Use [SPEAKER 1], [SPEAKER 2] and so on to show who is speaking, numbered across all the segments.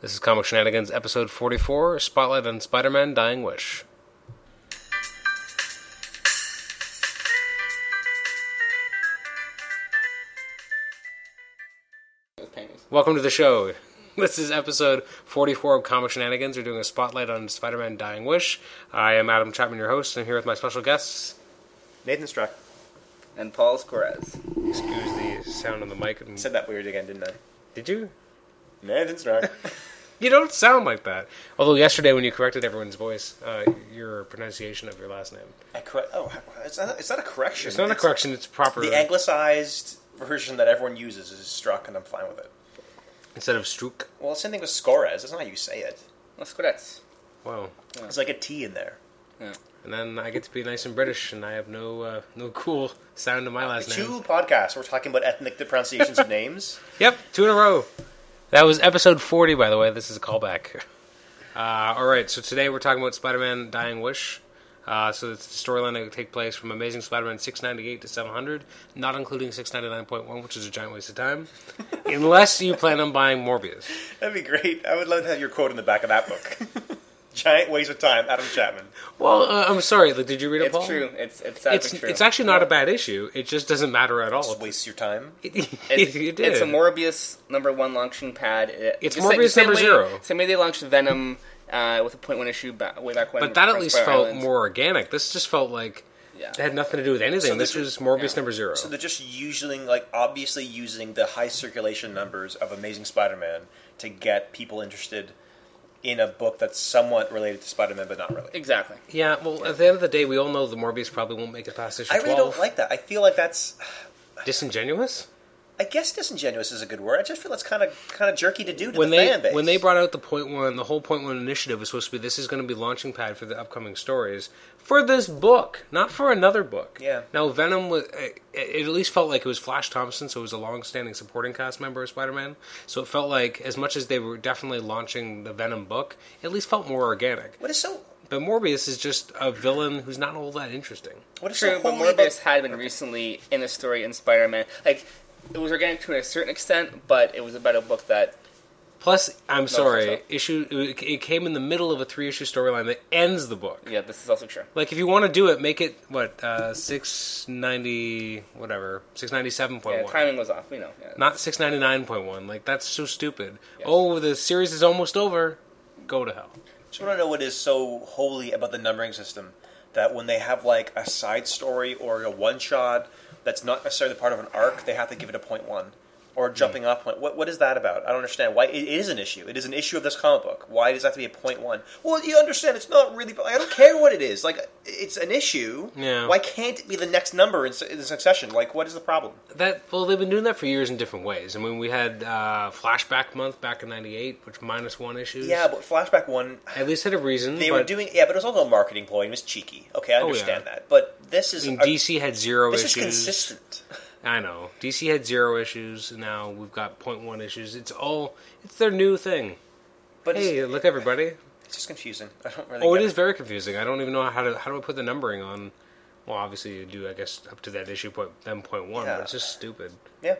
[SPEAKER 1] This is Comic Shenanigans, episode 44 Spotlight on Spider Man Dying Wish.
[SPEAKER 2] With pennies.
[SPEAKER 1] Welcome to the show. This is episode 44 of Comic Shenanigans. We're doing a spotlight on Spider Man Dying Wish. I am Adam Chapman, your host, and I'm here with my special guests.
[SPEAKER 3] Nathan Struck
[SPEAKER 2] And Paul Squarez.
[SPEAKER 1] Excuse the sound on the mic. And...
[SPEAKER 3] said that weird again, didn't I?
[SPEAKER 1] Did you?
[SPEAKER 3] Nathan Struck.
[SPEAKER 1] You don't sound like that. Although, yesterday when you corrected everyone's voice, uh, your pronunciation of your last name.
[SPEAKER 3] I cor- oh, it's not, it's not a correction.
[SPEAKER 1] It's not a correction, it's proper.
[SPEAKER 3] The anglicized version that everyone uses is Struck, and I'm fine with it.
[SPEAKER 1] Instead of Strook.
[SPEAKER 3] Well, same thing with Scorez. That's not how you say it.
[SPEAKER 2] Los Squarez.
[SPEAKER 1] Wow.
[SPEAKER 3] It's like a T in there.
[SPEAKER 2] Yeah.
[SPEAKER 1] And then I get to be nice and British, and I have no uh, no cool sound in my last name.
[SPEAKER 3] Two podcasts. We're talking about ethnic pronunciations of names.
[SPEAKER 1] Yep, two in a row. That was episode 40, by the way. This is a callback. Uh, all right, so today we're talking about Spider Man Dying Wish. Uh, so it's the storyline that will take place from Amazing Spider Man 698 to 700, not including 699.1, which is a giant waste of time, unless you plan on buying Morbius.
[SPEAKER 3] That'd be great. I would love to have your quote in the back of that book. Giant waste of time, Adam Chapman.
[SPEAKER 1] Well, uh, I'm sorry, like, did you read it,
[SPEAKER 2] It's
[SPEAKER 1] Paul?
[SPEAKER 2] true. It's it's sadly
[SPEAKER 1] It's,
[SPEAKER 2] true.
[SPEAKER 1] it's actually not a bad issue. It just doesn't matter at all.
[SPEAKER 3] Just wastes your time.
[SPEAKER 1] It,
[SPEAKER 2] It's,
[SPEAKER 1] it did.
[SPEAKER 2] it's a Morbius number one launching pad. Uh, It-
[SPEAKER 1] It's
[SPEAKER 2] just like-
[SPEAKER 1] Morbius
[SPEAKER 2] same
[SPEAKER 1] number
[SPEAKER 2] way-
[SPEAKER 1] zero.
[SPEAKER 2] Same way they launched Venom uh, with a point one issue ba- way back when.
[SPEAKER 1] but that at
[SPEAKER 2] from
[SPEAKER 1] least
[SPEAKER 2] Spider
[SPEAKER 1] felt
[SPEAKER 2] Islands.
[SPEAKER 1] more organic. This just felt like
[SPEAKER 2] Yeah.
[SPEAKER 1] it had nothing to do with anything.
[SPEAKER 3] So
[SPEAKER 1] this was
[SPEAKER 3] this
[SPEAKER 1] Morbius
[SPEAKER 2] yeah.
[SPEAKER 1] number zero.
[SPEAKER 3] So they're just using, like, obviously using the high circulation numbers of Amazing Spider-Man to get people interested in a book that's somewhat related to Spider-Man, but not really.
[SPEAKER 2] Exactly.
[SPEAKER 1] Yeah, well, at the end of the day, we all know the Morbius probably won't make it past issue
[SPEAKER 3] I really
[SPEAKER 1] 12.
[SPEAKER 3] don't like that. I feel like that's.
[SPEAKER 1] Disingenuous?
[SPEAKER 3] I guess disingenuous is a good word. I just feel that's kind of kind of jerky to do to
[SPEAKER 1] When
[SPEAKER 3] the
[SPEAKER 1] they
[SPEAKER 3] fan base.
[SPEAKER 1] when they brought out the point one, the whole point one initiative was supposed to be this is going to be launching pad for the upcoming stories for this book, not for another book.
[SPEAKER 3] Yeah.
[SPEAKER 1] Now Venom was it, it at least felt like it was Flash Thompson, so it was a long-standing supporting cast member of Spider-Man. So it felt like as much as they were definitely launching the Venom book, it at least felt more organic.
[SPEAKER 3] what is so
[SPEAKER 1] But Morbius is just a villain who's not all that interesting.
[SPEAKER 3] what is
[SPEAKER 2] True,
[SPEAKER 3] so
[SPEAKER 2] but
[SPEAKER 3] holy about-
[SPEAKER 2] Morbius had been recently in the story in Spider Man. Like it was organic to a certain extent, but it was about a book that
[SPEAKER 1] Plus, I'm
[SPEAKER 2] it's
[SPEAKER 1] sorry,
[SPEAKER 2] not.
[SPEAKER 1] issue it it came in the middle of a three-issue storyline that ends the book.
[SPEAKER 2] yeah, this is also true.
[SPEAKER 1] Like, if you want to do it, make it what uh, six ninety whatever six ninety seven point
[SPEAKER 2] Yeah,
[SPEAKER 1] one,
[SPEAKER 2] timing was off, we know. Yeah.
[SPEAKER 1] not six ninety nine point one. Like that's so stupid. Oh, the series is almost over. Go to hell.
[SPEAKER 3] just want to know what is so holy about the numbering system that when they have like a side story or a one shot that's not necessarily part of an arc, they have to give it a point one or jumping off point. What what is that about? I don't understand why it is an issue. It is an issue of this comic book. Why does that have to be a point one? Well, you understand it's not really. I don't care what it is. Like it's an issue.
[SPEAKER 1] Yeah.
[SPEAKER 3] Why can't it be the next number in, su- in succession? Like what is the problem?
[SPEAKER 1] That well, they've been doing that for years in different ways. I mean, we had uh, flashback month back in ninety eight, which minus one issues.
[SPEAKER 3] Yeah, but flashback one
[SPEAKER 1] at least had a reason.
[SPEAKER 3] They
[SPEAKER 1] but, Oh,
[SPEAKER 3] were doing, yeah, but it was also a marketing ploy. and It was cheeky. Okay, I
[SPEAKER 1] yeah.
[SPEAKER 3] understand that, but this is
[SPEAKER 1] I mean,
[SPEAKER 3] a-
[SPEAKER 1] DC had zero
[SPEAKER 3] this is
[SPEAKER 1] issues.
[SPEAKER 3] consistent.
[SPEAKER 1] I know. DC had zero issues, and now we've got 0.1 issues. It's all it's their new thing.
[SPEAKER 3] But
[SPEAKER 1] Hey,
[SPEAKER 3] it's,
[SPEAKER 1] look everybody.
[SPEAKER 3] it's just confusing. I don't really.
[SPEAKER 1] Oh, it
[SPEAKER 3] get
[SPEAKER 1] is very confusing. I don't even know how to how do I put the numbering on. Well, obviously you do, I guess, up to that issue point then point one. But it's just stupid.
[SPEAKER 3] Yeah,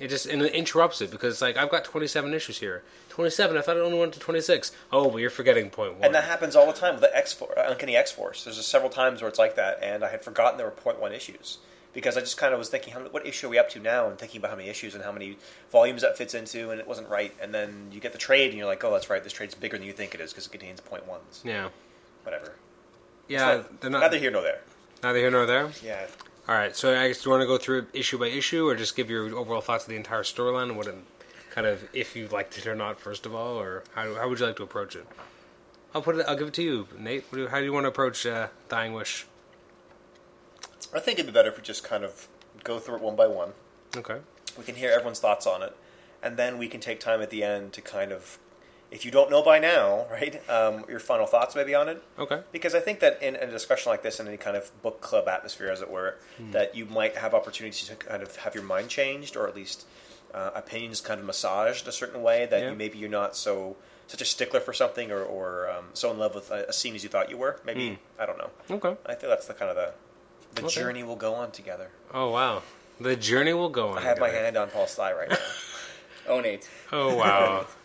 [SPEAKER 1] It just and it interrupts it because it's like I've got twenty seven issues here. Twenty seven. I thought it only went to twenty six. Oh, but you're forgetting point one.
[SPEAKER 3] and that happens all the time with the X Force, uh, Uncanny X Force. There's just several times where it's like that, and I had forgotten there were point one issues because I just kind of was thinking, how, many- what issue are we up to now? And thinking about how many issues and how many volumes that fits into, and it wasn't right. And then you get the trade, and you're like, oh, that's right. This trade's bigger than you think it is because it contains point ones.
[SPEAKER 1] yeah.
[SPEAKER 3] Whatever.
[SPEAKER 1] Yeah,
[SPEAKER 3] So,
[SPEAKER 1] they're not
[SPEAKER 3] neither here nor there.
[SPEAKER 1] neither here nor there.
[SPEAKER 3] Yeah.
[SPEAKER 1] All right, so I guess do you want to go through issue by issue, or just give your overall thoughts of the entire storyline and what, it, kind of, if you liked it or not, first of all, or how, how would you like to approach it? I'll put it. I'll give it to you, Nate. What do, how do you want to approach uh, Dying Wish?
[SPEAKER 3] I think it'd be better if we just kind of go through it one by one.
[SPEAKER 1] Okay.
[SPEAKER 3] we can hear everyone's thoughts on it, and then we can take time at the end to kind of, if you don't know by now, right, um, your final thoughts maybe on it.
[SPEAKER 1] Okay.
[SPEAKER 3] Because I think that in a discussion like this, in any kind of book club atmosphere, as it were,
[SPEAKER 1] Hmm.
[SPEAKER 3] that you might have opportunities to kind of have your mind changed, or at least uh, opinions kind of massaged a certain way that
[SPEAKER 1] Yeah.
[SPEAKER 3] you, maybe you're not so such a stickler for something, or, or um, so in love with a, a scene as you thought you were. Maybe I don't know.
[SPEAKER 1] Okay.
[SPEAKER 3] I think that's the kind of the the
[SPEAKER 1] Hmm. Okay.
[SPEAKER 3] journey we'll go on together.
[SPEAKER 1] Oh wow, the journey will go on.
[SPEAKER 3] I have my
[SPEAKER 1] guys.
[SPEAKER 3] hand on Paul's thigh right now.
[SPEAKER 2] Own eight.
[SPEAKER 1] Oh wow.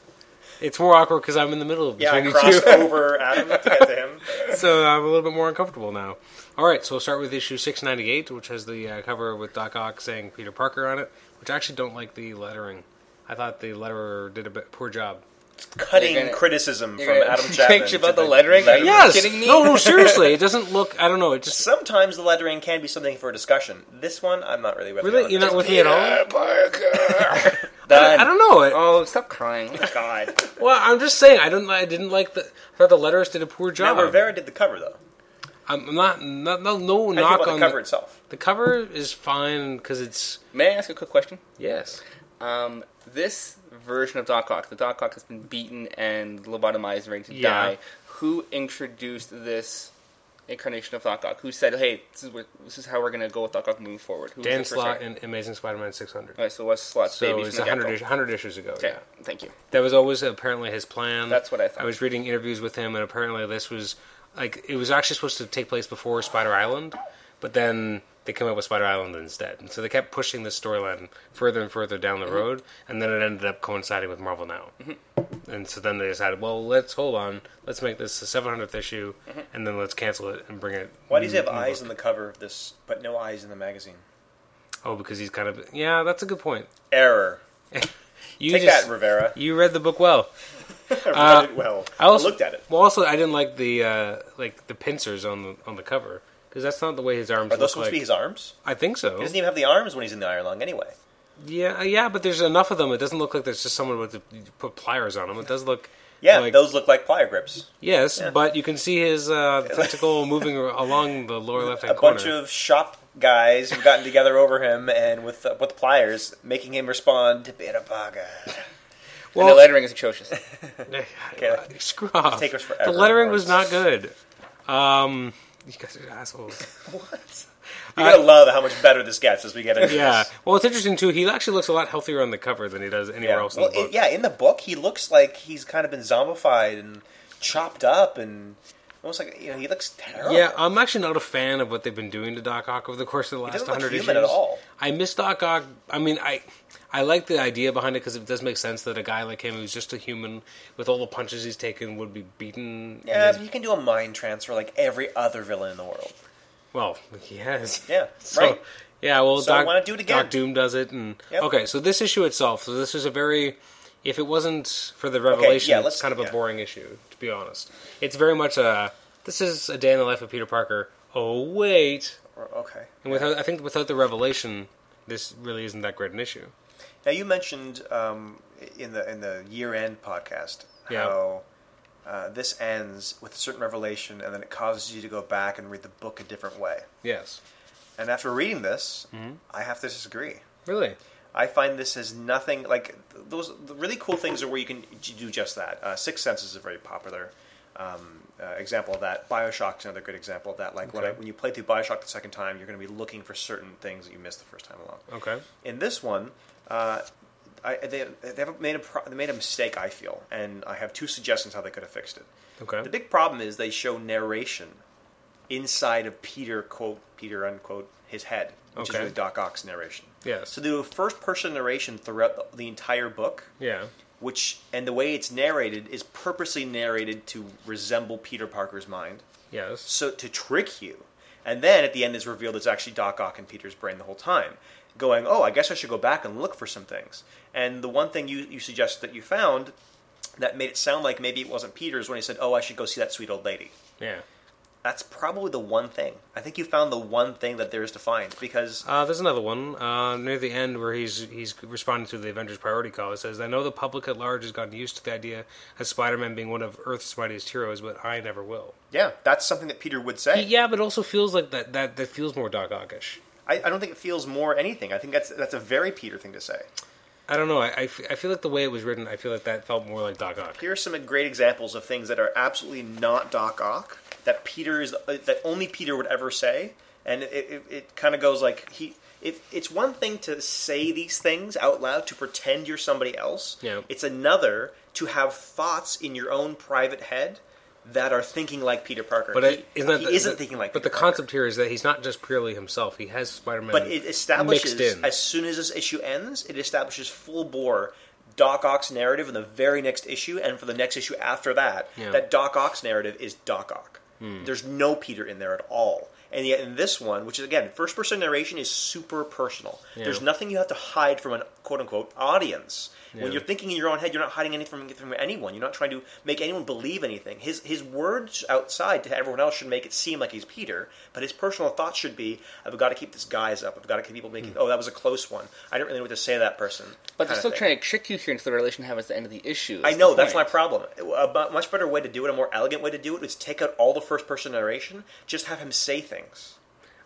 [SPEAKER 1] It's more awkward because I'm in the middle of
[SPEAKER 3] Yeah, I
[SPEAKER 1] between you
[SPEAKER 3] crossed
[SPEAKER 1] two,
[SPEAKER 3] over Adam to get to him.
[SPEAKER 1] so I'm a little bit more uncomfortable now. All right, so we'll start with issue 698, which has the uh, cover with Doc Ock saying Peter Parker on it, which I actually don't like the lettering. I thought the letterer did a bit poor job.
[SPEAKER 3] Cutting
[SPEAKER 2] You're gonna-
[SPEAKER 3] criticism
[SPEAKER 2] you're
[SPEAKER 3] from
[SPEAKER 2] gonna
[SPEAKER 3] Adam
[SPEAKER 2] bitch
[SPEAKER 3] Chapman.
[SPEAKER 2] about
[SPEAKER 3] to
[SPEAKER 2] the lettering? Are you
[SPEAKER 1] Yes,
[SPEAKER 2] kidding me?
[SPEAKER 1] no, no, seriously, it doesn't look. I don't know. It just
[SPEAKER 3] Sometimes the lettering can be something for discussion. This one, I'm not really with you
[SPEAKER 1] really
[SPEAKER 3] on
[SPEAKER 1] you're
[SPEAKER 3] this.
[SPEAKER 1] not with me at all.
[SPEAKER 3] Done.
[SPEAKER 1] I don't know. It,
[SPEAKER 2] Oh, stop crying.
[SPEAKER 3] God.
[SPEAKER 1] Well, I'm just saying I don't. I didn't like the. I thought the letters did a poor job.
[SPEAKER 3] Now Rivera did the cover though.
[SPEAKER 1] I'm I'm not. not no no
[SPEAKER 3] How do you feel
[SPEAKER 1] knock
[SPEAKER 3] about
[SPEAKER 1] on
[SPEAKER 3] the cover
[SPEAKER 1] the,
[SPEAKER 3] itself.
[SPEAKER 1] the cover is fine because it's
[SPEAKER 2] May I ask a quick question?
[SPEAKER 1] yes.
[SPEAKER 2] Um, this version of Doc Ock, the Doc Ock has been beaten and lobotomized, ready to
[SPEAKER 1] Yeah.
[SPEAKER 2] die. Who introduced this incarnation of Doc Ock? Who said, "Hey, this is what, this is how we're gonna go with Doc Ock moving forward"? Who was
[SPEAKER 1] Dan
[SPEAKER 2] the first
[SPEAKER 1] Slott
[SPEAKER 2] guy?
[SPEAKER 1] in Amazing Spider-Man 600.
[SPEAKER 2] All right, so Wes Slott's
[SPEAKER 1] So
[SPEAKER 2] Uh, baby
[SPEAKER 1] it's
[SPEAKER 2] from the
[SPEAKER 1] 100,
[SPEAKER 2] get-go.
[SPEAKER 1] is- 100 issues ago.
[SPEAKER 2] Okay,
[SPEAKER 1] Yeah,
[SPEAKER 2] thank you.
[SPEAKER 1] that was always apparently his plan.
[SPEAKER 2] That's what I thought.
[SPEAKER 1] I was reading interviews with him, and apparently this was like it was actually supposed to take place before Spider Island, but then they came up with Spider Island instead. And so they kept pushing this storyline further and further down
[SPEAKER 2] Mm-hmm.
[SPEAKER 1] the road, and then it ended up coinciding with Marvel Now.
[SPEAKER 2] Mm-hmm.
[SPEAKER 1] And so then they decided, well, let's hold on, let's make this the 700th issue,
[SPEAKER 2] Mm-hmm.
[SPEAKER 1] and then let's cancel it and bring it.
[SPEAKER 3] Why does he have
[SPEAKER 1] new
[SPEAKER 3] eyes
[SPEAKER 1] Mm, look.
[SPEAKER 3] on the cover of this, but no eyes in the magazine?
[SPEAKER 1] Oh, because he's kind of yeah, that's a good point.
[SPEAKER 3] Error.
[SPEAKER 1] You
[SPEAKER 3] Take
[SPEAKER 1] just
[SPEAKER 3] that, Rivera.
[SPEAKER 1] you read the book well.
[SPEAKER 3] I read it well. I,
[SPEAKER 1] also
[SPEAKER 3] looked at it.
[SPEAKER 1] Well, also I didn't like the uh, like the pincers on the on the cover because that's not the way his arms
[SPEAKER 3] Are
[SPEAKER 1] look
[SPEAKER 3] those
[SPEAKER 1] like.
[SPEAKER 3] supposed
[SPEAKER 1] Oh.
[SPEAKER 3] to be his arms?
[SPEAKER 1] I think so.
[SPEAKER 3] He doesn't even have the arms when he's in the Iron Lung anyway.
[SPEAKER 1] Yeah, uh, yeah, but there's enough of them. It doesn't look like there's just someone with the, put pliers on them. It does look.
[SPEAKER 3] Yeah,
[SPEAKER 1] like,
[SPEAKER 3] those look like plier grips.
[SPEAKER 1] Yes, but you can see his uh, tentacle moving along the lower left
[SPEAKER 3] A
[SPEAKER 1] hand corner.
[SPEAKER 3] bunch of shop guys who've gotten together over him and with uh, with pliers, making him respond to Bitabaga.
[SPEAKER 2] and the lettering is atrocious.
[SPEAKER 1] Okay. Screw off.
[SPEAKER 3] take us forever
[SPEAKER 1] the lettering
[SPEAKER 3] on
[SPEAKER 1] was not
[SPEAKER 3] words.
[SPEAKER 1] good. Um, you guys are assholes.
[SPEAKER 3] You're gonna love how much better this gets as we get into
[SPEAKER 1] Yeah.
[SPEAKER 3] this.
[SPEAKER 1] Well, it's interesting too. He actually looks a lot healthier on the cover than he does anywhere
[SPEAKER 3] Yeah.
[SPEAKER 1] else
[SPEAKER 3] well,
[SPEAKER 1] in the book.
[SPEAKER 3] it- yeah, in the book, he looks like he's kind of been zombified and chopped up and almost like you know he looks terrible.
[SPEAKER 1] Yeah, I'm actually not a fan of what they've been doing to Doc Ock over the course of the last
[SPEAKER 3] doesn't look
[SPEAKER 1] 100
[SPEAKER 3] human
[SPEAKER 1] issues.
[SPEAKER 3] at all.
[SPEAKER 1] I miss Doc Ock. I mean, I I like the idea behind it because it does make sense that a guy like him, who's just a human with all the punches he's taken, would be beaten. in
[SPEAKER 3] yeah,
[SPEAKER 1] his-
[SPEAKER 3] but you can do a mind transfer like every other villain in the world.
[SPEAKER 1] well, he has.
[SPEAKER 3] Yeah,
[SPEAKER 1] So,
[SPEAKER 3] right.
[SPEAKER 1] Yeah, well,
[SPEAKER 3] So
[SPEAKER 1] Doc,
[SPEAKER 3] why not do it again?
[SPEAKER 1] Doc Doom does it, and
[SPEAKER 3] Yep.
[SPEAKER 1] okay. So this issue itself, so this is a very, if it wasn't for the revelation,
[SPEAKER 3] yeah,
[SPEAKER 1] it's
[SPEAKER 3] let's-
[SPEAKER 1] kind of a
[SPEAKER 3] yeah.
[SPEAKER 1] boring issue to be honest. It's very much a this is a day in the life of Peter Parker. Oh wait,
[SPEAKER 3] Or- Okay.
[SPEAKER 1] And without, I think without the revelation, this really isn't that great an issue.
[SPEAKER 3] Now you mentioned um, in the in the year end podcast
[SPEAKER 1] Yeah.
[SPEAKER 3] how uh, this ends with a certain revelation, and then it causes you to go back and read the book a different way.
[SPEAKER 1] Yes.
[SPEAKER 3] And after reading this,
[SPEAKER 1] Mm-hmm.
[SPEAKER 3] I have to disagree.
[SPEAKER 1] Really?
[SPEAKER 3] I find this is nothing like th- those. The really cool things are where you can j- do just that. Uh, Six Senses is a very popular um, uh, example of that. Bioshock is another good example of that. Like when, I,
[SPEAKER 1] Okay.
[SPEAKER 3] when you play through Bioshock the second time, you're going to be looking for certain things that you missed the first time along.
[SPEAKER 1] Okay.
[SPEAKER 3] In this one, uh, I, they they have made a pro- they made a mistake. I feel, and I have two suggestions how they could have fixed it.
[SPEAKER 1] Okay.
[SPEAKER 3] The big problem is they show narration inside of Peter quote Peter unquote his head, which
[SPEAKER 1] Okay.
[SPEAKER 3] is really Doc Ock's narration.
[SPEAKER 1] Yes.
[SPEAKER 3] So they do a first person narration throughout the- the entire book,
[SPEAKER 1] yeah.
[SPEAKER 3] which and the way it's narrated is purposely narrated to resemble Peter Parker's mind,
[SPEAKER 1] Yes.
[SPEAKER 3] so to trick you. And then at the end is revealed it's actually Doc Ock in Peter's brain the whole time, going, "Oh, I guess I should go back and look for some things." And the one thing you you suggested that you found that made it sound like maybe it wasn't Peter's when he said, "Oh, I should go see that sweet old lady."
[SPEAKER 1] Yeah.
[SPEAKER 3] That's probably the one thing. I think you found the one thing that there is to find because
[SPEAKER 1] Uh, there's another one uh, near the end where he's he's responding to the Avengers priority call. It says, "I know the public at large has gotten used to the idea of Spider-Man being one of Earth's mightiest heroes, but I never will."
[SPEAKER 3] yeah, that's something that Peter would say.
[SPEAKER 1] Yeah, but it also feels like that that, that feels more Doc Ockish.
[SPEAKER 3] I, I don't think it feels more anything. I think that's that's a very Peter thing to say.
[SPEAKER 1] I don't know. I, I, f- I feel like the way it was written, I feel like that felt more like Doc Ock.
[SPEAKER 3] Here are some great examples of things that are absolutely not Doc Ock that Peter is uh, that only Peter would ever say, and it, it, it kind of goes like he. If it's one thing to say these things out loud to pretend you're somebody else,
[SPEAKER 1] Yeah.
[SPEAKER 3] it's another to have thoughts in your own private head that are thinking like Peter Parker.
[SPEAKER 1] But
[SPEAKER 3] he,
[SPEAKER 1] it, isn't that
[SPEAKER 3] he
[SPEAKER 1] the,
[SPEAKER 3] isn't
[SPEAKER 1] the-
[SPEAKER 3] thinking like.
[SPEAKER 1] But
[SPEAKER 3] Peter
[SPEAKER 1] the
[SPEAKER 3] Parker.
[SPEAKER 1] concept here is that he's not just purely himself. He has Spider-Man,
[SPEAKER 3] But it establishes
[SPEAKER 1] mixed in.
[SPEAKER 3] as soon as this issue ends, it establishes full bore Doc Ock's narrative in the very next issue, and for the next issue after that,
[SPEAKER 1] Yeah.
[SPEAKER 3] that Doc Ock's narrative is Doc Ock.
[SPEAKER 2] Hmm.
[SPEAKER 3] There's no Peter in there at all. And yet in this one, which is again first person narration, is super personal. There's nothing you have to hide from an quote unquote audience.
[SPEAKER 1] Yeah.
[SPEAKER 3] When you're thinking in your own head, you're not hiding anything from, from anyone. You're not trying to make anyone believe anything. His his words outside to everyone else should make it seem like he's Peter, but his personal thoughts should be, "I've got to keep this guy's up. I've got to keep people making. Oh, that was a close one. I don't really know what to say to that person."
[SPEAKER 2] Hmm. But they're
[SPEAKER 3] kinda
[SPEAKER 2] still
[SPEAKER 3] thing.
[SPEAKER 2] trying to trick you here into the relation they have at the end of the issue.
[SPEAKER 3] I know that's my
[SPEAKER 2] point.
[SPEAKER 3] problem. A bu- much better way to do it, a more elegant way to do it, is take out all the first person narration. Just have him say things.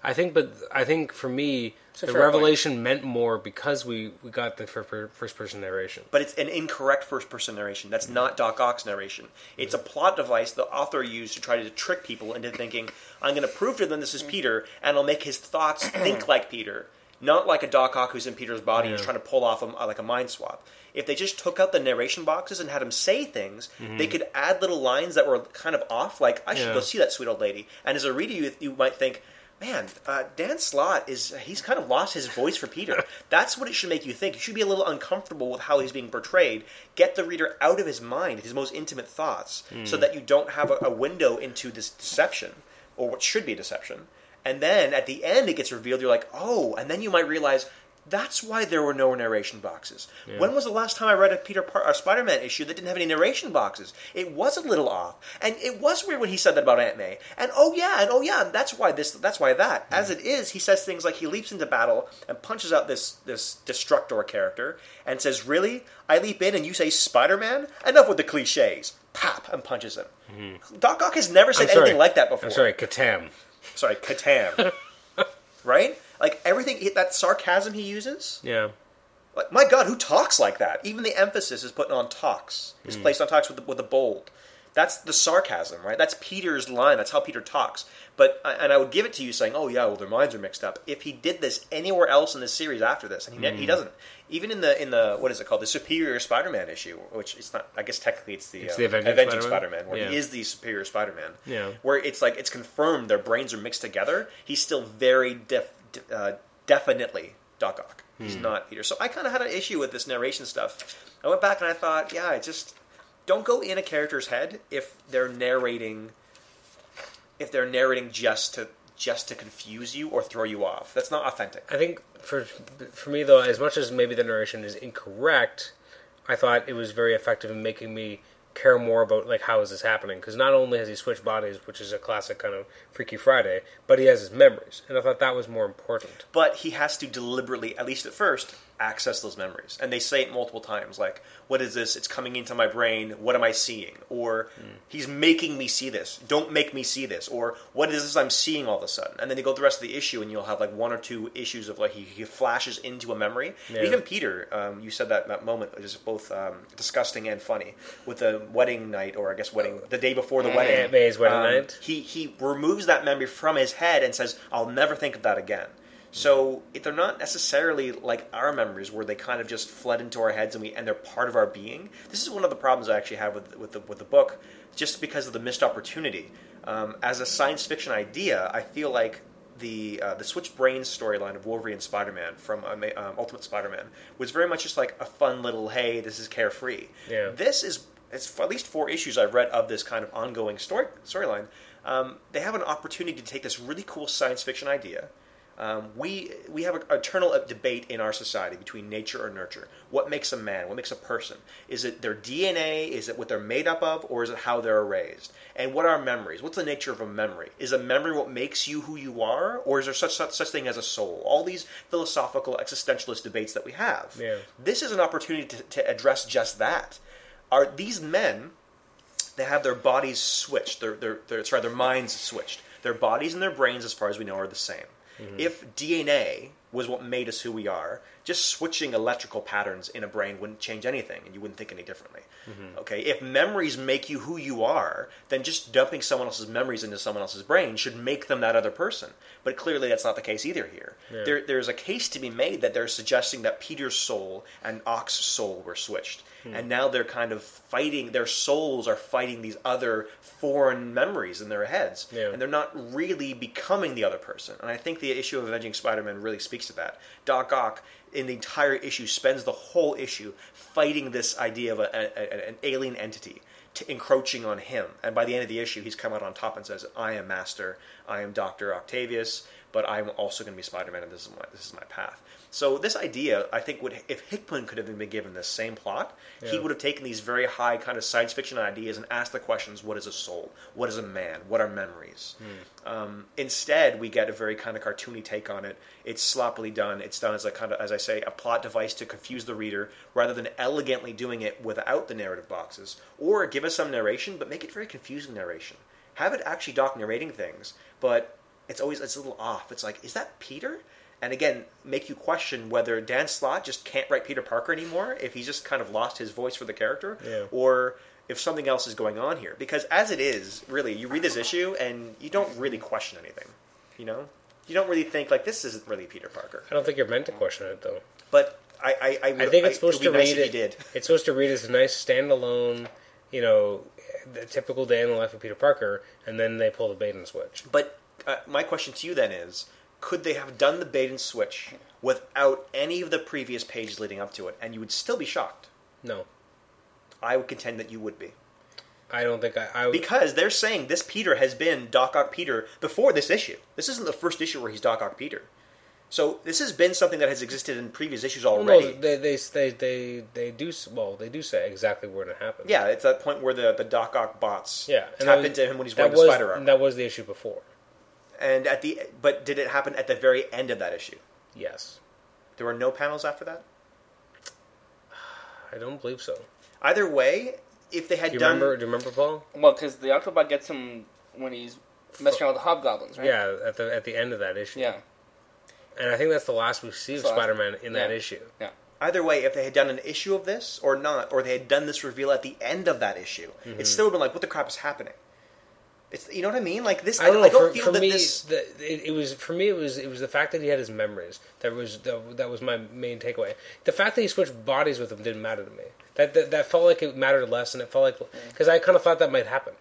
[SPEAKER 1] I think, but I think for me,
[SPEAKER 2] a
[SPEAKER 1] the
[SPEAKER 2] fair point.
[SPEAKER 1] revelation meant more because we, we got the first person narration.
[SPEAKER 3] But it's an incorrect first person narration. That's not Doc Ock's narration. It's a plot device the author used to try to trick people into thinking, I'm going to prove to them this is Peter, and I'll make his thoughts think like Peter, not like a Doc Ock who's in Peter's body and is
[SPEAKER 1] Yeah.
[SPEAKER 3] trying to pull off a, like a mind swap. If they just took out the narration boxes and had him say things, they could add little lines that were kind of off, like, I should
[SPEAKER 1] Yeah.
[SPEAKER 3] go see that sweet old lady. And as a reader, you, you might think, Man, uh, Dan Slott is—he's kind of lost his voice for Peter. That's what it should make you think. You should be a little uncomfortable with how he's being portrayed. Get the reader out of his mind, his most intimate thoughts, so that you don't have a, a window into this deception or what should be deception. And then at the end, it gets revealed. You're like, oh, and then you might realize that's why there were no narration boxes. When was the last time I read a Peter Par- or Spider-Man issue that didn't have any narration boxes? It was a little off, and it was weird when he said that about Aunt May. And oh yeah, and oh yeah, and that's why this, that's why that. As it is, he says things like he leaps into battle and punches out this this Destructor character and says, "Really? I leap in and you say Spider-Man? Enough with the cliches." Pop and punches him. Doc Ock has never
[SPEAKER 1] Mm-hmm. I'm
[SPEAKER 3] said
[SPEAKER 1] sorry.
[SPEAKER 3] anything like that before
[SPEAKER 1] I'm sorry, Katam.
[SPEAKER 3] sorry, Katam. right? Like everything that sarcasm he uses.
[SPEAKER 1] Yeah.
[SPEAKER 3] Like my God, who talks like that? Even the emphasis is put on talks. Is
[SPEAKER 1] Hmm.
[SPEAKER 3] placed on talks with the, with the bold. That's the sarcasm, right? That's Peter's line. That's how Peter talks. But and I would give it to you saying, "Oh yeah, well their minds are mixed up." If he did this anywhere else in this series after this, and he ne- he
[SPEAKER 1] Hmm.
[SPEAKER 3] doesn't, even in the in the what is it called, the Superior Spider-Man issue, which it's not. I guess technically it's the, um,
[SPEAKER 1] It's the Avenging Spider-Man?
[SPEAKER 3] where he
[SPEAKER 1] Yeah.
[SPEAKER 3] is the Superior Spider-Man.
[SPEAKER 1] Yeah.
[SPEAKER 3] Where it's like it's confirmed their brains are mixed together. He's still very def- de- uh, definitely Doc Ock. He's not Peter. So I kind of had an issue with this narration stuff. I went back and I thought, yeah, I just don't go in a character's head if they're narrating if they're narrating just to just to confuse you or throw you off. That's not authentic.
[SPEAKER 1] I think for for me though, as much as maybe the narration is incorrect, I thought it was very effective in making me care more about like how is this happening because not only has he switched bodies, which is a classic kind of Freaky Friday, but he has his memories, and I thought that was more important.
[SPEAKER 3] but he has to deliberately, at least at first, access those memories. And they say it multiple times, like, "What is this? It's coming into my brain. What am I seeing?" Or,
[SPEAKER 1] Hmm.
[SPEAKER 3] "He's making me see this. Don't make me see this." Or, "What is this I'm seeing all of a sudden?" And then you go through the rest of the issue, and you'll have like one or two issues of like he, he flashes into a memory.
[SPEAKER 1] Yeah.
[SPEAKER 3] Even Peter, um, you said that that moment is both um, disgusting and funny with the wedding night, or I guess wedding the day before the wedding.
[SPEAKER 1] Aunt May's wedding
[SPEAKER 3] um,
[SPEAKER 1] night.
[SPEAKER 3] he he removes that memory from his head and says, "I'll never think of that again." So if they're not necessarily like our memories, where they kind of just fled into our heads and we and they're part of our being. This is one of the problems I actually have with with the, with the book, just because of the missed opportunity. Um, as a science fiction idea, I feel like the uh, the Switch Brains storyline of Wolverine and Spider Man from um, um, Ultimate Spider Man was very much just like a fun little hey, this is carefree.
[SPEAKER 1] Yeah.
[SPEAKER 3] This is it's f- at least four issues I've read of this kind of ongoing story storyline. Um, they have an opportunity to take this really cool science fiction idea. Um, we we have an eternal uh, debate in our society between nature or nurture. What makes a man? What makes a person? Is it their DNA? Is it what they're made up of, or is it how they're raised? And what are memories? What's the nature of a memory? Is a memory what makes you who you are, or is there such such, such thing as a soul? All these philosophical existentialist debates that we have.
[SPEAKER 1] Yeah.
[SPEAKER 3] This is an opportunity to, to address just that. Are these men they have their bodies switched. Their, their, their, sorry, their minds switched. Their bodies and their brains, as far as we know, are the same. If DNA was what made us who we are, just switching electrical patterns in a brain wouldn't change anything, and you wouldn't think any differently. Okay, if memories make you who you are, then just dumping someone else's memories into someone else's brain should make them that other person. But clearly, that's not the case either here.
[SPEAKER 1] Yeah.
[SPEAKER 3] There, there's a case to be made that they're suggesting that Peter's soul and Ock's soul were switched. and now they're kind of fighting. Their souls are fighting these other foreign memories in their heads,
[SPEAKER 1] Yeah.
[SPEAKER 3] and they're not really becoming the other person. And I think the issue of Avenging Spider-Man really speaks to that. Doc Ock, in the entire issue, spends the whole issue fighting this idea of a, a- a- an alien entity. t encroaching on him, and by the end of the issue, he's come out on top and says, "I am Master. I am Doctor Octavius but I'm also going to be Spider-Man, and this is my this is my path. So this idea, I think, would if Hickman could have been given this same plot, he
[SPEAKER 1] Yeah.
[SPEAKER 3] would have taken these very high kind of science fiction ideas and asked the questions: What is a soul? What is a man? What are memories? Um, instead, we get a very kind of cartoony take on it. It's sloppily done. It's done as a kind of, as I say, a plot device to confuse the reader, rather than elegantly doing it without the narrative boxes, or give us some narration, but make it very confusing narration. Have it actually Doc narrating things, but it's always it's a little off. It's like, is that Peter? And again, make you question whether Dan Slott just can't write Peter Parker anymore if he's just kind of lost his voice for the character,
[SPEAKER 1] Yeah.
[SPEAKER 3] or if something else is going on here. Because as it is, really, you read this issue and you don't really question anything. You know, you don't really think like this isn't really Peter Parker.
[SPEAKER 1] I don't think you're meant to question it though.
[SPEAKER 3] But I, I, I, would,
[SPEAKER 1] I think it's
[SPEAKER 3] would
[SPEAKER 1] supposed
[SPEAKER 3] be
[SPEAKER 1] to
[SPEAKER 3] nice
[SPEAKER 1] read
[SPEAKER 3] if
[SPEAKER 1] it.
[SPEAKER 3] you did.
[SPEAKER 1] It's supposed to read as a nice standalone, you know, the typical day in the life of Peter Parker, and then they pull the bait and switch.
[SPEAKER 3] But uh, my question to you then is: Could they have done the bait and switch without any of the previous pages leading up to it, and you would still be shocked?
[SPEAKER 1] No,
[SPEAKER 3] I would contend that you would be.
[SPEAKER 1] I don't think I. I would,
[SPEAKER 3] Because they're saying this Peter has been Doc Ock Peter before this issue. This isn't the first issue where he's Doc Ock Peter. So this has been something that has existed in previous issues
[SPEAKER 1] Well,
[SPEAKER 3] already.
[SPEAKER 1] no, they, they they they they do s- well. They do say exactly when it happened.
[SPEAKER 3] yeah, it's that point where the, the Doc Ock bots
[SPEAKER 1] yeah. and
[SPEAKER 3] tap
[SPEAKER 1] that was-
[SPEAKER 3] into him when he's
[SPEAKER 1] that
[SPEAKER 3] wearing
[SPEAKER 1] was,
[SPEAKER 3] the spider armor.
[SPEAKER 1] That was the issue before.
[SPEAKER 3] And at the but did it happen at the very end of that issue?
[SPEAKER 1] Yes,
[SPEAKER 3] There were no panels after that.
[SPEAKER 1] I don't believe so.
[SPEAKER 3] Either way, if they had
[SPEAKER 1] Do you
[SPEAKER 3] done
[SPEAKER 1] remember? Do you remember Paul?
[SPEAKER 2] Well, because the Octobot gets him when he's messing around with the hobgoblins, right?
[SPEAKER 1] Yeah, at the at the end of that issue.
[SPEAKER 2] Yeah.
[SPEAKER 1] and I think that's the last we see of
[SPEAKER 2] It's the last-
[SPEAKER 1] Spider-Man in that
[SPEAKER 2] yeah.
[SPEAKER 1] issue.
[SPEAKER 2] Yeah.
[SPEAKER 3] either way, if they had done an issue of this or not, or they had done this reveal at the end of that issue,
[SPEAKER 1] Mm-hmm.
[SPEAKER 3] it's still been like, what the crap is happening? It's you know what I mean? Like this, I,
[SPEAKER 1] I don't know.
[SPEAKER 3] I don't
[SPEAKER 1] for,
[SPEAKER 3] feel
[SPEAKER 1] for
[SPEAKER 3] that
[SPEAKER 1] me,
[SPEAKER 3] this.
[SPEAKER 1] the, it, it was for me. It was it was the fact that he had his memories. That was the, that was my main takeaway. The fact that he switched bodies with him didn't matter to me. That that, that felt like it mattered less, and it felt like because I kind of thought that might happen,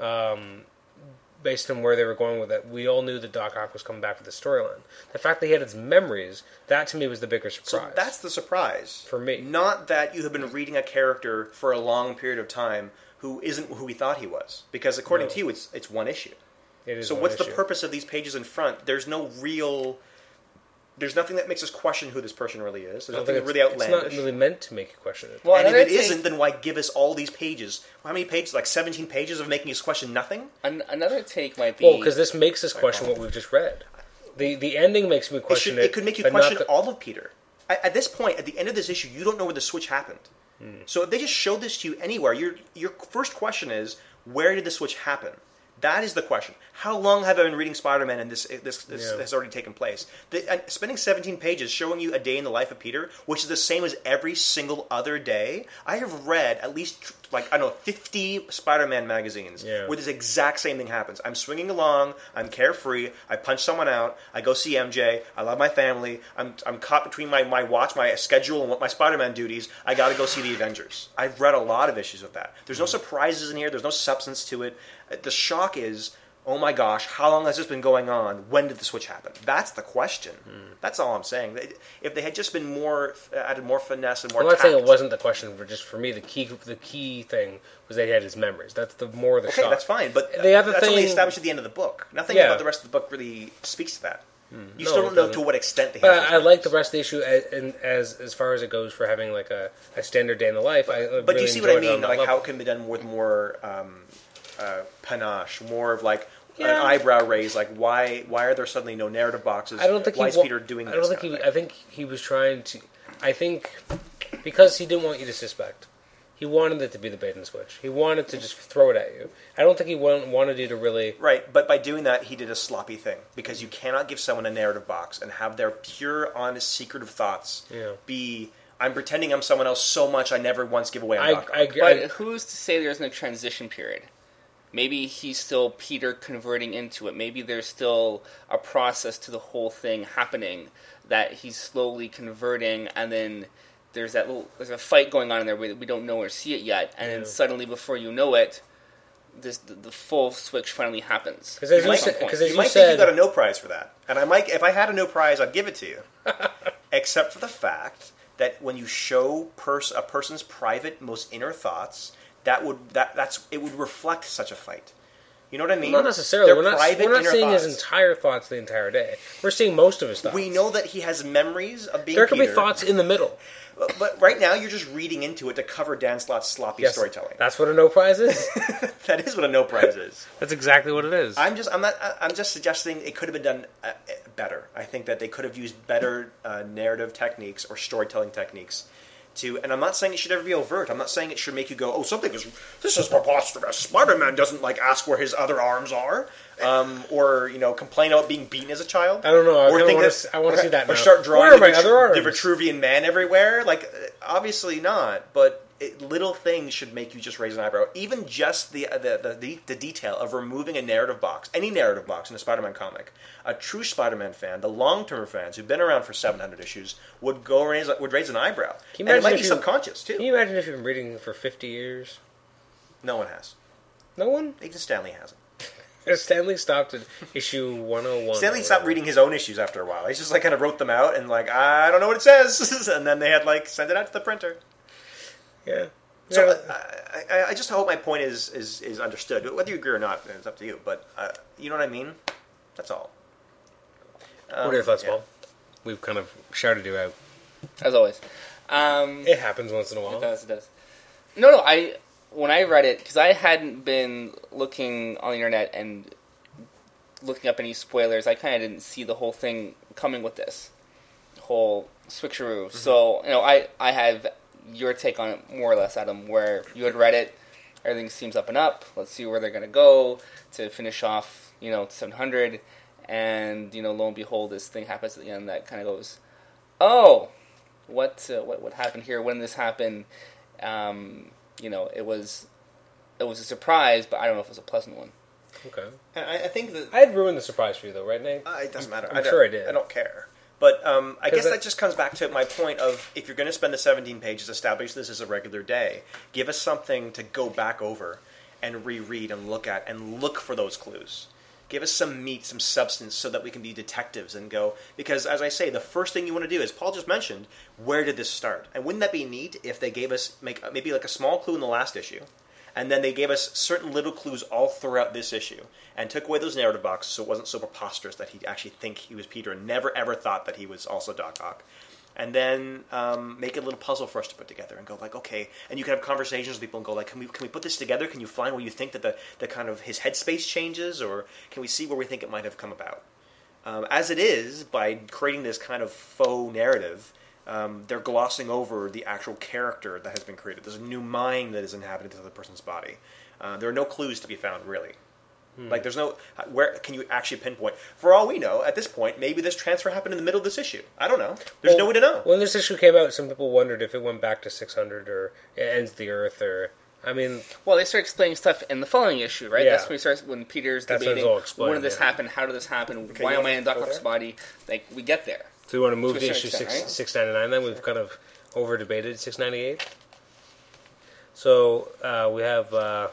[SPEAKER 1] um, based on where they were going with it. We all knew that Doc Ock was coming back with the storyline. The fact that he had his memories that to me was the bigger
[SPEAKER 3] So
[SPEAKER 1] surprise.
[SPEAKER 3] that's the surprise
[SPEAKER 1] For me.
[SPEAKER 3] Not that you have been reading a character for a long period of time who isn't who we thought he was, because according
[SPEAKER 1] No.
[SPEAKER 3] to you, it's it's one issue.
[SPEAKER 1] It is
[SPEAKER 3] So
[SPEAKER 1] one
[SPEAKER 3] what's the
[SPEAKER 1] issue.
[SPEAKER 3] purpose of these pages in front? There's no real. There's nothing that makes us question who this person really is. There's
[SPEAKER 1] I don't
[SPEAKER 3] nothing
[SPEAKER 1] think
[SPEAKER 3] really
[SPEAKER 1] it's-
[SPEAKER 3] outlandish.
[SPEAKER 1] It's not really meant to make you question it.
[SPEAKER 2] Well,
[SPEAKER 3] and if
[SPEAKER 2] another
[SPEAKER 3] it
[SPEAKER 2] thing-
[SPEAKER 3] not then why give us all these pages? How many pages? Like 17 pages of making us question nothing?
[SPEAKER 2] An- another take might be.
[SPEAKER 1] Well, because this makes us question what we've just read. The the ending makes me
[SPEAKER 3] It, should,
[SPEAKER 1] question it.
[SPEAKER 3] it, could make you
[SPEAKER 1] but not
[SPEAKER 3] question
[SPEAKER 1] the-
[SPEAKER 3] all of Peter. At, at this point, at the end of this issue, you don't know where the switch happened.
[SPEAKER 1] Hmm.
[SPEAKER 3] So if they just showed this to you anywhere, your, your first question is, where did the switch happen? That is the question. How long have I been reading Spider-Man and this, this, this
[SPEAKER 1] Yeah.
[SPEAKER 3] has already taken place? The, and spending 17 pages showing you a day in the life of Peter, which is the same as every single other day, I have read at least, like, I don't know, 50 Spider-Man magazines
[SPEAKER 1] Yeah.
[SPEAKER 3] where this exact same thing happens. I'm swinging along, I'm carefree, I punch someone out, I go see MJ, I love my family, I'm, I'm caught between my, my watch, my schedule, and what my Spider Man duties, I gotta go see the Avengers. I've read a lot of issues of that. There's no
[SPEAKER 1] Mm-hmm.
[SPEAKER 3] surprises in here, there's no substance to it. Uh, The shock is, oh my gosh, how long has this been going on? When did the switch happen? That's the question.
[SPEAKER 1] Mm.
[SPEAKER 3] That's all I'm saying. They- If they had just been more, uh, added more finesse and more
[SPEAKER 1] I'm not saying it
[SPEAKER 3] tact-
[SPEAKER 1] wasn't the question, but just for me, the key the key thing was that he had his memories. That's the more the
[SPEAKER 3] Okay,
[SPEAKER 1] shock.
[SPEAKER 3] that's fine, but
[SPEAKER 1] The other
[SPEAKER 3] that's only
[SPEAKER 1] thing-
[SPEAKER 3] established at the end of the book. Nothing
[SPEAKER 1] Yeah.
[SPEAKER 3] about the rest of the book really speaks to that. You
[SPEAKER 1] Hmm. No,
[SPEAKER 3] still
[SPEAKER 1] it
[SPEAKER 3] don't know
[SPEAKER 1] doesn't.
[SPEAKER 3] to what extent they.
[SPEAKER 1] But
[SPEAKER 3] have
[SPEAKER 1] I, I
[SPEAKER 3] those
[SPEAKER 1] like the
[SPEAKER 3] memories.
[SPEAKER 1] rest of the issue as, and as as far as it goes for having like a, a standard day in the life. I uh,
[SPEAKER 3] But do
[SPEAKER 1] really
[SPEAKER 3] you see what I
[SPEAKER 1] enjoyed it on
[SPEAKER 3] mean?
[SPEAKER 1] that
[SPEAKER 3] Like
[SPEAKER 1] level.
[SPEAKER 3] how it can be done with more um, uh, panache, more of like
[SPEAKER 1] Yeah.
[SPEAKER 3] an eyebrow raise. Like why? Why are there suddenly no narrative boxes?
[SPEAKER 1] I don't think
[SPEAKER 3] why
[SPEAKER 1] he
[SPEAKER 3] is
[SPEAKER 1] wa-
[SPEAKER 3] Peter doing
[SPEAKER 1] I
[SPEAKER 3] this?
[SPEAKER 1] don't think
[SPEAKER 3] kind
[SPEAKER 1] he.
[SPEAKER 3] of
[SPEAKER 1] I think he was trying to. I think because he didn't want you to suspect. He wanted it to be the bait and switch. He wanted to just throw it at you. I don't think he wa- wanted you to really
[SPEAKER 3] thing? Right, but by doing that, he did a sloppy thing because you cannot give someone a narrative box and have their pure, honest, secretive thoughts
[SPEAKER 1] Yeah.
[SPEAKER 3] be. I'm pretending I'm someone else so much I never once give away. I'm
[SPEAKER 1] I,
[SPEAKER 3] Doc Ock."
[SPEAKER 1] I,
[SPEAKER 2] But
[SPEAKER 1] I-
[SPEAKER 2] who's to say there isn't a transition period? Maybe he's still Peter converting into it. Maybe there's still a process to the whole thing happening that he's slowly converting, and then there's that little there's a fight going on in there we, we don't know or see it yet, and then
[SPEAKER 1] Yeah.
[SPEAKER 2] suddenly before you know it, this the, the full switch finally happens.
[SPEAKER 1] 'Cause as
[SPEAKER 2] At
[SPEAKER 1] you
[SPEAKER 2] some
[SPEAKER 1] said-
[SPEAKER 2] point.
[SPEAKER 1] 'cause as
[SPEAKER 3] You
[SPEAKER 1] you
[SPEAKER 3] might
[SPEAKER 1] said-
[SPEAKER 3] think you got a no prize for that, and I might. If I had a no prize, I'd give it to you. Except for the fact that when you show pers- a person's private, most inner thoughts, that would that that's it would reflect such a fight. You know what I mean?
[SPEAKER 1] Not necessarily.
[SPEAKER 3] Their
[SPEAKER 1] We're not,
[SPEAKER 3] private
[SPEAKER 1] we're not
[SPEAKER 3] inner
[SPEAKER 1] seeing his
[SPEAKER 3] thoughts.
[SPEAKER 1] entire thoughts the entire day. We're seeing most of his thoughts.
[SPEAKER 3] We know that he has memories of being.
[SPEAKER 1] there could be
[SPEAKER 3] Peter,
[SPEAKER 1] thoughts in the middle.
[SPEAKER 3] but, but right now you're just reading into it to cover Dan Slott's sloppy
[SPEAKER 1] Yes,
[SPEAKER 3] storytelling.
[SPEAKER 1] That's what a no prize is.
[SPEAKER 3] that is what a no prize is.
[SPEAKER 1] that's exactly what it is.
[SPEAKER 3] I'm just I'm not I- I'm just suggesting it could have been done uh, uh, better. I think that they could have used better uh, narrative techniques or storytelling techniques to. And I'm not saying it should ever be overt. I'm not saying it should make you go, oh, something is this is preposterous. Spider-Man doesn't like ask where his other arms are, um, or you know, complain about being beaten as a child.
[SPEAKER 1] I don't know. I
[SPEAKER 3] Or
[SPEAKER 1] kinda
[SPEAKER 3] think
[SPEAKER 1] wanna
[SPEAKER 3] that-
[SPEAKER 1] s- I wanna see that
[SPEAKER 3] Or
[SPEAKER 1] now.
[SPEAKER 3] start drawing
[SPEAKER 1] Where are
[SPEAKER 3] the,
[SPEAKER 1] my other arms?
[SPEAKER 3] the Vitruvian man everywhere. Like, uh, obviously not. But it, little things should make you just raise an eyebrow. Even just the, the the the the detail of removing a narrative box, any narrative box in a Spider-Man comic. A true Spider-Man fan, the long-term fans who've been around for 700 issues, would go raise would raise an eyebrow.
[SPEAKER 1] Can you
[SPEAKER 3] and it
[SPEAKER 1] imagine
[SPEAKER 3] might
[SPEAKER 1] if
[SPEAKER 3] be
[SPEAKER 1] you-
[SPEAKER 3] subconscious too.
[SPEAKER 1] Can you imagine if you've been reading for 50 years?
[SPEAKER 3] No one has.
[SPEAKER 1] No one?
[SPEAKER 3] Even Stanley hasn't.
[SPEAKER 1] Stanley stopped at issue 101.
[SPEAKER 3] Stanley
[SPEAKER 1] or
[SPEAKER 3] stopped
[SPEAKER 1] whatever.
[SPEAKER 3] reading his own issues after a while. He just like kind of wrote them out and like I don't know what it says, and then they had like send it out to the printer.
[SPEAKER 1] Yeah.
[SPEAKER 3] So uh,
[SPEAKER 1] Yeah.
[SPEAKER 3] I, I, I just hope my point is, is is understood. Whether you agree or not, it's up to you. But uh, you know what I mean. That's all. Um,
[SPEAKER 1] what are your thoughts,
[SPEAKER 3] yeah.
[SPEAKER 1] Paul? We've kind of shouted you out.
[SPEAKER 2] as always. Um,
[SPEAKER 1] It happens once in a
[SPEAKER 2] It
[SPEAKER 1] while.
[SPEAKER 2] does. It does. No, no. I when I read it because I hadn't been looking on the internet and looking up any spoilers. I kind of didn't see the whole thing coming with this whole switcheroo. So you know, I I have your take on it more or less, Adam, where you had read it. Everything seems up and up. Let's see where they're going to go to finish off, you know, 700. And, you know, lo and behold, this thing happens at the end that kind of goes, oh, what uh, what what happened here? When this happened, um, you know, it was it was a surprise, but I don't know if it was a pleasant one.
[SPEAKER 1] Okay.
[SPEAKER 3] And I, I think that
[SPEAKER 1] I had ruined the surprise for you, though, right, Nate?
[SPEAKER 3] uh, it doesn't matter.
[SPEAKER 1] I'm
[SPEAKER 3] I don't-
[SPEAKER 1] sure I did.
[SPEAKER 3] I don't care. But um, I
[SPEAKER 1] 'Cause
[SPEAKER 3] guess
[SPEAKER 1] that-
[SPEAKER 3] that just comes back to my point of if you're going to spend the 17 pages, establish this as a regular day. Give us something to go back over and reread and look at and look for those clues. Give us some meat, some substance, so that we can be detectives and go. Because, as I say, the first thing you want to do is Paul just mentioned, where did this start? And wouldn't that be neat if they gave us make, maybe like a small clue in the last issue, and then they gave us certain little clues all throughout this issue and took away those narrative boxes so it wasn't so preposterous that he'd actually think he was Peter and never ever thought that he was also Doc Ock. And then um, make a little puzzle for us to put together and go like, okay. And you can have conversations with people and go like, can we can we put this together? Can you find where you think that the, the kind of his headspace changes, or can we see where we think it might have come about? Um, as it is, by creating this kind of faux narrative, um, they're glossing over the actual character that has been created. There's a new mind that is inhabited to the person's body. Uh, there are no clues to be found, really.
[SPEAKER 1] Hmm.
[SPEAKER 3] Like, there's no uh, where can you actually pinpoint? For all we know, at this point, maybe this transfer happened in the middle of this issue. I don't know. There's no way to know.
[SPEAKER 1] When this issue came out, some people wondered if it went back to 600 or it ends the Earth or. I mean,
[SPEAKER 2] Well, they start explaining stuff in the following issue, right?
[SPEAKER 1] Yeah.
[SPEAKER 2] That's when he starts when Peter's
[SPEAKER 1] That's when it's
[SPEAKER 2] debating
[SPEAKER 1] all explained,
[SPEAKER 2] when did this
[SPEAKER 1] yeah.
[SPEAKER 2] happen, how did this happen, why
[SPEAKER 3] you
[SPEAKER 2] am
[SPEAKER 3] wanna
[SPEAKER 2] I in Doc
[SPEAKER 3] go
[SPEAKER 2] Ock's
[SPEAKER 3] there?
[SPEAKER 2] body? Like we get there.
[SPEAKER 1] do we want to move
[SPEAKER 2] To a
[SPEAKER 1] to
[SPEAKER 2] certain
[SPEAKER 1] issue
[SPEAKER 2] extent,
[SPEAKER 1] six,
[SPEAKER 2] right?
[SPEAKER 1] 699 then? We've kind of over debated 698. So uh, we have. Uh,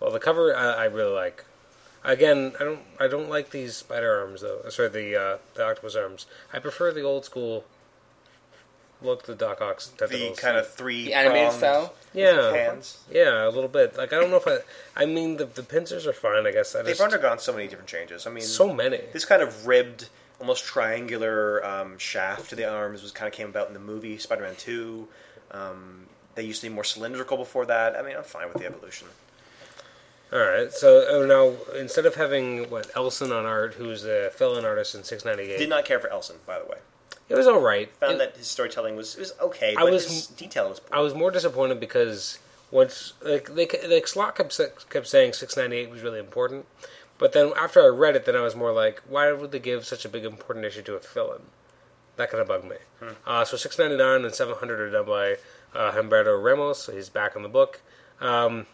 [SPEAKER 1] well, the cover I, I really like. Again, I don't I don't like these spider arms, though. Uh, Sorry, the, uh, the octopus arms. I prefer the old school look to Doc Ock's
[SPEAKER 3] The
[SPEAKER 1] tentacles.
[SPEAKER 3] kind of three
[SPEAKER 2] The animated style.
[SPEAKER 1] yeah.
[SPEAKER 3] hands.
[SPEAKER 1] Yeah, a little bit. Like I don't know if I. I mean, the the pincers are fine. I guess I
[SPEAKER 3] They've
[SPEAKER 1] just
[SPEAKER 3] undergone so many different changes. I mean,
[SPEAKER 1] so many.
[SPEAKER 3] this kind of ribbed, almost triangular um, shaft to the arms was kind of came about in the movie Spider-Man Two. Um, they used to be more cylindrical before that. I mean, I'm fine with the evolution.
[SPEAKER 1] All right, so oh, now instead of having what Elson on art, who's a fill-in artist in six ninety
[SPEAKER 3] Did
[SPEAKER 1] eight,
[SPEAKER 3] not care for Elson, by the way.
[SPEAKER 1] it was all right.
[SPEAKER 3] Found
[SPEAKER 1] It-
[SPEAKER 3] that his storytelling was it was okay,
[SPEAKER 1] I
[SPEAKER 3] but
[SPEAKER 1] was-
[SPEAKER 3] his detail was
[SPEAKER 1] I was more disappointed because once like they like Slot kept sa- kept saying six ninety eight was really important, but then after I read it, then I was more like, why would they give such a big important issue to a fill-in? That kind of bugged me. Uh, so six ninety nine and seven hundred are done by uh, Humberto Ramos. So he's back in the book. Um,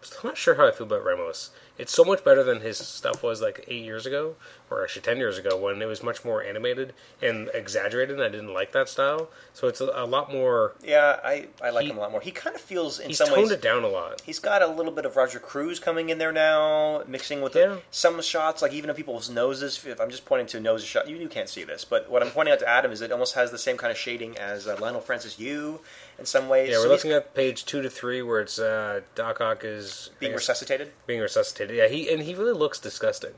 [SPEAKER 1] still not sure how I feel about Remulus. It's so much better than his stuff was like eight years ago, or actually ten years ago, when it was much more animated and exaggerated. and I didn't like that style, so it's a, a lot more.
[SPEAKER 3] Yeah, I, I like
[SPEAKER 1] He-
[SPEAKER 3] him a lot more. He kind of feels in
[SPEAKER 1] He's
[SPEAKER 3] some
[SPEAKER 1] toned
[SPEAKER 3] ways
[SPEAKER 1] it down a lot.
[SPEAKER 3] he's got a little bit of Roger Cruz coming in there now, mixing with the-
[SPEAKER 1] Yeah.
[SPEAKER 3] some shots, like even of people's noses. If I'm just pointing to a nose shot, you, you can't see this, but what I'm pointing out to Adam is it almost has the same kind of shading as uh, Lionel Francis Yu in some ways.
[SPEAKER 1] Yeah, we're
[SPEAKER 3] So he's
[SPEAKER 1] looking at page two to three where it's uh, Doc Ock is I
[SPEAKER 3] being
[SPEAKER 1] guess,
[SPEAKER 3] resuscitated.
[SPEAKER 1] being resuscitated. Yeah, he and he really looks disgusting.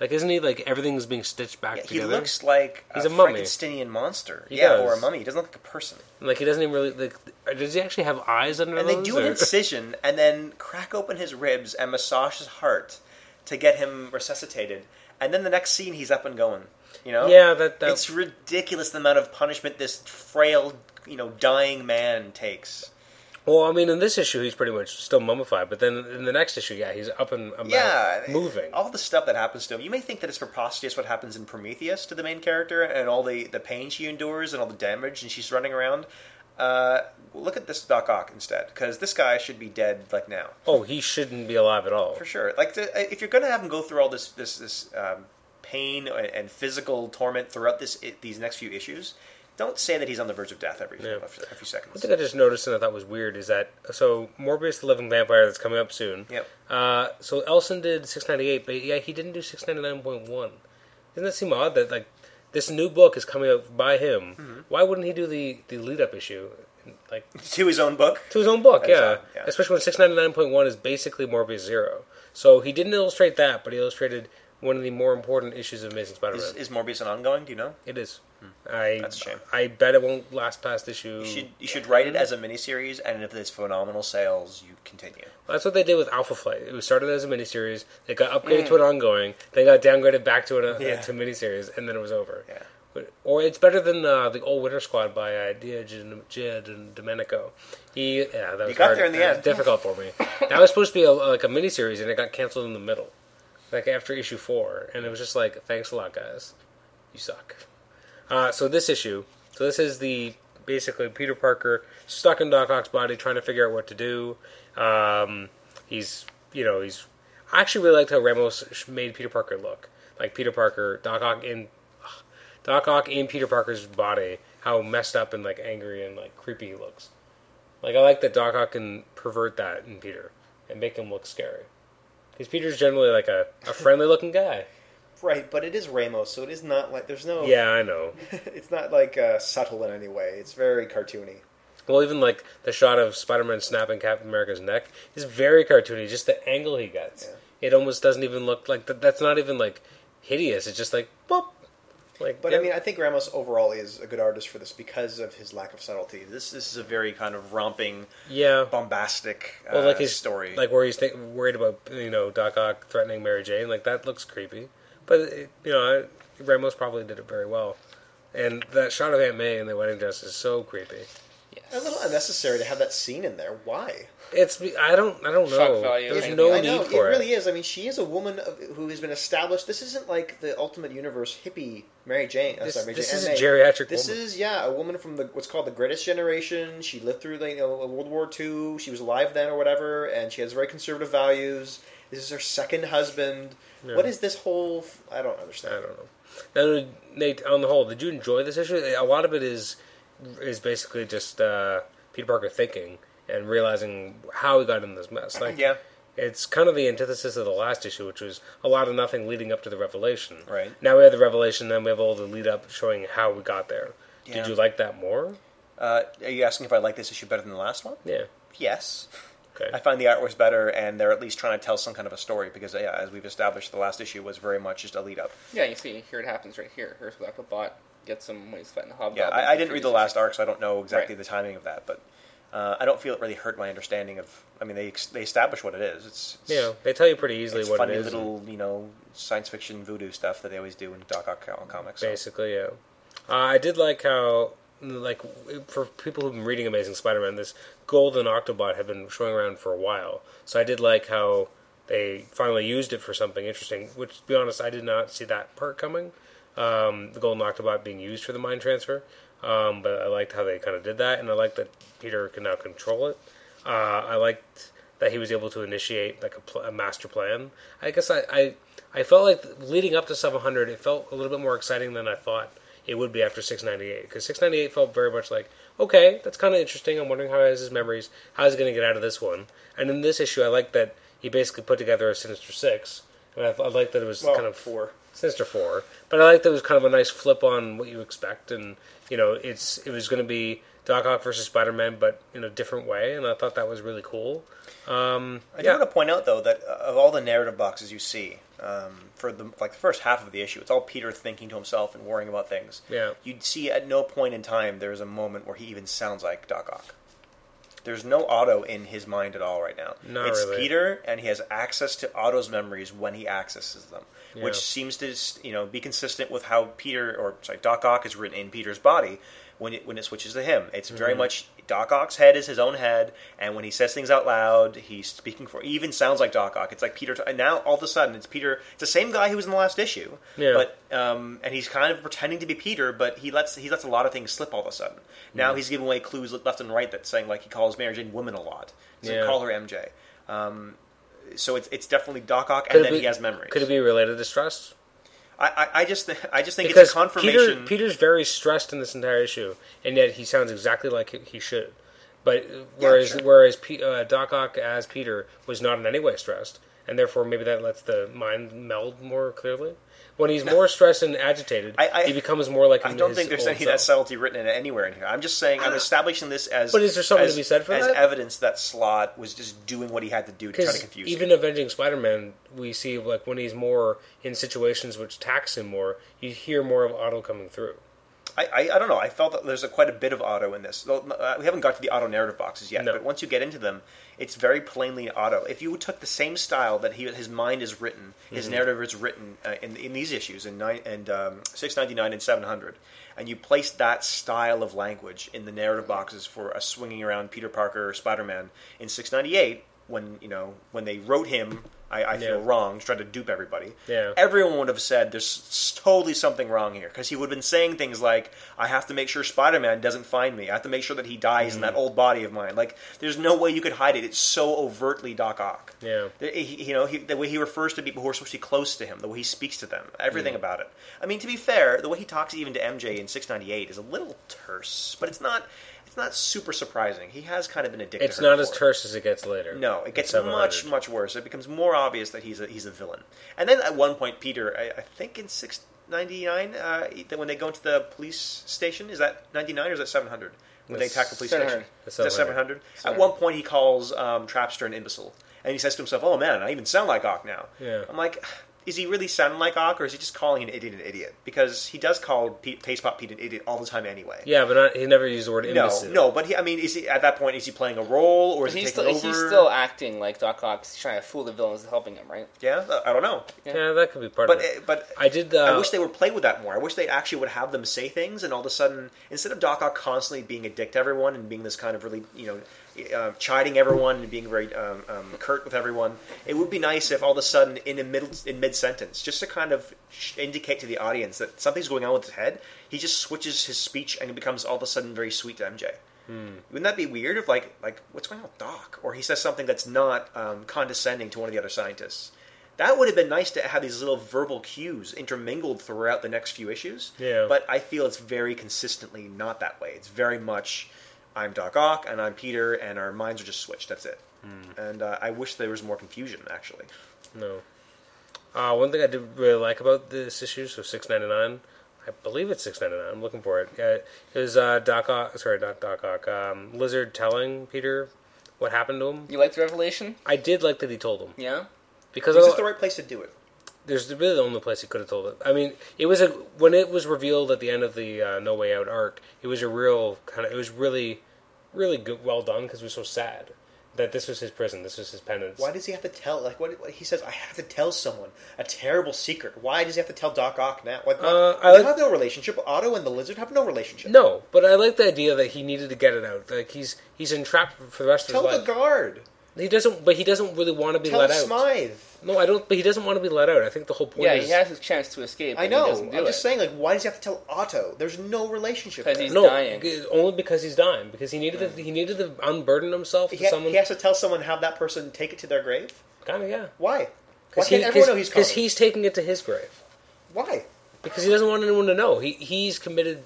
[SPEAKER 1] Like, isn't he like everything's being stitched back
[SPEAKER 3] Yeah, he
[SPEAKER 1] together?
[SPEAKER 3] looks like
[SPEAKER 1] He's
[SPEAKER 3] a,
[SPEAKER 1] a mummy.
[SPEAKER 3] Frankensteinian monster,
[SPEAKER 1] He
[SPEAKER 3] yeah,
[SPEAKER 1] does.
[SPEAKER 3] or a mummy. He doesn't look like a person.
[SPEAKER 1] like he doesn't even really like. Does he actually have eyes under?
[SPEAKER 3] And they
[SPEAKER 1] those,
[SPEAKER 3] do an
[SPEAKER 1] or-
[SPEAKER 3] incision and then crack open his ribs and massage his heart to get him resuscitated. And then the next scene, he's up and going. You know?
[SPEAKER 1] Yeah, that that
[SPEAKER 3] It's ridiculous the amount of punishment this frail, you know, dying man takes.
[SPEAKER 1] Well, I mean, in this issue, he's pretty much still mummified, but then in the next issue, yeah, he's up and about,
[SPEAKER 3] Yeah,
[SPEAKER 1] moving.
[SPEAKER 3] All the stuff that happens to him. You may think that it's preposterous what happens in Prometheus to the main character and all the, the pain she endures and all the damage and she's running around. Uh, look at this Doc Ock instead, because this guy should be dead like now.
[SPEAKER 1] Oh, he shouldn't be alive at all.
[SPEAKER 3] for sure. Like the, uh, if you're going to have him go through all this this this um, pain and, and physical torment throughout this these next few issues, don't say that he's on the verge of death every
[SPEAKER 1] Yeah.
[SPEAKER 3] every, few
[SPEAKER 1] One
[SPEAKER 3] seconds.
[SPEAKER 1] thing I just noticed and I thought was weird is that so Morbius the Living Vampire that's coming up soon.
[SPEAKER 3] Yep.
[SPEAKER 1] Uh, so Elson did 698, but yeah, he didn't do 699.1. Doesn't that seem odd that like this new book is coming out by him?
[SPEAKER 3] Mm-hmm.
[SPEAKER 1] Why wouldn't he do the the lead up issue? Like
[SPEAKER 3] to his own book.
[SPEAKER 1] to his own book,
[SPEAKER 3] That is
[SPEAKER 1] yeah.
[SPEAKER 3] odd, yeah.
[SPEAKER 1] Especially when six ninety nine point one is basically Morbius Zero. So he didn't illustrate that, but he illustrated one of the more important issues of Amazing Spider Man.
[SPEAKER 3] Is, is Morbius an ongoing? Do you know?
[SPEAKER 1] it is. I
[SPEAKER 3] That's a shame.
[SPEAKER 1] I bet it won't last past issue.
[SPEAKER 3] You should you
[SPEAKER 1] Mm.
[SPEAKER 3] should write it as a miniseries, and if there's phenomenal sales, you continue.
[SPEAKER 1] That's what they did with Alpha Flight. It was started as a miniseries. It got upgraded to an ongoing. They got downgraded back to an uh,
[SPEAKER 3] Yeah.
[SPEAKER 1] to miniseries, and then it was over.
[SPEAKER 3] Yeah.
[SPEAKER 1] But- Or it's better than uh, the old Winter Squad by uh, Dia Gin- Jed and Domenico. He yeah, that was
[SPEAKER 3] got
[SPEAKER 1] hard.
[SPEAKER 3] there in the
[SPEAKER 1] That was
[SPEAKER 3] end.
[SPEAKER 1] difficult for me. that was supposed to be a, like a miniseries, and it got canceled in the middle, like after issue four, and it was just like, thanks a lot, guys, you suck. Uh, so this issue, so this is the basically Peter Parker stuck in Doc Ock's body, trying to figure out what to do. Um, he's, you know, he's. I actually really liked how Ramos sh- made Peter Parker look like Peter Parker, Doc Ock in ugh, Doc Ock in Peter Parker's body. How messed up and like angry and like creepy he looks. Like I like that Doc Ock can pervert that in Peter and make him look scary. Because Peter's generally like a, a friendly looking guy.
[SPEAKER 3] Right, but it is Ramos, so it is not like there's
[SPEAKER 4] Oh.
[SPEAKER 3] no.
[SPEAKER 1] Yeah, I know.
[SPEAKER 3] it's not like uh, subtle in any way. It's very cartoony.
[SPEAKER 1] Well, even like the shot of Spider-Man snapping Captain America's neck is very cartoony. Just the angle he gets, it almost doesn't even look like that. That's not even like hideous. It's just like boop. Like,
[SPEAKER 4] But
[SPEAKER 1] yeah.
[SPEAKER 4] I mean, I think Ramos overall is a good artist for this because of his lack of subtlety.
[SPEAKER 3] This this is a very kind of romping,
[SPEAKER 1] yeah.
[SPEAKER 3] bombastic uh,
[SPEAKER 1] Well, like his
[SPEAKER 3] story.
[SPEAKER 1] like where he's think, worried about you know Doc Ock threatening Mary Jane. Like that looks creepy. But it, you know, I, Ramos probably did it very well. And that shot of Aunt May in the wedding dress is so creepy.
[SPEAKER 4] A little unnecessary to have that scene in there. Why?
[SPEAKER 1] It's I don't I don't know.
[SPEAKER 2] Shock value,
[SPEAKER 1] There's
[SPEAKER 2] right?
[SPEAKER 1] no
[SPEAKER 4] I
[SPEAKER 1] need
[SPEAKER 4] know
[SPEAKER 1] for
[SPEAKER 4] it really is. I mean, she is a woman of, who has been established. This isn't like the Ultimate Universe hippie Mary Jane. I'm
[SPEAKER 1] This,
[SPEAKER 4] sorry, Mary
[SPEAKER 1] this
[SPEAKER 4] Jane,
[SPEAKER 1] is a
[SPEAKER 4] Aunt May.
[SPEAKER 1] geriatric
[SPEAKER 4] This
[SPEAKER 1] woman.
[SPEAKER 4] is yeah, a woman from the what's called the Greatest Generation. She lived through like, you know, World War II. She was alive then or whatever, and she has very conservative values. This is her second husband.
[SPEAKER 1] Yeah.
[SPEAKER 4] What is this whole? F- I don't
[SPEAKER 1] I
[SPEAKER 4] understand.
[SPEAKER 1] don't know. Now, Nate, on the whole, did you enjoy this issue? A lot of it is is basically just uh, Peter Parker thinking and realizing how he got in this mess. Like,
[SPEAKER 3] Yeah.
[SPEAKER 1] it's kind of the antithesis of the last issue, which was a lot of nothing leading up to the revelation.
[SPEAKER 3] Right.
[SPEAKER 1] Now we have the revelation, then we have all the lead up showing how we got there.
[SPEAKER 3] Yeah.
[SPEAKER 1] Did you like that more?
[SPEAKER 3] uh, are you asking if I like this issue better than the last one?
[SPEAKER 1] Yeah.
[SPEAKER 3] Yes.
[SPEAKER 1] Okay.
[SPEAKER 3] I find the art was better, and they're at least trying to tell some kind of a story because, yeah, as we've established, the last issue was very much just a lead up.
[SPEAKER 2] Yeah, you see, here it happens right here. Here's what Aquabot gets him when he's fighting the
[SPEAKER 3] Yeah,
[SPEAKER 2] Hobgoblin.
[SPEAKER 3] I, I didn't read the last arc, so I don't know exactly
[SPEAKER 2] Right.
[SPEAKER 3] the timing of that, but uh, I don't feel it really hurt my understanding of. I mean, they ex- they establish what it is. It's, it's
[SPEAKER 1] you know, they tell you pretty easily
[SPEAKER 3] it's
[SPEAKER 1] what
[SPEAKER 3] funny
[SPEAKER 1] it is.
[SPEAKER 3] little you know science fiction voodoo stuff that they always do in Doc Ock co- comics. so-
[SPEAKER 1] Basically, yeah. Uh, I did like how, like, for people who've been reading Amazing Spider-Man, this golden Octobot had been showing around for a while. So I did like how they finally used it for something interesting. Which, to be honest, I did not see that part coming. Um, the golden Octobot being used for the mind transfer. Um, but I liked how they kind of did that, and I liked that Peter can now control it. Uh, I liked that he was able to initiate like a, pl- a master plan. I guess I, I I felt like leading up to 700, it felt a little bit more exciting than I thought it would be after 698 because 698 felt very much like okay, that's kind of interesting. I'm wondering how he has his memories. How's he going to get out of this one? And in this issue, I like that he basically put together a Sinister Six. And I, I like that it was
[SPEAKER 5] Well,
[SPEAKER 1] kind of
[SPEAKER 5] four.
[SPEAKER 1] Sinister Four. But I like that it was kind of a nice flip on what you expect, and you know, it's it was going to be Doc Ock versus Spider Man, but in a different way, and I thought that was really cool. Um,
[SPEAKER 3] I do
[SPEAKER 1] yeah,
[SPEAKER 3] want to point out though that uh, of all the narrative boxes you see um, for the like the first half of the issue, it's all Peter thinking to himself and worrying about things.
[SPEAKER 1] Yeah.
[SPEAKER 3] you'd see at no point in time there is a moment where he even sounds like Doc Ock. There's no Otto in his mind at all right now.
[SPEAKER 1] Not
[SPEAKER 3] it's
[SPEAKER 1] really.
[SPEAKER 3] Peter, and he has access to Otto's memories when he accesses them, which
[SPEAKER 1] Yeah.
[SPEAKER 3] seems to you know be consistent with how Peter or sorry Doc Ock is written in Peter's body when it when it switches to him. It's very
[SPEAKER 1] Mm-hmm.
[SPEAKER 3] much Doc Ock's head is his own head, and when he says things out loud, he's speaking for. He even sounds like Doc Ock. It's like Peter. And now all of a sudden, it's Peter. It's the same guy who was in the last issue,
[SPEAKER 1] Yeah.
[SPEAKER 3] but um, and he's kind of pretending to be Peter, but he lets he lets a lot of things slip all of a sudden. Now
[SPEAKER 1] Mm.
[SPEAKER 3] he's giving away clues left and right that's saying like he calls Mary Jane woman a lot. So
[SPEAKER 1] Yeah.
[SPEAKER 3] yeah. call her MJ. Um, so it's it's definitely Doc Ock,
[SPEAKER 1] Could it
[SPEAKER 3] and then
[SPEAKER 1] be-
[SPEAKER 3] he has memories.
[SPEAKER 1] could it be related to stress?
[SPEAKER 3] I, I, I just th- I just think
[SPEAKER 1] because
[SPEAKER 3] it's a confirmation.
[SPEAKER 1] Peter, Peter's very stressed in this entire issue, and yet he sounds exactly like he- he should. But uh, whereas
[SPEAKER 3] sure.
[SPEAKER 1] whereas P, uh, Doc Ock as Peter was not in any way stressed, and therefore maybe that lets the mind meld more clearly. When he's more stressed and agitated,
[SPEAKER 3] I- I-
[SPEAKER 1] he becomes more like.
[SPEAKER 3] I
[SPEAKER 1] his
[SPEAKER 3] don't think there's
[SPEAKER 1] old
[SPEAKER 3] any of that
[SPEAKER 1] self.
[SPEAKER 3] subtlety written in it anywhere in here. I'm just saying I'm establishing this as.
[SPEAKER 1] But is there something to
[SPEAKER 3] as-
[SPEAKER 1] be said for
[SPEAKER 3] as
[SPEAKER 1] that?
[SPEAKER 3] evidence that Slot was just doing what he had to do to try to
[SPEAKER 1] Because
[SPEAKER 3] confuse
[SPEAKER 1] even
[SPEAKER 3] him.
[SPEAKER 1] Avenging Spider-Man, we see like when he's more in situations which tax him more, you hear more of Otto coming through.
[SPEAKER 3] I, I I don't know. I felt that there's a, quite a bit of auto in this. Though, uh, we haven't got to the auto narrative boxes yet,
[SPEAKER 1] No.
[SPEAKER 3] but once you get into them, it's very plainly auto. If you took the same style that he his mind is written, his
[SPEAKER 1] Mm-hmm.
[SPEAKER 3] narrative is written uh, in in these issues in nine and um, six ninety nine and seven hundred, and you placed that style of language in the narrative boxes for a swinging around Peter Parker or Spider Man in six ninety eight. When you know when they wrote him, I, I feel
[SPEAKER 1] Yeah.
[SPEAKER 3] wrong, trying to dupe everybody
[SPEAKER 1] Yeah.
[SPEAKER 3] everyone would have said there's s- totally something wrong here because he would have been saying things like i have to make sure spider-man doesn't find me i have to make sure that he dies in that
[SPEAKER 1] Mm-hmm.
[SPEAKER 3] old body of mine like there's no way you could hide it it's so overtly doc ock
[SPEAKER 1] Yeah.
[SPEAKER 3] The- he- you know he, the way he refers to people who are supposed to be close to him the way he speaks to them everything about it i mean to be fair the way he talks even to mj in 698 is a little terse but it's not it's not super surprising he has kind of been addicted
[SPEAKER 1] It's not as
[SPEAKER 3] terse.
[SPEAKER 1] terse as it gets later.
[SPEAKER 3] No,
[SPEAKER 1] in
[SPEAKER 3] it gets
[SPEAKER 1] 700.
[SPEAKER 3] much much worse. It becomes more obvious that he's a he's a villain. And then at one point, Peter, I, I think in six ninety nine, uh, that when they go into the police station, is that ninety nine or is that seven hundred? When
[SPEAKER 1] That's
[SPEAKER 3] they attack the police
[SPEAKER 2] 700.
[SPEAKER 3] station,
[SPEAKER 1] That's
[SPEAKER 3] is that seven
[SPEAKER 1] 700.
[SPEAKER 3] hundred? At one point, he calls um, Trapster an imbecile, and he says to himself, "Oh man, I even sound like Ock now."
[SPEAKER 1] Yeah.
[SPEAKER 3] I'm like. Is he really sounding like Ock, or is he just calling an idiot an idiot? Because he does call Pete, Taste Pop Pete an idiot all the time anyway.
[SPEAKER 1] Yeah, but not, he never used the word
[SPEAKER 3] no,
[SPEAKER 1] imbecile.
[SPEAKER 3] no, but he, I mean, is he at that point? Is he playing a role, or is he
[SPEAKER 2] He's
[SPEAKER 3] taking
[SPEAKER 2] still,
[SPEAKER 3] over?
[SPEAKER 2] he's still acting like Doc Ock's trying to fool the villains into helping him, right?
[SPEAKER 3] yeah, I don't know.
[SPEAKER 1] Yeah, that could be part
[SPEAKER 3] But
[SPEAKER 1] of it.
[SPEAKER 3] uh, but
[SPEAKER 1] I did. Uh,
[SPEAKER 3] I wish they would play with that more. I wish they actually would have them say things, and all of a sudden, instead of Doc Ock constantly being a dick to everyone and being this kind of really, you know, uh, chiding everyone and being very um, um, curt with everyone, it would be nice if all of a sudden, in a middle in mid sentence, just to kind of sh- indicate to the audience that something's going on with his head, he just switches his speech and becomes all of a sudden very sweet to MJ. Wouldn't that be weird if like like what's going on with Doc? Or he says something that's not um, condescending to one of the other scientists. That would have been nice to have these little verbal cues intermingled throughout the next few issues.
[SPEAKER 1] Yeah.
[SPEAKER 3] But I feel it's very consistently not that way. It's very much I'm Doc Ock and I'm Peter and our minds are just switched. That's it. And uh, I wish there was more confusion actually.
[SPEAKER 1] No. Uh, one thing I did really like about this issue, so six ninety nine, I believe it's six ninety nine. I'm looking for it. Uh, is uh, Doc Ock? Sorry, not Doc Ock. Um, Lizard telling Peter what happened to him.
[SPEAKER 2] You like the revelation?
[SPEAKER 1] I did like that he told him
[SPEAKER 2] Yeah.
[SPEAKER 1] because
[SPEAKER 3] Is this
[SPEAKER 1] otherwise-
[SPEAKER 3] the right place to do it?
[SPEAKER 1] there's really the only place he could have told it. I mean, it was a when it was revealed at the end of the uh, No Way Out arc. It was a real kind of. It was really, really good, well done because it was so sad that this was his prison. This was his penance.
[SPEAKER 5] Why does he have to tell? Like, what, what- he says, I have to tell someone a terrible secret. Why does he have to tell Doc Ock now? Like,
[SPEAKER 1] Uh, I
[SPEAKER 5] they
[SPEAKER 1] like-
[SPEAKER 5] have no relationship. Otto and the lizard have no relationship.
[SPEAKER 1] No, but I like the idea that he needed to get it out. Like he's he's entrapped for the rest
[SPEAKER 5] tell
[SPEAKER 1] of his
[SPEAKER 5] the
[SPEAKER 1] life.
[SPEAKER 5] guard.
[SPEAKER 1] He doesn't, but he doesn't really want to be
[SPEAKER 3] Tell
[SPEAKER 1] let out.
[SPEAKER 3] Smythe.
[SPEAKER 1] No, I don't. But he doesn't want to be let out. I think the whole point
[SPEAKER 2] Yeah,
[SPEAKER 1] is
[SPEAKER 2] he has his chance to escape.
[SPEAKER 3] I
[SPEAKER 2] and He
[SPEAKER 3] know.
[SPEAKER 2] doesn't do
[SPEAKER 3] I'm
[SPEAKER 2] it.
[SPEAKER 3] just saying, like, why does he have to tell Otto? There's no relationship.
[SPEAKER 2] 'Cause
[SPEAKER 3] there.
[SPEAKER 2] he's
[SPEAKER 1] no,
[SPEAKER 2] dying.
[SPEAKER 1] g- only because he's dying. Because he needed to, he needed to unburden himself to
[SPEAKER 3] He, ha-
[SPEAKER 1] someone.
[SPEAKER 3] he has to tell someone, have that person take it to their grave.
[SPEAKER 1] Kind of yeah.
[SPEAKER 3] Why? Why
[SPEAKER 1] Because
[SPEAKER 3] can't everyone know he's coming?
[SPEAKER 1] because he's taking it to his grave.
[SPEAKER 3] Why?
[SPEAKER 1] Because he doesn't want anyone to know. He he's committed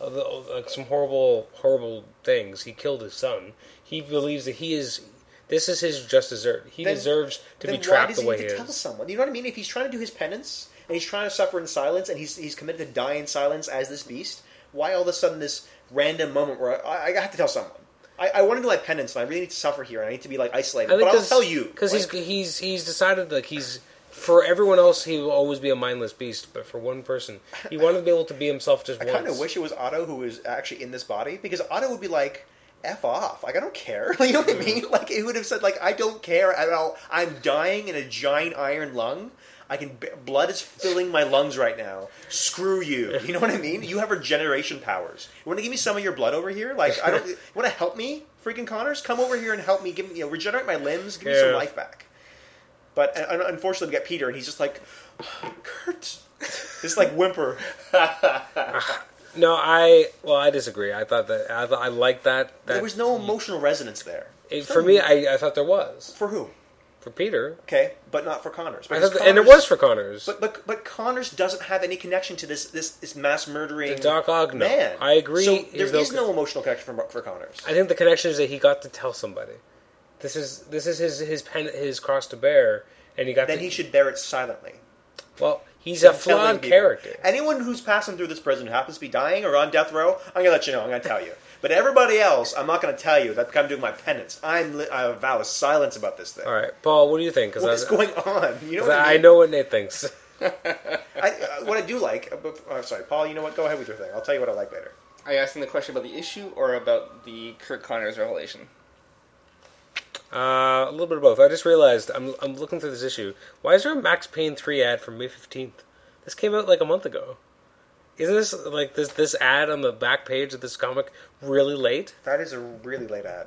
[SPEAKER 1] uh, the- uh, like some horrible horrible things. He killed his son. He believes that he is. This is his just desert. He
[SPEAKER 3] Then-
[SPEAKER 1] deserves to
[SPEAKER 3] then
[SPEAKER 1] be trapped
[SPEAKER 3] why does
[SPEAKER 1] the way
[SPEAKER 3] he
[SPEAKER 1] he
[SPEAKER 3] need to tell
[SPEAKER 1] is.
[SPEAKER 3] someone? You know what I mean? If he's trying to do his penance and he's trying to suffer in silence and he's he's committed to die in silence as this beast, why all of a sudden this random moment where I, I have to tell someone? I, I want to do my penance and I really need to suffer here and I need to be like isolated. But I'll tell you
[SPEAKER 1] because
[SPEAKER 3] like,
[SPEAKER 1] he's he's he's decided like he's for everyone else he will always be a mindless beast, but for one person he wanted to be able to be himself just
[SPEAKER 3] I
[SPEAKER 1] once.
[SPEAKER 3] kind of wish it was Otto who was actually in this body because Otto would be like, "F off!" Like I don't care. you know what I mean? Like he would have said, "Like I don't care at all. I'm dying in a giant iron lung. I can b- blood is filling my lungs right now. Screw you. You know what I mean? You have regeneration powers. You want to give me some of your blood over here? Like I don't. You want to help me, freaking Connors? Come over here and help me. Give me you know, regenerate my limbs. Give me some
[SPEAKER 1] Yeah.
[SPEAKER 3] life back." But un- un- unfortunately, we got Peter, and he's just like, Kurt, this like whimper.
[SPEAKER 1] No, I well I disagree. I thought that I thought I liked that. that
[SPEAKER 3] there was no emotional resonance there.
[SPEAKER 1] it- for me. I, I thought there was
[SPEAKER 3] For who?
[SPEAKER 1] for Peter.
[SPEAKER 3] Okay, but not for Connors.
[SPEAKER 1] I
[SPEAKER 3] Because
[SPEAKER 1] thought that, and there
[SPEAKER 3] Connors-
[SPEAKER 1] was for Connors.
[SPEAKER 3] But, but but Connors doesn't have any connection to this this, this mass murdering
[SPEAKER 1] The Doc Ock, no.
[SPEAKER 3] man.
[SPEAKER 1] I agree,
[SPEAKER 3] So there
[SPEAKER 1] there's
[SPEAKER 3] is
[SPEAKER 1] no
[SPEAKER 3] no,
[SPEAKER 1] con-
[SPEAKER 3] emotional connection for, for Connors.
[SPEAKER 1] I think the connection is that he got to tell somebody. This is this is his his pen his cross to bear, and he got.
[SPEAKER 3] Then
[SPEAKER 1] to,
[SPEAKER 3] he should bear it silently.
[SPEAKER 1] Well, he's a
[SPEAKER 3] Telling
[SPEAKER 1] flawed
[SPEAKER 3] people.
[SPEAKER 1] character.
[SPEAKER 3] Anyone who's passing through this prison who happens to be dying or on death row, I'm gonna let you know. I'm gonna tell you. But everybody else, I'm not gonna tell you. That I'm doing my penance. I'm li- I vow to silence about this thing.
[SPEAKER 1] All right, Paul. What do you think? Because
[SPEAKER 3] What is going on? You know what I
[SPEAKER 1] I
[SPEAKER 3] mean?
[SPEAKER 1] know what Nate thinks.
[SPEAKER 3] I, uh, what I do like, uh, bef- oh, sorry, Paul. You know what? Go ahead with your thing. I'll tell you what I like later.
[SPEAKER 2] Are you asking the question about the issue or about the Kirk Connors revelation?
[SPEAKER 1] Uh, a little bit of both. I just realized I'm I'm looking through this issue. Why is there a Max Payne three ad from May fifteenth? This came out like a month ago. Isn't this like this this ad on the back page of this comic really late?
[SPEAKER 3] That is a really late ad.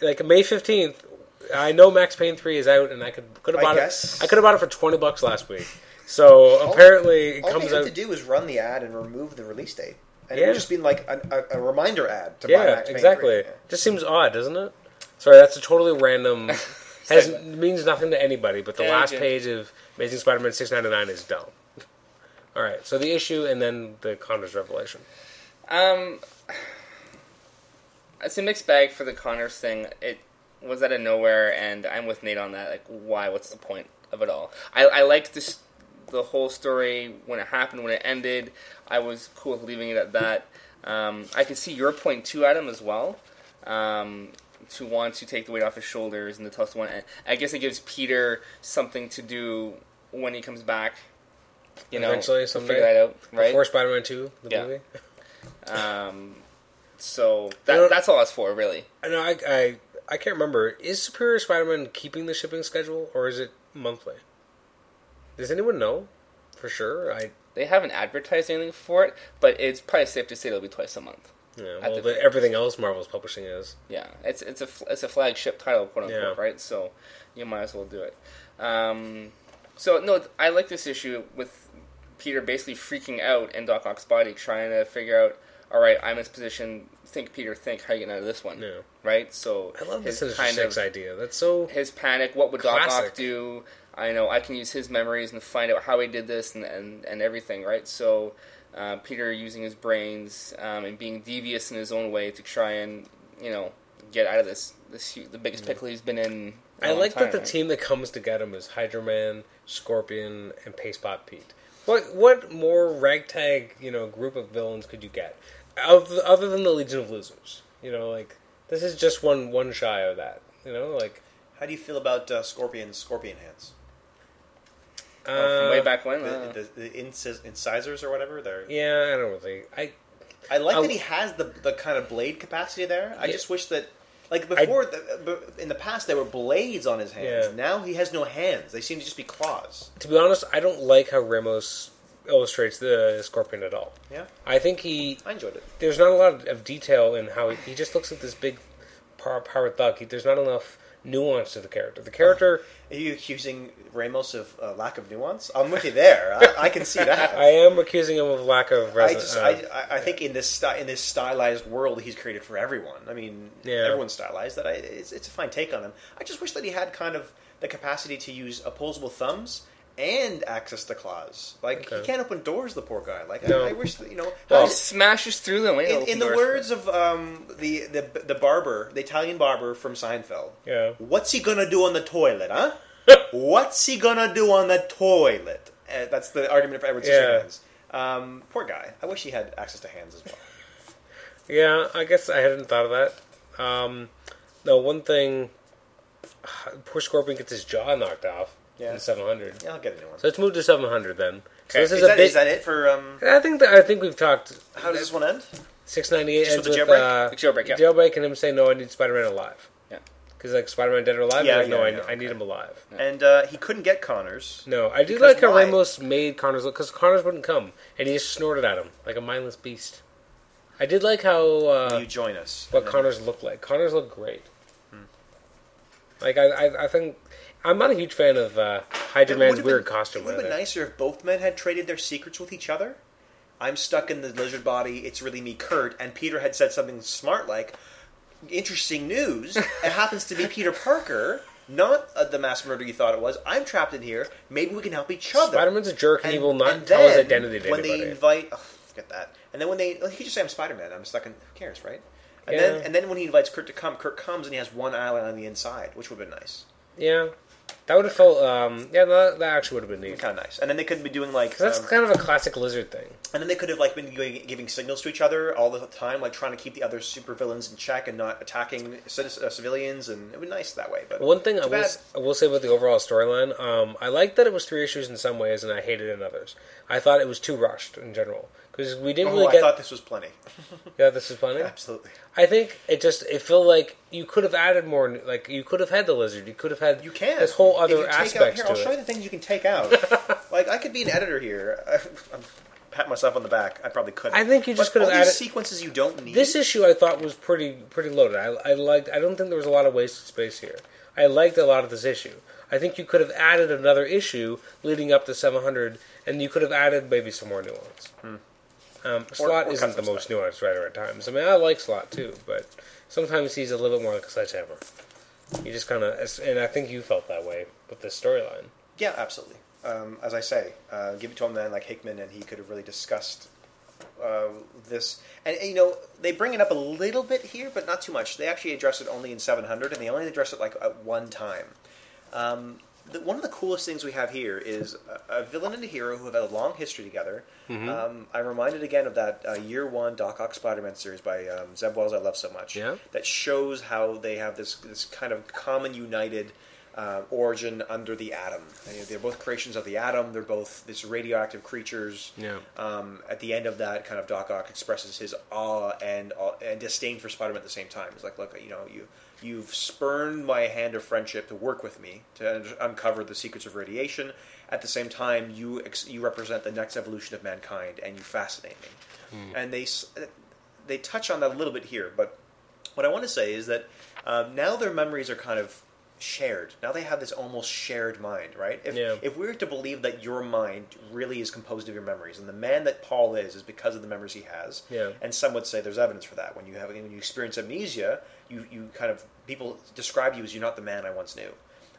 [SPEAKER 1] Like May fifteenth. I know Max Payne three is out, and I could could have
[SPEAKER 3] I
[SPEAKER 1] bought
[SPEAKER 3] guess.
[SPEAKER 1] it. I could have bought it for twenty bucks last week. So apparently it
[SPEAKER 3] All
[SPEAKER 1] comes
[SPEAKER 3] they had
[SPEAKER 1] out.
[SPEAKER 3] to do is run the ad and remove the release date, and it
[SPEAKER 1] Yeah.
[SPEAKER 3] would just be like a, a, a reminder ad to buy
[SPEAKER 1] Yeah,
[SPEAKER 3] Max Payne
[SPEAKER 1] exactly.
[SPEAKER 3] 3.
[SPEAKER 1] Just seems odd, doesn't it? Sorry, that's a totally random. has means nothing to anybody, but the
[SPEAKER 2] Yeah,
[SPEAKER 1] last
[SPEAKER 2] yeah.
[SPEAKER 1] page of Amazing Spider-Man six ninety nine is dumb. All right, so the issue and then the Connors revelation.
[SPEAKER 2] Um, it's a mixed bag for the Connors thing. It was out of nowhere, and I'm with Nate on that. Like, why? What's the point of it all? I, I liked this, the whole story when it happened, when it ended. I was cool with leaving it at that. Um, I can see your point too, Adam, as well. Um, to want to take the weight off his shoulders and to tell someone. I guess it gives Peter something to do when he comes back. You know,
[SPEAKER 1] Eventually,
[SPEAKER 2] to
[SPEAKER 1] someday.
[SPEAKER 2] figure that out, right?
[SPEAKER 1] Before Spider-Man two, the
[SPEAKER 2] Yeah.
[SPEAKER 1] movie.
[SPEAKER 2] Um, so
[SPEAKER 1] You know-
[SPEAKER 2] that, that's all it's for, really.
[SPEAKER 1] I know. I, I I can't remember. Is Superior Spider-Man keeping the shipping schedule or is it monthly? Does anyone know for sure? I
[SPEAKER 2] They haven't advertised anything for it, but it's probably safe to say it'll be twice a month.
[SPEAKER 1] yeah,
[SPEAKER 2] At
[SPEAKER 1] well,
[SPEAKER 2] the
[SPEAKER 1] the,
[SPEAKER 2] very
[SPEAKER 1] everything else Marvel's publishing is.
[SPEAKER 2] Yeah, it's it's a fl- it's a flagship title, quote unquote,
[SPEAKER 1] Yeah.
[SPEAKER 2] right? So you might as well do it. Um, so no, I like this issue with Peter basically freaking out in Doc Ock's body, trying to figure out. All right, I'm in this position. Think, Peter. Think. How you getting out of this one?
[SPEAKER 1] Yeah.
[SPEAKER 2] Right. So
[SPEAKER 1] I love the
[SPEAKER 2] his
[SPEAKER 1] Sinister
[SPEAKER 2] kind
[SPEAKER 1] Six
[SPEAKER 2] of-
[SPEAKER 1] idea. That's so
[SPEAKER 2] his panic. What would Doc
[SPEAKER 1] Classic.
[SPEAKER 2] Ock do? I know I can use his memories and find out how he did this and and, and everything, right? So uh, Peter using his brains um, and being devious in his own way to try and you know get out of this this hu- the
[SPEAKER 3] Mm-hmm.
[SPEAKER 2] biggest pickle he's been in. in a
[SPEAKER 1] I
[SPEAKER 2] long
[SPEAKER 1] like that
[SPEAKER 2] time,
[SPEAKER 1] the
[SPEAKER 2] right?
[SPEAKER 1] team that comes to get him is Hydra Man, Scorpion, and Pastebot Pete. What what more ragtag you know group of villains could you get, other, other than the Legion of Losers? You know, like this is just one one shy of that. You know, like
[SPEAKER 3] How do you feel about uh, Scorpion's Scorpion hands?
[SPEAKER 1] uh,
[SPEAKER 2] Oh, from way back when. uh,
[SPEAKER 3] The, the, the incis- incisors or whatever. They're.
[SPEAKER 1] Yeah, I don't really. I
[SPEAKER 3] I like
[SPEAKER 1] I-
[SPEAKER 3] that he has the the kind of blade capacity there. I
[SPEAKER 1] Oh. Yeah.
[SPEAKER 3] just wish that. Like
[SPEAKER 1] I-
[SPEAKER 3] before, the, b- in the past, there were blades on his hands.
[SPEAKER 1] Yeah.
[SPEAKER 3] Now he has no hands; they seem to just be claws.
[SPEAKER 1] to be honest, I don't like how Ramos illustrates the Scorpion at all.
[SPEAKER 3] Yeah,
[SPEAKER 1] I think he
[SPEAKER 3] I enjoyed it.
[SPEAKER 1] there's not a lot of detail in how he, he just looks like this big power, power thug. He, there's not enough nuance to the character. The character,
[SPEAKER 3] Are you accusing Ramos of uh, lack of nuance? I'm with you there. I, I can see that.
[SPEAKER 1] I am accusing him of lack of.
[SPEAKER 3] I
[SPEAKER 1] Resin-
[SPEAKER 3] just,
[SPEAKER 1] uh,
[SPEAKER 3] I, I- I think in this sty- in this stylized world he's created for everyone. I mean,
[SPEAKER 1] Yeah.
[SPEAKER 3] everyone's stylized. That I, it's, it's a fine take on him. I just wish that he had kind of the capacity to use opposable thumbs and access to claws. Like he
[SPEAKER 1] Okay.
[SPEAKER 3] can't open doors. The poor guy. Like
[SPEAKER 1] No.
[SPEAKER 3] I, I wish that, you know.
[SPEAKER 2] He
[SPEAKER 1] Well-
[SPEAKER 3] how-
[SPEAKER 2] just smashes through them.
[SPEAKER 3] in, in the words of um, the, the the barber, the Italian barber from Seinfeld.
[SPEAKER 1] Yeah.
[SPEAKER 3] What's he gonna do on the toilet, huh? What's he gonna do on the toilet? Uh, that's the argument for Edward
[SPEAKER 1] Yeah.
[SPEAKER 3] Scissorhands. Um, poor guy. I wish he had access to hands as well.
[SPEAKER 1] Yeah, I guess I hadn't thought of that. Um, no, one thing. Poor Scorpion gets his jaw knocked off
[SPEAKER 3] Yeah.
[SPEAKER 1] in 700.
[SPEAKER 3] Yeah, I'll get a new one.
[SPEAKER 1] So let's move to 700 then. So
[SPEAKER 6] Okay.
[SPEAKER 1] this is,
[SPEAKER 3] is,
[SPEAKER 1] a
[SPEAKER 3] that,
[SPEAKER 1] bit.
[SPEAKER 3] is that it for? Um,
[SPEAKER 1] I think that, I think we've talked.
[SPEAKER 3] how does this one end?
[SPEAKER 1] 698
[SPEAKER 3] Just
[SPEAKER 1] ends
[SPEAKER 3] with
[SPEAKER 1] with,
[SPEAKER 3] the jailbreak?
[SPEAKER 1] uh,
[SPEAKER 2] Jailbreak, yeah.
[SPEAKER 1] jailbreak and him saying, "No, I need Spider-Man alive."
[SPEAKER 2] Yeah.
[SPEAKER 1] Because like Spider-Man dead or alive,
[SPEAKER 3] Yeah,
[SPEAKER 1] yeah, like,
[SPEAKER 3] yeah,
[SPEAKER 1] no,
[SPEAKER 3] yeah,
[SPEAKER 1] I, I need him alive.
[SPEAKER 3] And uh, he couldn't get Connors.
[SPEAKER 1] No, I do
[SPEAKER 3] Because
[SPEAKER 1] like how
[SPEAKER 3] why?
[SPEAKER 1] Ramos made Connors look because Connors wouldn't come, and he just snorted at him like a mindless beast. I did like how uh,
[SPEAKER 3] Will you Hmm. join us?
[SPEAKER 1] what Connors looked like. Connors looked great. Like I, I, I think I'm not a huge fan of uh, Hydra
[SPEAKER 3] It
[SPEAKER 1] Man's
[SPEAKER 3] would've
[SPEAKER 1] weird
[SPEAKER 3] been-
[SPEAKER 1] costume.
[SPEAKER 3] It would have been
[SPEAKER 1] either.
[SPEAKER 3] nicer if both men had traded their secrets with each other. I'm stuck in the lizard body. It's really me, Kurt. And Peter had said something smart like, "Interesting news. it happens to be Peter Parker, not uh, the mass murderer you thought it was. I'm trapped in here. Maybe we can help each other."
[SPEAKER 1] Spider-Man's a jerk, and, he will not
[SPEAKER 3] and
[SPEAKER 1] tell his
[SPEAKER 3] then
[SPEAKER 1] identity to
[SPEAKER 3] when
[SPEAKER 1] anybody.
[SPEAKER 3] they invite. Oh, forget that. And then when they, he just say, "I'm Spider-Man. I'm stuck in." Who cares, right? And then
[SPEAKER 1] Yeah.
[SPEAKER 3] and then when he invites Kurt to come, Kurt comes and he has one eyelid on the inside, which would have been nice.
[SPEAKER 1] yeah, that would have felt. Um, yeah, that, that actually would have been neat.
[SPEAKER 3] Kind of nice. And then they couldn't be doing like.
[SPEAKER 1] 'Cause that's
[SPEAKER 3] um,
[SPEAKER 1] kind of a classic lizard thing.
[SPEAKER 3] And then they could have like been giving, giving signals to each other all the time, like trying to keep the other supervillains in check and not attacking citi- uh, civilians, and it would be nice that way. But
[SPEAKER 1] One thing I
[SPEAKER 3] too
[SPEAKER 1] will,
[SPEAKER 3] bad.
[SPEAKER 1] s- I will say about the overall storyline, um, I liked that it was three issues in some ways, and I hated it in others. I thought it was too rushed in general because we didn't
[SPEAKER 3] oh,
[SPEAKER 1] really
[SPEAKER 3] I
[SPEAKER 1] get.
[SPEAKER 3] thought this was plenty.
[SPEAKER 1] yeah, this is funny.
[SPEAKER 3] Absolutely,
[SPEAKER 1] I think it just it felt like you could have added more. Like you could have had the lizard. You could have had
[SPEAKER 3] you can.
[SPEAKER 1] this whole
[SPEAKER 3] If you
[SPEAKER 1] other
[SPEAKER 3] take out-
[SPEAKER 1] aspect
[SPEAKER 3] here, I'll show
[SPEAKER 1] to it.
[SPEAKER 3] you the things you can take out. like I could be an editor here. I'm pat myself on the back. I probably couldn't.
[SPEAKER 1] I think you just
[SPEAKER 3] But
[SPEAKER 1] could have
[SPEAKER 3] all these
[SPEAKER 1] added-
[SPEAKER 3] sequences you don't need.
[SPEAKER 1] This issue I thought was pretty pretty loaded. I, I liked. I don't think there was a lot of wasted space here. I liked a lot of this issue. I think you could have added another issue leading up to 700, and you could have added maybe some more nuance. Um, Slot
[SPEAKER 3] Hmm. or
[SPEAKER 1] isn't the
[SPEAKER 3] custom
[SPEAKER 1] most nuanced writer at times. I mean, I like Slot too, but sometimes he's a little bit more like a sledgehammer. You just kind of, and I think you felt that way with this storyline.
[SPEAKER 3] Yeah, absolutely. Um, as I say, uh, give it to him then, like Hickman, and he could have really discussed uh, this. And, and, you know, they bring it up a little bit here, but not too much. They actually address it only in 700, and they only address it like at one time. Um, the, one of the coolest things we have here is a, a villain and a hero who have had a long history together. Um, I'm reminded again of that uh, year one Doc Ock Spider Man series by um, Zeb Wells I love so much.
[SPEAKER 1] Yeah.
[SPEAKER 3] That shows how they have this this kind of common united uh, origin under the atom. They- They're both creations of the atom. They're both this radioactive creatures.
[SPEAKER 1] Yeah.
[SPEAKER 3] Um, at the end of that, kind of Doc Ock expresses his awe and and disdain for Spider-Man at the same time. He's like, look, you know, you you've spurned my hand of friendship to work with me to un- uncover the secrets of radiation. At the same time, you ex- you represent the next evolution of mankind, and you fascinate me.
[SPEAKER 1] Hmm.
[SPEAKER 3] And they s- uh, they touch on that a little bit here, but what I want to say is that um, now their memories are kind of shared. Now they have this almost shared mind, right? If,
[SPEAKER 1] Yeah.
[SPEAKER 3] if we were to believe that your mind really is composed of your memories, and the man that Paul is is because of the memories he has,
[SPEAKER 1] Yeah.
[SPEAKER 3] and some would say there's evidence for that. When you have when you experience amnesia, you, you kind of people describe you as you're not the man I once knew.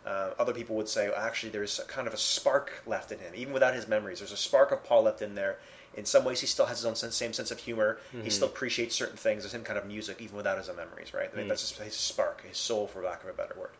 [SPEAKER 3] Uh, other people would say well, actually there's a kind of a spark left in him, even without his memories. There's a spark of Paul left in there. In some ways, he still has his own sense, same sense of humor. He still appreciates certain things. There's him kind of music, even without his own memories, right? I mean, That's his, his spark, his soul, for lack of a better word.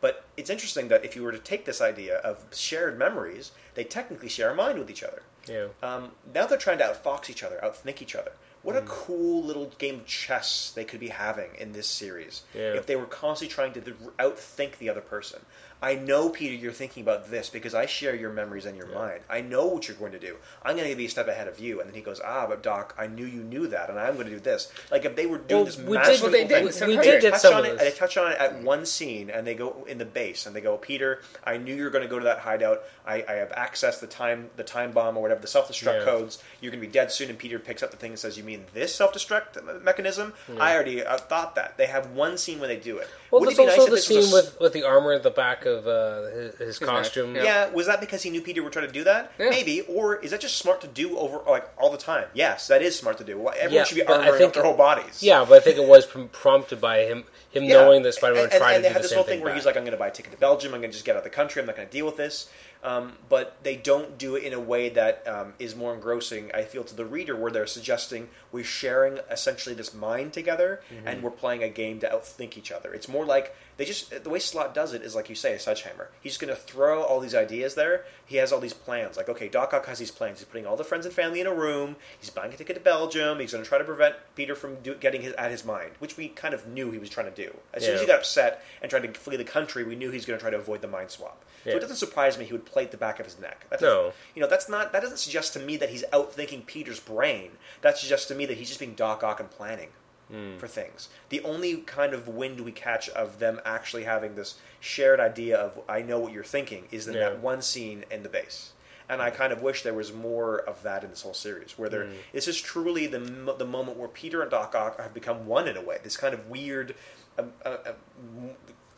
[SPEAKER 3] But it's interesting that if you were to take this idea of shared memories, they technically share a mind with each other.
[SPEAKER 1] Yeah.
[SPEAKER 3] Um, now they're trying to outfox each other, outthink each other. What a
[SPEAKER 1] Hmm.
[SPEAKER 3] cool little game of chess they could be having in this series
[SPEAKER 1] Yeah.
[SPEAKER 3] if they were constantly trying to th- outthink the other person. I know, Peter, you're thinking about this because I share your memories and your mind. I know what you're going to do. I'm going to be a step ahead of you. And then he goes, Ah, but Doc, I knew you knew that, and I'm going to do this. Like if they were
[SPEAKER 1] Well,
[SPEAKER 3] doing this
[SPEAKER 1] we did-
[SPEAKER 3] masterful
[SPEAKER 2] they did-
[SPEAKER 3] thing,
[SPEAKER 2] so
[SPEAKER 3] they
[SPEAKER 2] we did
[SPEAKER 1] get
[SPEAKER 3] touch
[SPEAKER 1] some
[SPEAKER 3] on
[SPEAKER 1] of
[SPEAKER 3] it.
[SPEAKER 1] this.
[SPEAKER 3] They touch on it at one scene, and they go in the base, and they go, Peter, I knew you were going to go to that hideout. I, I have accessed the time, the time bomb or whatever, the self destruct
[SPEAKER 1] Yeah.
[SPEAKER 3] codes. You're going to be dead soon. And Peter picks up the thing and says, You mean this self destruct mechanism? I already uh, thought that. They have one scene where they do it.
[SPEAKER 1] Well,
[SPEAKER 3] Wouldn't
[SPEAKER 1] there's
[SPEAKER 3] it be nice
[SPEAKER 1] also
[SPEAKER 3] if
[SPEAKER 1] the
[SPEAKER 3] this was a
[SPEAKER 1] scene with, with the armor at the back of uh, his, his
[SPEAKER 2] neck,
[SPEAKER 1] costume.
[SPEAKER 2] yeah.
[SPEAKER 3] yeah, was that because he knew Peter would try to do that?
[SPEAKER 2] Yeah.
[SPEAKER 3] Maybe, or is that just smart to do over like all the time? Yes, that is smart to do. Why- Everyone
[SPEAKER 1] Yeah,
[SPEAKER 3] should be
[SPEAKER 1] but I
[SPEAKER 3] armoring
[SPEAKER 1] think-
[SPEAKER 3] up their whole bodies.
[SPEAKER 1] Yeah, but I think it was prom- prompted by him him
[SPEAKER 3] Yeah.
[SPEAKER 1] knowing that Spider-Man
[SPEAKER 3] And- and,
[SPEAKER 1] tried to
[SPEAKER 3] and they
[SPEAKER 1] do
[SPEAKER 3] had
[SPEAKER 1] the
[SPEAKER 3] this
[SPEAKER 1] same
[SPEAKER 3] whole
[SPEAKER 1] thing.
[SPEAKER 3] thing where
[SPEAKER 1] back.
[SPEAKER 3] he's like, "I'm going to buy a ticket to Belgium. I'm going to just get out of the country. I'm not going to deal with this." Um, but they don't do it in a way that um, is more engrossing. I feel to the reader, where they're suggesting we're sharing essentially this mind together, and we're playing a game to outthink each other. It's more like they just the way Slot does it is like you say, a sledgehammer. He's just going to throw all these ideas there. He has all these plans. Like, okay, Doc Ock has these plans. He's putting all the friends and family in a room. He's buying a ticket to Belgium. He's going to try to prevent Peter from do, getting his at his mind, which we kind of knew he was trying to do. As soon as he
[SPEAKER 1] Yeah.
[SPEAKER 3] got upset and tried to flee the country, we knew he's going to try to avoid the mind swap. So
[SPEAKER 1] Yeah.
[SPEAKER 3] it doesn't surprise me he would plate the back of his neck. That
[SPEAKER 1] No.
[SPEAKER 3] doesn't- you know that's not that doesn't suggest to me that he's outthinking Peter's brain. That suggests to me that he's just being Doc Ock and planning
[SPEAKER 1] Hmm.
[SPEAKER 3] for things. The only kind of wind we catch of them actually having this shared idea of I know what you're thinking is in
[SPEAKER 1] Yeah. Hmm.
[SPEAKER 3] that one scene in the base. And I kind of wish there was more of that in this whole series, where there this is truly the mo- the moment where Peter and Doc Ock have become one in a way. This kind of weird, um, uh, uh, m-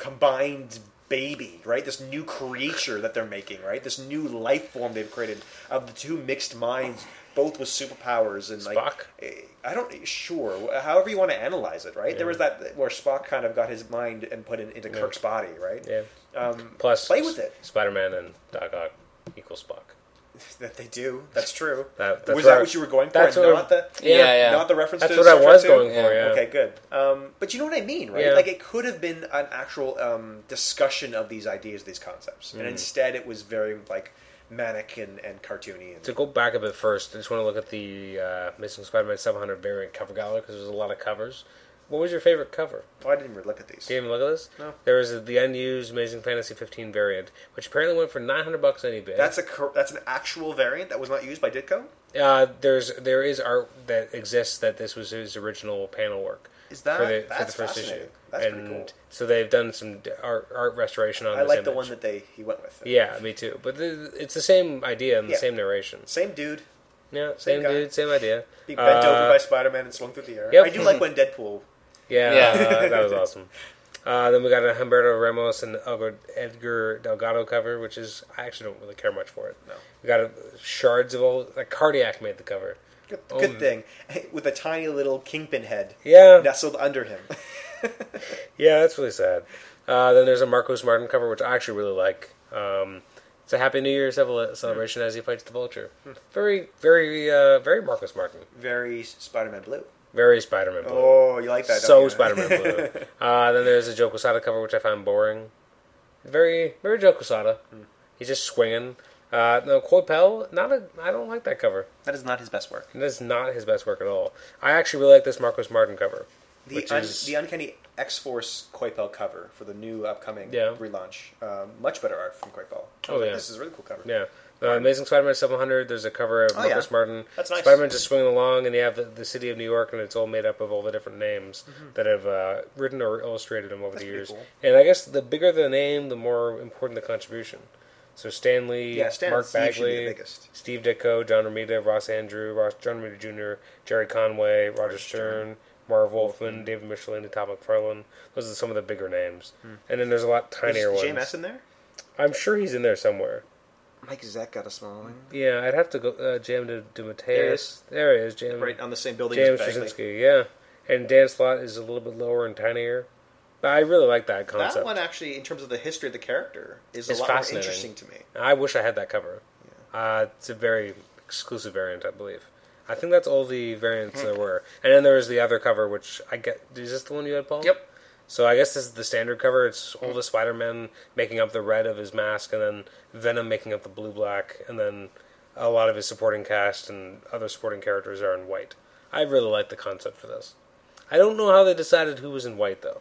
[SPEAKER 3] combined baby, right? This new creature that they're making, right? This new life form they've created of the two mixed minds, both with superpowers and like
[SPEAKER 1] Spock?
[SPEAKER 3] I don't sure. However you want to analyze it, right? There was that where Spock kind of got his mind and put it into Kirk's body, right?
[SPEAKER 1] yeah.
[SPEAKER 3] Um,
[SPEAKER 1] Plus,
[SPEAKER 3] play with it.
[SPEAKER 1] Spider-Man and Doc Ock equals Spock.
[SPEAKER 3] that they do. That's true.
[SPEAKER 1] That- that's
[SPEAKER 3] was
[SPEAKER 1] where-
[SPEAKER 3] that what you were going for?
[SPEAKER 1] that's
[SPEAKER 3] and
[SPEAKER 1] where-
[SPEAKER 3] not the
[SPEAKER 1] Yeah.
[SPEAKER 2] Yeah, yeah.
[SPEAKER 3] not the reference.
[SPEAKER 1] That's
[SPEAKER 3] to
[SPEAKER 1] what I
[SPEAKER 3] Star Trek
[SPEAKER 1] was
[SPEAKER 3] two?
[SPEAKER 1] going for.
[SPEAKER 2] Yeah.
[SPEAKER 1] Yeah.
[SPEAKER 3] Okay, good. Um, but you know what I mean, right?
[SPEAKER 1] Yeah.
[SPEAKER 3] Like it could have been an actual um, discussion of these ideas, these concepts,
[SPEAKER 1] Mm.
[SPEAKER 3] and instead it was very like manic and, and cartoony. And
[SPEAKER 1] To go back a bit first, I just want to look at the uh, Missing Spider-Man 700 variant cover gallery because there's a lot of covers. What was your favorite cover?
[SPEAKER 3] oh, I didn't even look at these.
[SPEAKER 1] Do you even look at this?
[SPEAKER 3] No.
[SPEAKER 1] There was the unused Amazing Fantasy 15 variant, which apparently went for 900 bucks on eBay.
[SPEAKER 3] That's a cor- that's an actual variant that was not used by Ditko.
[SPEAKER 1] Uh, there's there is art that exists that this was his original panel work.
[SPEAKER 3] Is that- that's
[SPEAKER 1] issue?
[SPEAKER 3] fascinating. That's
[SPEAKER 1] and
[SPEAKER 3] pretty cool.
[SPEAKER 1] So they've done some d- art art restoration on.
[SPEAKER 3] I
[SPEAKER 1] this
[SPEAKER 3] like the
[SPEAKER 1] image.
[SPEAKER 3] one that they he went with.
[SPEAKER 1] Yeah, me too. But the, it's the same idea and the
[SPEAKER 3] Yeah.
[SPEAKER 1] same narration.
[SPEAKER 3] Same dude
[SPEAKER 1] Yeah,
[SPEAKER 3] Same
[SPEAKER 1] same,
[SPEAKER 3] guy.
[SPEAKER 1] dude, same idea.
[SPEAKER 3] being bent
[SPEAKER 1] Uh,
[SPEAKER 3] over by Spider Man and slung through the air.
[SPEAKER 1] Yep.
[SPEAKER 3] I do like when Deadpool.
[SPEAKER 1] Yeah,
[SPEAKER 2] Yeah.
[SPEAKER 1] that was awesome. Uh, then we got a Humberto Ramos and Elgo- Edgar Delgado cover, which is I actually don't really care much for it.
[SPEAKER 3] No.
[SPEAKER 1] we got a, shards of all like Cardiac made the cover.
[SPEAKER 3] Good,
[SPEAKER 1] Oh,
[SPEAKER 3] good
[SPEAKER 1] man.
[SPEAKER 3] thing with a tiny little kingpin head
[SPEAKER 1] Yeah,
[SPEAKER 3] nestled under him.
[SPEAKER 1] Yeah, that's really sad. Uh, then there's a Marcos Martin cover, which I actually really like. Um, it's a Happy New Year cevel- celebration as he fights the Vulture. Very, very, uh, very Marcos Martin.
[SPEAKER 3] Very Spider Man blue.
[SPEAKER 1] Very Spider-Man blue.
[SPEAKER 3] Oh, you like that? don't
[SPEAKER 1] so
[SPEAKER 3] you?
[SPEAKER 1] Spider-Man blue. Uh, then there's a Joe Quesada cover, which I found boring. Very, very Joe Quesada. He's just swinging. Uh, no, Coipel, not a. I don't like that cover.
[SPEAKER 3] that is not his best work.
[SPEAKER 1] That is not his best work at all. I actually really like this Marcos Martin cover.
[SPEAKER 3] The
[SPEAKER 1] Which
[SPEAKER 3] un-
[SPEAKER 1] is-
[SPEAKER 3] the uncanny X Force Coipel cover for the new upcoming
[SPEAKER 1] Yeah.
[SPEAKER 3] relaunch. Um, much better art from Coipel. I
[SPEAKER 1] Oh,
[SPEAKER 3] was like,
[SPEAKER 1] yeah.
[SPEAKER 3] this is a really cool cover.
[SPEAKER 1] Yeah. Uh, Amazing Spider-Man 700. There's a cover of
[SPEAKER 3] Oh,
[SPEAKER 1] Marcus
[SPEAKER 3] yeah.
[SPEAKER 1] Martin.
[SPEAKER 3] That's nice.
[SPEAKER 1] Spider-Man just swinging along, and you have the, the city of New York, and it's all made up of all the different names that have uh, written or illustrated him over
[SPEAKER 3] Mm-hmm. That's
[SPEAKER 1] the
[SPEAKER 3] pretty
[SPEAKER 1] years.
[SPEAKER 3] cool.
[SPEAKER 1] And I guess the bigger the name, the more important the contribution. So Stanley,
[SPEAKER 3] Yeah, Stan and
[SPEAKER 1] Mark
[SPEAKER 3] Steve should be the
[SPEAKER 1] Bagley,
[SPEAKER 3] biggest.
[SPEAKER 1] Steve Ditko, John Romita, Ross Andrew, Ross, John Romita Jr., Jerry Conway, Roger Stern, Marv Wolfman, David Michelin, and Tom McFarlane. Those are some of the bigger names.
[SPEAKER 3] Hmm.
[SPEAKER 1] And then there's a lot
[SPEAKER 3] Is
[SPEAKER 1] tinier ones.
[SPEAKER 3] JMS in there?
[SPEAKER 1] I'm sure he's in there somewhere.
[SPEAKER 3] Mike Zek got a small one.
[SPEAKER 1] Yeah, I'd have to go uh, Jam to
[SPEAKER 3] There it
[SPEAKER 1] DeMatteis.
[SPEAKER 3] is.
[SPEAKER 1] There it is, Jam.
[SPEAKER 3] Right on the same building
[SPEAKER 1] James
[SPEAKER 3] as Bagley.
[SPEAKER 1] Straczynski, yeah. And Dan Slott is a little bit lower and tinier. But I really like that concept.
[SPEAKER 3] That one actually, in terms of the history of the character, is
[SPEAKER 1] It's
[SPEAKER 3] a lot more
[SPEAKER 1] fascinating.
[SPEAKER 3] interesting to me.
[SPEAKER 1] I wish I had that cover. Uh, it's a very exclusive variant, I believe. I think that's all the variants there were. And then there was the other cover, which I get. Is this the one you had, Paul?
[SPEAKER 2] Yep.
[SPEAKER 1] So I guess this is the standard cover. It's all the Spider-Man making up the red of his mask, and then Venom making up the blue-black, and then a lot of his supporting cast and other supporting characters are in white. I really like the concept for this. I don't know how they decided who was in white though.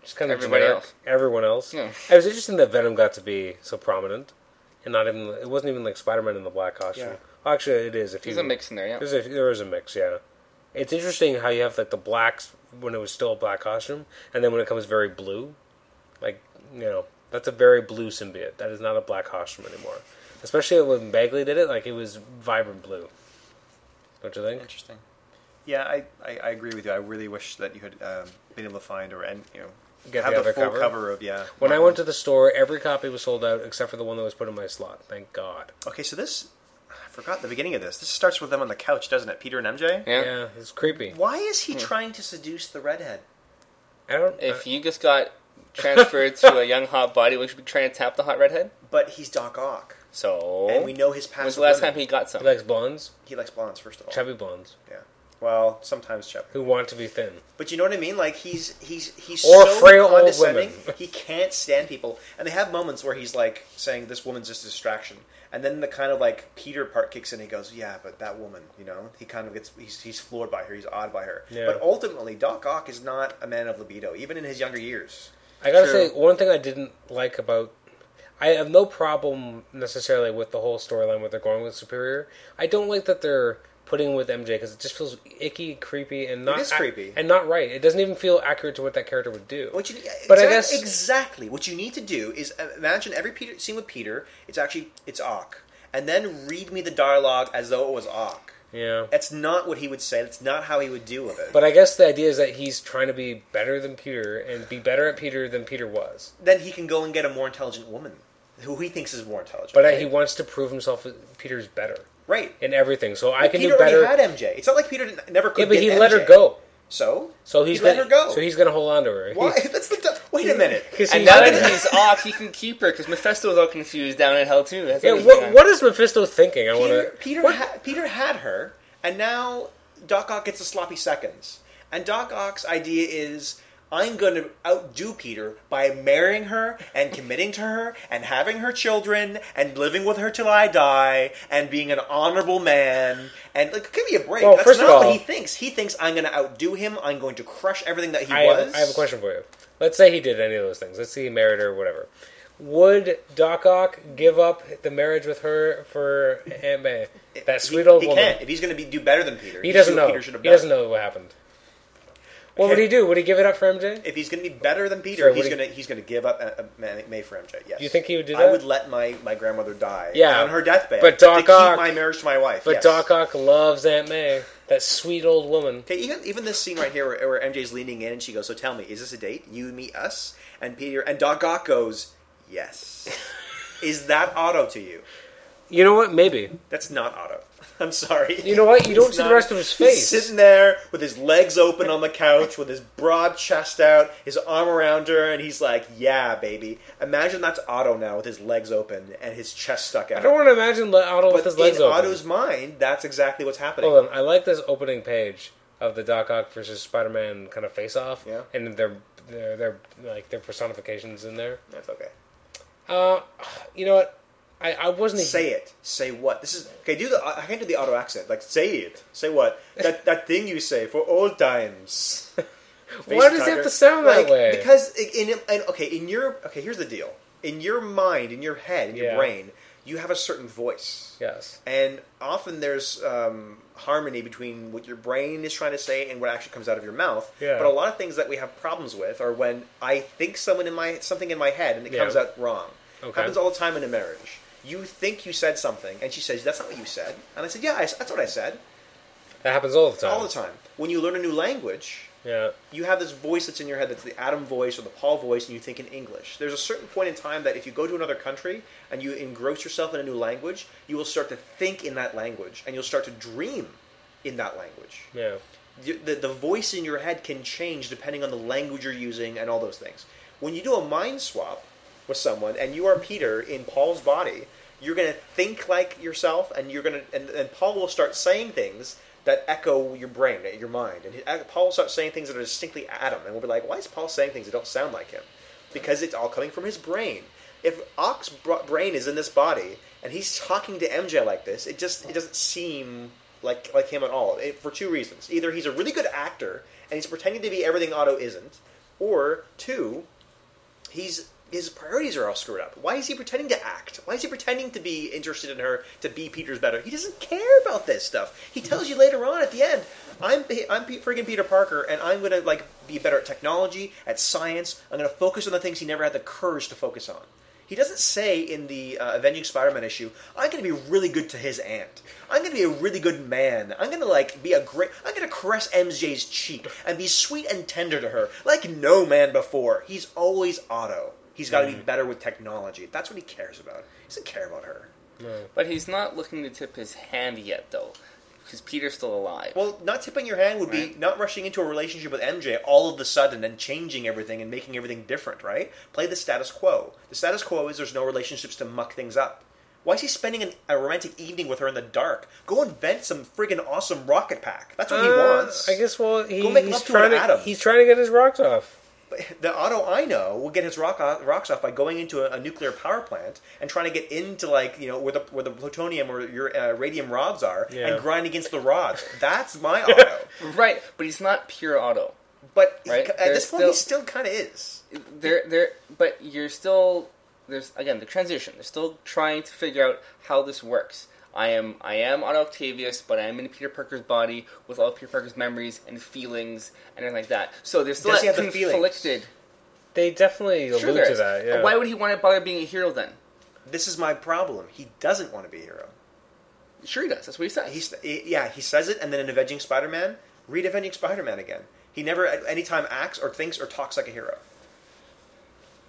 [SPEAKER 1] Just kind of
[SPEAKER 2] Everybody
[SPEAKER 1] generic.
[SPEAKER 2] else.
[SPEAKER 1] Everyone else.
[SPEAKER 2] Yeah.
[SPEAKER 1] It was interesting that Venom got to be so prominent, and not even it wasn't even like Spider Man in the black costume.
[SPEAKER 7] Yeah.
[SPEAKER 1] Well, actually, it is. If
[SPEAKER 2] There's
[SPEAKER 1] you
[SPEAKER 2] a mix in there, yeah.
[SPEAKER 1] there's a, there is a mix. Yeah, it's interesting how you have like the blacks when it was still a black costume, and then when it comes very blue, like you know that's a very blue symbiote. That is not a black costume anymore. Especially when Bagley did it, like it was vibrant blue. Don't you think?
[SPEAKER 3] Interesting. Yeah, I, I, I agree with you. I really wish that you had um, been able to find or and you know
[SPEAKER 1] Get
[SPEAKER 3] have
[SPEAKER 1] the
[SPEAKER 3] the,
[SPEAKER 1] other
[SPEAKER 3] full
[SPEAKER 1] cover?
[SPEAKER 3] cover. of yeah.
[SPEAKER 1] When I went to the store, every copy was sold out except for the one that was put in my slot. Thank God.
[SPEAKER 3] okay, so this I forgot the beginning of this. This starts with them on the couch, doesn't it? Peter and MJ.
[SPEAKER 2] Yeah.
[SPEAKER 1] Yeah, it's creepy.
[SPEAKER 3] Why is he trying to seduce the redhead?
[SPEAKER 1] I don't.
[SPEAKER 2] If you just got transferred to a young hot body, would you be trying to tap the hot redhead?
[SPEAKER 3] But he's Doc Ock,
[SPEAKER 2] So
[SPEAKER 3] and we know his past.
[SPEAKER 2] when's Oh. the
[SPEAKER 3] with
[SPEAKER 2] last
[SPEAKER 3] women.
[SPEAKER 2] time he got some?
[SPEAKER 1] he likes blondes,
[SPEAKER 3] he likes blondes? First of all,
[SPEAKER 1] chubby blondes,
[SPEAKER 3] yeah. Well, sometimes chubby.
[SPEAKER 1] who want to be thin.
[SPEAKER 3] But you know what I mean? Like he's he's he's
[SPEAKER 1] Or
[SPEAKER 3] so
[SPEAKER 1] frail old
[SPEAKER 3] condescending.
[SPEAKER 1] women.
[SPEAKER 3] he can't stand people, and they have moments where he's like saying, "This woman's just a distraction," and then the kind of like Peter part kicks in. He goes, "Yeah, but that woman," you know. He kind of gets he's he's floored by her. He's awed by her.
[SPEAKER 1] Yeah.
[SPEAKER 3] But ultimately, Doc Ock is not a man of libido, even in his younger years.
[SPEAKER 1] I gotta say,
[SPEAKER 2] True.
[SPEAKER 1] one thing I didn't like about. I have no problem necessarily with the whole storyline where they're going with Superior. I don't like that they're putting with MJ because it just feels icky, creepy, and not
[SPEAKER 3] is creepy.
[SPEAKER 1] and not right. It doesn't even feel accurate to what that character would do.
[SPEAKER 3] What you,
[SPEAKER 1] But
[SPEAKER 3] but
[SPEAKER 1] I
[SPEAKER 3] exactly,
[SPEAKER 1] guess-
[SPEAKER 3] exactly what you need to do is uh, imagine every Peter scene with Peter. It's actually it's Ock, and then read me the dialogue as though it was Ock.
[SPEAKER 1] yeah,
[SPEAKER 3] That's not what he would say. That's not how he would deal with it.
[SPEAKER 1] but I guess the idea is that he's trying to be better than Peter and be better at Peter than Peter was.
[SPEAKER 3] then he can go and get a more intelligent woman who he thinks is more intelligent.
[SPEAKER 1] But I
[SPEAKER 3] right?
[SPEAKER 1] he wants to prove himself. that Peter's better
[SPEAKER 3] right.
[SPEAKER 1] in everything, so I
[SPEAKER 3] But
[SPEAKER 1] can
[SPEAKER 3] Peter
[SPEAKER 1] do better.
[SPEAKER 3] already had MJ. It's not like Peter didn't, never could.
[SPEAKER 1] yeah, but
[SPEAKER 3] get
[SPEAKER 1] he let her
[SPEAKER 3] MJ.
[SPEAKER 1] go.
[SPEAKER 3] So
[SPEAKER 1] So he's
[SPEAKER 3] He let
[SPEAKER 1] gonna,
[SPEAKER 3] her go.
[SPEAKER 1] So he's gonna hold on to her.
[SPEAKER 3] why? That's the t- wait a minute.
[SPEAKER 1] Because
[SPEAKER 2] and now that he's off, he can keep her because Mephisto's all confused down in hell too. That's
[SPEAKER 1] Yeah,
[SPEAKER 2] what he's
[SPEAKER 1] what,
[SPEAKER 2] doing.
[SPEAKER 1] what is Mephisto thinking? I want
[SPEAKER 3] Peter
[SPEAKER 1] to.
[SPEAKER 3] Peter, ha- Peter had her, and now Doc Ock gets the sloppy seconds. And Doc Ock's idea is. I'm going to outdo Peter by marrying her and committing to her and having her children and living with her till I die and being an honorable man. And like, give me a break.
[SPEAKER 1] Well,
[SPEAKER 3] That's
[SPEAKER 1] first of
[SPEAKER 3] not
[SPEAKER 1] all-
[SPEAKER 3] what he thinks. He thinks I'm going to outdo him. I'm going to crush everything that he
[SPEAKER 1] I
[SPEAKER 3] was.
[SPEAKER 1] have, I have a question for you. Let's say he did any of those things. Let's say he married her or whatever. Would Doc Ock give up the marriage with her for Aunt May? That sweet
[SPEAKER 3] he,
[SPEAKER 1] old
[SPEAKER 3] he
[SPEAKER 1] woman.
[SPEAKER 3] Can't. If he's going to be do better than Peter,
[SPEAKER 1] He
[SPEAKER 3] he's
[SPEAKER 1] doesn't
[SPEAKER 3] doing what
[SPEAKER 1] know.
[SPEAKER 3] Peter should have
[SPEAKER 1] He
[SPEAKER 3] done.
[SPEAKER 1] doesn't know what happened. What would he do? Would he give it up for MJ?
[SPEAKER 3] If he's going to be better than Peter,
[SPEAKER 1] Sorry, what
[SPEAKER 3] he's
[SPEAKER 1] do you-
[SPEAKER 3] going to he's going to give up uh, uh, May May for MJ. Yes.
[SPEAKER 1] You think he would do
[SPEAKER 3] I
[SPEAKER 1] that?
[SPEAKER 3] would let my, my grandmother die.
[SPEAKER 1] Yeah.
[SPEAKER 3] On her deathbed.
[SPEAKER 1] But
[SPEAKER 3] to
[SPEAKER 1] Doc
[SPEAKER 3] keep
[SPEAKER 1] Ock-
[SPEAKER 3] my marriage to my wife.
[SPEAKER 1] But
[SPEAKER 3] yes.
[SPEAKER 1] Doc Ock loves Aunt May. That sweet old woman.
[SPEAKER 3] Okay, even even this scene right here where, where MJ's leaning in and she goes, "So tell me, is this a date? You meet us?" And Peter and Doc Ock goes, "Yes." is that auto to you?
[SPEAKER 1] You know what? Maybe.
[SPEAKER 3] That's not auto. I'm sorry.
[SPEAKER 1] You know what? You don't
[SPEAKER 3] He's
[SPEAKER 1] see the
[SPEAKER 3] not-
[SPEAKER 1] rest of his
[SPEAKER 3] He's
[SPEAKER 1] face.
[SPEAKER 3] sitting there with his legs open on the couch, with his broad chest out, his arm around her, and he's like, "Yeah, baby." Imagine that's Otto now with his legs open and his chest stuck out.
[SPEAKER 1] I don't want to imagine Le- Otto
[SPEAKER 3] but
[SPEAKER 1] with his legs
[SPEAKER 3] in
[SPEAKER 1] open.
[SPEAKER 3] Otto's mind, that's exactly what's happening.
[SPEAKER 1] Hold on, I like this opening page of the Doc Ock versus Spider-Man kind of face-off,
[SPEAKER 3] Yeah.
[SPEAKER 1] and their their their like their personifications in there.
[SPEAKER 3] That's okay.
[SPEAKER 1] Uh, you know what? I, I wasn't. a-
[SPEAKER 3] Say it. Say what? This is okay. Do the I can do the Otto accent. Like, say it. Say what? That that thing you say for old times.
[SPEAKER 1] Why does it have to sound that
[SPEAKER 3] Like,
[SPEAKER 1] way?
[SPEAKER 3] Because i- in, in okay, in your okay, here's the deal. In your mind, in your head, in
[SPEAKER 1] Yeah.
[SPEAKER 3] your brain, you have a certain voice,
[SPEAKER 1] yes,
[SPEAKER 3] and often there's um, harmony between what your brain is trying to say and what actually comes out of your mouth.
[SPEAKER 1] Yeah.
[SPEAKER 3] But a lot of things that we have problems with are when I think someone in my something in my head and it
[SPEAKER 1] Yeah.
[SPEAKER 3] comes out wrong.
[SPEAKER 1] Okay.
[SPEAKER 3] Happens all the time in a marriage. You think you said something, and she says, "That's not what you said." And I said, "Yeah, I, that's what I said."
[SPEAKER 1] that happens all the time.
[SPEAKER 3] All the time. When you learn a new language,
[SPEAKER 1] Yeah,
[SPEAKER 3] you have this voice that's in your head that's the Adam voice or the Paul voice, and you think in English. There's a certain point in time that if you go to another country and you engross yourself in a new language, you will start to think in that language and you'll start to dream in that language.
[SPEAKER 1] yeah.
[SPEAKER 3] The, the, the voice in your head can change depending on the language you're using and all those things. When you do a mind swap with someone and you are Peter in Paul's body, you're going to think like yourself and you're going to and, and Paul will start saying things that echo your brain, your mind. And he- uh, Paul will start saying things that are distinctly Adam and we'll be like, "Why is Paul saying things that don't sound like him?" Because it's all coming from his brain. If Ock's br- brain is in this body and he's talking to MJ like this, it just it doesn't seem like like him at all it, for two reasons. Either he's a really good actor and he's pretending to be everything Otto isn't, or two, he's his priorities are all screwed up. Why is he pretending to act? Why is he pretending to be interested in her to be Peter's better? He doesn't care about this stuff. He tells you later on at the end, I'm I'm Pe- friggin' Peter Parker, and I'm gonna like be better at technology, at science. I'm gonna focus on the things he never had the courage to focus on. He doesn't say in the uh, Avenging Spider-Man issue, "I'm going to be really good to his aunt. I'm going to be a really good man. I'm going to like be a great. I'm going to caress MJ's cheek and be sweet and tender to her like no man before." He's always Otto. He's got to be better with technology. That's what he cares about. He doesn't care about her.
[SPEAKER 2] But he's not looking to tip his hand yet, though, because Peter's still alive.
[SPEAKER 3] Well, not tipping your hand would be
[SPEAKER 2] Right.
[SPEAKER 3] not rushing into a relationship with MJ all of the sudden and changing everything and making everything different, right? Play the status quo. The status quo is there's no relationships to muck things up. Why is he spending an, a romantic evening with her in the dark? Go invent some friggin' awesome rocket pack. That's what he
[SPEAKER 1] Uh,
[SPEAKER 3] wants.
[SPEAKER 1] I guess. Well, he,
[SPEAKER 3] Go make
[SPEAKER 1] he's
[SPEAKER 3] love to
[SPEAKER 1] trying
[SPEAKER 3] an
[SPEAKER 1] to.
[SPEAKER 3] atom.
[SPEAKER 1] He's trying to get his rocks off.
[SPEAKER 3] But the auto I know will get his rock off, rocks off by going into a, a nuclear power plant and trying to get into like you know where the where the plutonium or your uh, radium rods are
[SPEAKER 1] Yeah.
[SPEAKER 3] and grind against the rods. That's my auto.
[SPEAKER 2] right, but he's not pure Otto.
[SPEAKER 3] But he-
[SPEAKER 2] Right?
[SPEAKER 3] at
[SPEAKER 2] There's
[SPEAKER 3] this point, he still kind of is.
[SPEAKER 2] There, there. But you're still there's again the transition. They're still trying to figure out how this works. I am I am Otto Octavius, but I am in Peter Parker's body with all Peter Parker's memories and feelings and everything like that. So there's still
[SPEAKER 3] Does he
[SPEAKER 2] that
[SPEAKER 3] have the feelings?
[SPEAKER 2] conflicted.
[SPEAKER 1] They definitely
[SPEAKER 2] Sure,
[SPEAKER 1] allude
[SPEAKER 2] there
[SPEAKER 1] to
[SPEAKER 2] is.
[SPEAKER 3] Uh,
[SPEAKER 1] that. Yeah.
[SPEAKER 2] Why would he want to bother being a hero then?
[SPEAKER 3] This is my problem. He doesn't want to be a hero.
[SPEAKER 2] Sure, he does. That's what he said.
[SPEAKER 3] He's he- yeah, he says it, and then in Avenging Spider-Man, read Avenging Spider-Man again. He never at any time acts or thinks or talks like a hero.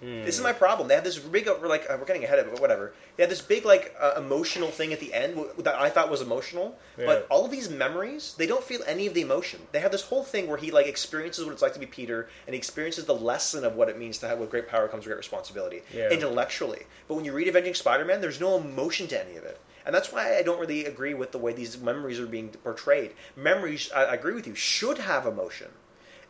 [SPEAKER 3] This is my problem. They have this big uh, we're like uh, we're getting ahead of it, but whatever. They had this big like uh, emotional thing at the end w- that I thought was emotional, but
[SPEAKER 1] Yeah.
[SPEAKER 3] all of these memories they don't feel any of the emotion. They have this whole thing where he like experiences what it's like to be Peter, and he experiences the lesson of what it means to have with great power comes great responsibility
[SPEAKER 1] Yeah.
[SPEAKER 3] intellectually. But when you read Avenging Spider-Man, there's no emotion to any of it. And that's why I don't really agree with the way these memories are being portrayed. Memories, I I agree with you, should have emotion.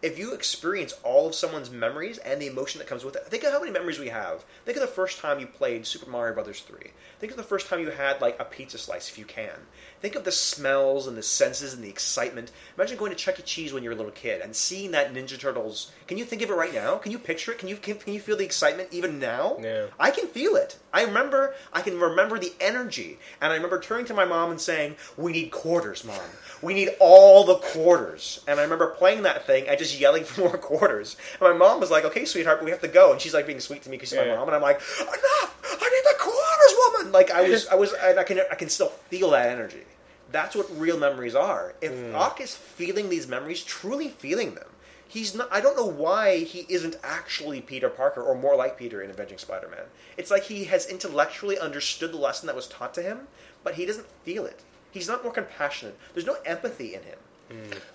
[SPEAKER 3] If you experience all of someone's memories and the emotion that comes with it, think of how many memories we have. Think of the first time you played Super Mario Brothers 3. Think of the first time you had, like, a pizza slice, if you can. Think of the smells and the senses and the excitement. Imagine going to Chuck E. Cheese when you were a little kid and seeing that Ninja Turtles. Can you think of it right now? Can you picture it? Can you, can, can you feel the excitement even now?
[SPEAKER 1] Yeah.
[SPEAKER 3] I can feel it. I remember. I can remember the energy, and I remember turning to my mom and saying, "We need quarters, mom. We need all the quarters." And I remember playing that thing and just yelling for more quarters. And my mom was like, "Okay, sweetheart, but we have to go." And she's like being sweet to me because she's
[SPEAKER 1] Yeah.
[SPEAKER 3] my mom, and I'm like, "Enough! I need the quarters, woman!" Like I was, I was, and I can, I can still feel that energy. That's what real memories are. If
[SPEAKER 2] Hmm.
[SPEAKER 3] Ock is feeling these memories, truly feeling them, he's not. I don't know why he isn't actually Peter Parker or more like Peter in Avenging Spider-Man. It's like he has intellectually understood the lesson that was taught to him, but he doesn't feel it. He's not more compassionate. There's no empathy in him.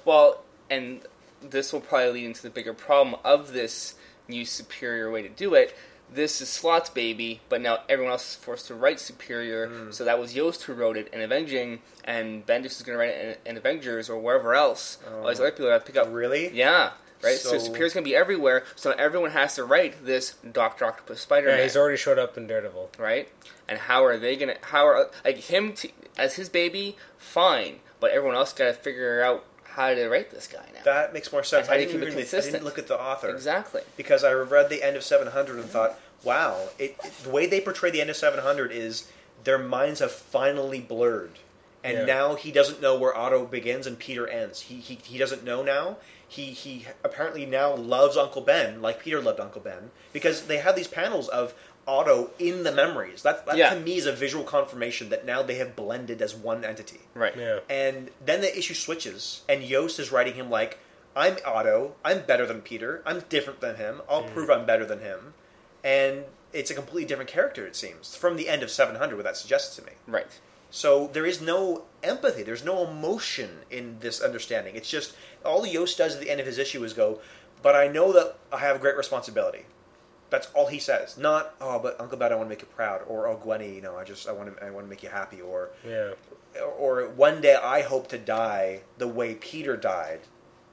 [SPEAKER 2] Well, and this will probably lead into the bigger problem of this new superior way to do it. This is Slot's baby, but now everyone else is forced to write superior.
[SPEAKER 1] Hmm.
[SPEAKER 2] So that was Yost who wrote it in Avenging, and Bendis is going to write it in, in Avengers or wherever else. All
[SPEAKER 1] Oh.
[SPEAKER 2] these other people have to pick up.
[SPEAKER 3] Really?
[SPEAKER 2] Yeah. Right? So,
[SPEAKER 3] So-
[SPEAKER 2] superior's going to be everywhere. So everyone has to write this Doctor Octopus Spider-Man
[SPEAKER 1] Yeah, he's already showed up in Daredevil.
[SPEAKER 2] right? And how are they gonna? How are like him t- as his baby? Fine, but everyone else gotta figure out how to write this guy now.
[SPEAKER 3] That makes more sense.
[SPEAKER 2] And how
[SPEAKER 3] I
[SPEAKER 2] do you
[SPEAKER 3] didn't,
[SPEAKER 2] keep it
[SPEAKER 3] even, I
[SPEAKER 2] consistent?
[SPEAKER 3] didn't look at the author.
[SPEAKER 2] exactly.
[SPEAKER 3] because I read the end of 700 and thought, wow, it, it- the way they portray the end of 700 is their minds have finally blurred. And
[SPEAKER 1] Yeah.
[SPEAKER 3] now he doesn't know where Otto begins and Peter ends. He, he, he doesn't know now. He, he apparently now loves Uncle Ben like Peter loved Uncle Ben because they have these panels of Otto in the memories. That, that
[SPEAKER 2] Yeah.
[SPEAKER 3] to me is a visual confirmation that now they have blended as one entity.
[SPEAKER 2] Right.
[SPEAKER 1] Yeah.
[SPEAKER 3] And then the issue switches, and Yost is writing him like, "I'm Otto. I'm better than Peter. I'm different than him. I'll prove I'm better than him." And it's a completely different character, it seems, from the end of 700, what that suggests to me.
[SPEAKER 2] Right.
[SPEAKER 3] So there is no empathy. There's no emotion in this understanding. It's just all Yost does at the end of his issue is go, "But I know that I have a great responsibility." That's all he says. Not, "Oh, but Uncle Ben, I want to make you proud," or "Oh, Gwenny, you know, I just I want to I want to make you happy," or
[SPEAKER 1] Yeah.
[SPEAKER 3] or one day I hope to die the way Peter died.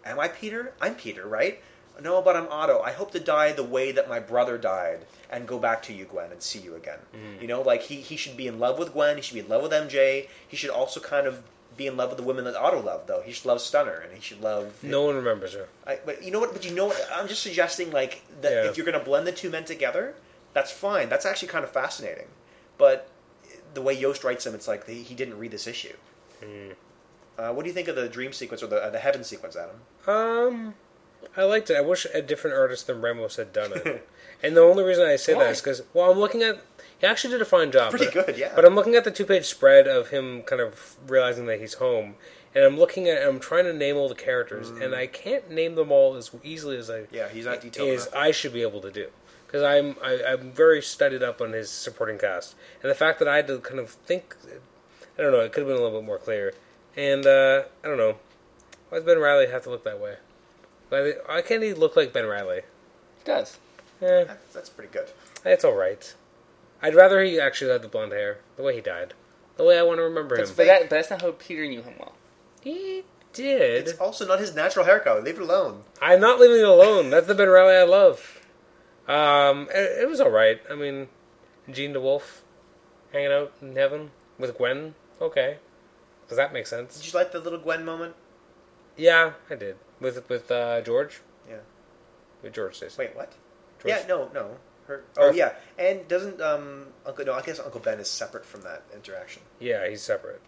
[SPEAKER 3] Am I Peter? I'm Peter, right? No, but I'm Otto. I hope to die the way that my brother died and go back to you, Gwen, and see you again. You know, like he, he should be in love with Gwen. He should be in love with MJ. He should also kind of
[SPEAKER 8] be in love with the woman that Otto loved, though. He should love Stunner, and he should love.
[SPEAKER 1] No one remembers her.
[SPEAKER 8] I, but you know what? But you know what? I'm just suggesting like that
[SPEAKER 1] Yeah.
[SPEAKER 8] if you're going to blend the two men together, that's fine. That's actually kind of fascinating. But the way Yost writes them, it's like they, he didn't read this issue.
[SPEAKER 1] Mm.
[SPEAKER 8] Uh, what do you think of the dream sequence or the uh, the heaven sequence, Adam?
[SPEAKER 1] Um, I liked it. I wish a different artist than Ramos had done it. and the only reason I say
[SPEAKER 8] Why?
[SPEAKER 1] that is because well, I'm looking at he actually did a fine job.
[SPEAKER 8] Pretty
[SPEAKER 1] but-
[SPEAKER 8] good, yeah.
[SPEAKER 1] But I'm looking at the two page spread of him kind of realizing that he's home, and I'm looking at I'm trying to name all the characters,
[SPEAKER 8] Mm.
[SPEAKER 1] and I can't name them all as easily as I
[SPEAKER 8] Yeah, he's not detailed
[SPEAKER 1] is uh,
[SPEAKER 8] enough.
[SPEAKER 1] I should be able to do because I'm I, I'm very studied up on his supporting cast, and the fact that I had to kind of think, I don't know, it could have been a little bit more clear, and uh, I don't know, why does Ben Riley have to look that way? Why, why can't he look like Ben Riley?
[SPEAKER 2] It does.
[SPEAKER 1] Eh,
[SPEAKER 8] That's, that's pretty good.
[SPEAKER 1] it's all right. I'd rather he actually had the blonde hair, the way he died, the way I want to remember
[SPEAKER 2] That's,
[SPEAKER 1] him.
[SPEAKER 2] but, that, but that's not how Peter knew him well.
[SPEAKER 1] He did.
[SPEAKER 8] It's also not his natural hair color. Leave it alone.
[SPEAKER 1] I'm not leaving it alone. That's the Ben Riley I love. Um, it, it was all right. I mean, Gene DeWolf hanging out in heaven with Gwen. Okay, does that make sense?
[SPEAKER 8] Did you like the little Gwen moment?
[SPEAKER 1] Yeah, I did with with uh, George.
[SPEAKER 8] Yeah.
[SPEAKER 1] With George Stacy.
[SPEAKER 8] Wait, what?
[SPEAKER 1] George.
[SPEAKER 8] Yeah, no, no. Her.
[SPEAKER 1] Or-
[SPEAKER 8] Oh, yeah. And doesn't um Uncle? No, I guess Uncle Ben is separate from that interaction.
[SPEAKER 1] Yeah, he's separate.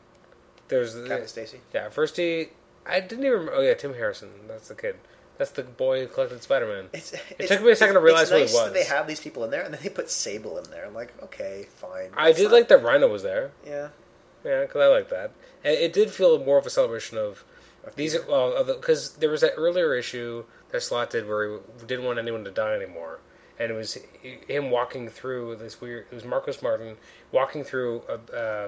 [SPEAKER 1] There's
[SPEAKER 8] Captain Stacy.
[SPEAKER 1] yeah. First he, I didn't even. rem- Oh yeah, Tim Harrison. That's the kid. That's the boy who collected Spider-Man.
[SPEAKER 8] It's, it
[SPEAKER 1] took me a second to realize
[SPEAKER 8] it's
[SPEAKER 1] who it
[SPEAKER 8] nice
[SPEAKER 1] was.
[SPEAKER 8] That they have these people in there, and then they put Sable in there. I'm like, okay, fine.
[SPEAKER 1] I did like that Rhino was there.
[SPEAKER 8] Yeah.
[SPEAKER 1] Yeah, because I like that. And it did feel more of a celebration of
[SPEAKER 8] Of
[SPEAKER 1] these.
[SPEAKER 8] Peter.
[SPEAKER 1] Well, because there was that earlier issue that Slot did where he didn't want anyone to die anymore, and it was h- him walking through this weird. It was Marcos Martin walking through a,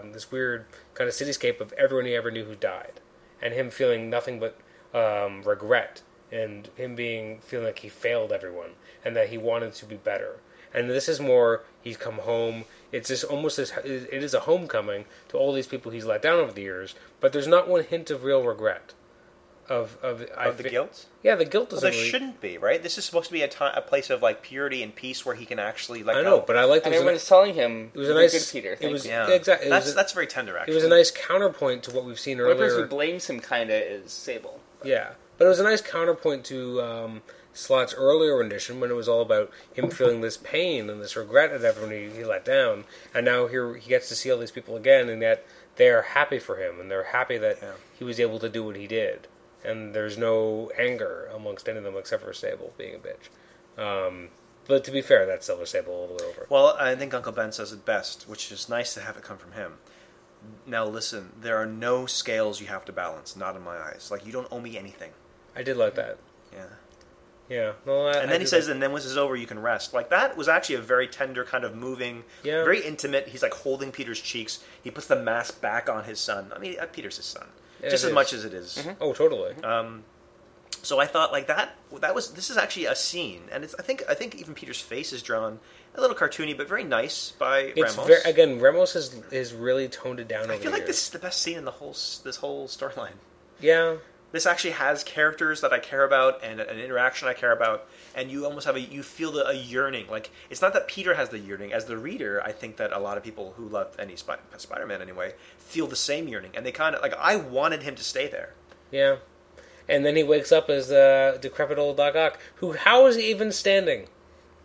[SPEAKER 1] um, this weird kind of cityscape of everyone he ever knew who died, and him feeling nothing but um, regret, and him being feeling like he failed everyone, and that he wanted to be better and this is more he's come home it's just almost as it is a homecoming to all these people he's let down over the years but there's not one hint of real regret of of,
[SPEAKER 3] Of the guilt?
[SPEAKER 1] yeah the guilt
[SPEAKER 3] Well,
[SPEAKER 1] doesn't
[SPEAKER 3] there
[SPEAKER 1] really-
[SPEAKER 3] shouldn't be, right? This is supposed to be a, ti- a place of like purity and peace where he can actually like.
[SPEAKER 1] i know but i like
[SPEAKER 2] And
[SPEAKER 1] that it
[SPEAKER 2] everyone's
[SPEAKER 1] was,
[SPEAKER 2] telling him,
[SPEAKER 1] it was a
[SPEAKER 2] "You're
[SPEAKER 1] nice
[SPEAKER 2] good Peter.
[SPEAKER 1] it
[SPEAKER 2] Thank
[SPEAKER 1] was
[SPEAKER 2] you."
[SPEAKER 3] yeah,
[SPEAKER 1] exactly it
[SPEAKER 3] That's
[SPEAKER 1] was, a,
[SPEAKER 3] that's very tender. Actually,
[SPEAKER 1] it was a nice counterpoint to what we've seen
[SPEAKER 2] The only person
[SPEAKER 1] earlier
[SPEAKER 2] who blames him kind of is Sable.
[SPEAKER 1] Yeah, but it was a nice counterpoint to um, Slot's earlier rendition when it was all about him feeling this pain and this regret at everyone he, he let down, and now here he gets to see all these people again, and yet they are happy for him, and they're happy that
[SPEAKER 3] Yeah.
[SPEAKER 1] he was able to do what he did, and there's no anger amongst any of them except for Sable being a bitch. Um, but to be fair, that's Silver Sable all the way over.
[SPEAKER 3] Well, I think Uncle Ben says it best, which is nice to have it come from him. Now listen, there are no scales you have to balance. Not in my eyes. Like you don't owe me anything.
[SPEAKER 1] I did like that.
[SPEAKER 3] Yeah.
[SPEAKER 1] Yeah. No, I,
[SPEAKER 3] And
[SPEAKER 1] I
[SPEAKER 3] then he
[SPEAKER 1] did
[SPEAKER 3] says,
[SPEAKER 1] like-
[SPEAKER 3] and then once it's over, you can rest. Like that was actually a very tender, kind of moving,
[SPEAKER 1] Yeah.
[SPEAKER 3] very intimate. He's like holding Peter's cheeks. He puts the mask back on his son. I mean, uh, Peter's his son,
[SPEAKER 1] It
[SPEAKER 3] just as
[SPEAKER 1] is.
[SPEAKER 3] much as it is. Um,
[SPEAKER 1] "Oh, totally."
[SPEAKER 3] Uh, So I thought like that. That was this is actually a scene, and it's I think I think even Peter's face is drawn a little cartoony, but very nice by
[SPEAKER 1] it's
[SPEAKER 3] Ramos.
[SPEAKER 1] very again. Ramos has is really toned it down.
[SPEAKER 3] I
[SPEAKER 1] over
[SPEAKER 3] feel
[SPEAKER 1] the
[SPEAKER 3] like this
[SPEAKER 1] years.
[SPEAKER 3] is the best scene in the whole s- this whole storyline.
[SPEAKER 1] Yeah.
[SPEAKER 3] This actually has characters that I care about and an interaction I care about, and you almost have a you feel the, a yearning. Like it's not that Peter has the yearning as the reader. I think that a lot of people who love any Spi- Spider-Man anyway feel the same yearning, and they kind of like I wanted him to stay there.
[SPEAKER 1] Yeah. And then he wakes up as uh, decrepit old Doc Ock, who how is he even standing?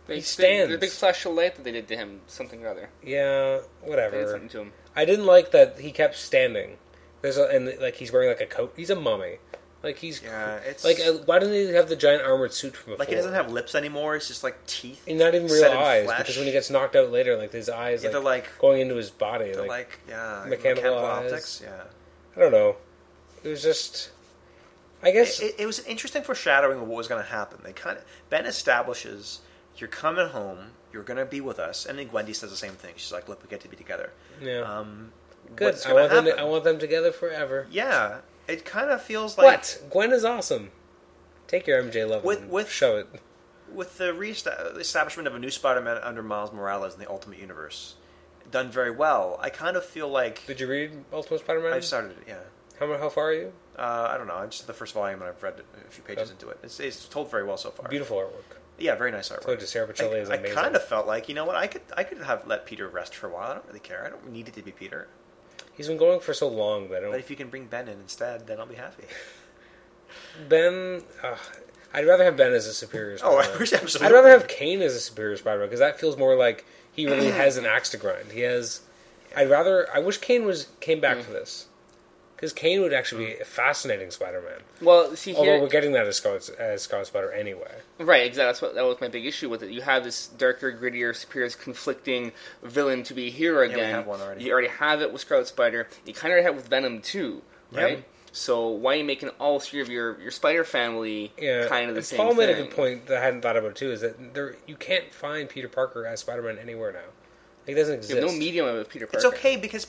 [SPEAKER 2] They,
[SPEAKER 1] He stands.
[SPEAKER 2] The big flash of light that they did to him, something or other.
[SPEAKER 1] Yeah,
[SPEAKER 2] They did
[SPEAKER 1] whatever.
[SPEAKER 2] something to him.
[SPEAKER 1] I didn't like that he kept standing. There's a, and like he's wearing like a coat. He's a mummy. Like he's
[SPEAKER 3] Yeah, it's-
[SPEAKER 1] like uh, why doesn't he have the giant armored suit from before?
[SPEAKER 3] Like he doesn't have lips anymore; it's just like teeth.
[SPEAKER 1] And not even real
[SPEAKER 3] set in
[SPEAKER 1] eyes
[SPEAKER 3] flesh.
[SPEAKER 1] because when he gets knocked out later, like his eyes
[SPEAKER 3] Yeah,
[SPEAKER 1] like,
[SPEAKER 3] they're like-
[SPEAKER 1] going into his body.
[SPEAKER 3] They're
[SPEAKER 1] Like,
[SPEAKER 3] like yeah,
[SPEAKER 1] mechanical eyes.
[SPEAKER 3] optics. Yeah,
[SPEAKER 1] I don't know. It was just. I guess
[SPEAKER 3] it, it, it was an interesting foreshadowing of what was going to happen. They kind of Ben establishes you're coming home, you're going to be with us, and then Gwendy says the same thing. She's like, "Look, we get to be together."
[SPEAKER 1] yeah.
[SPEAKER 3] Um,
[SPEAKER 1] Good.
[SPEAKER 3] what's
[SPEAKER 1] I
[SPEAKER 3] gonna
[SPEAKER 1] want them. To,
[SPEAKER 3] happen?
[SPEAKER 1] I want them together forever.
[SPEAKER 3] Yeah, it kind of feels like
[SPEAKER 1] What? Gwen is awesome. Take your MJ love
[SPEAKER 3] With-
[SPEAKER 1] and
[SPEAKER 3] with-
[SPEAKER 1] show it.
[SPEAKER 3] with the re-establishment of a new Spider-Man under Miles Morales in the Ultimate Universe, done very well. I kind of feel like
[SPEAKER 1] Did you read Ultimate Spider-Man?
[SPEAKER 3] I've started it. Yeah.
[SPEAKER 1] How how far are you?
[SPEAKER 3] Uh, I don't know. I'm just the first volume, and I've read a few pages
[SPEAKER 1] Okay.
[SPEAKER 3] into it. It's, it's told very well so far.
[SPEAKER 1] Beautiful artwork.
[SPEAKER 3] Yeah, very nice artwork.
[SPEAKER 1] Told you Sarah Pacelli
[SPEAKER 3] I,
[SPEAKER 1] is amazing.
[SPEAKER 3] I kind of felt like you know what I could I could have let Peter rest for a while. I don't really care. I don't need it to be Peter.
[SPEAKER 1] He's been going for so long that I
[SPEAKER 3] But
[SPEAKER 1] don't.
[SPEAKER 3] if you can bring Ben in instead, then I'll be happy.
[SPEAKER 1] Ben, uh, I'd rather have Ben as a superior.
[SPEAKER 3] Oh, I
[SPEAKER 1] Spider-Man.
[SPEAKER 3] wish absolutely.
[SPEAKER 1] I'd rather have Kane as a superior Spider-Man because that feels more like he really has an axe to grind. He has. I'd rather. I wish Kane was came
[SPEAKER 3] Mm.
[SPEAKER 1] back for this because Kane would actually be a fascinating Spider-Man.
[SPEAKER 2] Well, see
[SPEAKER 1] Although
[SPEAKER 2] here,
[SPEAKER 1] we're getting that as Scarlet, as Scarlet Spider anyway.
[SPEAKER 2] right? Exactly. That's what that was my big issue with it. You have this darker, grittier, superior, conflicting villain to be here
[SPEAKER 3] we
[SPEAKER 2] again.
[SPEAKER 3] have one already.
[SPEAKER 2] You already have it with Scarlet Spider. You kind of have it with Venom too, right? So why are you making all three of your your Spider family
[SPEAKER 1] Yeah,
[SPEAKER 2] kind of the
[SPEAKER 1] and
[SPEAKER 2] same
[SPEAKER 1] Paul
[SPEAKER 2] thing?
[SPEAKER 1] made a good point that I hadn't thought about too. Is that there you can't find Peter Parker as Spider-Man anywhere now. Like, it doesn't exist.
[SPEAKER 2] You have no medium with Peter
[SPEAKER 3] It's
[SPEAKER 2] Parker.
[SPEAKER 3] okay because,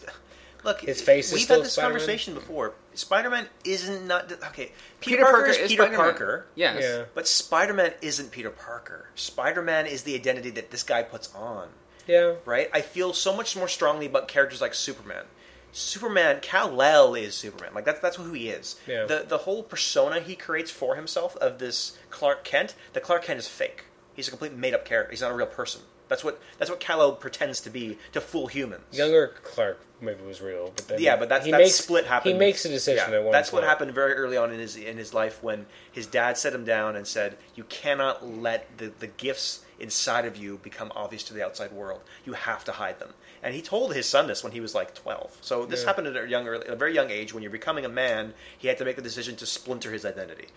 [SPEAKER 3] look,
[SPEAKER 1] His face is
[SPEAKER 3] we've
[SPEAKER 1] still
[SPEAKER 3] had this
[SPEAKER 1] Spider-Man?
[SPEAKER 3] conversation before. Spider Man isn't not okay. Peter,
[SPEAKER 2] Peter Parker
[SPEAKER 3] Parker's
[SPEAKER 2] is
[SPEAKER 3] Peter
[SPEAKER 2] Spider-Man.
[SPEAKER 3] Parker.
[SPEAKER 2] Yes.
[SPEAKER 1] Yeah.
[SPEAKER 3] But Spider Man isn't Peter Parker. Spider Man is the identity that this guy puts on,
[SPEAKER 1] Yeah.
[SPEAKER 3] right? I feel so much more strongly about characters like Superman. Superman, Kal El is Superman. Like that's that's who he is.
[SPEAKER 1] Yeah.
[SPEAKER 3] The the whole persona he creates for himself of this Clark Kent, the Clark Kent is fake. He's a complete made up character. He's not a real person. That's what that's what Kal El pretends to be to fool humans.
[SPEAKER 1] Younger Clark maybe was real, but then
[SPEAKER 3] Yeah, but that's
[SPEAKER 1] he
[SPEAKER 3] that
[SPEAKER 1] makes,
[SPEAKER 3] split happened.
[SPEAKER 1] He makes a decision
[SPEAKER 3] Yeah,
[SPEAKER 1] at one.
[SPEAKER 3] That's
[SPEAKER 1] point.
[SPEAKER 3] what happened very early on in his in his life when his dad set him down and said, "You cannot let the, the gifts inside of you become obvious to the outside world. You have to hide them." And he told his son this when he was like twelve. So this
[SPEAKER 1] Yeah.
[SPEAKER 3] happened at a young, early- a very young age. When you're becoming a man, he had to make the decision to splinter his identity.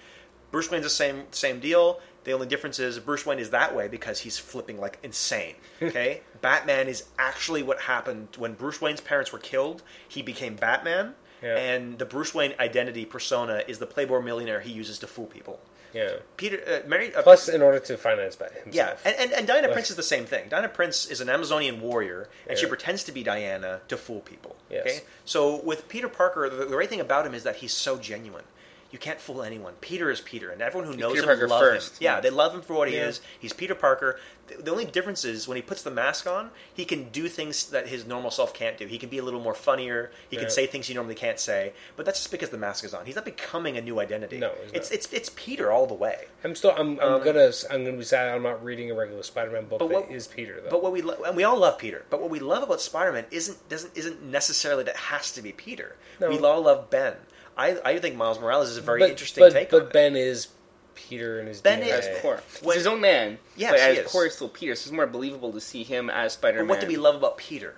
[SPEAKER 3] Bruce Wayne's the same same deal. The only difference is Bruce Wayne is that way because he's flipping like insane. Okay, Batman is actually what happened when Bruce Wayne's parents were killed. He became Batman,
[SPEAKER 1] Yeah.
[SPEAKER 3] and the Bruce Wayne identity persona is the playboy millionaire he uses to fool people.
[SPEAKER 1] Yeah.
[SPEAKER 3] Peter uh, Mary uh,
[SPEAKER 1] Plus, in order to finance that
[SPEAKER 3] yeah,
[SPEAKER 1] himself.
[SPEAKER 3] and, and, and Diana
[SPEAKER 1] Plus-
[SPEAKER 3] Prince is the same thing. Diana Prince is an Amazonian warrior, and she
[SPEAKER 1] Yeah.
[SPEAKER 3] pretends to be Diana to fool people.
[SPEAKER 1] Yes.
[SPEAKER 3] Okay, so with Peter Parker, the, the great thing about him is that he's so genuine. You can't fool anyone. Peter is Peter, and everyone who knows
[SPEAKER 2] Peter
[SPEAKER 3] him
[SPEAKER 2] Parker
[SPEAKER 3] loves him.
[SPEAKER 2] first,
[SPEAKER 3] Yeah,
[SPEAKER 2] yeah.
[SPEAKER 3] they love him for what he
[SPEAKER 1] Yeah.
[SPEAKER 3] is. He's Peter Parker. The, the only difference is when he puts the mask on, he can do things that his normal self can't do. He can be a little more funnier. He
[SPEAKER 1] Yeah.
[SPEAKER 3] can say things he normally can't say. But that's just because the mask is on. He's not becoming a new identity.
[SPEAKER 1] No, he's
[SPEAKER 3] it's
[SPEAKER 1] not.
[SPEAKER 3] it's it's Peter all the way.
[SPEAKER 1] I'm still. I'm. I'm gonna. s- I'm gonna be sad. I'm not reading a regular Spider-Man book.
[SPEAKER 3] Um, But
[SPEAKER 1] That
[SPEAKER 3] what-
[SPEAKER 1] is Peter though?
[SPEAKER 3] But what we lo- and we all love Peter. But what we love about Spider-Man isn't doesn't isn't necessarily that it has to be Peter.
[SPEAKER 1] No.
[SPEAKER 3] We all love Ben. I, I think Miles Morales is a very
[SPEAKER 1] But-
[SPEAKER 3] interesting
[SPEAKER 1] but,
[SPEAKER 3] take
[SPEAKER 1] But
[SPEAKER 3] on it.
[SPEAKER 1] Ben is Peter and his
[SPEAKER 3] Ben
[SPEAKER 1] DNA.
[SPEAKER 2] As
[SPEAKER 3] is Yeah.
[SPEAKER 2] core, he's
[SPEAKER 3] When-
[SPEAKER 2] his own man.
[SPEAKER 3] Yes,
[SPEAKER 2] but
[SPEAKER 3] he
[SPEAKER 2] as
[SPEAKER 3] is.
[SPEAKER 2] core, he's still Peter. So it's more believable to see him as Spider Man.
[SPEAKER 3] But what do we love about Peter?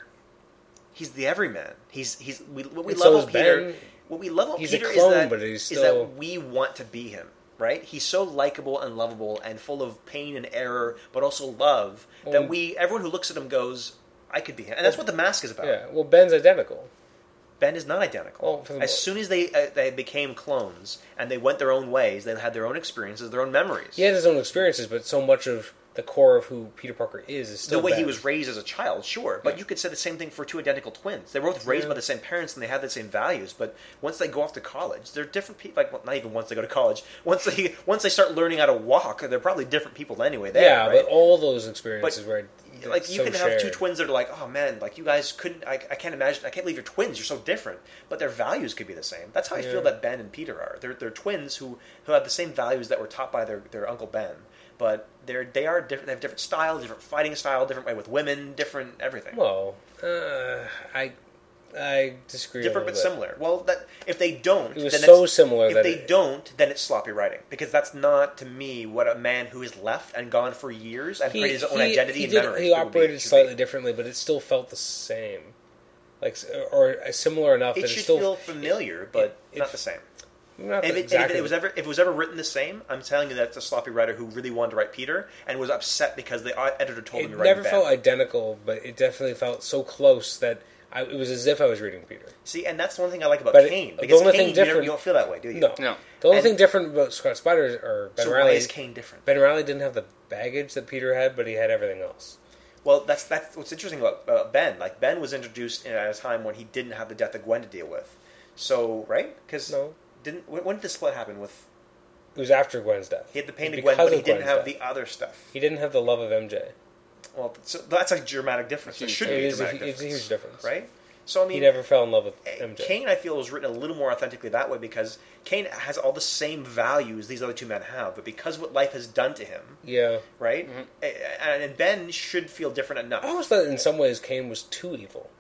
[SPEAKER 3] He's the everyman. He's he's we, what we
[SPEAKER 1] And
[SPEAKER 3] love
[SPEAKER 1] so
[SPEAKER 3] about
[SPEAKER 1] is
[SPEAKER 3] Peter.
[SPEAKER 1] Ben.
[SPEAKER 3] What we love about
[SPEAKER 1] He's a
[SPEAKER 3] Peter
[SPEAKER 1] clone,
[SPEAKER 3] is that
[SPEAKER 1] but he's
[SPEAKER 3] is
[SPEAKER 1] still-
[SPEAKER 3] that we want to be him, right? He's so likable and lovable and full of pain and error, but also love
[SPEAKER 1] Well-
[SPEAKER 3] that we everyone who looks at him goes, "I could be him," and that's what the mask is about.
[SPEAKER 1] Yeah. Well, Ben's identical.
[SPEAKER 3] Ben is not identical.
[SPEAKER 1] Well, Oh, for the
[SPEAKER 3] as
[SPEAKER 1] most-
[SPEAKER 3] soon as they uh, they became clones and they went their own ways, they had their own experiences, their own memories.
[SPEAKER 1] He has his own experiences, but so much of the core of who Peter Parker is is
[SPEAKER 3] the
[SPEAKER 1] still
[SPEAKER 3] way he
[SPEAKER 1] Ben.
[SPEAKER 3] was raised as a child, sure, but you could say the same thing for two identical twins. They were both raised
[SPEAKER 1] Yeah.
[SPEAKER 3] by the same parents and they have the same values, but once they go off to college, they're different people. Like well, not even once they go to college, once they once they start learning how to walk, they're probably different people anyway. There,
[SPEAKER 1] Yeah,
[SPEAKER 3] right?
[SPEAKER 1] but all those experiences
[SPEAKER 3] But,
[SPEAKER 1] were they're
[SPEAKER 3] like you
[SPEAKER 1] so
[SPEAKER 3] can have two
[SPEAKER 1] shared.
[SPEAKER 3] twins that are like, oh man, like you guys couldn't. I, I can't imagine. I can't believe you're twins. You're so different, but their values could be the same. That's how I
[SPEAKER 1] Yeah.
[SPEAKER 3] feel that Ben and Peter are. They're they're twins who who have the same values that were taught by their, their uncle Ben, but they're they are different. They have different style, different fighting style, different way with women, different everything.
[SPEAKER 1] Well, uh, I I disagree.
[SPEAKER 3] different
[SPEAKER 1] a
[SPEAKER 3] but
[SPEAKER 1] little bit.
[SPEAKER 3] similar. Well, that if they don't,
[SPEAKER 1] It was
[SPEAKER 3] then
[SPEAKER 1] so
[SPEAKER 3] it's-
[SPEAKER 1] similar
[SPEAKER 3] If
[SPEAKER 1] that
[SPEAKER 3] they
[SPEAKER 1] it-
[SPEAKER 3] don't, then it's sloppy writing because that's not to me what a man who is left and gone for years and created his own identity
[SPEAKER 1] he
[SPEAKER 3] and
[SPEAKER 1] did-
[SPEAKER 3] memories
[SPEAKER 1] He
[SPEAKER 3] that would be-
[SPEAKER 1] operated
[SPEAKER 3] should be.
[SPEAKER 1] slightly differently, but it still felt the same, like s- or uh, similar enough
[SPEAKER 3] It
[SPEAKER 1] that it
[SPEAKER 3] should
[SPEAKER 1] still
[SPEAKER 3] feel familiar, but
[SPEAKER 1] it-
[SPEAKER 3] not
[SPEAKER 1] it-
[SPEAKER 3] the same.
[SPEAKER 1] not
[SPEAKER 3] If it,
[SPEAKER 1] exactly.
[SPEAKER 3] if it was ever if it was ever written the same, I'm telling you that's a sloppy writer who really wanted to write Peter and was upset because the uh, editor told
[SPEAKER 1] it
[SPEAKER 3] him to write
[SPEAKER 1] never
[SPEAKER 3] Ben.
[SPEAKER 1] felt identical, but it definitely felt so close that I, it was as if I was reading Peter.
[SPEAKER 3] See, and that's one thing I like about
[SPEAKER 1] But it-
[SPEAKER 3] Kane
[SPEAKER 1] the
[SPEAKER 3] because
[SPEAKER 1] only
[SPEAKER 3] Kane
[SPEAKER 1] thing
[SPEAKER 3] you, never-
[SPEAKER 1] different-
[SPEAKER 3] you don't feel that way, do you?
[SPEAKER 1] No,
[SPEAKER 2] No.
[SPEAKER 1] The only
[SPEAKER 3] And-
[SPEAKER 1] thing different about Scott Spider or Ben
[SPEAKER 3] So why
[SPEAKER 1] Reilly
[SPEAKER 3] is Kane different?
[SPEAKER 1] Ben Reilly didn't have the baggage that Peter had, but he had everything else.
[SPEAKER 3] Well, that's that's what's interesting about uh, Ben. Like Ben was introduced at a time when he didn't have the death of Gwen to deal with. So right? Because
[SPEAKER 1] No.
[SPEAKER 3] didn't when, when did the split happen with?
[SPEAKER 1] It was after Gwen's death.
[SPEAKER 3] He had the pain of
[SPEAKER 1] Because
[SPEAKER 3] Gwen, but he
[SPEAKER 1] of
[SPEAKER 3] didn't
[SPEAKER 1] Gwen's
[SPEAKER 3] have
[SPEAKER 1] death.
[SPEAKER 3] the other stuff.
[SPEAKER 1] He didn't have the love of MJ.
[SPEAKER 3] Well, so that's a dramatic difference. It
[SPEAKER 2] Huge.
[SPEAKER 3] should
[SPEAKER 1] It
[SPEAKER 3] be a
[SPEAKER 1] is a,
[SPEAKER 3] dramatic
[SPEAKER 1] hu- it's a
[SPEAKER 3] difference,
[SPEAKER 1] huge difference.
[SPEAKER 3] right? So I mean,
[SPEAKER 1] He never fell in love with
[SPEAKER 3] And
[SPEAKER 1] MJ.
[SPEAKER 3] Kane, I feel, was written a little more authentically that way because Kane has all the same values these other two men have, but because what life has done to him,
[SPEAKER 1] Yeah.
[SPEAKER 3] right?
[SPEAKER 1] Mm-hmm.
[SPEAKER 3] Eh, And, and Ben should feel different enough.
[SPEAKER 1] Oh, I almost thought in some ways Kane was too evil.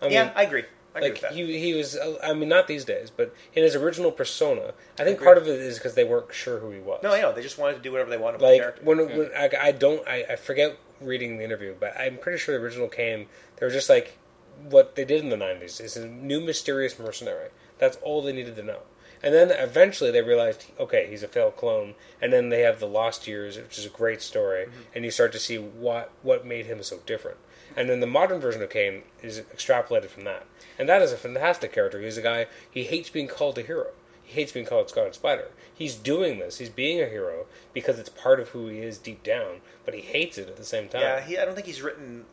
[SPEAKER 1] I mean,
[SPEAKER 3] yeah, I agree. I I agree
[SPEAKER 1] like
[SPEAKER 3] with that.
[SPEAKER 1] he, he was, uh, I mean, not these days, but in his original persona, I think
[SPEAKER 3] agree.
[SPEAKER 1] part of it is because they weren't sure who he was.
[SPEAKER 3] No, I know. They just wanted to do whatever they wanted with the
[SPEAKER 1] like
[SPEAKER 3] character.
[SPEAKER 1] when, when I, I don't I, I forget reading the interview but i'm pretty sure the original came they were just like what they did in the 90s is a new mysterious mercenary that's all they needed to know and then eventually they realized okay he's a failed clone and then they have the lost years which is a great story and you start to see what what made him so different and then the modern version of Kane is extrapolated from that. And that is a fantastic character. He's a guy, he hates being called a hero. He hates being called Scarlet Spider. He's doing this, he's being a hero because it's part of who he is deep down, but he hates it at the same time.
[SPEAKER 3] Yeah, he, I don't think he's written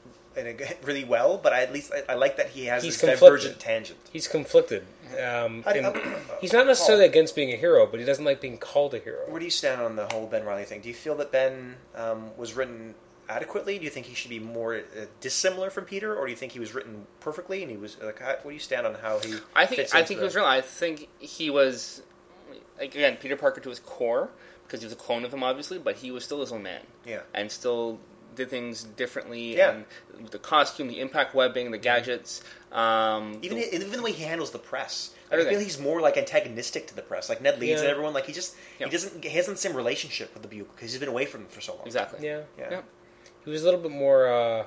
[SPEAKER 3] in a, g- really well, but I, at least I, I like that he has
[SPEAKER 1] He's
[SPEAKER 3] this
[SPEAKER 1] conflicted.
[SPEAKER 3] divergent tangent.
[SPEAKER 1] He's conflicted. Um,
[SPEAKER 3] I-
[SPEAKER 1] and
[SPEAKER 3] I-
[SPEAKER 1] he's not necessarily against being a hero, but he doesn't like being called a hero.
[SPEAKER 3] Where do you stand on the whole Ben Riley thing? Do you feel that Ben um, was written adequately? Do you think he should be more uh, dissimilar from Peter, or do you think he was written perfectly? And he was like, how, what do you stand on how he?
[SPEAKER 2] I think
[SPEAKER 3] fits
[SPEAKER 2] I
[SPEAKER 3] into
[SPEAKER 2] think
[SPEAKER 3] the-
[SPEAKER 2] he was real. I think he was like again Peter Parker to his core because he was a clone of him, obviously, but he was still his own man.
[SPEAKER 3] Yeah.
[SPEAKER 2] and still did things differently.
[SPEAKER 3] Yeah.
[SPEAKER 2] and the costume, the impact webbing, the gadgets. Um,
[SPEAKER 3] Even
[SPEAKER 2] the-
[SPEAKER 3] even the way he handles the press, I
[SPEAKER 2] Everything.
[SPEAKER 3] feel he's more like antagonistic to the press, like Ned Leeds
[SPEAKER 1] Yeah.
[SPEAKER 3] and everyone. Like he just
[SPEAKER 2] Yeah.
[SPEAKER 3] he doesn't he hasn't the same relationship with the Bugle because he's been away from them for so long.
[SPEAKER 2] exactly.
[SPEAKER 1] Yeah.
[SPEAKER 3] Yeah.
[SPEAKER 2] Yeah.
[SPEAKER 1] He was a little bit more. Uh,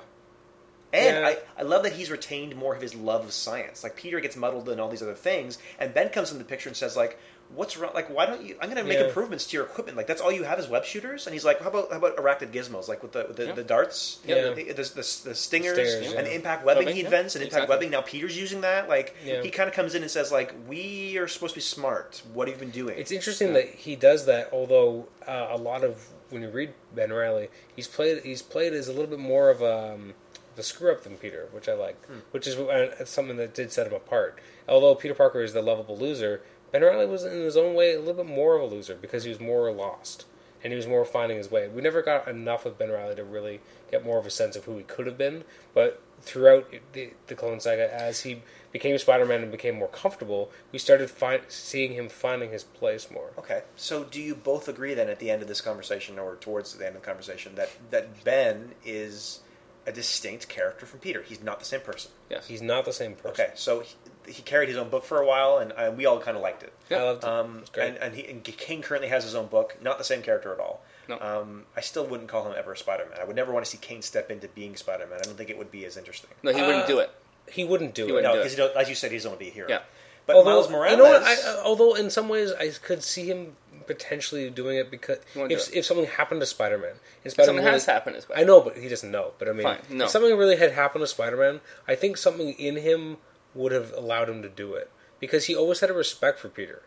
[SPEAKER 3] And
[SPEAKER 1] Yeah.
[SPEAKER 3] I, I love that he's retained more of his love of science. Like Peter gets muddled in all these other things, and Ben comes in the picture and says, like, what's wrong? Like, why don't you? I'm going to make
[SPEAKER 1] Yeah.
[SPEAKER 3] improvements to your equipment. Like, that's all you have is web shooters. And he's like, how about how about arachnid gizmos? Like with the with the,
[SPEAKER 2] Yeah.
[SPEAKER 3] the darts,
[SPEAKER 1] Yeah.
[SPEAKER 3] the, the, the, the stingers,
[SPEAKER 1] Stingers,
[SPEAKER 3] and
[SPEAKER 1] yeah.
[SPEAKER 3] the impact webbing
[SPEAKER 2] Webbing,
[SPEAKER 3] he
[SPEAKER 2] yeah.
[SPEAKER 3] invents, and impact
[SPEAKER 2] Exactly.
[SPEAKER 3] webbing. Now Peter's using that. Like,
[SPEAKER 1] Yeah.
[SPEAKER 3] he kind of comes in and says, like, we are supposed to be smart. What have you been doing?
[SPEAKER 1] It's interesting that he does that. Although uh, a lot of when you read Ben Riley, he's played he's played as a little bit more of a, um, the screw up than Peter, which I like, which is uh, something that did set him apart. Although Peter Parker is the lovable loser, Ben Riley was in his own way a little bit more of a loser because he was more lost and he was more finding his way. We never got enough of Ben Riley to really get more of a sense of who he could have been, but throughout the, the Clone Saga, as he became Spider-Man and became more comfortable, we started fi- seeing him finding his place more.
[SPEAKER 3] Okay, so do you both agree then at the end of this conversation, or towards the end of the conversation, that that Ben is a distinct character from Peter? He's not the same person.
[SPEAKER 2] Yes.
[SPEAKER 1] He's not the same person.
[SPEAKER 3] Okay, so he, he carried his own book for a while, and uh, we all kind of liked it.
[SPEAKER 1] I loved it.
[SPEAKER 3] Um,
[SPEAKER 1] It's great.
[SPEAKER 3] and, and, he, and King currently has his own book. Not the same character at all.
[SPEAKER 2] No.
[SPEAKER 3] Um, I still wouldn't call him ever a Spider-Man. I would never want to see Kane step into being Spider-Man. I don't think it would be as interesting.
[SPEAKER 2] No, he
[SPEAKER 1] Uh,
[SPEAKER 2] wouldn't do it.
[SPEAKER 1] he wouldn't do
[SPEAKER 2] He
[SPEAKER 1] it.
[SPEAKER 2] wouldn't
[SPEAKER 3] No,
[SPEAKER 2] do it.
[SPEAKER 3] because he don't- as you said, he doesn't want to be a hero.
[SPEAKER 2] Yeah.
[SPEAKER 3] But Miles Morales.
[SPEAKER 1] You know what? I, uh, although in some ways I could see him potentially doing it because
[SPEAKER 2] He won't do
[SPEAKER 1] if,
[SPEAKER 2] it.
[SPEAKER 1] if something happened to Spider-Man, and Spider-Man
[SPEAKER 2] Something
[SPEAKER 1] really-
[SPEAKER 2] has happened as well.
[SPEAKER 1] I know, but he doesn't know. But I mean,
[SPEAKER 2] Fine, no.
[SPEAKER 1] if something really had happened to Spider-Man, I think something in him would have allowed him to do it because he always had a respect for Peter,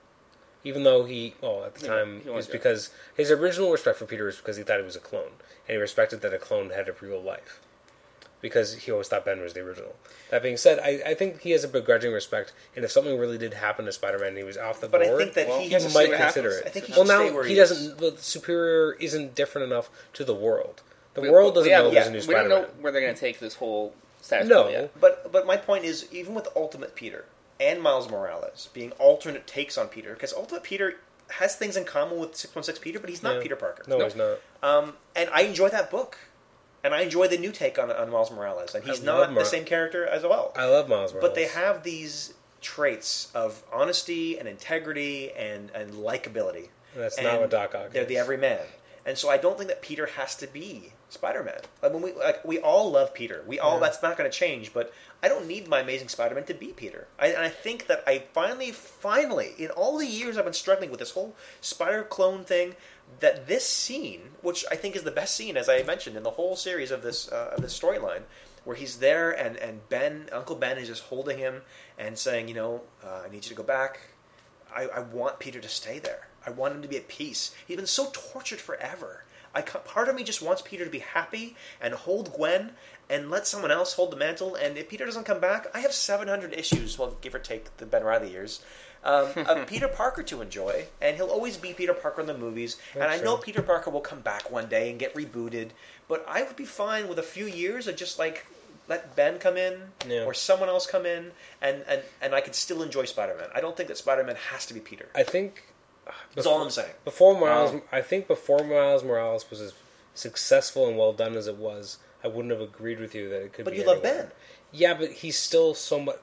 [SPEAKER 1] even though he, well, at the time,
[SPEAKER 2] he
[SPEAKER 1] it was
[SPEAKER 2] wanted to.
[SPEAKER 1] because his original respect for Peter was because he thought he was a clone, and he respected that a clone had a real life because he always thought Ben was the original. That being said, I, I think he has a begrudging respect, and if something really did happen to Spider-Man and he was off the
[SPEAKER 3] But I
[SPEAKER 1] board,
[SPEAKER 3] think that
[SPEAKER 2] Well,
[SPEAKER 3] he,
[SPEAKER 2] he
[SPEAKER 3] has
[SPEAKER 1] might
[SPEAKER 3] to see what
[SPEAKER 1] consider
[SPEAKER 3] happens.
[SPEAKER 1] it.
[SPEAKER 3] I think he
[SPEAKER 1] well,
[SPEAKER 3] should
[SPEAKER 1] now
[SPEAKER 3] stay where
[SPEAKER 1] he
[SPEAKER 3] is.
[SPEAKER 1] doesn't. The Superior isn't different enough to the world. The
[SPEAKER 2] We-
[SPEAKER 1] world
[SPEAKER 2] we
[SPEAKER 1] doesn't
[SPEAKER 2] have-
[SPEAKER 1] know there's
[SPEAKER 3] yeah,
[SPEAKER 1] a new
[SPEAKER 2] We don't know
[SPEAKER 1] Spider-Man.
[SPEAKER 2] where they're going to take this whole status
[SPEAKER 1] No.
[SPEAKER 2] quo yet.
[SPEAKER 3] But but my point is, even with Ultimate Peter and Miles Morales being alternate takes on Peter, because Ultimate Peter has things in common with Six One Six Peter, but he's not
[SPEAKER 1] Yeah.
[SPEAKER 3] Peter Parker.
[SPEAKER 1] No,
[SPEAKER 2] No.
[SPEAKER 1] he's not.
[SPEAKER 3] Um, and I enjoy that book, and I enjoy the new take on on Miles Morales, and he's
[SPEAKER 1] I love
[SPEAKER 3] not
[SPEAKER 1] Mor-
[SPEAKER 3] the same character as well.
[SPEAKER 1] I love Miles Morales.
[SPEAKER 3] But they have these traits of honesty and integrity and and likability.
[SPEAKER 1] That's
[SPEAKER 3] And
[SPEAKER 1] not what Doc Ock
[SPEAKER 3] They're
[SPEAKER 1] is.
[SPEAKER 3] the everyman. And so I don't think that Peter has to be Spider-Man. Like when we like we all love Peter. We all
[SPEAKER 1] Yeah.
[SPEAKER 3] that's not going to change, but I don't need my amazing Spider-Man to be Peter. I, and I think that I finally finally in all the years I've been struggling with this whole spider clone thing that this scene, which I think is the best scene as I mentioned in the whole series of this uh, of this storyline where he's there and and Ben, Uncle Ben is just holding him and saying, you know, uh, I need you to go back. I, I want Peter to stay there. I want him to be at peace. He's been so tortured forever. I ca- part of me just wants Peter to be happy and hold Gwen and let someone else hold the mantle. And if Peter doesn't come back, I have 700 issues, well, give or take the Ben Riley years, um, of Peter Parker to enjoy. And he'll always be Peter Parker in the movies. and I
[SPEAKER 1] That's
[SPEAKER 3] know
[SPEAKER 1] right.
[SPEAKER 3] Peter Parker will come back one day and get rebooted. But I would be fine with a few years of just like let Ben come in
[SPEAKER 1] Yeah.
[SPEAKER 3] or someone else come in, and, and, and I could still enjoy Spider Man. I don't think that Spider Man has to be Peter.
[SPEAKER 1] I think.
[SPEAKER 3] That's all I'm saying. Um,
[SPEAKER 1] Before Miles,
[SPEAKER 2] Wow.
[SPEAKER 1] I think before Miles Morales was as successful and well done as it was, I wouldn't have agreed with you that it could.
[SPEAKER 3] But
[SPEAKER 1] be
[SPEAKER 3] you love
[SPEAKER 1] anyone.
[SPEAKER 3] Ben.
[SPEAKER 1] Yeah, but he's still so much.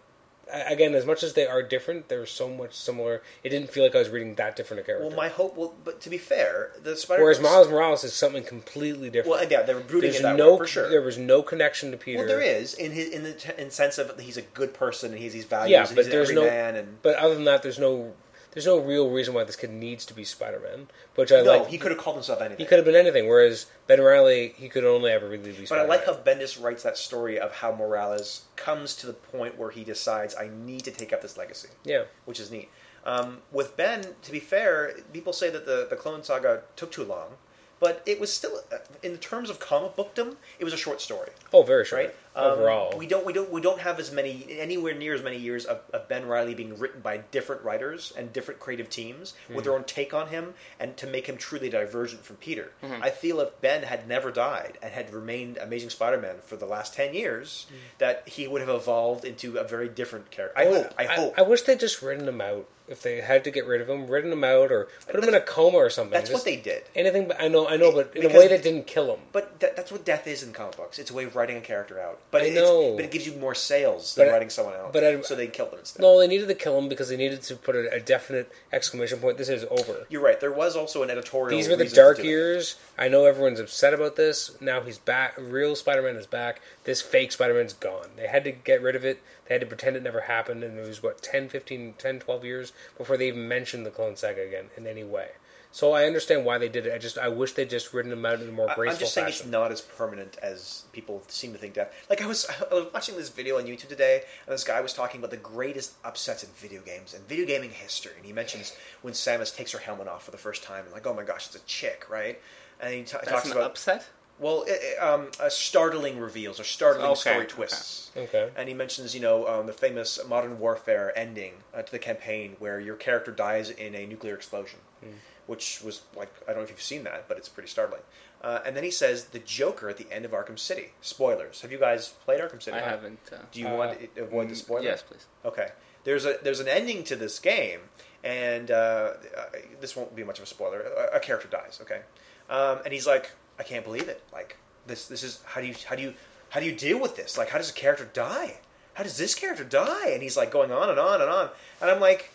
[SPEAKER 1] a- again, as much as they are different, there was so much similar. It didn't feel like I was reading that different a character.
[SPEAKER 3] Well, my hope. Well, but to be fair, the Spider.
[SPEAKER 1] Whereas Miles Morales is something completely different.
[SPEAKER 3] Well, and yeah, they were brooding
[SPEAKER 1] There's
[SPEAKER 3] it that
[SPEAKER 1] no,
[SPEAKER 3] way for sure.
[SPEAKER 1] There was no connection to Peter.
[SPEAKER 3] well, there is in his in the t- in sense of he's a good person and he's these values.
[SPEAKER 1] Yeah,
[SPEAKER 3] and
[SPEAKER 1] but
[SPEAKER 3] he's
[SPEAKER 1] there's
[SPEAKER 3] an
[SPEAKER 1] no.
[SPEAKER 3] everyman and
[SPEAKER 1] But other than that, there's no. There's no real reason why this kid needs to be Spider-Man. Which I
[SPEAKER 3] no,
[SPEAKER 1] like.
[SPEAKER 3] he could have called himself anything.
[SPEAKER 1] He could have been anything. Whereas Ben Riley, he could only ever really be.
[SPEAKER 3] But I
[SPEAKER 1] Spider-Man.
[SPEAKER 3] like how Bendis writes that story of how Morales comes to the point where he decides I need to take up this legacy,
[SPEAKER 1] Yeah.
[SPEAKER 3] which is neat. Um, with Ben, to be fair, people say that the the Clone Saga took too long, but it was still, uh, in terms of comic bookdom, it was a short story.
[SPEAKER 1] Oh, very short.
[SPEAKER 3] right? Um,
[SPEAKER 1] Overall,
[SPEAKER 3] we don't we don't we don't have as many anywhere near as many years of, of Ben Riley being written by different writers and different creative teams with
[SPEAKER 1] Hmm.
[SPEAKER 3] their own take on him and to make him truly divergent from Peter.
[SPEAKER 1] Hmm.
[SPEAKER 3] I feel if Ben had never died and had remained Amazing Spider-Man for the last ten years,
[SPEAKER 1] Hmm.
[SPEAKER 3] that he would have evolved into a very different character. I hope. I hope.
[SPEAKER 1] Oh, I, wish they'd just written him out. If they had to get rid of him, written him out, or put him in a coma or something.
[SPEAKER 3] that's
[SPEAKER 1] Just
[SPEAKER 3] what they did.
[SPEAKER 1] Anything, but I know, I know, but in a
[SPEAKER 3] Because-
[SPEAKER 1] way that didn't kill him.
[SPEAKER 3] But that, that's what death is in comic books. It's a way of writing a character out. But
[SPEAKER 1] I
[SPEAKER 3] it,
[SPEAKER 1] know.
[SPEAKER 3] It's, but it gives you more sales than
[SPEAKER 1] But I-
[SPEAKER 3] writing someone else.
[SPEAKER 1] but I-
[SPEAKER 3] so they killed them instead.
[SPEAKER 1] No, they needed to kill him because they needed to put a, a definite exclamation point. This is over.
[SPEAKER 3] You're right. There was also an editorial.
[SPEAKER 1] These were the
[SPEAKER 3] reason to
[SPEAKER 1] dark
[SPEAKER 3] do it.
[SPEAKER 1] years. I know everyone's upset about this. Now he's back. Real Spider-Man is back. This fake Spider-Man's gone. They had to get rid of it. They had to pretend it never happened. And it was, what, 10, 15, 10, 12 years before they even mentioned the Clone Saga again in any way. So I understand why they did it. I just I wish they'd just written him out in a more
[SPEAKER 3] I-
[SPEAKER 1] graceful
[SPEAKER 3] I'm just saying
[SPEAKER 1] fashion.
[SPEAKER 3] it's not as permanent as people seem to think that. Like I was, I was watching this video on YouTube today, and this guy was talking about the greatest upsets in video games and video gaming history, and he mentions when Samus takes her helmet off for the first time, and like, oh my gosh, it's a chick, right? And he t-
[SPEAKER 2] That's
[SPEAKER 3] talks
[SPEAKER 2] an
[SPEAKER 3] about
[SPEAKER 2] upset.
[SPEAKER 3] well, i i- um, uh, startling reveals or startling
[SPEAKER 2] Okay,
[SPEAKER 3] story
[SPEAKER 2] okay.
[SPEAKER 3] twists.
[SPEAKER 1] Okay.
[SPEAKER 3] And he mentions, you know, um, the famous Modern Warfare ending uh, to the campaign where your character dies in a nuclear explosion,
[SPEAKER 2] Hmm.
[SPEAKER 3] which was like, I don't know if you've seen that, but it's pretty startling. Uh, and then he says, the Joker at the end of Arkham City. Spoilers. Have you guys played Arkham City?
[SPEAKER 2] I haven't. Uh,
[SPEAKER 3] Do you
[SPEAKER 1] Uh,
[SPEAKER 3] want to avoid the spoilers?
[SPEAKER 2] Yes, please.
[SPEAKER 3] Okay. There's a there's an ending to this game, and uh, uh, this won't be much of a spoiler. A, a character dies, okay, um, and he's like, I can't believe it. Like this this is how do you how do you how do you deal with this? Like how does a character die? How does this character die? And he's like going on and on and on, and I'm like,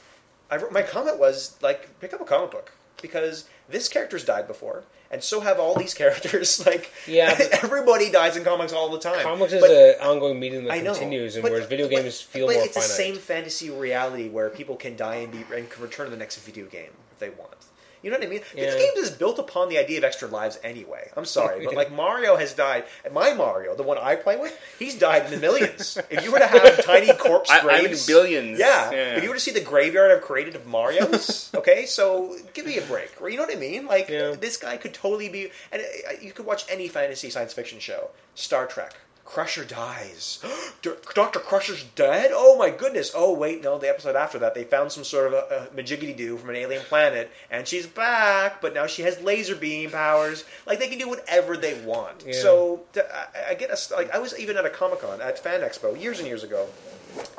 [SPEAKER 3] I wrote, my comment was like, pick up a comic book because this character's died before, and so have all these characters. Like,
[SPEAKER 1] Yeah, but-
[SPEAKER 3] everybody dies in comics all the time.
[SPEAKER 1] Comics is
[SPEAKER 3] But-
[SPEAKER 1] an ongoing medium that
[SPEAKER 3] I know.
[SPEAKER 1] continues, and
[SPEAKER 3] but-
[SPEAKER 1] whereas video
[SPEAKER 3] but-
[SPEAKER 1] games feel
[SPEAKER 3] but
[SPEAKER 1] more
[SPEAKER 3] it's
[SPEAKER 1] finite.
[SPEAKER 3] the same fantasy reality where people can die and be and can return to the next video game if they want. You know what I mean?
[SPEAKER 1] Yeah.
[SPEAKER 3] Video games is built upon the idea of extra lives anyway. I'm sorry, but like Mario has died. My Mario, the one I play with, he's died in the millions. if you were to have tiny corpse
[SPEAKER 2] I- I'm in
[SPEAKER 3] graves,
[SPEAKER 2] billions.
[SPEAKER 3] Yeah.
[SPEAKER 2] Yeah.
[SPEAKER 3] If you were to see the graveyard I've created of Mario's, okay, so give me a break. Or you know what I mean? Like
[SPEAKER 1] Yeah.
[SPEAKER 3] this guy could totally be. And uh, you could watch any fantasy science fiction show. Star Trek. Crusher dies. Doctor Crusher's dead. Oh my goodness. Oh wait, no. The episode after that, they found some sort of a, a majiggity do from an alien planet, and she's back. But now she has laser beam powers. Like they can do whatever they want.
[SPEAKER 1] Yeah.
[SPEAKER 3] So th- I, I get us. Like I was even at a Comic Con at Fan Expo years and years ago,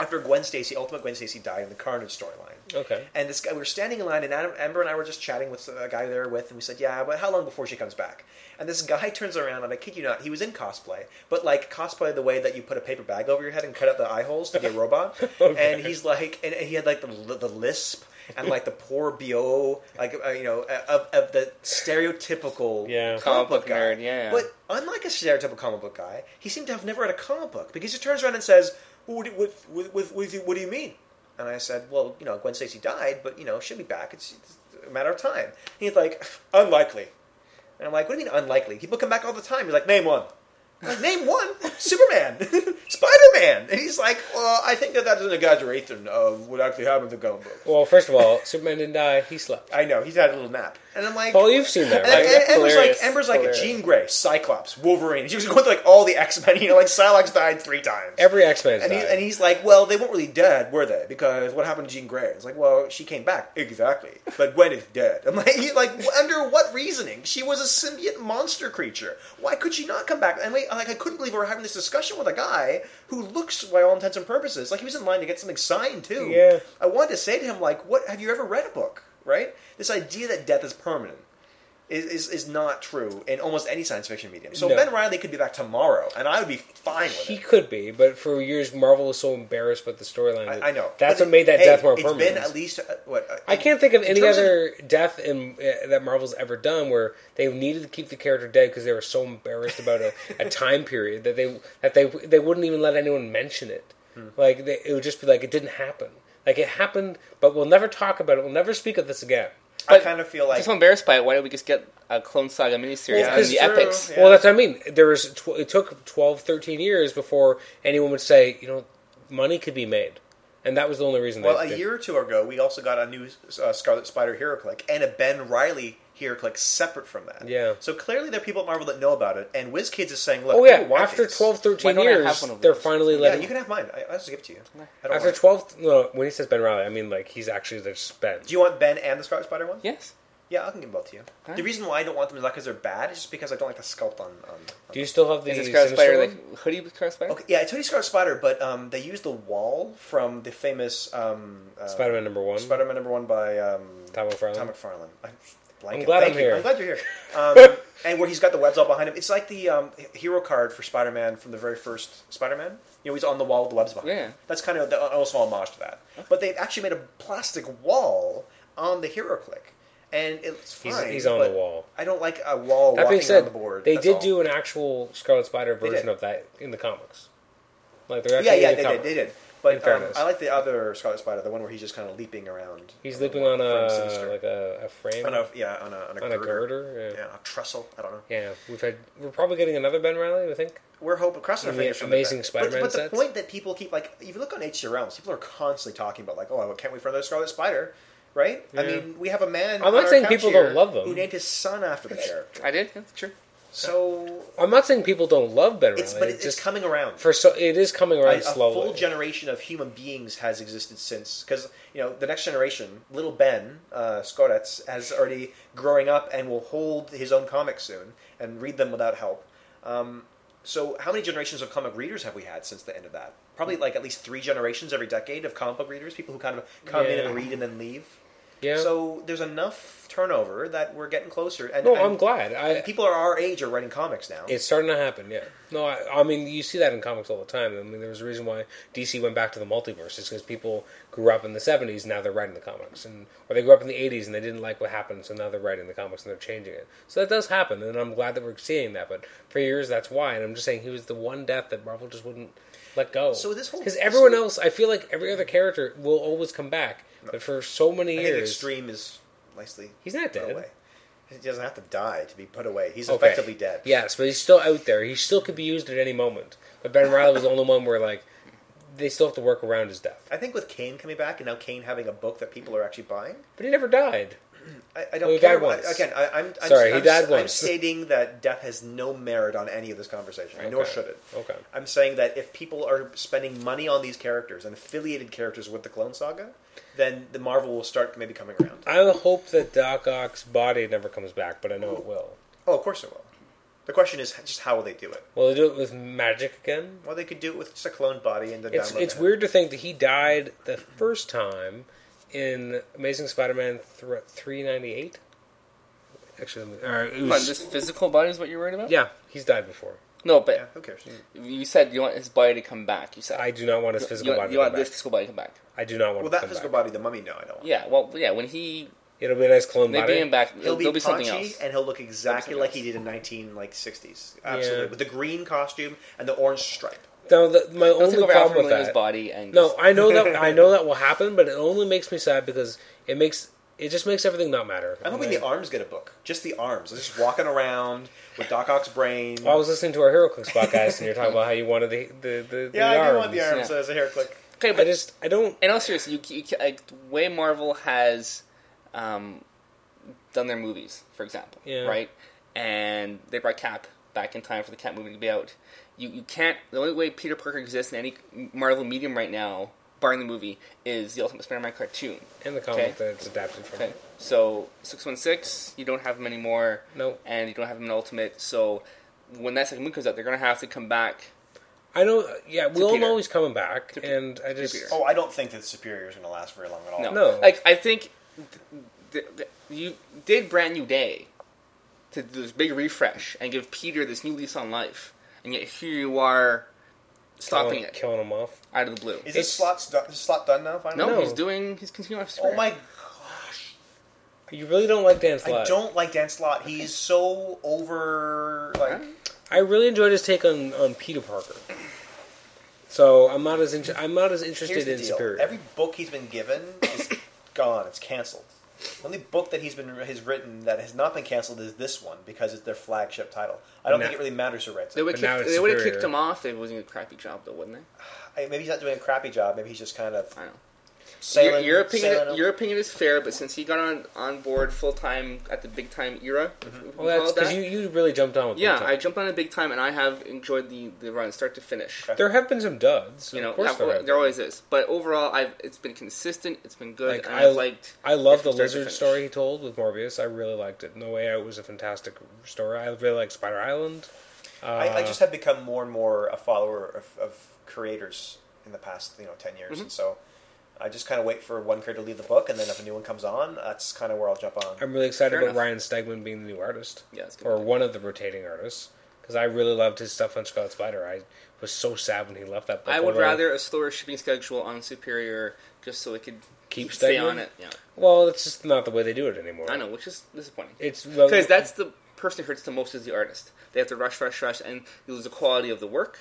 [SPEAKER 3] after Gwen Stacy, Ultimate Gwen Stacy, died in the Carnage storyline.
[SPEAKER 1] Okay.
[SPEAKER 3] And this guy, we were standing in line, and Adam, Amber and I were just chatting with a guy there with, and we said, "Yeah, but how long before she comes back?" And this guy turns around, and I kid you not, he was in cosplay, but like cosplay the way that you put a paper bag over your head and cut out the eye holes to be a robot.
[SPEAKER 1] Okay.
[SPEAKER 3] And he's like, and he had like the the lisp and like the poor bo, like uh, you know, of, of the stereotypical
[SPEAKER 1] Yeah.
[SPEAKER 3] comic book guy.
[SPEAKER 2] Comic book nerd, yeah.
[SPEAKER 3] But unlike a stereotypical comic book guy, he seemed to have never read a comic book because he turns around and says, "Well, "What, do- what, what, what, what, do you- what do you mean?" And I said, "Well, you know, Gwen Stacy died, but you know, she'll be back. It's, it's a matter of time." And he's like, "Unlikely." And I'm like, "What do you mean unlikely? People come back all the time." He's like, "Name one." I'm like, "Name one: Superman, Spider Man." And he's like, "Well, I think that that's an exaggeration of what actually happened to comic book."
[SPEAKER 1] Well, first of all, Superman didn't die. He slept.
[SPEAKER 3] I know he's had a little nap, and I'm like,
[SPEAKER 1] Paul, you've seen that,
[SPEAKER 3] and,
[SPEAKER 1] right?
[SPEAKER 3] and- and Ember's like
[SPEAKER 2] Hilarious.
[SPEAKER 3] Ember's like
[SPEAKER 2] Hilarious.
[SPEAKER 3] Jean Grey, Cyclops, Wolverine. She was going through like all the X Men. You know, like Psylocke died three times.
[SPEAKER 1] Every X Men
[SPEAKER 3] and, he,
[SPEAKER 1] died.
[SPEAKER 3] and he's like, well, they weren't really dead, were they? Because what happened to Jean Grey? It's like, well, she came back exactly, but Gwen is dead. I'm like, he, like under what reasoning? She was a symbiote monster creature. Why could she not come back? And wait, like I couldn't believe we were having this discussion with a guy who looks, by all intents and purposes, like he was in line to get something signed too.
[SPEAKER 1] Yeah.
[SPEAKER 3] I wanted to say to him, like, what have you ever read a book? Right? This idea that death is permanent is, is, is not true in almost any science fiction medium. So
[SPEAKER 1] No.
[SPEAKER 3] Ben Riley could be back tomorrow, and I would be fine with
[SPEAKER 1] He
[SPEAKER 3] it.
[SPEAKER 1] could be, but for years Marvel was so embarrassed with the storyline. that-
[SPEAKER 3] I, I know.
[SPEAKER 1] That's
[SPEAKER 3] But
[SPEAKER 1] what made that
[SPEAKER 3] hey,
[SPEAKER 1] death more
[SPEAKER 3] It's
[SPEAKER 1] permanent.
[SPEAKER 3] been at least uh, what uh,
[SPEAKER 1] I can't think of any
[SPEAKER 3] terms of-
[SPEAKER 1] other death in uh, that Marvel's ever done where they needed to keep the character dead because they were so embarrassed about a, a time period that they that they they wouldn't even let anyone mention it.
[SPEAKER 3] Hmm.
[SPEAKER 1] Like they, it would just be like it didn't happen. Like it happened, but we'll never talk about it. We'll never speak of this again.
[SPEAKER 3] I
[SPEAKER 2] But
[SPEAKER 3] kind of feel
[SPEAKER 2] I'm
[SPEAKER 3] like
[SPEAKER 2] so embarrassed by it. Why don't we just get a Clone Saga miniseries
[SPEAKER 1] Well,
[SPEAKER 2] and
[SPEAKER 1] that's
[SPEAKER 2] the
[SPEAKER 3] true.
[SPEAKER 2] epics?
[SPEAKER 3] Yeah.
[SPEAKER 1] Well, that's what I mean. There was tw- it took 12, 13 years before anyone would say, you know, money could be made, and that was the only reason.
[SPEAKER 3] Well,
[SPEAKER 1] they,
[SPEAKER 3] a year or two ago, we also got a new uh, Scarlet Spider hero click and a Ben Riley hero click separate from that.
[SPEAKER 1] Yeah.
[SPEAKER 3] So clearly, there are people at Marvel that know about it, and WizKids is saying, "Look,
[SPEAKER 1] Oh yeah,
[SPEAKER 3] people want
[SPEAKER 1] after
[SPEAKER 3] these.
[SPEAKER 1] 12, 13
[SPEAKER 2] Why don't I have
[SPEAKER 1] years,
[SPEAKER 2] one of
[SPEAKER 1] they're
[SPEAKER 2] those?
[SPEAKER 1] finally
[SPEAKER 3] yeah,
[SPEAKER 1] letting.
[SPEAKER 3] you can have mine. I, I'll just give it to you. I don't
[SPEAKER 1] After
[SPEAKER 3] want
[SPEAKER 1] 12,
[SPEAKER 3] it.
[SPEAKER 1] no, when he says Ben Riley, I mean like he's actually just Ben.
[SPEAKER 3] Do you want Ben and the Scarlet Spider one?
[SPEAKER 2] Yes.
[SPEAKER 3] Yeah, I can give both to you. The
[SPEAKER 2] Alright.
[SPEAKER 3] reason why I don't want them is not because they're bad; it's just because I don't like the sculpt on. on, on
[SPEAKER 1] Do you still have the
[SPEAKER 2] Is it Scarlet Spider
[SPEAKER 1] Sinister one?
[SPEAKER 2] like hoodie with Scarlet Spider?
[SPEAKER 3] Okay, yeah, it's only Scarlet Spider, but um, they use the wall from the famous um, uh,
[SPEAKER 1] Spider-Man number one?
[SPEAKER 3] Spider-Man number one by um,
[SPEAKER 1] Tom McFarlane.
[SPEAKER 3] Tom McFarlane. I'm, blanking.
[SPEAKER 1] I'm glad
[SPEAKER 3] Thank
[SPEAKER 1] I'm
[SPEAKER 3] you.
[SPEAKER 1] here.
[SPEAKER 3] I'm glad you're here. Um, and where he's got the webs all behind him. It's like the um, h- hero card for Spider-Man from the very first Spider-Man. You know, he's on the wall with the webs behind him.
[SPEAKER 2] Yeah.
[SPEAKER 3] That's kind of the, almost an homage to that. But they've actually made a plastic wall on the hero click. And it's fine.
[SPEAKER 1] He's- he's on the
[SPEAKER 3] but
[SPEAKER 1] wall.
[SPEAKER 3] I don't like a wall
[SPEAKER 1] that
[SPEAKER 3] walking
[SPEAKER 1] being said,
[SPEAKER 3] on the board.
[SPEAKER 1] they
[SPEAKER 3] that's
[SPEAKER 1] did
[SPEAKER 3] all.
[SPEAKER 1] do an actual Scarlet Spider
[SPEAKER 3] did.
[SPEAKER 1] version of that in the comics. Like they're
[SPEAKER 3] Yeah,
[SPEAKER 1] actually
[SPEAKER 3] yeah,
[SPEAKER 1] in the
[SPEAKER 3] they
[SPEAKER 1] comic.
[SPEAKER 3] did, they did.
[SPEAKER 1] In
[SPEAKER 3] But um,
[SPEAKER 1] fairness.
[SPEAKER 3] I like the other Scarlet Spider, the one where he's just kind of leaping around.
[SPEAKER 1] He's
[SPEAKER 3] on the
[SPEAKER 1] leaping
[SPEAKER 3] wall
[SPEAKER 1] on
[SPEAKER 3] from
[SPEAKER 1] a
[SPEAKER 3] Sinister.
[SPEAKER 1] like a, a frame
[SPEAKER 3] on a yeah on a on a,
[SPEAKER 1] on a girder.
[SPEAKER 3] yeah a trestle. I don't know.
[SPEAKER 1] Yeah, we've had. We're probably getting another Ben Riley. I think.
[SPEAKER 3] We're hoping crossing our
[SPEAKER 1] Ama-
[SPEAKER 3] fingers. for
[SPEAKER 1] amazing
[SPEAKER 3] that.
[SPEAKER 1] Spider-Man
[SPEAKER 3] But, but
[SPEAKER 1] sets.
[SPEAKER 3] the point that people keep like, if you look on HG Realms, people are constantly talking about like, oh, can't wait for another Scarlet Spider, right? I
[SPEAKER 1] Yeah.
[SPEAKER 3] mean, we have a man.
[SPEAKER 1] I'm
[SPEAKER 3] on
[SPEAKER 1] not
[SPEAKER 3] our
[SPEAKER 1] saying
[SPEAKER 3] couch
[SPEAKER 1] people don't
[SPEAKER 3] here
[SPEAKER 1] love them.
[SPEAKER 3] Who named his son after the character?
[SPEAKER 2] I did. That's true.
[SPEAKER 3] So
[SPEAKER 1] I'm not saying people don't love Ben Riley.
[SPEAKER 3] it's but it's,
[SPEAKER 1] just
[SPEAKER 3] it's coming around.
[SPEAKER 1] for so it is coming
[SPEAKER 3] a,
[SPEAKER 1] around
[SPEAKER 3] a
[SPEAKER 1] slowly.
[SPEAKER 3] full generation of human beings has existed since because you know the next generation, little Ben uh, Scoretz, has already growing up and will hold his own comics soon and read them without help. Um, so, how many generations of comic readers have we had since the end of that? Probably like at least three generations every decade of comic book readers, people who kind of come in
[SPEAKER 1] Yeah.
[SPEAKER 3] and read and then leave.
[SPEAKER 1] yeah.
[SPEAKER 3] So there's enough turnover that we're getting closer. And,
[SPEAKER 1] no,
[SPEAKER 3] and
[SPEAKER 1] I'm glad. I
[SPEAKER 3] People are our age are writing comics now.
[SPEAKER 1] It's starting to happen, yeah. No, I, I mean you see that in comics all the time. I mean there was a reason why DC went back to the multiverse. It's because people grew up in the '70s, now they're writing the comics, and or they grew up in the '80s and they didn't like what happened, so now they're writing the comics and they're changing it. So that does happen, and I'm glad that we're seeing that. But for years, that's why. And I'm just saying he was the one death that Marvel just wouldn't let go.
[SPEAKER 3] So this whole-
[SPEAKER 1] because everyone else, I feel like every other character will always come back, but for so many
[SPEAKER 3] I think
[SPEAKER 1] years,
[SPEAKER 3] extreme is nicely
[SPEAKER 1] he's not
[SPEAKER 3] put
[SPEAKER 1] dead.
[SPEAKER 3] away. He doesn't have to die to be put away. He's
[SPEAKER 1] Okay.
[SPEAKER 3] effectively dead.
[SPEAKER 1] Yes, but he's still out there. He still could be used at any moment. But Ben Riley was the only one where like they still have to work around his death.
[SPEAKER 3] I think with Kane coming back and now Kane having a book that people are actually buying,
[SPEAKER 1] But he never died.
[SPEAKER 3] I, I don't
[SPEAKER 1] Well, he
[SPEAKER 3] care.
[SPEAKER 1] died
[SPEAKER 3] about-
[SPEAKER 1] once.
[SPEAKER 3] Again, I, I'm, I'm
[SPEAKER 1] Sorry,
[SPEAKER 3] I'm,
[SPEAKER 1] he died
[SPEAKER 3] I'm
[SPEAKER 1] once.
[SPEAKER 3] stating that death has no merit on any of this conversation, nor
[SPEAKER 1] Okay.
[SPEAKER 3] should it.
[SPEAKER 1] Okay.
[SPEAKER 3] I'm saying that if people are spending money on these characters and affiliated characters with the Clone Saga, then the Marvel will start maybe coming around.
[SPEAKER 1] I hope that Doc Ock's body never comes back, but I know it will.
[SPEAKER 3] Oh, of course it will. The question is just how will they do it?
[SPEAKER 1] Will they do it with magic again?
[SPEAKER 3] Well, they could do it with just a clone body and then
[SPEAKER 1] It's
[SPEAKER 3] download
[SPEAKER 1] it's
[SPEAKER 3] the-
[SPEAKER 1] weird to think that he died the first time in Amazing Spider-Man th- three ninety eight. Actually, let me- or it
[SPEAKER 2] Come on,
[SPEAKER 1] was-
[SPEAKER 2] this physical body is what you're worried about.
[SPEAKER 1] yeah, he's died before.
[SPEAKER 2] No, but
[SPEAKER 3] Yeah, who cares?
[SPEAKER 2] you said you want his body to come back. You said
[SPEAKER 1] I do not want his physical
[SPEAKER 2] you want,
[SPEAKER 1] body.
[SPEAKER 2] you
[SPEAKER 1] to
[SPEAKER 2] want
[SPEAKER 1] come
[SPEAKER 2] this
[SPEAKER 1] back.
[SPEAKER 2] physical body to come back.
[SPEAKER 1] I do not want. it
[SPEAKER 3] Well,
[SPEAKER 1] to
[SPEAKER 3] that
[SPEAKER 1] come
[SPEAKER 3] physical
[SPEAKER 1] back.
[SPEAKER 3] body, the mummy, no, I don't. want.
[SPEAKER 2] Yeah. Well, yeah. When he
[SPEAKER 1] It'll be a nice clone
[SPEAKER 2] they
[SPEAKER 1] body.
[SPEAKER 2] bring him back,
[SPEAKER 3] He'll
[SPEAKER 2] there'll
[SPEAKER 3] be,
[SPEAKER 2] be, something
[SPEAKER 3] paunchy,
[SPEAKER 2] else.
[SPEAKER 3] and he'll look exactly
[SPEAKER 2] something
[SPEAKER 3] like
[SPEAKER 2] else.
[SPEAKER 3] he did in nineteen like sixties. Absolutely,
[SPEAKER 1] Yeah.
[SPEAKER 3] with the green costume and the orange stripe.
[SPEAKER 1] No, the, my
[SPEAKER 2] Don't
[SPEAKER 1] only
[SPEAKER 2] take over Alfred
[SPEAKER 1] problem with
[SPEAKER 2] Molina's
[SPEAKER 1] that.
[SPEAKER 2] body and
[SPEAKER 1] No,
[SPEAKER 2] just-
[SPEAKER 1] I know that I know that will happen, but it only makes me sad because it makes it just makes everything not matter.
[SPEAKER 3] I'm hoping
[SPEAKER 1] And
[SPEAKER 3] the arms get a book. Just the arms, just walking around with Doc Ock's brain.
[SPEAKER 1] I, I was listening to our Hero Clicks podcast, and you're talking about how you wanted the the the, the
[SPEAKER 3] yeah, I do
[SPEAKER 1] arms.
[SPEAKER 3] want the arms
[SPEAKER 2] yeah.
[SPEAKER 3] as a hair click.
[SPEAKER 2] okay,
[SPEAKER 1] I
[SPEAKER 2] but
[SPEAKER 1] just I don't.
[SPEAKER 2] in all seriousness, you, you like the way Marvel has um, done their movies, for example,
[SPEAKER 1] Yeah.
[SPEAKER 2] right? And they brought Cap back in time for the Cap movie to be out. You you can't. The only way Peter Parker exists in any Marvel medium right now, barring the movie, is the Ultimate Spider-Man cartoon.
[SPEAKER 1] In the comic
[SPEAKER 2] Okay.
[SPEAKER 1] that it's adapted from.
[SPEAKER 2] Okay, so six one six, you don't have him anymore.
[SPEAKER 1] Nope.
[SPEAKER 2] and you don't have him in Ultimate. So when that second movie comes out, they're gonna have to come back.
[SPEAKER 1] I know. Yeah, we all
[SPEAKER 2] Peter.
[SPEAKER 1] know he's coming back,
[SPEAKER 2] Pe-
[SPEAKER 1] and I just
[SPEAKER 2] Peter.
[SPEAKER 3] Oh, I don't think that Superior is going to last very long at all.
[SPEAKER 2] No,
[SPEAKER 1] No.
[SPEAKER 2] like I think th- th- th- you did Brand New Day to do this big refresh and give Peter this new lease on life, and yet here you are stopping
[SPEAKER 1] killing,
[SPEAKER 2] it
[SPEAKER 1] killing him off.
[SPEAKER 2] out of the blue.
[SPEAKER 1] It's-
[SPEAKER 3] Is this slot done? Is slot done now? Finally.
[SPEAKER 2] No,
[SPEAKER 1] No.
[SPEAKER 2] he's doing. He's continuing off. his
[SPEAKER 3] Oh
[SPEAKER 2] career.
[SPEAKER 3] my
[SPEAKER 1] You really don't like Dan Slott.
[SPEAKER 3] I don't like Dan Slott. He's so over. Like
[SPEAKER 1] I really enjoyed his take on, on Peter Parker. So I'm not as inter- I'm not as
[SPEAKER 3] here's
[SPEAKER 1] interested
[SPEAKER 3] the
[SPEAKER 1] in
[SPEAKER 3] deal.
[SPEAKER 1] Superior.
[SPEAKER 3] Every book he's been given is gone. It's canceled. The only book that he's been has written that has not been canceled is this one because it's their flagship title. I don't
[SPEAKER 1] Nah.
[SPEAKER 3] think it really matters who writes
[SPEAKER 2] They
[SPEAKER 3] it.
[SPEAKER 2] would
[SPEAKER 1] But now
[SPEAKER 2] kicked,
[SPEAKER 1] it's
[SPEAKER 2] they would have
[SPEAKER 1] superior.
[SPEAKER 2] kicked him off. if It wasn't a crappy job though, wouldn't they?
[SPEAKER 3] I- maybe he's not doing a crappy job. Maybe he's just kind of
[SPEAKER 2] I don't know.
[SPEAKER 3] sailing.
[SPEAKER 2] your, your opinion,
[SPEAKER 3] sailing-
[SPEAKER 2] your opinion is fair, but since he got on, on board full time at the big time era, if we
[SPEAKER 1] Mm-hmm. well, that's
[SPEAKER 2] call it
[SPEAKER 1] because
[SPEAKER 2] that,
[SPEAKER 1] you, you really jumped on with
[SPEAKER 2] yeah,
[SPEAKER 1] Big Time.
[SPEAKER 2] I jumped on it big time, and I have enjoyed the, the run start to finish.
[SPEAKER 3] Okay.
[SPEAKER 1] There have been some duds.
[SPEAKER 2] You know,
[SPEAKER 1] of course
[SPEAKER 2] yeah,
[SPEAKER 1] there, have been.
[SPEAKER 2] there always is, but overall, I've it's been consistent. It's been good.
[SPEAKER 1] Like,
[SPEAKER 2] and
[SPEAKER 1] I-
[SPEAKER 2] I've liked.
[SPEAKER 1] I love the
[SPEAKER 2] it from start to
[SPEAKER 1] lizard
[SPEAKER 2] finish.
[SPEAKER 1] story he told with Morbius. I really liked it. No Way Out was a fantastic story. I really like Spider Island. Uh,
[SPEAKER 3] I, I just have become more and more a follower of, of creators in the past, you know, ten
[SPEAKER 1] Mm-hmm.
[SPEAKER 3] years, and so I just kind of wait for one creator to leave the book, and then if a new one comes on, that's kind of where I'll jump on.
[SPEAKER 1] Uh, I'm really excited
[SPEAKER 2] Fair
[SPEAKER 1] about Ryan Stegman being the new artist.
[SPEAKER 2] Yeah, it's good.
[SPEAKER 1] or one of the rotating artists. Because I really loved his stuff on Scarlet Spider. I was so sad when he left that book.
[SPEAKER 2] I would
[SPEAKER 1] although-
[SPEAKER 2] rather a slower shipping schedule on Superior just so it could
[SPEAKER 1] Keep
[SPEAKER 2] stay
[SPEAKER 1] Stegman?
[SPEAKER 2] on it. Yeah,
[SPEAKER 1] Well, it's just not the way they do it anymore.
[SPEAKER 2] I know, which is disappointing.
[SPEAKER 1] It's well,
[SPEAKER 2] Because that's the person who hurts the most is the artist. They have to rush, rush, rush, and you lose the quality of the work.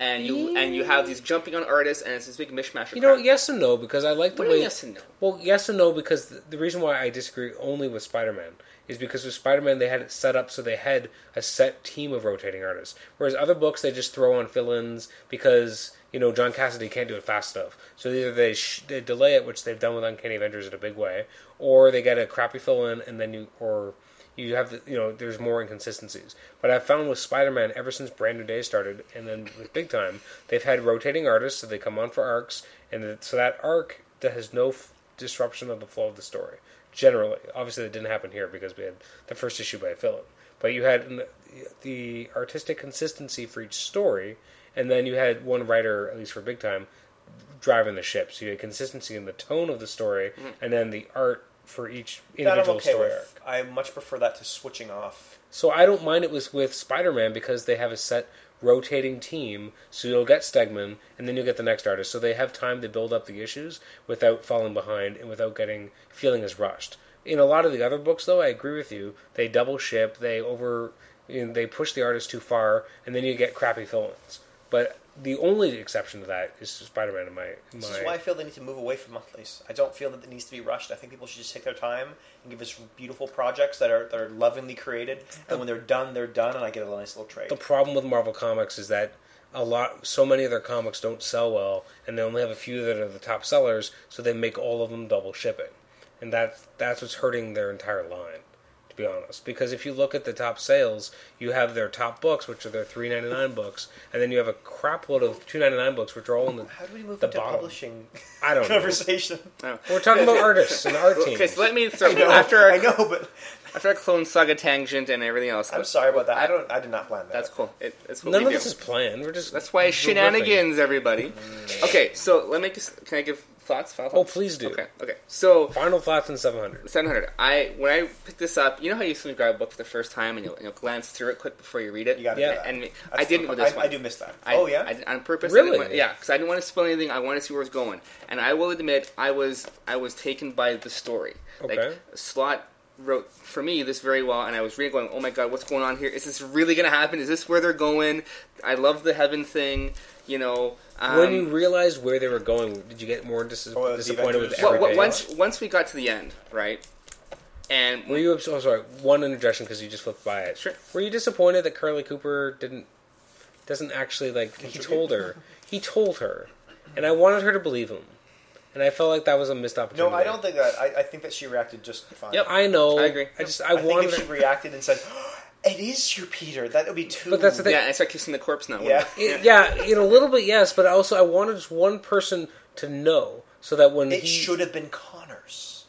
[SPEAKER 2] And you and you have these jumping on artists, and it's this big mishmash. of
[SPEAKER 1] You know,
[SPEAKER 2] crap.
[SPEAKER 1] yes and no because I like the
[SPEAKER 2] What do you
[SPEAKER 1] way.
[SPEAKER 2] mean yes and no?
[SPEAKER 1] Well, yes and no because the, the reason why I disagree only with Spider-Man is because with Spider-Man they had it set up so they had a set team of rotating artists, whereas other books they just throw on fill-ins because you know John Cassidy can't do it fast enough. So either they sh- they delay it, which they've done with Uncanny Avengers in a big way, or they get a crappy fill-in and then you or you have the, you know there's more inconsistencies but i've found with spider-man ever since brand new day started and then with big time they've had rotating artists so they come on for arcs and th- so that arc that has no f- disruption of the flow of the story generally obviously that didn't happen here because we had the first issue by a villain but you had an, the artistic consistency for each story and then you had one writer at least for big time driving the ship so you had consistency in the tone of the story and then the art for each
[SPEAKER 3] Mm. that I'm
[SPEAKER 1] individual
[SPEAKER 3] okay
[SPEAKER 1] story arc
[SPEAKER 3] with. I much prefer that to switching off.
[SPEAKER 1] so I don't mind it was with Spider Man because they have a set rotating team. So you'll get Stegman, and then you'll get the next artist. So they have time to build up the issues without falling behind and without getting feeling as rushed. In a lot of the other books, though, I agree with you. They double ship. They over. You know, they push the artist too far, and then you get crappy fill-ins. But the only exception to that is Spider Man. In my, in
[SPEAKER 3] This
[SPEAKER 1] my
[SPEAKER 3] is why I feel they need to move away from monthlies. I don't feel that it needs to be rushed. I think people should just take their time and give us beautiful projects that are that are lovingly created. And when they're done, they're done, and I get a nice little trade.
[SPEAKER 1] the problem with Marvel Comics is that a lot, so many of their comics don't sell well, and they only have a few that are the top sellers, so they make all of them double shipping, and that's that's what's hurting their entire line, to be honest. Because if you look at the top sales, you have their top books, which are their three ninety nine books, and then you have a crap load of two ninety nine books, which are all in the
[SPEAKER 3] How do we move
[SPEAKER 1] the
[SPEAKER 3] into
[SPEAKER 1] bottom.
[SPEAKER 3] publishing
[SPEAKER 1] I don't know.
[SPEAKER 3] conversation?
[SPEAKER 2] Oh.
[SPEAKER 1] We're talking about artists and art teams.
[SPEAKER 2] Okay, so let me start
[SPEAKER 3] No,
[SPEAKER 2] after
[SPEAKER 3] I
[SPEAKER 2] our,
[SPEAKER 3] know, but
[SPEAKER 2] after our clone saga tangent and everything else.
[SPEAKER 3] I'm sorry about that. I don't. I did not plan that.
[SPEAKER 2] That's cool. It, it's what
[SPEAKER 1] None
[SPEAKER 2] we
[SPEAKER 1] of
[SPEAKER 2] do.
[SPEAKER 1] this is planned. We're just
[SPEAKER 2] That's why
[SPEAKER 1] we're riffing.
[SPEAKER 2] shenanigans, everybody. Okay, so let me. just- Can I give thoughts? Final
[SPEAKER 1] Oh,
[SPEAKER 2] thoughts?
[SPEAKER 1] please do.
[SPEAKER 2] Okay. Okay. So
[SPEAKER 1] Final thoughts on seven hundred.
[SPEAKER 2] 700. I when I picked this up, you know how you usually grab a book for the first time and you'll, you'll glance through it quick before you read it.
[SPEAKER 3] You gotta
[SPEAKER 1] Yeah.
[SPEAKER 3] do that.
[SPEAKER 2] And
[SPEAKER 3] That's
[SPEAKER 2] I didn't
[SPEAKER 3] the-
[SPEAKER 2] with this
[SPEAKER 3] I,
[SPEAKER 2] one.
[SPEAKER 3] I do miss that.
[SPEAKER 2] I-
[SPEAKER 3] oh yeah.
[SPEAKER 2] I did- on purpose. I
[SPEAKER 1] Really?
[SPEAKER 2] didn't want, yeah, because I didn't want to spoil anything. I want to see where it's going, and I will admit, I was I was taken by the story.
[SPEAKER 1] Okay.
[SPEAKER 2] Like Slot wrote for me this very well, and I was really going, "Oh my god, what's going on here? Is this really going to happen? Is this where they're going?" I love the heaven thing. You know, um,
[SPEAKER 1] when you realized where they were going, did you get more dis-
[SPEAKER 3] Oh, the
[SPEAKER 1] disappointed with
[SPEAKER 3] Avengers.
[SPEAKER 1] every
[SPEAKER 2] well,
[SPEAKER 1] page?
[SPEAKER 2] well, once once we got to the end, right? And
[SPEAKER 1] Were you? I'm sorry. One interjection because you just flipped by it.
[SPEAKER 2] Sure.
[SPEAKER 1] Were you disappointed that Carly Cooper didn't doesn't actually like? He told her. He told her, and I wanted her to believe him, and I felt like that was a missed
[SPEAKER 3] no,
[SPEAKER 1] opportunity.
[SPEAKER 3] I don't think that. I, I think that she reacted just fine.
[SPEAKER 2] Yep.
[SPEAKER 1] I know.
[SPEAKER 2] I agree.
[SPEAKER 1] I just
[SPEAKER 3] I,
[SPEAKER 1] I,
[SPEAKER 3] think
[SPEAKER 1] wanted.
[SPEAKER 3] if she
[SPEAKER 1] her-
[SPEAKER 3] reacted and said, "It is you, Peter," that would be too.
[SPEAKER 1] But that's the thing.
[SPEAKER 2] yeah, I start kissing the corpse now.
[SPEAKER 3] Yeah.
[SPEAKER 1] it- yeah, in a little bit, yes, but also I wanted just one person to know so that when
[SPEAKER 3] It
[SPEAKER 1] he
[SPEAKER 3] should have been Connors.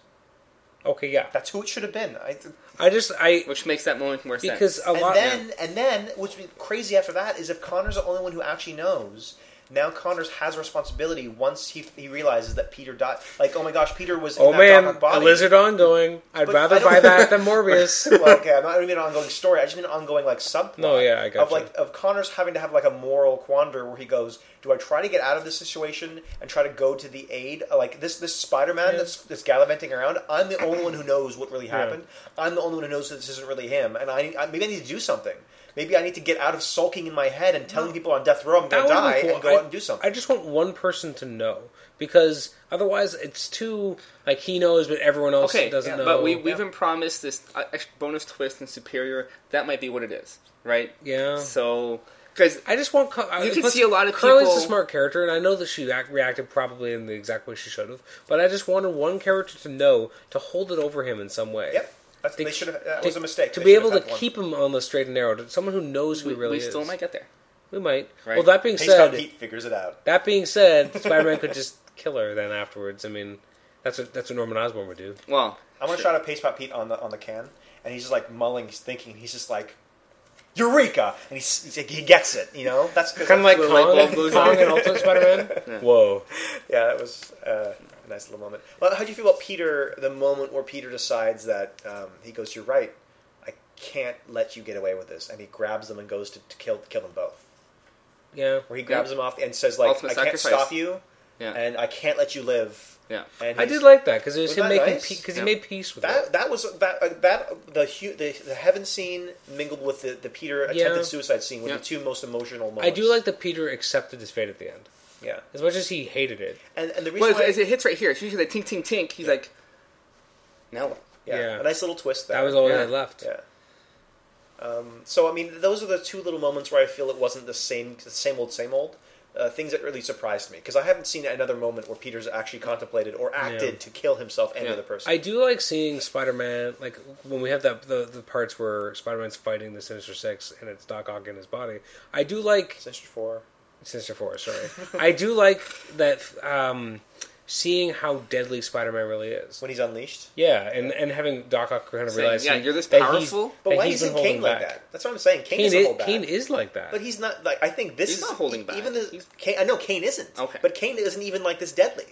[SPEAKER 1] okay, yeah,
[SPEAKER 3] That's who it should have been. I, th-
[SPEAKER 1] I just I
[SPEAKER 2] Which makes that moment more sense.
[SPEAKER 1] because a
[SPEAKER 3] and
[SPEAKER 1] lot
[SPEAKER 3] then, and then, what's been crazy after that is if Connor's the only one who actually knows, Now Connors has a responsibility once he, he realizes that Peter died. Like, oh my gosh, Peter was
[SPEAKER 1] Oh
[SPEAKER 3] in that
[SPEAKER 1] man,
[SPEAKER 3] darker
[SPEAKER 1] a
[SPEAKER 3] body.
[SPEAKER 1] lizard ongoing. I'd
[SPEAKER 3] But I
[SPEAKER 1] rather
[SPEAKER 3] don't-
[SPEAKER 1] buy that than Morbius.
[SPEAKER 3] well, okay, I'm not even an ongoing story. I just mean an ongoing like subplot.
[SPEAKER 1] No, yeah, I
[SPEAKER 3] of
[SPEAKER 1] gotcha.
[SPEAKER 3] like of Connor's having to have like a moral quandary where he goes, "Do I try to get out of this situation and try to go to the aid? Uh, Like this this Spider Man
[SPEAKER 1] Yeah.
[SPEAKER 3] that's that's gallivanting around. I'm the only one who knows what really happened. I'm the only one who knows that this isn't really him. And I, I maybe I need to do something. Maybe I need to get out of sulking in my head and telling people on death row I'm
[SPEAKER 1] That
[SPEAKER 3] going to
[SPEAKER 1] would've
[SPEAKER 3] die
[SPEAKER 1] been cool.
[SPEAKER 3] and go
[SPEAKER 1] I-
[SPEAKER 3] out and do
[SPEAKER 1] I
[SPEAKER 3] something.
[SPEAKER 1] just want one person to know because otherwise it's too like he knows, but everyone else
[SPEAKER 2] Okay,
[SPEAKER 1] doesn't know.
[SPEAKER 2] but we, we've been promised this uh, ex- bonus twist in Superior. That might be what it is, right?
[SPEAKER 1] yeah.
[SPEAKER 2] So, because
[SPEAKER 1] I just want. Co-
[SPEAKER 2] You can
[SPEAKER 1] plus,
[SPEAKER 2] see a lot of
[SPEAKER 1] Curly's
[SPEAKER 2] people-
[SPEAKER 1] a smart character, and I know that she act- reacted probably in the exact way she should have. But I just wanted one character to know to hold it over him in some way.
[SPEAKER 3] yep, that's,
[SPEAKER 1] To-
[SPEAKER 3] they, should have. That
[SPEAKER 1] to-
[SPEAKER 3] was a mistake.
[SPEAKER 1] to
[SPEAKER 3] They
[SPEAKER 1] be
[SPEAKER 3] should
[SPEAKER 1] able to
[SPEAKER 3] have had one.
[SPEAKER 1] keep him on the straight and narrow. To someone who knows who
[SPEAKER 2] we,
[SPEAKER 1] he really
[SPEAKER 2] we still
[SPEAKER 1] is.
[SPEAKER 2] might get there.
[SPEAKER 1] we might.
[SPEAKER 2] Right.
[SPEAKER 1] Well, that being
[SPEAKER 3] Hayes
[SPEAKER 1] said,
[SPEAKER 3] Todd Heat figures it out.
[SPEAKER 1] that being said, Spider-Man could just kill her then afterwards. I mean, that's what that's what Norman Osborn would do.
[SPEAKER 2] Well,
[SPEAKER 3] I'm gonna try to paste Pot Pete on the on the can, and he's just like mulling, he's thinking, he's just like, "Eureka!" And he's, he's like, he gets it, you know. That's
[SPEAKER 1] Kind of like
[SPEAKER 2] Little light bulb
[SPEAKER 1] Kong,
[SPEAKER 2] goes
[SPEAKER 1] Kong
[SPEAKER 2] on.
[SPEAKER 1] and Ultimate Spider-Man. Whoa.
[SPEAKER 3] yeah, that was uh, a nice little moment. Well, how do you feel about Peter? The moment where Peter decides that um, he goes, "You're right, I can't let you get away with this," and he grabs them and goes to, to kill kill them both.
[SPEAKER 1] Yeah.
[SPEAKER 3] Where he grabs them off and says, "Like
[SPEAKER 2] Ultimate
[SPEAKER 3] I can't
[SPEAKER 2] sacrifice.
[SPEAKER 3] stop you,
[SPEAKER 2] yeah,
[SPEAKER 3] and I can't let you live."
[SPEAKER 2] yeah.
[SPEAKER 3] And
[SPEAKER 1] I
[SPEAKER 3] he's-
[SPEAKER 1] did like that because it was,
[SPEAKER 3] Was
[SPEAKER 1] him
[SPEAKER 3] that
[SPEAKER 1] making
[SPEAKER 3] nice?
[SPEAKER 1] because
[SPEAKER 2] Yeah.
[SPEAKER 1] he made peace with it.
[SPEAKER 3] That that was that uh, that the, hu- the the heaven scene mingled with the, the Peter
[SPEAKER 1] Yeah.
[SPEAKER 3] attempted suicide scene were
[SPEAKER 2] Yeah.
[SPEAKER 3] the two most emotional moments.
[SPEAKER 1] I do like that Peter accepted his fate at the end,
[SPEAKER 3] yeah,
[SPEAKER 1] as much as he hated it.
[SPEAKER 3] and and the reason
[SPEAKER 2] Well,
[SPEAKER 3] why,
[SPEAKER 2] as it hits right here, it's usually like tink, tink, tink. He's like, now what?
[SPEAKER 3] yeah,
[SPEAKER 1] Yeah.
[SPEAKER 3] a nice little twist there.
[SPEAKER 1] That was all
[SPEAKER 2] Yeah.
[SPEAKER 1] I had left.
[SPEAKER 3] yeah. Um, so I mean, those are the two little moments where I feel it wasn't the same the same old same old. Uh, things that really surprised me because I haven't seen another moment where Peter's actually contemplated or acted
[SPEAKER 1] Yeah.
[SPEAKER 3] to kill himself and
[SPEAKER 2] Yeah.
[SPEAKER 3] the other person.
[SPEAKER 1] I do like seeing Spider-Man, like when we have that the, the parts where Spider-Man's fighting the Sinister Six and it's Doc Ock in his body. I do like
[SPEAKER 3] Sinister Four.
[SPEAKER 1] Sinister Four, sorry. I do like that um, seeing how deadly Spider-Man really is.
[SPEAKER 3] when he's unleashed.
[SPEAKER 1] Yeah, and, and having Doc Ock kind of
[SPEAKER 2] Saying,
[SPEAKER 1] realize,
[SPEAKER 2] "Yeah,
[SPEAKER 1] he-
[SPEAKER 2] you're this
[SPEAKER 1] that he's-
[SPEAKER 2] powerful?"
[SPEAKER 3] But
[SPEAKER 1] that
[SPEAKER 3] why
[SPEAKER 1] he's been
[SPEAKER 3] isn't Kane
[SPEAKER 1] holding
[SPEAKER 3] like
[SPEAKER 1] back.
[SPEAKER 3] that? That's what I'm saying. Kane,
[SPEAKER 1] Kane
[SPEAKER 3] doesn't
[SPEAKER 1] is,
[SPEAKER 3] hold back.
[SPEAKER 1] Kane is like that.
[SPEAKER 3] But he's not like I think this
[SPEAKER 2] He's
[SPEAKER 3] is e-
[SPEAKER 2] not holding back.
[SPEAKER 3] Even the,
[SPEAKER 2] He's-
[SPEAKER 3] Kane, I know Kane isn't,
[SPEAKER 2] Okay.
[SPEAKER 3] but Kane isn't even like this deadly.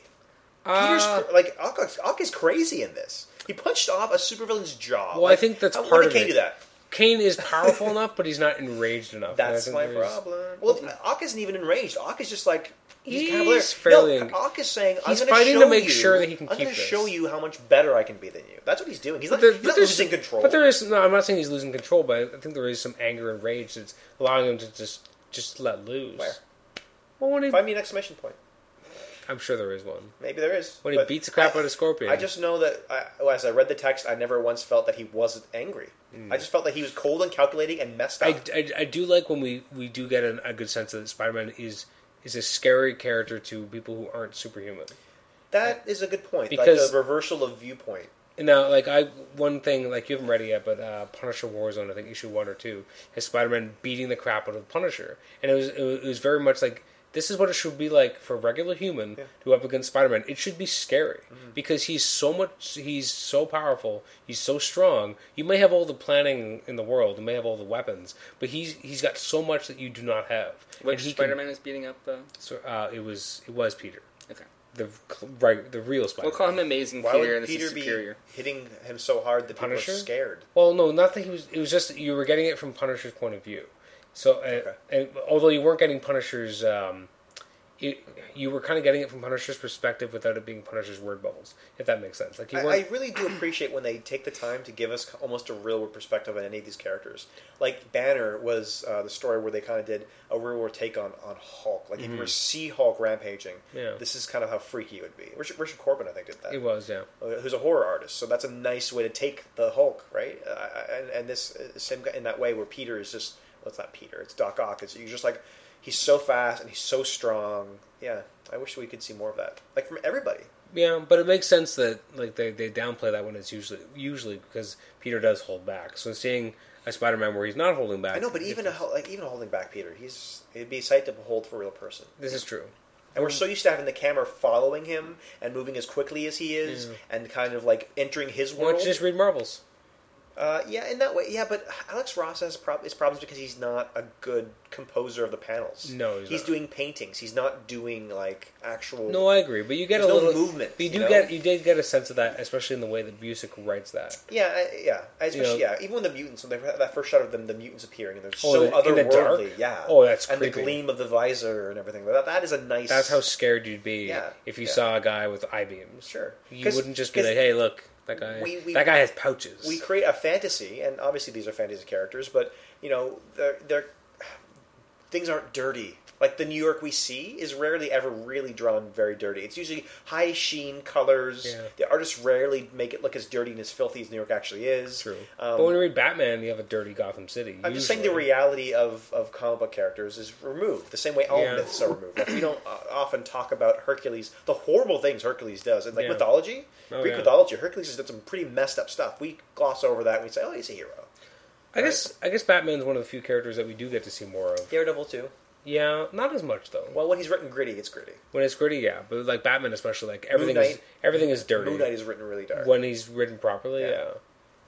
[SPEAKER 1] Uh,
[SPEAKER 3] Peter's cr- like Ock, Ock is crazy in this. He punched off a supervillain's jaw.
[SPEAKER 1] Well, I
[SPEAKER 3] Like,
[SPEAKER 1] think that's
[SPEAKER 3] how- why
[SPEAKER 1] part
[SPEAKER 3] did
[SPEAKER 1] of
[SPEAKER 3] Kane
[SPEAKER 1] it.
[SPEAKER 3] do that.
[SPEAKER 1] Kane is powerful enough, but he's not enraged enough.
[SPEAKER 3] That's
[SPEAKER 1] And I
[SPEAKER 3] my
[SPEAKER 1] think there's-
[SPEAKER 3] problem. Well, Ock isn't even enraged. Ock is just like he's,
[SPEAKER 1] He's
[SPEAKER 3] cavalier.
[SPEAKER 1] fairly
[SPEAKER 3] no,
[SPEAKER 1] eng-
[SPEAKER 3] Ock is saying
[SPEAKER 1] He's
[SPEAKER 3] I'm gonna
[SPEAKER 1] fighting
[SPEAKER 3] show
[SPEAKER 1] to make
[SPEAKER 3] you-
[SPEAKER 1] sure that he can
[SPEAKER 3] I'm
[SPEAKER 1] keep
[SPEAKER 3] gonna
[SPEAKER 1] this."
[SPEAKER 3] show you how much better I can be than you. That's what he's doing. He's not,
[SPEAKER 1] There-
[SPEAKER 3] he's not
[SPEAKER 1] there's-
[SPEAKER 3] losing control.
[SPEAKER 1] But there is no. I'm not saying he's losing control, but I think there is some anger and rage that's allowing him to just just let loose.
[SPEAKER 3] Where?
[SPEAKER 1] Well, when he,
[SPEAKER 3] Find me an exclamation point.
[SPEAKER 1] I'm sure there is one.
[SPEAKER 3] Maybe there is.
[SPEAKER 1] When he
[SPEAKER 3] but
[SPEAKER 1] beats the crap
[SPEAKER 3] I-
[SPEAKER 1] out of Scorpion.
[SPEAKER 3] I just know that I, as I read the text, I never once felt that he wasn't angry. I just felt that he was cold and calculating and messed up.
[SPEAKER 1] Hmm. I, I, I do like when we, we do get an, a good sense that Spider-Man is is a scary character to people who aren't superhuman.
[SPEAKER 3] that is a good point. like
[SPEAKER 1] Because-
[SPEAKER 3] the reversal of viewpoint.
[SPEAKER 1] Now, like I one thing, like you haven't read it yet, but uh, Punisher Warzone, I think issue one or two, has Spider-Man beating the crap out of the Punisher, and it was it was, it was very much like this is what it should be like for a regular human to go up against Spider-Man. It should be scary because he's so much, he's so powerful, he's so strong. You may have all the planning in the world, you may have all the weapons, but he's he's got so much that you do not have.
[SPEAKER 2] Which
[SPEAKER 1] he can-
[SPEAKER 2] Spider-Man is beating up? Uh,
[SPEAKER 1] So, uh, it was it was Peter,
[SPEAKER 2] okay,
[SPEAKER 1] the cl- right, the real Spider.
[SPEAKER 2] we'll call him Amazing
[SPEAKER 3] Why
[SPEAKER 2] Peter,
[SPEAKER 3] would
[SPEAKER 2] and this
[SPEAKER 3] Peter
[SPEAKER 2] is
[SPEAKER 3] be
[SPEAKER 2] Superior.
[SPEAKER 3] hitting him so hard that people are
[SPEAKER 1] Punisher?
[SPEAKER 3] scared?
[SPEAKER 1] Well, no, not that he was. It was just that you were getting it from Punisher's point of view. So, uh, and although you weren't getting Punisher's, um, it, you were kind of getting it from Punisher's perspective without it being Punisher's word bubbles, if that makes sense. Like you
[SPEAKER 3] I,
[SPEAKER 1] weren't.
[SPEAKER 3] I really do appreciate when they take the time to give us almost a real world perspective on any of these characters. Like Banner was uh, the story where they kind of did a real world take on, on Hulk. Like if you were to see Hulk rampaging,
[SPEAKER 1] Mm-hmm. Yeah.
[SPEAKER 3] this is kind of how freaky it would be. Richard, Richard Corbin, I think, did that.
[SPEAKER 1] it was, yeah.
[SPEAKER 3] uh, who's a horror artist. So that's a nice way to take the Hulk, right? Uh, I- and, and this uh, same guy in that way where Peter is just well, it's not Peter, it's Doc Ock. It's you're just like he's so fast and he's so strong. Yeah, I wish we could see more of that, like from everybody.
[SPEAKER 1] Yeah, but it makes sense that like they, they downplay that when it's usually usually because Peter does hold back. So seeing a Spider-Man where he's not holding back,
[SPEAKER 3] I know, but even a, hel- like even holding back Peter, he's it'd be a sight to behold for a real person.
[SPEAKER 1] this is true.
[SPEAKER 3] And we're so used to having the camera following him and moving as quickly as he is, and kind of like entering his
[SPEAKER 1] Why
[SPEAKER 3] world.
[SPEAKER 1] don't you just read Marvels?
[SPEAKER 3] Uh, yeah, in that way, yeah. But Alex Ross has prob- his problems because he's not a good composer of the panels.
[SPEAKER 1] No, he's not.
[SPEAKER 3] doing paintings. He's not doing like actual.
[SPEAKER 1] No, I agree, but you get
[SPEAKER 3] There's
[SPEAKER 1] a
[SPEAKER 3] no
[SPEAKER 1] little
[SPEAKER 3] movement,
[SPEAKER 1] But you do
[SPEAKER 3] you know?
[SPEAKER 1] get you did get a sense of that, especially in the way that Busick writes that.
[SPEAKER 3] Yeah, I- yeah. I Especially,
[SPEAKER 1] You know-
[SPEAKER 3] yeah. Even when the mutants, when they that first shot of them, the mutants appearing, and they're
[SPEAKER 1] Oh,
[SPEAKER 3] so
[SPEAKER 1] the- in the dark?
[SPEAKER 3] otherworldly. Yeah.
[SPEAKER 1] Oh, that's
[SPEAKER 3] and
[SPEAKER 1] creepy.
[SPEAKER 3] the gleam of the visor and everything. That that is a nice.
[SPEAKER 1] That's how scared you'd be
[SPEAKER 3] Yeah,
[SPEAKER 1] if you
[SPEAKER 3] yeah.
[SPEAKER 1] saw a guy with eye beams.
[SPEAKER 3] Sure.
[SPEAKER 1] you
[SPEAKER 3] 'Cause-
[SPEAKER 1] wouldn't just be
[SPEAKER 3] 'cause
[SPEAKER 1] like, "Hey, look, that guy.
[SPEAKER 3] we- we-
[SPEAKER 1] that guy has pouches."
[SPEAKER 3] we create a fantasy, and obviously these are fantasy characters, but you know, they're, they're things aren't dirty. Like the New York we see is rarely ever really drawn very dirty. It's usually high sheen colors.
[SPEAKER 1] Yeah.
[SPEAKER 3] The artists rarely make it look as dirty and as filthy as New York actually is.
[SPEAKER 1] True.
[SPEAKER 3] Um,
[SPEAKER 1] but when you read Batman, you have a dirty Gotham City.
[SPEAKER 3] I'm just saying the
[SPEAKER 1] usually.
[SPEAKER 3] reality of, of comic book characters is removed, the same way all
[SPEAKER 1] Yeah.
[SPEAKER 3] myths are removed. Like, we don't uh, often talk about Hercules, the horrible things Hercules does. And like
[SPEAKER 1] Yeah.
[SPEAKER 3] mythology,
[SPEAKER 1] Oh,
[SPEAKER 3] Greek
[SPEAKER 1] yeah.
[SPEAKER 3] mythology, Hercules has done some pretty messed up stuff. We gloss over that and we say, oh, he's a hero.
[SPEAKER 1] I guess I guess Batman's one of the few characters that we do get to see more of.
[SPEAKER 3] Daredevil too.
[SPEAKER 1] Yeah, not as much though.
[SPEAKER 3] Well, when he's written gritty, it's gritty.
[SPEAKER 1] When it's gritty, yeah, but like Batman, especially, like everything is
[SPEAKER 3] Knight.
[SPEAKER 1] everything is dirty.
[SPEAKER 3] Moon Knight is written really dark.
[SPEAKER 1] when he's written properly, yeah.
[SPEAKER 3] Yeah.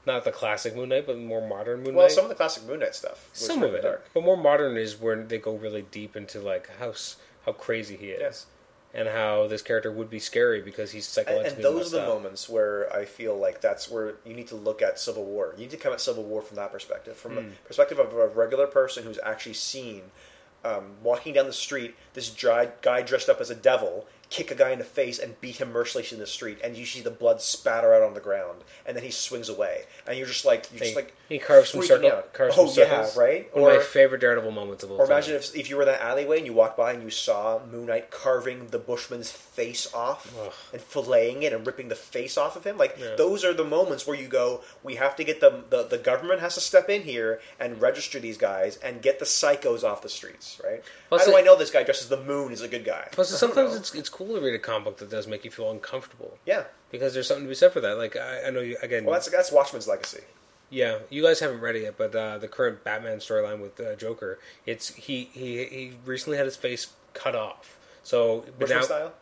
[SPEAKER 1] Not the classic Moon Knight, but more modern Moon
[SPEAKER 3] well,
[SPEAKER 1] Knight.
[SPEAKER 3] some of the classic Moon Knight stuff. Was
[SPEAKER 1] Some of
[SPEAKER 3] written
[SPEAKER 1] it,
[SPEAKER 3] Dark.
[SPEAKER 1] but more modern is where they go really deep into like how s- how crazy he is,
[SPEAKER 3] Yes.
[SPEAKER 1] and how this character would be scary because he's
[SPEAKER 3] And,
[SPEAKER 1] psychologically.
[SPEAKER 3] and those are the
[SPEAKER 1] messed up.
[SPEAKER 3] moments where I feel like that's where you need to look at Civil War. You need to come at Civil War from that perspective, from
[SPEAKER 1] Hmm.
[SPEAKER 3] the perspective of a regular person who's actually seen um, walking down the street this dry, guy dressed up as a devil kick a guy in the face and beat him mercilessly in the street, and you see the blood spatter out on the ground, and then he swings away, and you're just like, you're
[SPEAKER 1] He,
[SPEAKER 3] just like
[SPEAKER 1] he carves some
[SPEAKER 3] freaking
[SPEAKER 1] circle,
[SPEAKER 3] out.
[SPEAKER 1] carves
[SPEAKER 3] oh
[SPEAKER 1] some circles.
[SPEAKER 3] yeah, right?
[SPEAKER 1] One of my favorite Daredevil moments of all
[SPEAKER 3] Or
[SPEAKER 1] time.
[SPEAKER 3] imagine if, if you were in that alleyway and you walked by and you saw Moon Knight carving the Bushman's face off
[SPEAKER 1] Ugh.
[SPEAKER 3] and filleting it and ripping the face off of him. Like
[SPEAKER 1] Yeah.
[SPEAKER 3] those are the moments where you go, we have to get the, the the government has to step in here and register these guys and get the psychos off the streets. Right?
[SPEAKER 1] Plus
[SPEAKER 3] How do
[SPEAKER 1] it-
[SPEAKER 3] I know this guy dressed as the Moon is a good guy?
[SPEAKER 1] Plus,
[SPEAKER 3] I don't
[SPEAKER 1] sometimes
[SPEAKER 3] know.
[SPEAKER 1] it's it's cool to read a comic book that does make you feel uncomfortable.
[SPEAKER 3] yeah.
[SPEAKER 1] Because there's something to be said for that. Like I, I know you again.
[SPEAKER 3] Well, that's that's Watchman's legacy.
[SPEAKER 1] Yeah, you guys haven't read it yet, but uh, the current Batman storyline with uh, Joker, it's he, he he recently had his face cut off. So but
[SPEAKER 3] Bushman
[SPEAKER 1] now,
[SPEAKER 3] style.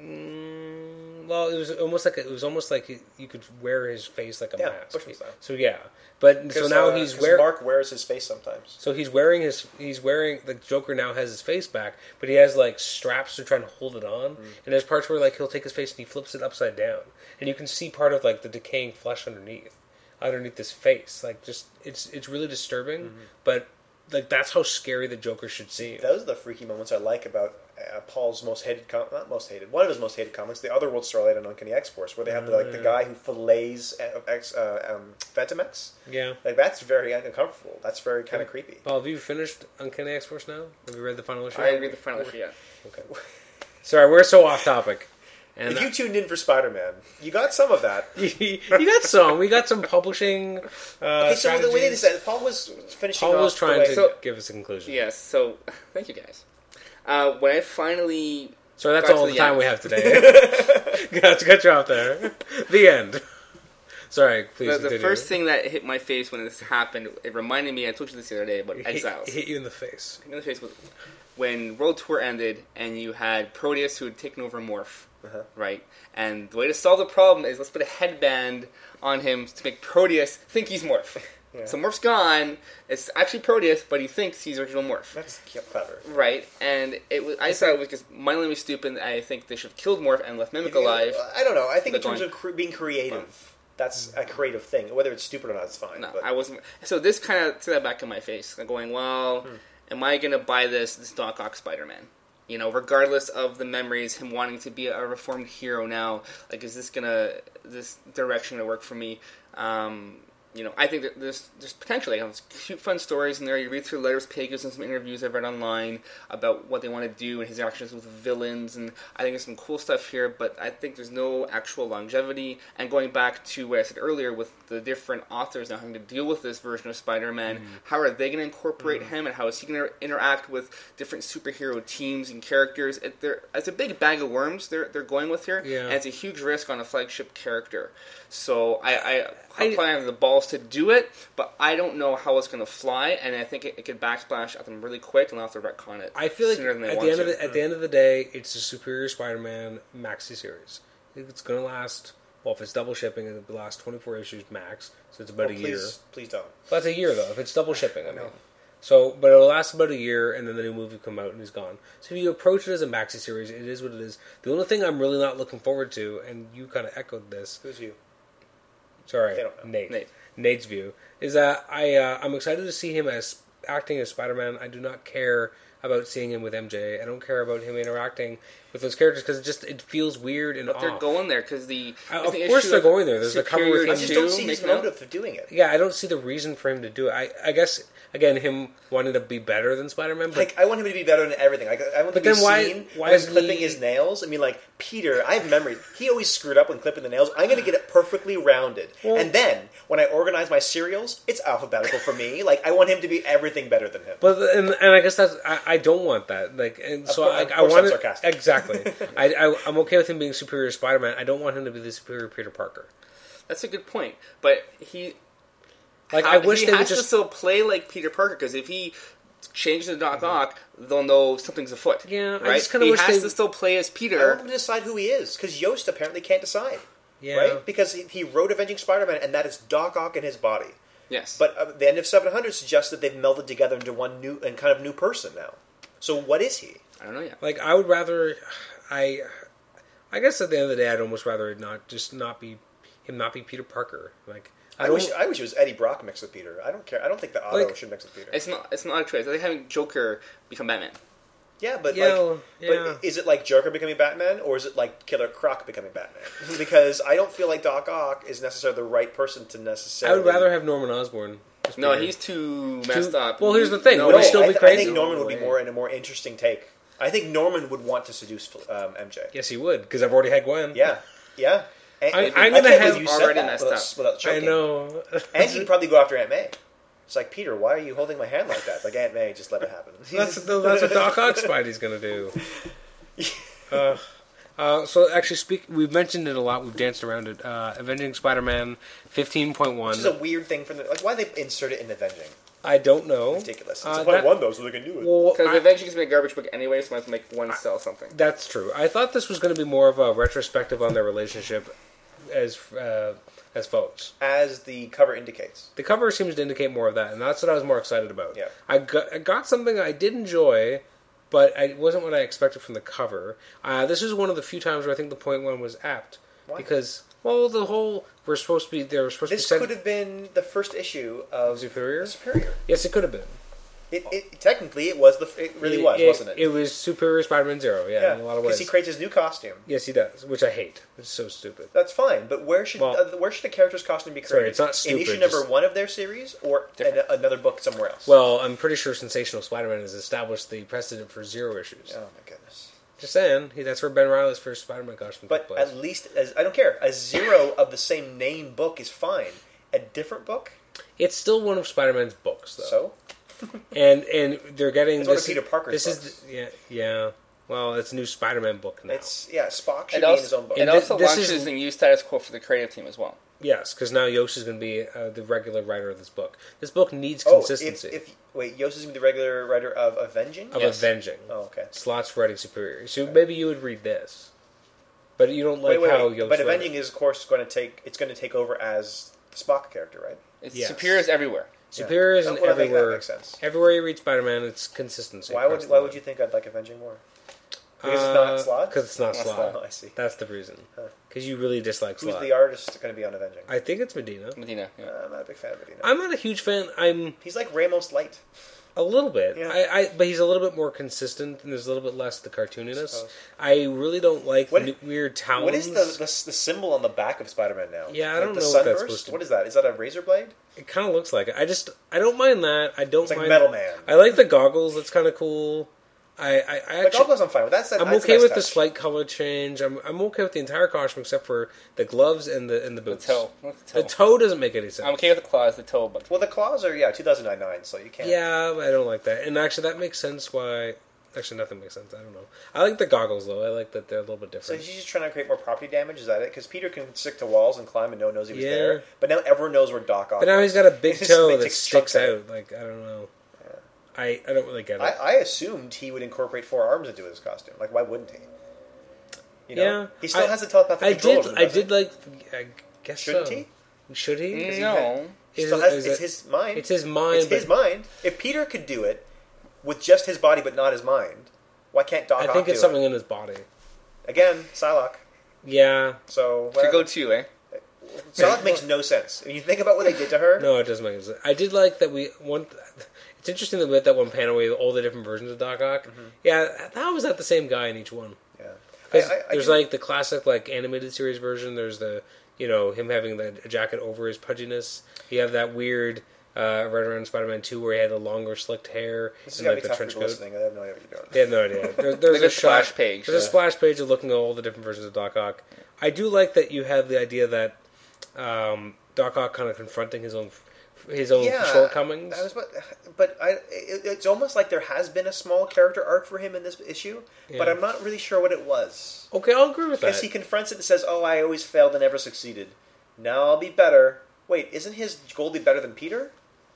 [SPEAKER 1] Mm, well, it was almost like it was almost like you- you could wear his face like a
[SPEAKER 3] Yeah,
[SPEAKER 1] mask.
[SPEAKER 3] Bushman style.
[SPEAKER 1] So yeah, but so
[SPEAKER 3] 'Cause,
[SPEAKER 1] now
[SPEAKER 3] uh,
[SPEAKER 1] he's
[SPEAKER 3] 'cause
[SPEAKER 1] wearing.
[SPEAKER 3] Mark wears his face sometimes.
[SPEAKER 1] so he's wearing his he's wearing the Joker now has his face back, but he has like straps to try and hold it on.
[SPEAKER 3] Mm.
[SPEAKER 1] And there's parts where like he'll take his face and he flips it upside down, and you can see part of like the decaying flesh underneath, underneath this face. Like just it's it's really disturbing,
[SPEAKER 3] Mm-hmm.
[SPEAKER 1] but like that's how scary the Joker should seem.
[SPEAKER 3] Those are the freaky moments I like about uh, Paul's most hated, com- not most hated, one of his most hated comics, the Otherworld Starlight and Uncanny X Force, where they have the, like
[SPEAKER 1] Mm.
[SPEAKER 3] the guy who fillets uh, X, uh, um, Phantom X.
[SPEAKER 1] yeah.
[SPEAKER 3] Like that's very uncomfortable. That's very kind of creepy.
[SPEAKER 1] Paul, have you finished Uncanny X Force now? Have you read the final issue?
[SPEAKER 2] I read the final issue. Yeah.
[SPEAKER 1] Okay. Sorry, we're so off topic. And Uh,
[SPEAKER 3] If you tuned in for Spider Man, you got some of that.
[SPEAKER 1] you got some. We got some publishing. Uh,
[SPEAKER 3] Okay, so the way they
[SPEAKER 1] strategies.
[SPEAKER 3] said Paul was finishing.
[SPEAKER 1] Paul
[SPEAKER 3] off
[SPEAKER 1] was
[SPEAKER 3] the
[SPEAKER 1] trying
[SPEAKER 3] way-
[SPEAKER 1] to
[SPEAKER 2] So-
[SPEAKER 1] give us a conclusion.
[SPEAKER 2] Yes. So thank you guys. Uh, when I finally
[SPEAKER 1] So that's
[SPEAKER 2] Got to
[SPEAKER 1] all the,
[SPEAKER 2] the
[SPEAKER 1] time
[SPEAKER 2] end.
[SPEAKER 1] we have today. got to cut you off there. The end. Sorry, please.
[SPEAKER 2] the, the
[SPEAKER 1] continue.
[SPEAKER 2] first thing that hit my face when this happened, it reminded me. I told you this the other day about
[SPEAKER 1] He-
[SPEAKER 2] exiles.
[SPEAKER 1] he hit you in the face.
[SPEAKER 2] Another face was when World Tour ended and you had Proteus who had taken over Morph,
[SPEAKER 3] Uh-huh.
[SPEAKER 2] right? And the way to solve the problem is let's put a headband on him to make Proteus think he's Morph.
[SPEAKER 3] Yeah.
[SPEAKER 2] So Morph's gone. It's actually Proteus, but he thinks he's original Morph.
[SPEAKER 3] That's clever.
[SPEAKER 2] Right, and it was, I thought it was just mindlessly stupid. and I think they should have killed Morph and left Mimic alive.
[SPEAKER 3] I don't know. I think in
[SPEAKER 2] They're
[SPEAKER 3] terms
[SPEAKER 2] going-
[SPEAKER 3] of cre- being creative, that's a creative thing. Whether it's stupid or not, it's fine.
[SPEAKER 2] No,
[SPEAKER 3] but-
[SPEAKER 2] I wasn't. So this kind of threw that back in my face, like going, "Well,
[SPEAKER 3] Hmm.
[SPEAKER 2] am I going to buy this this Doc Ock Spider Man? You know, regardless of the memories, him wanting to be a reformed hero now, like, is this gonna this direction gonna work for me? Um, you know, I think that there's there's potentially you know, there's cute, fun stories in there. You read through letters, pages, and some interviews I've read online about what they want to do and his interactions with villains, and I think there's some cool stuff here. But I think there's no actual longevity. And going back to what I said earlier with the different authors now having to deal with this version of Spider-Man,
[SPEAKER 1] Mm-hmm.
[SPEAKER 2] how are they going to incorporate him, and how is he going to interact with different superhero teams and characters? It, they're- it's a big bag of worms they're they're going with here,
[SPEAKER 1] Yeah.
[SPEAKER 2] and it's a huge risk on a flagship character. So I, I
[SPEAKER 1] I-
[SPEAKER 2] I'm probably have the balls to do it, but I don't know how it's going to fly, and I think it, it could backsplash at them really quick, and I'll have to retcon it.
[SPEAKER 1] I feel like
[SPEAKER 2] sooner than they
[SPEAKER 1] at
[SPEAKER 2] want
[SPEAKER 1] the end of
[SPEAKER 2] to.
[SPEAKER 1] the, at the end of the day, it's a superior Spider-Man maxi series. It's going to last. Well, if it's double shipping, it'll last 24 issues max, so it's about
[SPEAKER 3] Oh,
[SPEAKER 1] a
[SPEAKER 3] please,
[SPEAKER 1] year.
[SPEAKER 3] please don't.
[SPEAKER 1] Well, that's a year though. If it's double shipping, I mean. So, but it'll last about a year, and then the new movie will come out and he's gone. So if you approach it as a maxi series, it is what it is. The only thing I'm really not looking forward to, and you kind of echoed this,
[SPEAKER 3] Who's you?
[SPEAKER 1] sorry,
[SPEAKER 3] They don't know.
[SPEAKER 1] Nate.
[SPEAKER 2] Nate.
[SPEAKER 1] Nate's view is that I uh, I'm excited to see him as acting as Spider-Man. I do not care about seeing him with MJ. I don't care about him interacting with those characters because it just it feels weird and
[SPEAKER 2] But they're
[SPEAKER 1] off.
[SPEAKER 2] going there because the
[SPEAKER 1] Uh,
[SPEAKER 2] with
[SPEAKER 1] of
[SPEAKER 2] the
[SPEAKER 1] course
[SPEAKER 2] issue
[SPEAKER 1] they're going there. There's a cover with
[SPEAKER 2] superior
[SPEAKER 1] him.
[SPEAKER 3] I
[SPEAKER 1] Do
[SPEAKER 3] just don't
[SPEAKER 2] to
[SPEAKER 3] see his
[SPEAKER 2] making out-
[SPEAKER 3] motive for doing it.
[SPEAKER 1] Yeah, I don't see the reason for him to do it. I I guess again him wanting to be better than Spider-Man, but
[SPEAKER 3] Like I want him to be better than everything. Like I want
[SPEAKER 1] But
[SPEAKER 3] him to be
[SPEAKER 1] then why-
[SPEAKER 3] seen
[SPEAKER 1] why
[SPEAKER 3] when he's
[SPEAKER 1] is
[SPEAKER 3] clipping
[SPEAKER 1] he-
[SPEAKER 3] his nails. I mean, like Peter, I have memories. He always screwed up when clipping the nails. I'm going to get it perfectly rounded,
[SPEAKER 1] Well-
[SPEAKER 3] and then when I organize my cereals, it's alphabetical for me. Like I want him to be everything better than him.
[SPEAKER 1] But and, and I guess that's I, I don't want that like and so
[SPEAKER 3] course-
[SPEAKER 1] like
[SPEAKER 3] of
[SPEAKER 1] I
[SPEAKER 3] course I'm
[SPEAKER 1] want it-
[SPEAKER 3] sarcastic.
[SPEAKER 1] exactly I, I I'm okay with him being superior Spider Man I don't want him to be the superior Peter Parker
[SPEAKER 2] That's a good point, but he
[SPEAKER 1] like
[SPEAKER 2] How-
[SPEAKER 1] I wish
[SPEAKER 2] he
[SPEAKER 1] they would
[SPEAKER 2] has to
[SPEAKER 1] just
[SPEAKER 2] still play like Peter Parker because if he changes the Doc Ock, they'll know something's afoot.
[SPEAKER 1] Yeah, I
[SPEAKER 2] right.
[SPEAKER 1] just kinda
[SPEAKER 2] he
[SPEAKER 1] wish
[SPEAKER 2] has
[SPEAKER 1] they-
[SPEAKER 2] to still play as
[SPEAKER 3] I want
[SPEAKER 2] Peter.
[SPEAKER 3] him to decide who he is because Yost apparently can't decide,
[SPEAKER 1] yeah
[SPEAKER 3] right? Because he, he wrote Avenging Spider-Man, and that is Doc Ock in his body.
[SPEAKER 2] Yes,
[SPEAKER 3] But uh, the end of 700 suggests that they've melded together into one new and kind of new person now. So what is he?
[SPEAKER 2] I don't know yet.
[SPEAKER 1] like I would rather I I guess at the end of the day I'd almost rather it not just not be him not be Peter Parker like I,
[SPEAKER 3] I,
[SPEAKER 1] don't
[SPEAKER 3] wish I wish it was Eddie Brock mixed with Peter. I don't care. I don't think the Otto
[SPEAKER 1] Like-
[SPEAKER 3] should mix with Peter.
[SPEAKER 2] It's not. It's not a choice. I think having Joker become Batman.
[SPEAKER 3] Yeah, but
[SPEAKER 1] Yeah,
[SPEAKER 3] like,
[SPEAKER 1] yeah.
[SPEAKER 3] but is it like Joker becoming Batman, or is it like Killer Croc becoming Batman? because I don't feel like Doc Ock is necessarily the right person to
[SPEAKER 1] I
[SPEAKER 3] necessarily.
[SPEAKER 1] would rather have Norman Osborn as
[SPEAKER 2] No,
[SPEAKER 1] Peter.
[SPEAKER 2] he's too messed up.
[SPEAKER 1] well, here's the thing,
[SPEAKER 3] No,
[SPEAKER 1] would he
[SPEAKER 3] I,
[SPEAKER 1] still be
[SPEAKER 3] th- I
[SPEAKER 1] crazy?
[SPEAKER 3] think Norman would be
[SPEAKER 1] No
[SPEAKER 3] more in a more interesting take. I think Norman would want to seduce um, MJ.
[SPEAKER 1] yes he would because I've already had Gwen
[SPEAKER 3] Yeah, yeah. And,
[SPEAKER 1] I-
[SPEAKER 3] and
[SPEAKER 1] I'm
[SPEAKER 3] I
[SPEAKER 1] gonna
[SPEAKER 3] can't
[SPEAKER 1] have
[SPEAKER 3] believe you said
[SPEAKER 2] already
[SPEAKER 3] that
[SPEAKER 2] messed
[SPEAKER 3] without,
[SPEAKER 2] up.
[SPEAKER 3] without
[SPEAKER 1] I
[SPEAKER 3] choking.
[SPEAKER 1] know
[SPEAKER 3] And he'd probably go after Aunt May. It's like Peter, why are you holding my hand like that? Like Aunt May, just let it happen.
[SPEAKER 1] That's that's what Doc Ock Spidey's gonna do. Uh, uh, so actually, speak. We've mentioned it a lot. We've danced around it. Uh, Avenging Spider-Man fifteen point one.
[SPEAKER 3] Which is a weird thing for the like. Why they insert it in Avenging?
[SPEAKER 1] I don't know.
[SPEAKER 3] Ridiculous. It's
[SPEAKER 1] Uh,
[SPEAKER 3] a
[SPEAKER 1] that-
[SPEAKER 3] point one though, so they can do it.
[SPEAKER 1] well,
[SPEAKER 2] Because
[SPEAKER 1] I-
[SPEAKER 2] eventually it's gonna be a garbage book anyway, so I have to make one sell something.
[SPEAKER 1] that's true. I thought this was going to be more of a retrospective on their relationship as uh, as folks.
[SPEAKER 3] as the cover indicates.
[SPEAKER 1] The cover seems to indicate more of that, and that's what I was more excited about.
[SPEAKER 3] Yeah.
[SPEAKER 1] I got, I got something I did enjoy, but I- it wasn't what I expected from the cover. Uh, this is one of the few times where I think the point one was apt
[SPEAKER 3] Why?
[SPEAKER 1] because well, the whole we're supposed to be they were supposed
[SPEAKER 3] This
[SPEAKER 1] to be
[SPEAKER 3] could
[SPEAKER 1] sent-
[SPEAKER 3] have been the first issue of
[SPEAKER 1] Superior?
[SPEAKER 3] Superior.
[SPEAKER 1] yes, it could have been.
[SPEAKER 3] It, it technically it was the it really was, wasn't it?
[SPEAKER 1] It was Superior Spider-Man Zero, yeah,
[SPEAKER 3] yeah,
[SPEAKER 1] in a lot of ways.
[SPEAKER 3] because he creates his new costume.
[SPEAKER 1] yes, he does, which I hate. It's so stupid.
[SPEAKER 3] That's fine, but where should
[SPEAKER 1] Well-
[SPEAKER 3] uh, where should the character's costume be created?
[SPEAKER 1] Sorry, it's not
[SPEAKER 3] In issue
[SPEAKER 1] stupid,
[SPEAKER 3] number
[SPEAKER 1] just-
[SPEAKER 3] one of their series, or in
[SPEAKER 2] Different.
[SPEAKER 3] a, another book somewhere else.
[SPEAKER 1] Well, I'm pretty sure Sensational Spider-Man has established the precedent for zero issues.
[SPEAKER 3] oh my goodness.
[SPEAKER 1] Just saying, he, that's where Ben Riley's first Spider-Man costume
[SPEAKER 3] But
[SPEAKER 1] took place.
[SPEAKER 3] at least as I don't care, a zero of the same name book is fine. A different book,
[SPEAKER 1] It's still one of Spider-Man's books, though.
[SPEAKER 3] so
[SPEAKER 1] and and they're getting
[SPEAKER 3] It's one
[SPEAKER 1] this
[SPEAKER 3] of Peter Parker's
[SPEAKER 1] This is
[SPEAKER 3] books.
[SPEAKER 1] the, yeah yeah. Well, it's a new Spider-Man book now.
[SPEAKER 3] it's yeah. Spock should
[SPEAKER 2] It
[SPEAKER 3] be in
[SPEAKER 2] also,
[SPEAKER 3] his own book.
[SPEAKER 2] it
[SPEAKER 1] And
[SPEAKER 2] also
[SPEAKER 1] thi- this
[SPEAKER 2] launches
[SPEAKER 1] is-
[SPEAKER 2] a new status quo for the creative team as well.
[SPEAKER 1] yes, because now Yost is going to be uh, the regular writer of this book. This book needs
[SPEAKER 3] oh, if,
[SPEAKER 1] consistency
[SPEAKER 3] if wait, Yost is gonna be the regular writer of Avenging.
[SPEAKER 1] of
[SPEAKER 2] Yes.
[SPEAKER 1] avenging
[SPEAKER 3] Oh, okay.
[SPEAKER 1] slots writing superior. So maybe you would read this, but you don't like
[SPEAKER 3] wait, wait,
[SPEAKER 1] how
[SPEAKER 3] wait.
[SPEAKER 1] Yost.
[SPEAKER 3] But
[SPEAKER 1] wrote it.
[SPEAKER 3] Avenging is, of course, going to take. It's going to take over as the Spock character, right?
[SPEAKER 2] It's
[SPEAKER 1] Yes.
[SPEAKER 2] superiors everywhere.
[SPEAKER 1] superior
[SPEAKER 3] Yeah.
[SPEAKER 1] is in
[SPEAKER 3] Well, I think that
[SPEAKER 1] everywhere.
[SPEAKER 3] makes sense.
[SPEAKER 1] Everywhere you read Spider-Man, it's consistency.
[SPEAKER 3] why would Why would you think I'd like Avenging more? Because it's not Slot.
[SPEAKER 1] Because Uh, it's not
[SPEAKER 2] Not
[SPEAKER 1] slot.
[SPEAKER 3] Oh, I see.
[SPEAKER 1] That's the reason.
[SPEAKER 3] Huh.
[SPEAKER 1] Because you really dislike
[SPEAKER 3] Who's
[SPEAKER 1] slot.
[SPEAKER 3] the artist going to be on Avenging?
[SPEAKER 1] I think it's Medina.
[SPEAKER 2] Medina. Yeah.
[SPEAKER 3] Uh, I'm not a big fan of Medina.
[SPEAKER 1] I'm not a huge fan. I'm
[SPEAKER 3] He's like Ramos light.
[SPEAKER 1] A little bit.
[SPEAKER 3] Yeah.
[SPEAKER 1] I, I but he's a little bit more consistent and there's a little bit less the cartooniness.
[SPEAKER 3] Suppose.
[SPEAKER 1] I really don't like
[SPEAKER 3] What-
[SPEAKER 1] the new- weird talons.
[SPEAKER 3] What is the, the the symbol on the back of Spider-Man now?
[SPEAKER 1] Yeah, I
[SPEAKER 3] Like
[SPEAKER 1] don't
[SPEAKER 3] the
[SPEAKER 1] know what that's
[SPEAKER 3] sunburst?
[SPEAKER 1] supposed to be.
[SPEAKER 3] What is that? Is that a razor blade?
[SPEAKER 1] It kind of looks like it. I just I don't mind that. I don't
[SPEAKER 3] It's like
[SPEAKER 1] mind
[SPEAKER 3] Metal Man.
[SPEAKER 1] I like the goggles. That's kind of cool. I I, I
[SPEAKER 3] Like
[SPEAKER 1] actually
[SPEAKER 3] all goes on fine with that. That's,
[SPEAKER 1] I'm
[SPEAKER 3] that's a
[SPEAKER 1] okay
[SPEAKER 3] nice
[SPEAKER 1] with the
[SPEAKER 3] touch.
[SPEAKER 1] slight color change. I'm I'm okay with the entire costume except for the gloves and the and the
[SPEAKER 2] The
[SPEAKER 1] boots.
[SPEAKER 2] toe. What's the
[SPEAKER 1] The toe
[SPEAKER 2] toe?
[SPEAKER 1] doesn't make any sense.
[SPEAKER 2] I'm okay with the claws, the toe, but
[SPEAKER 3] Well, the claws are yeah 2009, so you can't.
[SPEAKER 1] Yeah, but I don't like that. And actually, that makes sense. Why? Actually, nothing makes sense. I don't know. I like the goggles though. I like that they're a little bit
[SPEAKER 3] So
[SPEAKER 1] different.
[SPEAKER 3] he's just trying to create more property damage. Is that it? Because Peter can stick to walls and climb, and no one knows he was
[SPEAKER 1] Yeah.
[SPEAKER 3] there. But now everyone knows where Doc Ock.
[SPEAKER 1] But now
[SPEAKER 3] was.
[SPEAKER 1] he's got a big
[SPEAKER 3] It's just
[SPEAKER 1] toe
[SPEAKER 3] they
[SPEAKER 1] that
[SPEAKER 3] take
[SPEAKER 1] sticks
[SPEAKER 3] chunks out.
[SPEAKER 1] out. Like I don't know. I, I don't really get it.
[SPEAKER 3] I, I assumed he would incorporate four arms into his costume. Like, why wouldn't he? You know,
[SPEAKER 1] Yeah,
[SPEAKER 3] he still
[SPEAKER 1] I-
[SPEAKER 3] has the telepathic
[SPEAKER 1] I
[SPEAKER 3] control.
[SPEAKER 1] did
[SPEAKER 3] over him,
[SPEAKER 1] I
[SPEAKER 3] doesn't
[SPEAKER 1] did like I guess
[SPEAKER 3] Shouldn't
[SPEAKER 1] so.
[SPEAKER 3] he? Mm,
[SPEAKER 1] Should he? Is he-
[SPEAKER 2] No.
[SPEAKER 1] is-
[SPEAKER 3] Still has,
[SPEAKER 1] is
[SPEAKER 3] it's
[SPEAKER 1] it-
[SPEAKER 3] his mind.
[SPEAKER 1] It's his mind.
[SPEAKER 3] It's his
[SPEAKER 1] but
[SPEAKER 3] mind. If Peter could do it with just his body, but not his mind, why can't Doc?
[SPEAKER 1] I think
[SPEAKER 3] Ock
[SPEAKER 1] it's
[SPEAKER 3] do it?
[SPEAKER 1] something in his body.
[SPEAKER 3] Again, Psylocke.
[SPEAKER 1] Yeah.
[SPEAKER 3] So
[SPEAKER 2] To
[SPEAKER 3] whatever.
[SPEAKER 2] go to, eh?
[SPEAKER 3] Psylocke makes no sense. If you think about what they did to her,
[SPEAKER 1] No, it doesn't make sense. I did like that we one. It's interesting that we had that one panel with all the different versions of Doc Ock.
[SPEAKER 3] Mm-hmm.
[SPEAKER 1] Yeah, how was that the same guy in each one?
[SPEAKER 3] yeah.
[SPEAKER 1] 'Cause
[SPEAKER 3] I- I- I
[SPEAKER 1] there's
[SPEAKER 3] do-
[SPEAKER 1] like the classic like animated series version. There's the you know him having the jacket over his pudginess. You have that weird uh, right around Spider-Man Two where he had the longer slicked hair
[SPEAKER 3] This is
[SPEAKER 1] and
[SPEAKER 3] gonna
[SPEAKER 1] like
[SPEAKER 3] be
[SPEAKER 1] the
[SPEAKER 3] tough for
[SPEAKER 1] trench
[SPEAKER 3] people
[SPEAKER 1] coat.
[SPEAKER 3] listening. I have no idea what you're doing.
[SPEAKER 1] They have no idea. There, there's
[SPEAKER 2] Like a
[SPEAKER 1] a shot-
[SPEAKER 2] splash page,
[SPEAKER 1] There's a
[SPEAKER 2] yeah.
[SPEAKER 1] splash page of looking at all the different versions of Doc Ock. I do like that you have the idea that um, Doc Ock kind of confronting his own his own shortcomings.
[SPEAKER 3] that was what- but I, it, it's almost like there has been a small character arc for him in this issue, but
[SPEAKER 1] Yeah.
[SPEAKER 3] I'm not really sure what it was.
[SPEAKER 1] Okay, I'll agree with that.
[SPEAKER 3] Because he confronts it and says, "Oh, I always failed and never succeeded. Now I'll be better." Wait, isn't his Goldie better than Peter?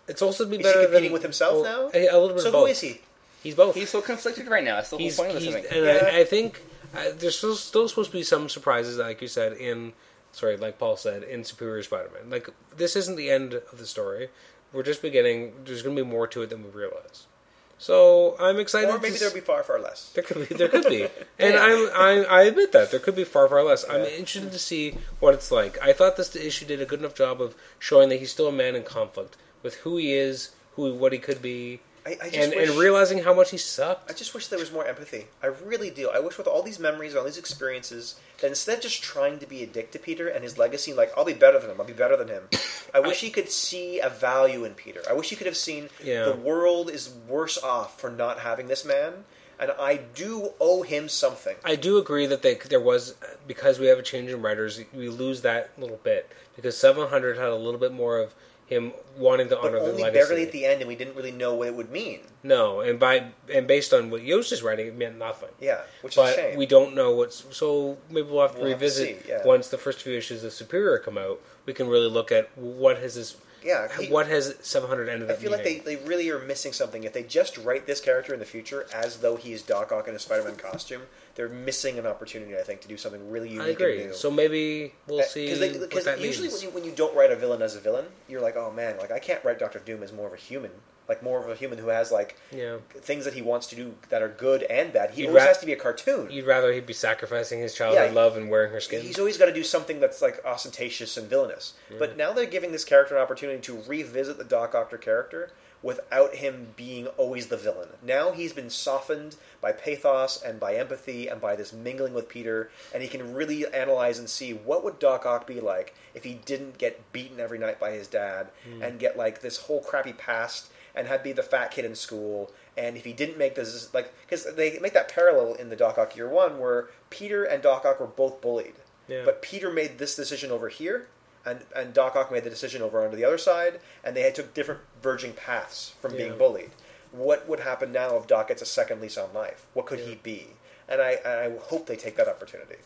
[SPEAKER 1] it's also be
[SPEAKER 3] Is
[SPEAKER 1] better
[SPEAKER 3] he competing
[SPEAKER 1] than,
[SPEAKER 3] with himself
[SPEAKER 1] oh,
[SPEAKER 3] now?
[SPEAKER 1] A, a little bit
[SPEAKER 3] so
[SPEAKER 1] of both.
[SPEAKER 3] who is he?
[SPEAKER 1] He's both.
[SPEAKER 2] He's so conflicted right now. That's the whole
[SPEAKER 1] He's,
[SPEAKER 2] point of this
[SPEAKER 1] he's-
[SPEAKER 2] thing.
[SPEAKER 1] and
[SPEAKER 3] Yeah.
[SPEAKER 1] I, I think uh, there's still, still supposed to be some surprises, like you said, in sorry, like Paul said, in Superior Spider-Man. Like this isn't the end of the story. We're just beginning. There's going to be more to it than we realize. So I'm excited.
[SPEAKER 3] Or
[SPEAKER 1] to
[SPEAKER 3] maybe
[SPEAKER 1] s-
[SPEAKER 3] there'll be far, far less.
[SPEAKER 1] There could be, there could be, and I'm, I, I admit that there could be far, far less. I'm interested to see what it's like. I thought this issue did a good enough job of showing that he's still a man in conflict with who he is, who he- what he could be,
[SPEAKER 3] I, I just
[SPEAKER 1] and
[SPEAKER 3] wish,
[SPEAKER 1] and realizing how much he sucked.
[SPEAKER 3] I just wish there was more empathy. I really do. I wish with all these memories and all these experiences that instead of just trying to be a dick to Peter and his legacy, like I'll be better than him, I'll be better than him. I wish he could see a value in Peter. I wish he could have seen
[SPEAKER 1] Yeah.
[SPEAKER 3] the world is worse off for not having this man, and I do owe him something.
[SPEAKER 1] I do agree that they there was because we have a change in writers, we lose that little bit because 700 had a little bit more of him wanting to
[SPEAKER 3] But
[SPEAKER 1] honor the
[SPEAKER 3] only
[SPEAKER 1] legacy.
[SPEAKER 3] barely at the end, and we didn't really know what it would mean.
[SPEAKER 1] no, and by and based on what Yost is writing, it meant nothing.
[SPEAKER 3] Yeah, which is a
[SPEAKER 1] But
[SPEAKER 3] shame.
[SPEAKER 1] we don't know what's so. Maybe we'll have to
[SPEAKER 3] We'll have to
[SPEAKER 1] revisit
[SPEAKER 3] see, yeah.
[SPEAKER 1] once the first few issues of Superior come out. We can really look at what has this.
[SPEAKER 3] Yeah, he-
[SPEAKER 1] what has 700 ended
[SPEAKER 3] I
[SPEAKER 1] up
[SPEAKER 3] feel like they,
[SPEAKER 1] meaning.
[SPEAKER 3] they really are missing something. If they just write this character in the future as though he is Doc Ock in a Spider Man costume, they're missing an opportunity, I think, to do something really unique
[SPEAKER 1] I agree.
[SPEAKER 3] and new.
[SPEAKER 1] So maybe we'll
[SPEAKER 3] Uh,
[SPEAKER 1] see.
[SPEAKER 3] they-
[SPEAKER 1] what that
[SPEAKER 3] usually
[SPEAKER 1] means.
[SPEAKER 3] when you, when you don't write a villain as a villain, you're like, oh man, like I can't write Doctor Doom as more of a human, like more of a human who has like
[SPEAKER 1] Yeah.
[SPEAKER 3] things that he wants to do that are good and bad. He
[SPEAKER 1] You'd
[SPEAKER 3] always
[SPEAKER 1] ra-
[SPEAKER 3] has to be a cartoon.
[SPEAKER 1] You'd rather he'd be sacrificing his childhood
[SPEAKER 3] Yeah,
[SPEAKER 1] love and wearing her skin.
[SPEAKER 3] He's always got to do something that's like ostentatious and villainous. But now they're giving this character an opportunity to revisit the Doc Ock character without him being always the villain. Now he's been softened by pathos and by empathy and by this mingling with Peter, and he can really analyze and see what would Doc Ock be like if he didn't get beaten every night by his dad and get like this whole crappy past and had be the fat kid in school. And if he didn't make this, like, because they make that parallel in the Doc Ock year one where Peter and Doc Ock were both bullied.
[SPEAKER 1] Yeah.
[SPEAKER 3] But Peter made this decision over here, and, and Doc Ock made the decision over onto the other side, and they had took different verging paths from
[SPEAKER 1] Yeah.
[SPEAKER 3] being bullied. What would happen now if Doc gets a second lease on life? What could he be? And I, and I hope they take that opportunity.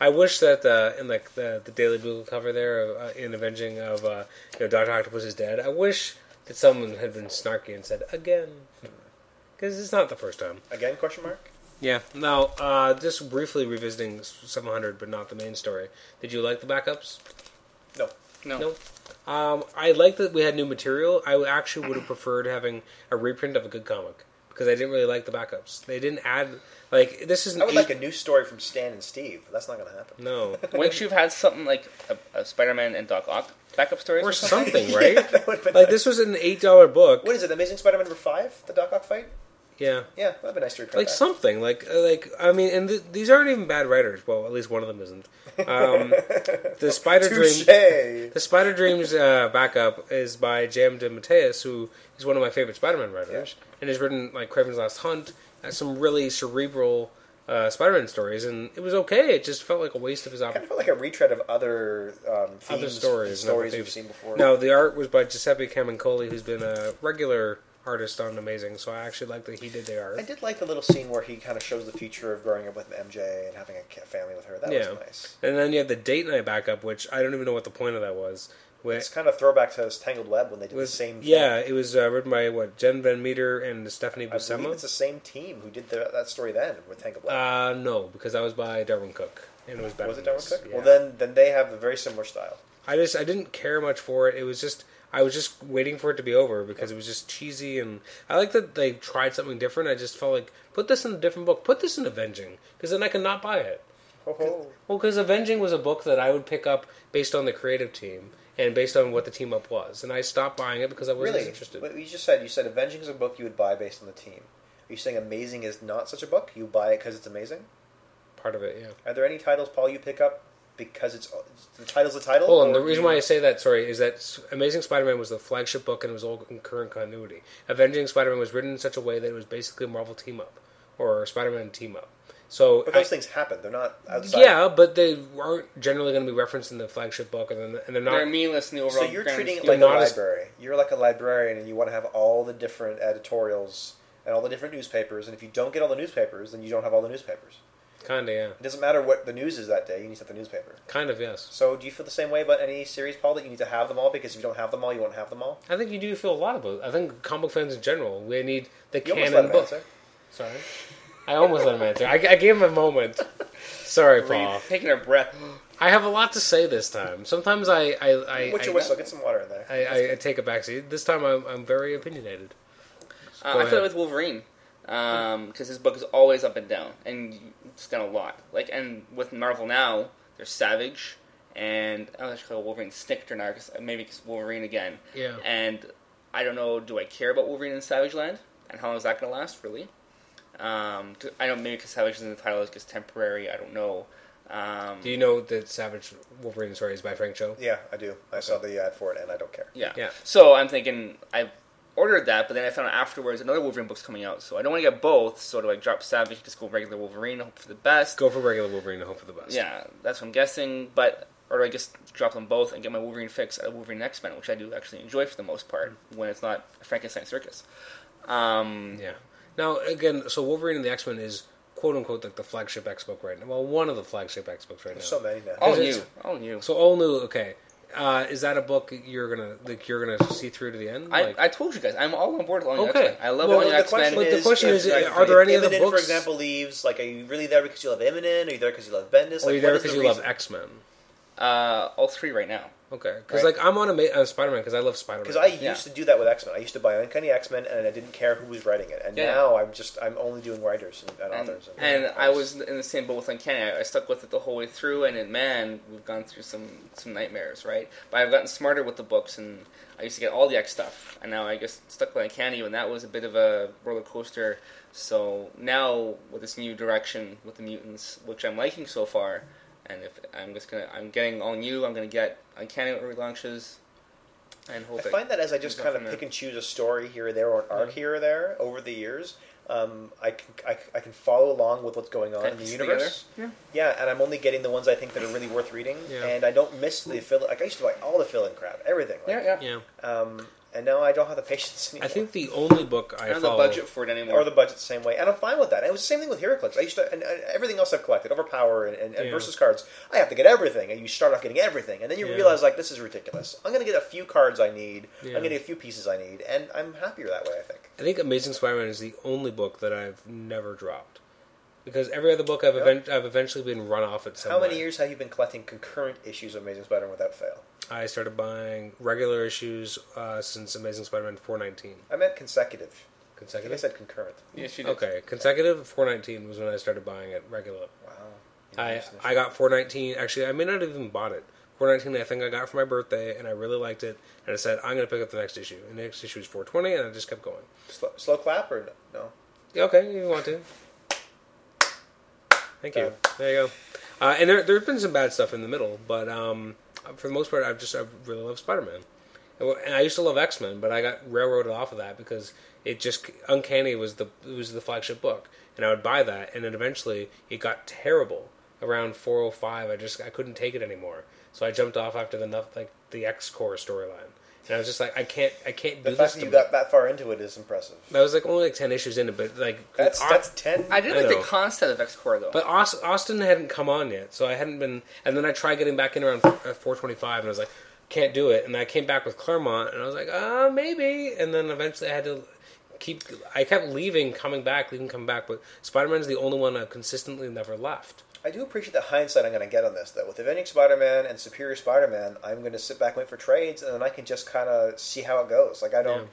[SPEAKER 1] I wish that uh, in like the, the Daily Bugle cover there uh, in Avenging of uh, you know Doctor Octopus is dead. I wish that someone had been snarky and said again, because it's not the first time.
[SPEAKER 3] Again, question mark?
[SPEAKER 1] Yeah. Now, uh, just briefly revisiting 700, but not the main story. Did you like the backups?
[SPEAKER 3] No.
[SPEAKER 2] No.
[SPEAKER 1] No. Um, I like that we had new material. I actually would have preferred having a reprint of a good comic because I didn't really like the backups. They didn't add like this is an
[SPEAKER 3] I would
[SPEAKER 1] eight-
[SPEAKER 3] like a new story from Stan and Steve. but That's not going to happen.
[SPEAKER 1] no
[SPEAKER 2] Wouldn't you have had something like a, a Spider-Man and Doc Ock backup stories
[SPEAKER 1] or
[SPEAKER 2] or something?
[SPEAKER 1] something, right?
[SPEAKER 3] Yeah, that would've been
[SPEAKER 1] Like
[SPEAKER 3] nice.
[SPEAKER 1] this was an eight dollar book.
[SPEAKER 3] What is it? Amazing Spider-Man number five? The Doc Ock fight?
[SPEAKER 1] Yeah,
[SPEAKER 3] Yeah, that'd be nice to reprint.
[SPEAKER 1] like
[SPEAKER 3] that.
[SPEAKER 1] something like uh, like I mean, and th- these aren't even bad writers. Well, at least one of them isn't. Um, the Spider Dream.
[SPEAKER 3] Touche.
[SPEAKER 1] The Spider Dreams uh, backup is by Jam DeMatteis, who is one of my favorite Spider-Man writers, and has written like Craven's Last Hunt, uh, some really cerebral uh, Spider-Man stories, and it was okay. It just felt like a waste of his
[SPEAKER 3] Kind of
[SPEAKER 1] opportunity.
[SPEAKER 3] felt like a retread of other um, themes,
[SPEAKER 1] Other stories, and other
[SPEAKER 3] stories we've
[SPEAKER 1] themes.
[SPEAKER 3] seen before.
[SPEAKER 1] No, the art was by Giuseppe Camincoli, who's been a regular artist on Amazing, so I actually like that he did the art.
[SPEAKER 3] I did like the little scene where he kind of shows the future of growing up with MJ and having a ca- family with her. That
[SPEAKER 1] Yeah.
[SPEAKER 3] was nice.
[SPEAKER 1] And then you have the date night backup, which I don't even know what the point of that was. Wh-
[SPEAKER 3] It's kind of throwback to this Tangled Web when they did
[SPEAKER 1] was-
[SPEAKER 3] the same. Thing.
[SPEAKER 1] yeah, it was uh, written by what Jen Van Meter and Stephanie
[SPEAKER 3] I believe it's
[SPEAKER 1] Buscema.
[SPEAKER 3] the same team who did the, that story then with Tangled Web.
[SPEAKER 1] Uh, no, because that was by Darwin Cook, and it was better.
[SPEAKER 3] was
[SPEAKER 1] than
[SPEAKER 3] it Darwin
[SPEAKER 1] this.
[SPEAKER 3] Cook?
[SPEAKER 1] Yeah.
[SPEAKER 3] Well, then then they have a very similar style.
[SPEAKER 1] I just I didn't care much for it. It was just I was just waiting for it to be over because it was just cheesy and I like that they tried something different. I just felt like put this in a different book. Put this in Avenging because then I can not buy it.
[SPEAKER 3] Ho, ho.
[SPEAKER 1] Well, because Avenging was a book that I would pick up based on the creative team and based on what the team up was, and I stopped buying it because I wasn't
[SPEAKER 3] Really?
[SPEAKER 1] interested.
[SPEAKER 3] What you just said, you said Avenging is a book you would buy based on the team. Are you saying Amazing is not such a book? You buy it because it's amazing?
[SPEAKER 1] Part of it, yeah.
[SPEAKER 3] Are there any titles, Paul, you pick up because it's the title's the title?
[SPEAKER 1] Hold on.
[SPEAKER 3] or
[SPEAKER 1] The
[SPEAKER 3] do
[SPEAKER 1] reason
[SPEAKER 3] you-
[SPEAKER 1] why I say that, sorry, is that S- Amazing Spider-Man was the flagship book and it was all in current continuity. Avenging Spider-Man was written in such a way that it was basically a Marvel team up or Spider-Man team up. So
[SPEAKER 3] But
[SPEAKER 1] I-
[SPEAKER 3] those things happen. They're not outside.
[SPEAKER 1] yeah, but they aren't generally going to be referenced in the flagship book, and, then, and they're
[SPEAKER 2] They're
[SPEAKER 1] not.
[SPEAKER 2] meaningless in the overall
[SPEAKER 3] So you're
[SPEAKER 2] grand
[SPEAKER 3] treating it
[SPEAKER 2] scheme.
[SPEAKER 3] like a
[SPEAKER 1] Not as-
[SPEAKER 3] library. You're like a librarian, and you want to have all the different editorials and all the different newspapers. And if you don't get all the newspapers, then you don't have all the newspapers.
[SPEAKER 1] Kind of, yeah.
[SPEAKER 3] It doesn't matter what the news is that day. You need to have the newspaper.
[SPEAKER 1] Kind of, yes.
[SPEAKER 3] So, do you feel the same way about any series, Paul? That you need to have them all because if you don't have them all, you won't have them all.
[SPEAKER 1] I think you do feel a lot about. I think comic book fans in general, we need the
[SPEAKER 3] You almost let
[SPEAKER 1] canon
[SPEAKER 3] him
[SPEAKER 1] book.
[SPEAKER 3] answer.
[SPEAKER 1] Sorry, I almost let him answer. I, I gave him a moment. Sorry, Paul.
[SPEAKER 2] Breathe. Taking a breath.
[SPEAKER 1] I have a lot to say this time. Sometimes I, I, I
[SPEAKER 3] What's
[SPEAKER 1] I,
[SPEAKER 3] your whistle? Get some water in there.
[SPEAKER 1] I, I, I take a backseat. This time I'm, I'm very opinionated.
[SPEAKER 2] Uh,
[SPEAKER 1] Go
[SPEAKER 2] I
[SPEAKER 1] ahead.
[SPEAKER 2] feel it with Wolverine because his book is always up and down, and it's down a lot. Like, and with Marvel now, they're Savage, and oh, I don't know if call Wolverine Snicked or not, 'cause- maybe because Wolverine again.
[SPEAKER 1] Yeah.
[SPEAKER 2] And I don't know, do I care about Wolverine in Savage Land, and how long is that going to last, really? Um, do- I don't maybe because Savage is in the title is just temporary. I don't know. Um,
[SPEAKER 1] Do you know that Savage Wolverine story is by Frank Cho?
[SPEAKER 3] Yeah, I do. I saw the ad for it, and I don't care.
[SPEAKER 2] Yeah.
[SPEAKER 1] Yeah.
[SPEAKER 2] So I'm thinking I ordered that, but then I found out afterwards another Wolverine book's coming out, so I don't want to get both. So do I drop Savage and just go regular Wolverine, hope for the best?
[SPEAKER 1] Go for regular Wolverine and hope for the best.
[SPEAKER 2] Yeah, that's what I'm guessing. But or do I just drop them both and get my Wolverine fix at Wolverine X Men, which I do actually enjoy for the most part when it's not a Frankenstein circus. Um,
[SPEAKER 1] Mm. Yeah. Now again, so Wolverine and the X Men is quote unquote like the flagship X book right now. Well, one of the flagship X books right now.
[SPEAKER 3] There's so many now.
[SPEAKER 2] All
[SPEAKER 1] Is it-
[SPEAKER 2] new, all new.
[SPEAKER 1] So all new. Okay. Uh, is that a book you're gonna like? You're gonna see through to the end?
[SPEAKER 2] I,
[SPEAKER 1] Like-
[SPEAKER 2] I told you guys, I'm all on board with all new
[SPEAKER 1] Okay.
[SPEAKER 2] X-Men. I love
[SPEAKER 1] Well,
[SPEAKER 2] all new
[SPEAKER 1] the
[SPEAKER 2] X
[SPEAKER 1] question
[SPEAKER 2] Men.
[SPEAKER 1] But the
[SPEAKER 3] is,
[SPEAKER 1] question
[SPEAKER 3] if,
[SPEAKER 1] is,
[SPEAKER 3] like,
[SPEAKER 1] are there any other
[SPEAKER 3] Eminem, for
[SPEAKER 1] books-
[SPEAKER 3] example, leaves. Like, are you really there because you love Eminem? Are you there because you love Bendis?
[SPEAKER 1] or
[SPEAKER 3] Like,
[SPEAKER 1] you there
[SPEAKER 3] what is the
[SPEAKER 1] because you love
[SPEAKER 3] reason?
[SPEAKER 1] X Men?
[SPEAKER 2] Uh, all three right now.
[SPEAKER 1] Okay. Because
[SPEAKER 3] Right.
[SPEAKER 1] like I'm on a ma- uh, Spider Man because I love Spider Man.
[SPEAKER 3] Because I used
[SPEAKER 2] Yeah.
[SPEAKER 3] to do that with X Men. I used to buy Uncanny X Men, and I didn't care who was writing it. And
[SPEAKER 2] Yeah.
[SPEAKER 3] now I'm just I'm only doing writers and, and
[SPEAKER 2] and,
[SPEAKER 3] authors.
[SPEAKER 2] and
[SPEAKER 3] artists.
[SPEAKER 2] I was in the same boat with Uncanny. I, I stuck with it the whole way through, and, and man, we've gone through some some nightmares, right? But I've gotten smarter with the books, and I used to get all the X stuff, and now I guess stuck with Uncanny, and that was a bit of a roller coaster. So now with this new direction with the mutants, which I'm liking so far, and if I'm just gonna, I'm getting all new. I'm gonna get Uncanny relaunches, and
[SPEAKER 3] I
[SPEAKER 2] hope it- Mm-hmm.
[SPEAKER 3] find that as I just
[SPEAKER 2] Go
[SPEAKER 3] kind of
[SPEAKER 2] from there.
[SPEAKER 3] pick and choose a story here or there or an arc here or there over the years, um, I, can, I, I can follow along with what's going on
[SPEAKER 2] Kind
[SPEAKER 3] in
[SPEAKER 2] of
[SPEAKER 3] the
[SPEAKER 2] piece
[SPEAKER 3] universe.
[SPEAKER 2] together.
[SPEAKER 3] Yeah. and I'm only getting the ones I think that are really worth reading,
[SPEAKER 1] Yeah.
[SPEAKER 3] and I don't miss the fill. Like I used to buy all the fill in crap, everything. Like,
[SPEAKER 2] yeah, yeah.
[SPEAKER 1] Yeah.
[SPEAKER 3] Um, and now I don't have the patience anymore.
[SPEAKER 1] I think the only book I
[SPEAKER 2] I don't have the
[SPEAKER 1] follow.
[SPEAKER 2] budget for it anymore.
[SPEAKER 3] or the budget the same way, and I'm fine with that. And it was the same thing with Heracles. I used to, and, and everything else I've collected, Overpower and, and, and
[SPEAKER 1] Yeah.
[SPEAKER 3] versus cards. I have to get everything, and you start off getting everything, and then you
[SPEAKER 1] Yeah.
[SPEAKER 3] realize like this is ridiculous. I'm going to get a few cards I need.
[SPEAKER 1] Yeah.
[SPEAKER 3] I'm going to get a few pieces I need, and I'm happier that way. I think.
[SPEAKER 1] I think Amazing Spider-Man is the only book that I've never dropped because every other book I've
[SPEAKER 3] Yeah.
[SPEAKER 1] event- I've eventually been run off at some.
[SPEAKER 3] How many
[SPEAKER 1] way.
[SPEAKER 3] years have you been collecting concurrent issues of Amazing Spider-Man without fail?
[SPEAKER 1] I started buying regular issues uh, since Amazing Spider-Man 419
[SPEAKER 3] I meant consecutive. I think I
[SPEAKER 1] consecutive.
[SPEAKER 3] said concurrent.
[SPEAKER 2] yeah, she did.
[SPEAKER 1] Okay, consecutive 419 was when I started buying it regular.
[SPEAKER 3] Wow.
[SPEAKER 1] I I got 419. Actually, I may not have even bought it. 419, I think I got for my birthday, and I really liked it. And I said I'm going to pick up the next issue. And the next issue was 420, and I just kept going.
[SPEAKER 3] slow, slow clap or no?
[SPEAKER 1] Yeah, Okay, you want to? Thank you.
[SPEAKER 3] Done.
[SPEAKER 1] There you go. Uh, and there, there's been some bad stuff in the middle, but um, for the most part, I've just I really love Spider Man, and I used to love X Men, but I got railroaded off of that because it just Uncanny was the it was the flagship book, and I would buy that, and then eventually it got terrible around 405. I just I couldn't take it anymore, so I jumped off after the noth- like the X Core storyline, and I was just like I can't I can't do
[SPEAKER 3] The
[SPEAKER 1] this.
[SPEAKER 3] fact that
[SPEAKER 1] to
[SPEAKER 3] you
[SPEAKER 1] me.
[SPEAKER 3] got that far into it is impressive.
[SPEAKER 1] that was like only like ten issues in it, but like
[SPEAKER 3] That's
[SPEAKER 1] I-
[SPEAKER 3] that's ten.
[SPEAKER 2] I did
[SPEAKER 1] I
[SPEAKER 2] like the
[SPEAKER 1] know.
[SPEAKER 2] concept of X Core though.
[SPEAKER 1] but Aus- Austin hadn't come on yet, so I hadn't been. And then I tried getting back in around f- uh, 425, and I was like, can't do it. And I came back with Claremont, and I was like, uh, maybe. And then eventually I had to keep. I kept leaving, coming back, leaving, coming back. But Spider Man's the only one I've consistently never left.
[SPEAKER 3] I do appreciate the hindsight I'm going to get on this, though. With Avenging Spider-Man and Superior Spider-Man, I'm going to sit back and wait for trades, and then I can just kind of see how it goes. Like I don't.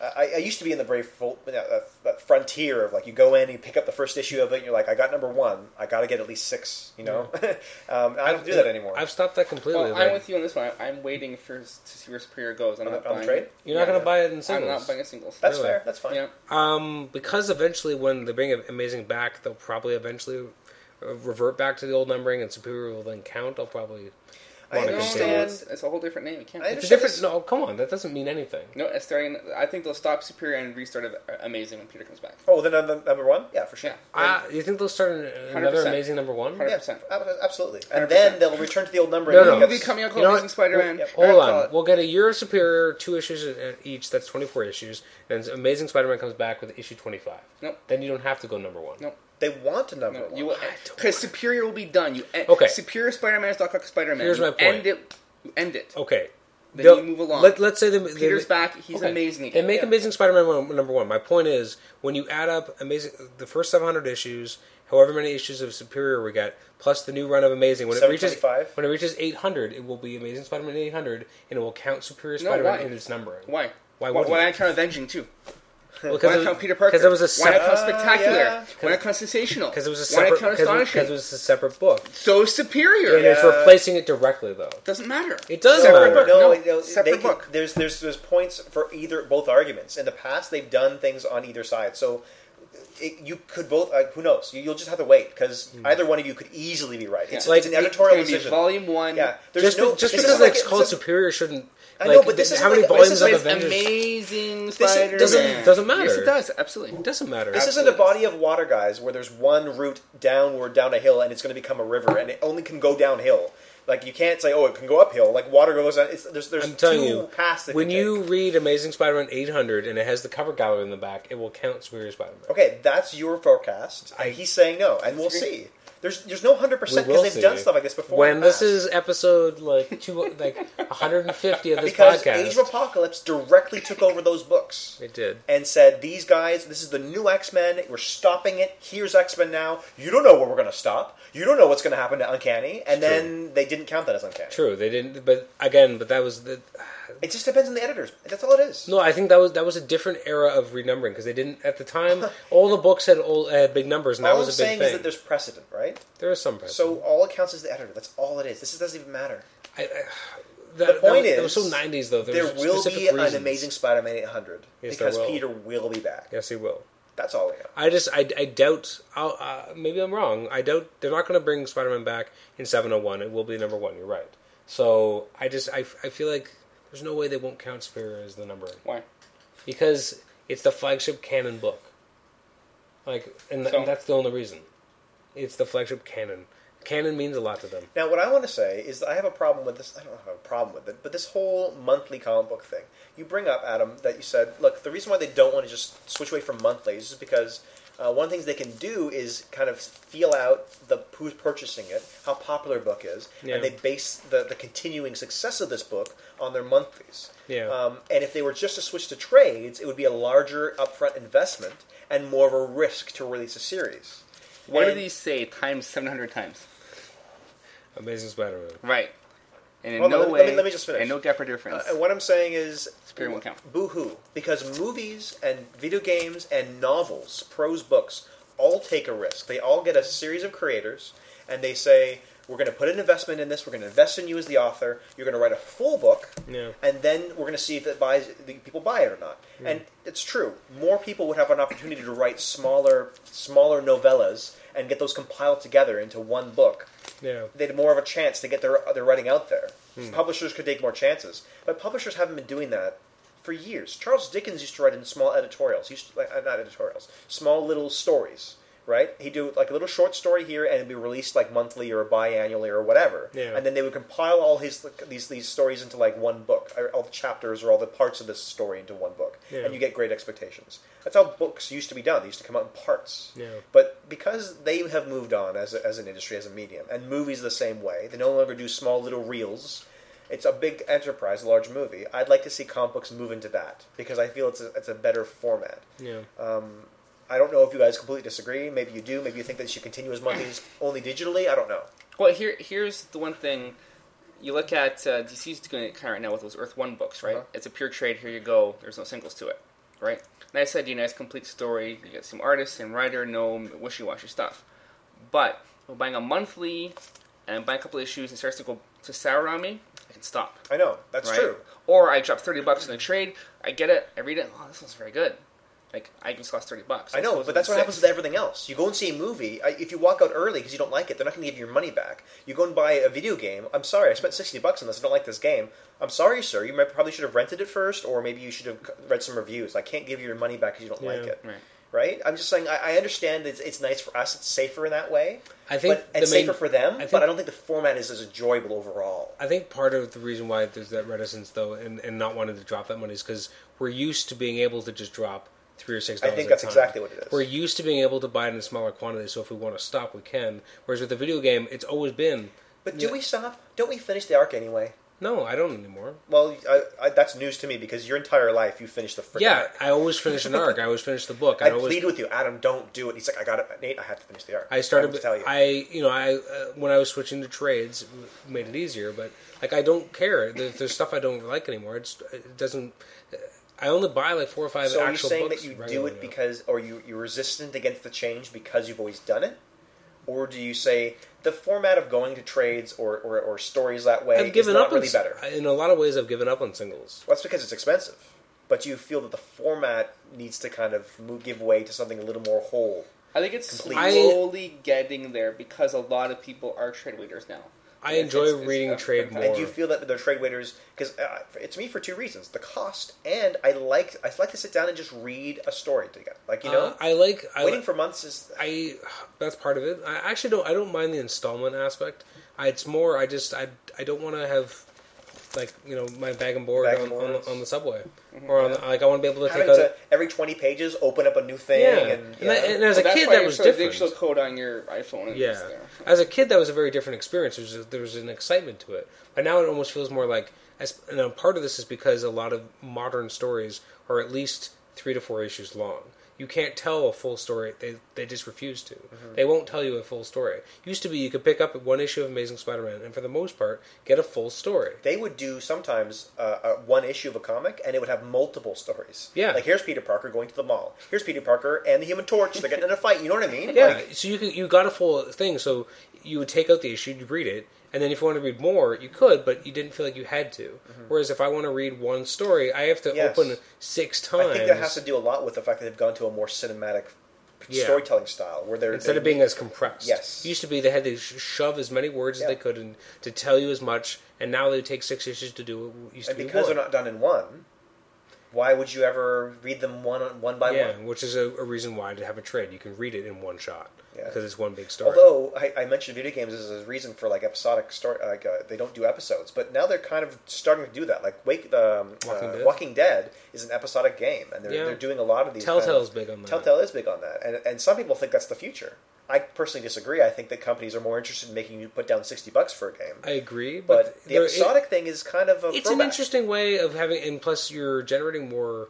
[SPEAKER 3] I, I used to be in the brave fol- uh, uh, that frontier of like you go in, you pick up the first issue of it, and you're like, I got number one, I got to get at least six, you know. um, I don't do that anymore.
[SPEAKER 1] I've stopped that completely.
[SPEAKER 2] Well,
[SPEAKER 1] like,
[SPEAKER 2] I'm with you on this one. I'm waiting for s- to see where Superior goes. I'm
[SPEAKER 3] On
[SPEAKER 2] not
[SPEAKER 3] the- on the
[SPEAKER 2] buying
[SPEAKER 3] trade?
[SPEAKER 2] it.
[SPEAKER 1] You're not
[SPEAKER 3] Yeah,
[SPEAKER 1] going to
[SPEAKER 3] yeah.
[SPEAKER 1] buy it in
[SPEAKER 2] I'm
[SPEAKER 1] singles.
[SPEAKER 2] not buying a singles.
[SPEAKER 3] That's
[SPEAKER 1] Really?
[SPEAKER 3] fair. That's fine.
[SPEAKER 2] yeah.
[SPEAKER 1] Um, because eventually, when they bring Amazing back, they'll probably eventually uh, revert back to the old numbering, and Superior will then count. They'll probably.
[SPEAKER 3] I
[SPEAKER 1] Wanna
[SPEAKER 2] No,
[SPEAKER 1] Because
[SPEAKER 2] no,
[SPEAKER 1] they-
[SPEAKER 3] understand.
[SPEAKER 2] it's, it's a whole different name. It can't.
[SPEAKER 3] I
[SPEAKER 2] be.
[SPEAKER 1] It's a
[SPEAKER 3] understand
[SPEAKER 1] different.
[SPEAKER 3] this-
[SPEAKER 1] No, come on, that doesn't mean anything.
[SPEAKER 2] No, it's starting. I think they'll stop Superior and restart of Amazing when Peter comes back.
[SPEAKER 3] Oh, then I'm the number one, yeah, for sure.
[SPEAKER 2] Yeah,
[SPEAKER 1] Ah, you think they'll start an- another
[SPEAKER 2] 100%.
[SPEAKER 1] Amazing number one?
[SPEAKER 3] Yeah,
[SPEAKER 2] 100%.
[SPEAKER 3] ab- absolutely. And
[SPEAKER 2] 100%.
[SPEAKER 3] then they'll return to the old numbering.
[SPEAKER 1] No,
[SPEAKER 3] and
[SPEAKER 1] no.
[SPEAKER 2] We'll
[SPEAKER 3] get-
[SPEAKER 2] be coming out
[SPEAKER 1] You know
[SPEAKER 2] called Amazing
[SPEAKER 1] what?
[SPEAKER 2] Spider-Man.
[SPEAKER 1] We'll-
[SPEAKER 3] Yep.
[SPEAKER 1] Hold
[SPEAKER 2] That's
[SPEAKER 1] on.
[SPEAKER 2] all.
[SPEAKER 1] We'll get a year of Superior, two issues e- each. That's 24 issues. Then Amazing Spider-Man comes back with issue 25.
[SPEAKER 2] Nope.
[SPEAKER 1] Then you don't have to go number one.
[SPEAKER 2] Nope.
[SPEAKER 3] They want a number
[SPEAKER 2] No,
[SPEAKER 3] one.
[SPEAKER 2] you will because Superior will be done. You end,
[SPEAKER 1] Okay.
[SPEAKER 2] Superior Spider-Man is Doc Ock Spider-Man.
[SPEAKER 1] Here's
[SPEAKER 2] you
[SPEAKER 1] my point.
[SPEAKER 2] End it. You end it.
[SPEAKER 1] Okay.
[SPEAKER 2] Then
[SPEAKER 1] They'll-
[SPEAKER 2] you move along.
[SPEAKER 1] Let, let's say the
[SPEAKER 2] Peter's back. He's amazing
[SPEAKER 1] They
[SPEAKER 2] again.
[SPEAKER 1] make
[SPEAKER 2] Yeah.
[SPEAKER 1] Amazing Spider-Man one, number one. My point is, when you add up Amazing, the first 700 issues, however many issues of Superior we got, plus the new run of Amazing, when it reaches
[SPEAKER 3] 725?
[SPEAKER 1] when it reaches 800, it will be Amazing Spider-Man 800, and it will count Superior
[SPEAKER 2] No,
[SPEAKER 1] Spider-Man
[SPEAKER 2] why?
[SPEAKER 1] in its numbering.
[SPEAKER 2] Why?
[SPEAKER 1] Why
[SPEAKER 2] Why,
[SPEAKER 1] wouldn't
[SPEAKER 2] why
[SPEAKER 1] you?
[SPEAKER 2] not count Avenging too?
[SPEAKER 1] Because
[SPEAKER 2] Why
[SPEAKER 1] it
[SPEAKER 2] not count Peter Parker?
[SPEAKER 1] Because it was a
[SPEAKER 2] Why not count
[SPEAKER 1] separate.
[SPEAKER 2] Spectacular?
[SPEAKER 3] Oh, yeah.
[SPEAKER 2] Why not count Sensational?
[SPEAKER 1] Because it was a
[SPEAKER 2] Why not
[SPEAKER 1] separate.
[SPEAKER 2] count
[SPEAKER 1] Because
[SPEAKER 2] Astonishing?
[SPEAKER 1] it was a separate book.
[SPEAKER 2] so Superior.
[SPEAKER 1] And it's
[SPEAKER 3] Yeah.
[SPEAKER 1] replacing it directly, though.
[SPEAKER 2] Doesn't matter.
[SPEAKER 1] It does
[SPEAKER 3] No,
[SPEAKER 1] matter.
[SPEAKER 3] no,
[SPEAKER 2] No,
[SPEAKER 3] it- no,
[SPEAKER 2] separate
[SPEAKER 3] they can-
[SPEAKER 2] book.
[SPEAKER 3] There's there's there's points for either both arguments. In the past, they've done things on either side, so it, you could both. Uh, who knows? You, you'll just have to wait because
[SPEAKER 1] Hmm.
[SPEAKER 3] either one of you could easily be right. It's,
[SPEAKER 1] Like,
[SPEAKER 3] it's an editorial
[SPEAKER 2] it's gonna be
[SPEAKER 3] decision.
[SPEAKER 2] Volume one.
[SPEAKER 3] yeah, there's
[SPEAKER 1] Just,
[SPEAKER 3] no
[SPEAKER 1] be- just
[SPEAKER 3] this
[SPEAKER 1] because
[SPEAKER 3] is like-
[SPEAKER 1] it's called
[SPEAKER 3] this is-
[SPEAKER 1] Superior shouldn't.
[SPEAKER 3] I
[SPEAKER 1] Like,
[SPEAKER 3] know, but this
[SPEAKER 1] th-
[SPEAKER 3] is
[SPEAKER 1] how
[SPEAKER 3] like-
[SPEAKER 1] many
[SPEAKER 3] this
[SPEAKER 1] volumes
[SPEAKER 3] is
[SPEAKER 1] of
[SPEAKER 3] like
[SPEAKER 1] Avengers?
[SPEAKER 2] Amazing
[SPEAKER 3] doesn't-
[SPEAKER 2] Spider-Man.
[SPEAKER 1] doesn't
[SPEAKER 2] Yes,
[SPEAKER 1] matter.
[SPEAKER 2] it does. Absolutely.
[SPEAKER 1] It doesn't matter.
[SPEAKER 3] This isn't a body of water, guys, where there's one route downward down a hill and it's going to become a river, and it only can go downhill. Like you can't say, oh, it can go uphill. Like water goes on. It's, there's there's
[SPEAKER 1] I'm telling
[SPEAKER 3] two
[SPEAKER 1] you,
[SPEAKER 3] paths. That
[SPEAKER 1] when
[SPEAKER 3] can take.
[SPEAKER 1] you read Amazing Spider-Man 800 and it has the cover gallery in the back, it will count Superior Spider-Man.
[SPEAKER 3] Okay, that's your forecast.
[SPEAKER 1] I-
[SPEAKER 3] and he's saying no, and we'll see. There's there's no hundred
[SPEAKER 1] We
[SPEAKER 3] percent
[SPEAKER 1] will
[SPEAKER 3] because they've
[SPEAKER 1] see.
[SPEAKER 3] done stuff like this before. in
[SPEAKER 1] When
[SPEAKER 3] the
[SPEAKER 1] this
[SPEAKER 3] past.
[SPEAKER 1] is episode like two, like 150 of this
[SPEAKER 3] because Age of
[SPEAKER 1] podcast,
[SPEAKER 3] Apocalypse directly took over those books
[SPEAKER 1] it did.
[SPEAKER 3] and said, "These guys, this is the new X Men. We're stopping it. Here's X Men now. You don't know where we're going to stop. You don't know what's going to happen to Uncanny." And
[SPEAKER 1] True.
[SPEAKER 3] then they didn't count that as Uncanny.
[SPEAKER 1] True, they didn't. But again, but that was the
[SPEAKER 3] It just depends on the editors. That's all it is.
[SPEAKER 1] no. I think that was that was a different era of renumbering because they didn't at the time. all the books had all had big numbers, and
[SPEAKER 3] all
[SPEAKER 1] that was
[SPEAKER 3] I'm
[SPEAKER 1] a big
[SPEAKER 3] saying is
[SPEAKER 1] thing.
[SPEAKER 3] that there's precedent, right?
[SPEAKER 1] there is some.
[SPEAKER 3] So all it counts is the editor. That's all it is. This doesn't even matter.
[SPEAKER 1] I, I,
[SPEAKER 3] The
[SPEAKER 1] that,
[SPEAKER 3] point
[SPEAKER 1] that, was,
[SPEAKER 3] is,
[SPEAKER 1] that was so 90s though.
[SPEAKER 3] there
[SPEAKER 1] There, was
[SPEAKER 3] will
[SPEAKER 1] specific
[SPEAKER 3] be an
[SPEAKER 1] reasons.
[SPEAKER 3] amazing Spider-Man 800
[SPEAKER 1] Yes, there
[SPEAKER 3] because
[SPEAKER 1] will.
[SPEAKER 3] Peter will be back.
[SPEAKER 1] Yes, he will.
[SPEAKER 3] That's all we know.
[SPEAKER 1] I just I, I doubt. I'll, uh, maybe I'm wrong. I doubt they're not going to bring Spider-Man back in 701. It will be number one. You're right. So I just I, I feel like there's no way they won't count Superior as the number one
[SPEAKER 2] Why?
[SPEAKER 1] because it's the flagship canon book. Like and, th-
[SPEAKER 2] So-
[SPEAKER 1] and that's the only reason. It's the flagship canon. Canon means a lot to them.
[SPEAKER 3] Now, what I want to say is that I have a problem with this. I don't have a problem with it, but this whole monthly comic book thing. You bring up Adam that you said, look, the reason why they don't want to just switch away from monthly is just because uh, one of the things they can do is kind of feel out the who's purchasing it, how popular a book is,
[SPEAKER 1] Yeah.
[SPEAKER 3] and they base the, the continuing success of this book on their monthlies.
[SPEAKER 1] Yeah.
[SPEAKER 3] Um, and if they were just to switch to trades, it would be a larger upfront investment and more of a risk to release a series.
[SPEAKER 2] What do
[SPEAKER 3] And-
[SPEAKER 2] these say times 700 times?
[SPEAKER 1] Amazing Spider-Man.
[SPEAKER 2] Right. And in
[SPEAKER 3] Well,
[SPEAKER 2] no
[SPEAKER 3] let me-
[SPEAKER 2] way.
[SPEAKER 3] let me- let me just finish.
[SPEAKER 2] And no gap or difference.
[SPEAKER 3] Uh, and what I'm saying is,
[SPEAKER 2] Superior won't count.
[SPEAKER 3] boo-hoo. Because movies and video games and novels, prose books, all take a risk. They all get a series of creators, and they say, we're going to put an investment in this, we're going to invest in you as the author, you're going to write a full book,
[SPEAKER 1] Yeah.
[SPEAKER 3] and then we're going to see if it buys, the people buy it or not. And it's true. More people would have an opportunity to write smaller, smaller novellas and get those compiled together into one book
[SPEAKER 1] Yeah.
[SPEAKER 3] they had more of a chance to get their their writing out there.
[SPEAKER 1] Hmm.
[SPEAKER 3] Publishers could take more chances, but publishers haven't been doing that for years. Charles Dickens used to write in small editorials. He used to, like, uh, not editorials, small little stories. Right? He'd do like a little short story here, and it'd be released like monthly or biannually or whatever.
[SPEAKER 1] Yeah.
[SPEAKER 3] And then they would compile all his like, these these stories into like one book, or all the chapters or all the parts of this story into one book,
[SPEAKER 1] Yeah.
[SPEAKER 3] and you get great expectations. That's how books used to be done. They used to come out in parts.
[SPEAKER 1] Yeah.
[SPEAKER 3] But because they have moved on as, a, as an industry, as a medium, and movies the same way, they no longer do small little reels. It's a big enterprise, a large movie.
[SPEAKER 1] Uh,
[SPEAKER 3] I'd like to see comic books move into that because I feel it's a, it's a better format.
[SPEAKER 1] Yeah.
[SPEAKER 3] I don't know if you guys completely disagree. Maybe you do. Maybe you think they should continue as monkeys only digitally. I don't know.
[SPEAKER 2] Well, here here's the one thing. You look at uh, DC's doing it kind of right now with those Earth One books, right?
[SPEAKER 3] Uh-huh.
[SPEAKER 2] It's a pure trade. Here you go. There's no singles to it, right? And I said, you know, it's a complete story. You got some artist, same writer, no wishy-washy stuff. But if I'm buying a monthly and buying a couple issues, it starts to go to sour on me. I can stop.
[SPEAKER 3] I know that's
[SPEAKER 2] right?
[SPEAKER 3] true.
[SPEAKER 2] Or I drop thirty bucks in a trade. I get it. I read it. Oh, this one's very good. Like I just lost thirty bucks.
[SPEAKER 3] I know, but that's what happens with everything else. You go and see a movie. I- If you walk out early because you don't like it, they're not going to give you your money back. You go and buy a video game. I'm sorry, I spent sixty bucks on this. I don't like this game. I'm sorry, sir. You might, probably should have rented it first, or maybe you should have c- read some reviews. I can't give you your money back because you don't like
[SPEAKER 1] Yeah.
[SPEAKER 3] it.
[SPEAKER 2] Right.
[SPEAKER 3] Right? I'm just saying. I, I understand it's, it's nice for us. It's safer in that way.
[SPEAKER 1] I think
[SPEAKER 3] but
[SPEAKER 1] the
[SPEAKER 3] it's
[SPEAKER 1] main-
[SPEAKER 3] safer for them.
[SPEAKER 1] I think-
[SPEAKER 3] but I don't think the format is as enjoyable overall.
[SPEAKER 1] I think part of the reason why there's that reticence, though, and, and not wanting to drop that money is because we're used to being able to just drop three or six
[SPEAKER 3] I
[SPEAKER 1] dollars. at a
[SPEAKER 3] think that's
[SPEAKER 1] time.
[SPEAKER 3] exactly what it is.
[SPEAKER 1] We're used to being able to buy it in smaller quantities, so if we want to stop, we can. Whereas with a video game, it's always been.
[SPEAKER 3] But do
[SPEAKER 1] Yeah.
[SPEAKER 3] we stop? Don't we finish the arc anyway?
[SPEAKER 1] No, I don't anymore.
[SPEAKER 3] Well, I, I, that's news to me because your entire life you finished the freaking
[SPEAKER 1] Yeah,
[SPEAKER 3] arc.
[SPEAKER 1] I always finish an arc. I always finish the book.
[SPEAKER 3] I
[SPEAKER 1] I always
[SPEAKER 3] plead with you, Adam. Don't do it. He's like, I got it, Nate. I have to finish the arc.
[SPEAKER 1] I started.
[SPEAKER 3] have to
[SPEAKER 1] with
[SPEAKER 3] tell you.
[SPEAKER 1] I you know I uh, when I was switching to trades it made it easier, but like I don't care. There's, there's stuff I don't like anymore. It's, it doesn't. I only buy like four or five.
[SPEAKER 3] so are you
[SPEAKER 1] actual
[SPEAKER 3] saying
[SPEAKER 1] books
[SPEAKER 3] that you do
[SPEAKER 1] regularly
[SPEAKER 3] it
[SPEAKER 1] now.
[SPEAKER 3] because, or you you're resistant against the change because you've always done it, or do you say the format of going to trades or or, or stories that way
[SPEAKER 1] I've given
[SPEAKER 3] is not
[SPEAKER 1] up on
[SPEAKER 3] really
[SPEAKER 1] s-
[SPEAKER 3] better?
[SPEAKER 1] in a lot of ways. I've given up on singles.
[SPEAKER 3] Well, that's because it's expensive. But you feel that the format needs to kind of move, give way to something a little more whole.
[SPEAKER 2] I think it's
[SPEAKER 3] Complete.
[SPEAKER 1] I-
[SPEAKER 2] slowly getting there because a lot of people are trade readers now.
[SPEAKER 1] I
[SPEAKER 2] It's-
[SPEAKER 1] enjoy
[SPEAKER 2] it's- it's
[SPEAKER 1] reading
[SPEAKER 2] a-
[SPEAKER 1] trade more.
[SPEAKER 3] I do feel that the trade waiters because uh, it's me for two reasons: the cost, and I like I like to sit down and just read a story together. Like you know,
[SPEAKER 1] Uh, I like I
[SPEAKER 3] waiting
[SPEAKER 1] like-
[SPEAKER 3] for months is
[SPEAKER 1] I that's part of it. I actually don't. I don't mind the installment aspect. I, it's more. I just. I. I don't want to have, like you know, my bag and board,
[SPEAKER 3] Bag
[SPEAKER 1] on,
[SPEAKER 3] and
[SPEAKER 1] on,
[SPEAKER 3] boards. Mm-hmm.
[SPEAKER 1] the, on the subway, or on the, like I want to be able to take
[SPEAKER 3] having
[SPEAKER 1] out.
[SPEAKER 3] to every twenty pages open up a new thing.
[SPEAKER 1] yeah,
[SPEAKER 3] and,
[SPEAKER 1] and,
[SPEAKER 3] yeah.
[SPEAKER 1] that- and as
[SPEAKER 2] Well,
[SPEAKER 1] a
[SPEAKER 2] that's
[SPEAKER 1] kid
[SPEAKER 2] why
[SPEAKER 1] that
[SPEAKER 2] you
[SPEAKER 1] was
[SPEAKER 2] put a
[SPEAKER 1] different.
[SPEAKER 2] Digital code on your iPhone. and it's
[SPEAKER 1] Yeah,
[SPEAKER 2] there.
[SPEAKER 1] as a kid that was a very different experience. There was, a- there was an excitement to it, but now it almost feels more like. As, and a part of this is because a lot of modern stories are at least three to four issues long. You can't tell a full story. They they just refuse to. They won't tell you a full story. Used to be you could pick up one issue of Amazing Spider-Man and for the most part get a full story.
[SPEAKER 3] they would do sometimes uh, uh, one issue of a comic, and it would have multiple stories.
[SPEAKER 1] Yeah.
[SPEAKER 3] like here's Peter Parker going to the mall. Here's Peter Parker and the Human Torch. They're getting in a fight. You know what I mean?
[SPEAKER 1] Yeah,
[SPEAKER 3] Like,
[SPEAKER 1] so you could, you got a full thing. So you would take out the issue, you would read it, and then if you want to read more, you could, but you didn't feel like you had to. Whereas if I want to read one story, I have to
[SPEAKER 3] Mm-hmm. Yes.
[SPEAKER 1] open six times.
[SPEAKER 3] I think that has to do a lot with the fact that they've gone to a more cinematic
[SPEAKER 1] Yeah.
[SPEAKER 3] storytelling style, where they're
[SPEAKER 1] instead
[SPEAKER 3] they-
[SPEAKER 1] of being as compressed.
[SPEAKER 3] Yes.
[SPEAKER 1] It used to be they had to sh- shove as many words as
[SPEAKER 3] Yeah.
[SPEAKER 1] they could and to tell you as much, and now they take six issues to do what used
[SPEAKER 3] and
[SPEAKER 1] to be
[SPEAKER 3] because
[SPEAKER 1] one.
[SPEAKER 3] they're not done in one. Why would you ever read them one on- one by
[SPEAKER 1] yeah,
[SPEAKER 3] one?
[SPEAKER 1] which is a, a reason why to have a trade. You can read it in one shot
[SPEAKER 3] Yeah.
[SPEAKER 1] because it's one big story.
[SPEAKER 3] Although I, I mentioned video games as a reason for like episodic story, like uh, they don't do episodes, but now they're kind of starting to do that. Like Wake, um,
[SPEAKER 1] Walking
[SPEAKER 3] uh,
[SPEAKER 1] Dead?
[SPEAKER 3] Walking Dead is an episodic game, and they're,
[SPEAKER 1] Yeah.
[SPEAKER 3] they're doing a lot of these. kind of-
[SPEAKER 1] Telltale's big on that.
[SPEAKER 3] Telltale is big on that, and and some people think that's the future. I personally disagree. I think that companies are more interested in making you put down sixty bucks for a game.
[SPEAKER 1] I agree, but,
[SPEAKER 3] but the
[SPEAKER 1] there- it-
[SPEAKER 3] episodic thing is kind of a
[SPEAKER 1] it's an
[SPEAKER 3] throwback.
[SPEAKER 1] interesting way of having, and plus you're generating more,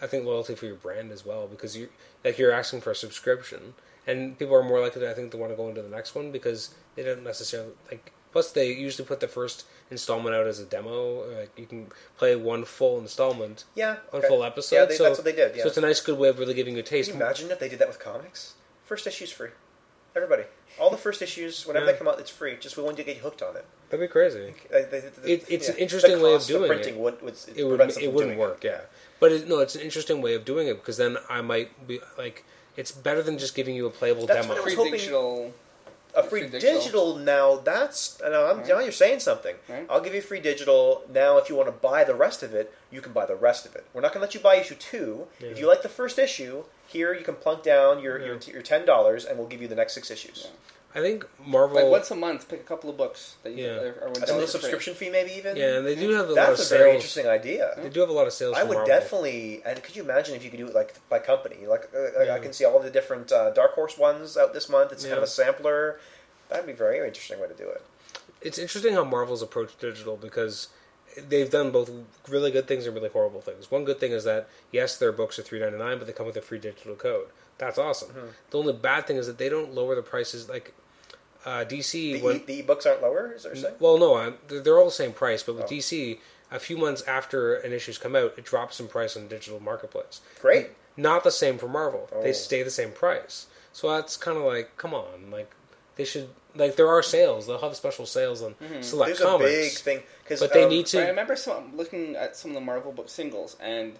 [SPEAKER 1] I think, loyalty for your brand as well because you like you're asking for a subscription, and people are more likely, to, I think, to want to go into the next one because they don't necessarily like. Plus, they usually put the first installment out as a demo. Like you can play one full installment,
[SPEAKER 3] Yeah,
[SPEAKER 1] one
[SPEAKER 3] okay.
[SPEAKER 1] full episode.
[SPEAKER 3] Yeah, they-
[SPEAKER 1] so
[SPEAKER 3] that's what they did, yeah.
[SPEAKER 1] So it's a nice, good way of really giving you a taste.
[SPEAKER 3] Can you imagine if they did that with comics? First issue's free. Everybody, all the first issues, whenever
[SPEAKER 1] Yeah.
[SPEAKER 3] they come out, it's free. Just we want you to get hooked on it.
[SPEAKER 1] That'd be crazy.
[SPEAKER 3] Like, the- the- the-
[SPEAKER 1] It- it's an
[SPEAKER 3] yeah.
[SPEAKER 1] interesting
[SPEAKER 3] The
[SPEAKER 1] way of
[SPEAKER 3] cost
[SPEAKER 1] doing
[SPEAKER 3] printing
[SPEAKER 1] it.
[SPEAKER 3] Would, would, it
[SPEAKER 1] it would
[SPEAKER 3] prevents them
[SPEAKER 1] it
[SPEAKER 3] from
[SPEAKER 1] wouldn't
[SPEAKER 3] doing
[SPEAKER 1] work. Yeah, but it, no, it's an interesting way of doing it because then I might be like, it's better than just giving you a playable
[SPEAKER 3] That's
[SPEAKER 1] demo.
[SPEAKER 3] what I was
[SPEAKER 2] Free
[SPEAKER 3] hoping-
[SPEAKER 2] digital.
[SPEAKER 3] A free
[SPEAKER 2] Free
[SPEAKER 3] digital.
[SPEAKER 2] digital.
[SPEAKER 3] now. That's now, I'm, now you're saying something.
[SPEAKER 2] Right.
[SPEAKER 3] I'll give you free digital now. If you want to buy the rest of it, you can buy the rest of it. We're not going to let you buy issue two. If you like the first issue, here you can plunk down your your, your ten dollars, and we'll give you the next six issues.
[SPEAKER 1] I think Marvel.
[SPEAKER 2] Like once a month, pick a couple of books that you
[SPEAKER 1] Oh. Yeah.
[SPEAKER 2] are, are
[SPEAKER 3] A little
[SPEAKER 2] for free.
[SPEAKER 3] subscription fee, maybe even.
[SPEAKER 1] Yeah, and they do have a lot of
[SPEAKER 3] that's a
[SPEAKER 1] sales.
[SPEAKER 3] very interesting idea.
[SPEAKER 1] They do have a lot of sales.
[SPEAKER 3] I
[SPEAKER 1] from
[SPEAKER 3] would
[SPEAKER 1] Marvel.
[SPEAKER 3] definitely, and could you imagine if you could do it like by company? Like, uh, like,
[SPEAKER 1] Yeah.
[SPEAKER 3] I can see all the different uh, Dark Horse ones out this month. It's kind of
[SPEAKER 1] Yeah.
[SPEAKER 3] a sampler. That'd be a very interesting way to do it.
[SPEAKER 1] It's interesting how Marvel's approached digital because they've done both really good things and really horrible things. One good thing is that yes, their books are three ninety nine, but they come with a free digital code. That's awesome.
[SPEAKER 3] Mm-hmm.
[SPEAKER 1] The only bad thing is that they don't lower the prices. Like uh, DC,
[SPEAKER 3] The,
[SPEAKER 1] when-
[SPEAKER 3] e, the e-books aren't lower, is there saying?
[SPEAKER 1] well, no, I, they're- they're all the same price.
[SPEAKER 3] Oh.
[SPEAKER 1] But with DC, a few months after an issue's come out, it drops in price on the digital marketplace.
[SPEAKER 3] Great.
[SPEAKER 1] Not the same for Marvel.
[SPEAKER 3] Oh.
[SPEAKER 1] They stay the same price. So that's kind of like, come on, like they should. Like there are sales. They'll have special sales on select
[SPEAKER 3] Mm-hmm. There's a
[SPEAKER 1] comics.
[SPEAKER 3] big thing um, because
[SPEAKER 1] But they need to-
[SPEAKER 2] I remember some looking at some of the Marvel book singles, and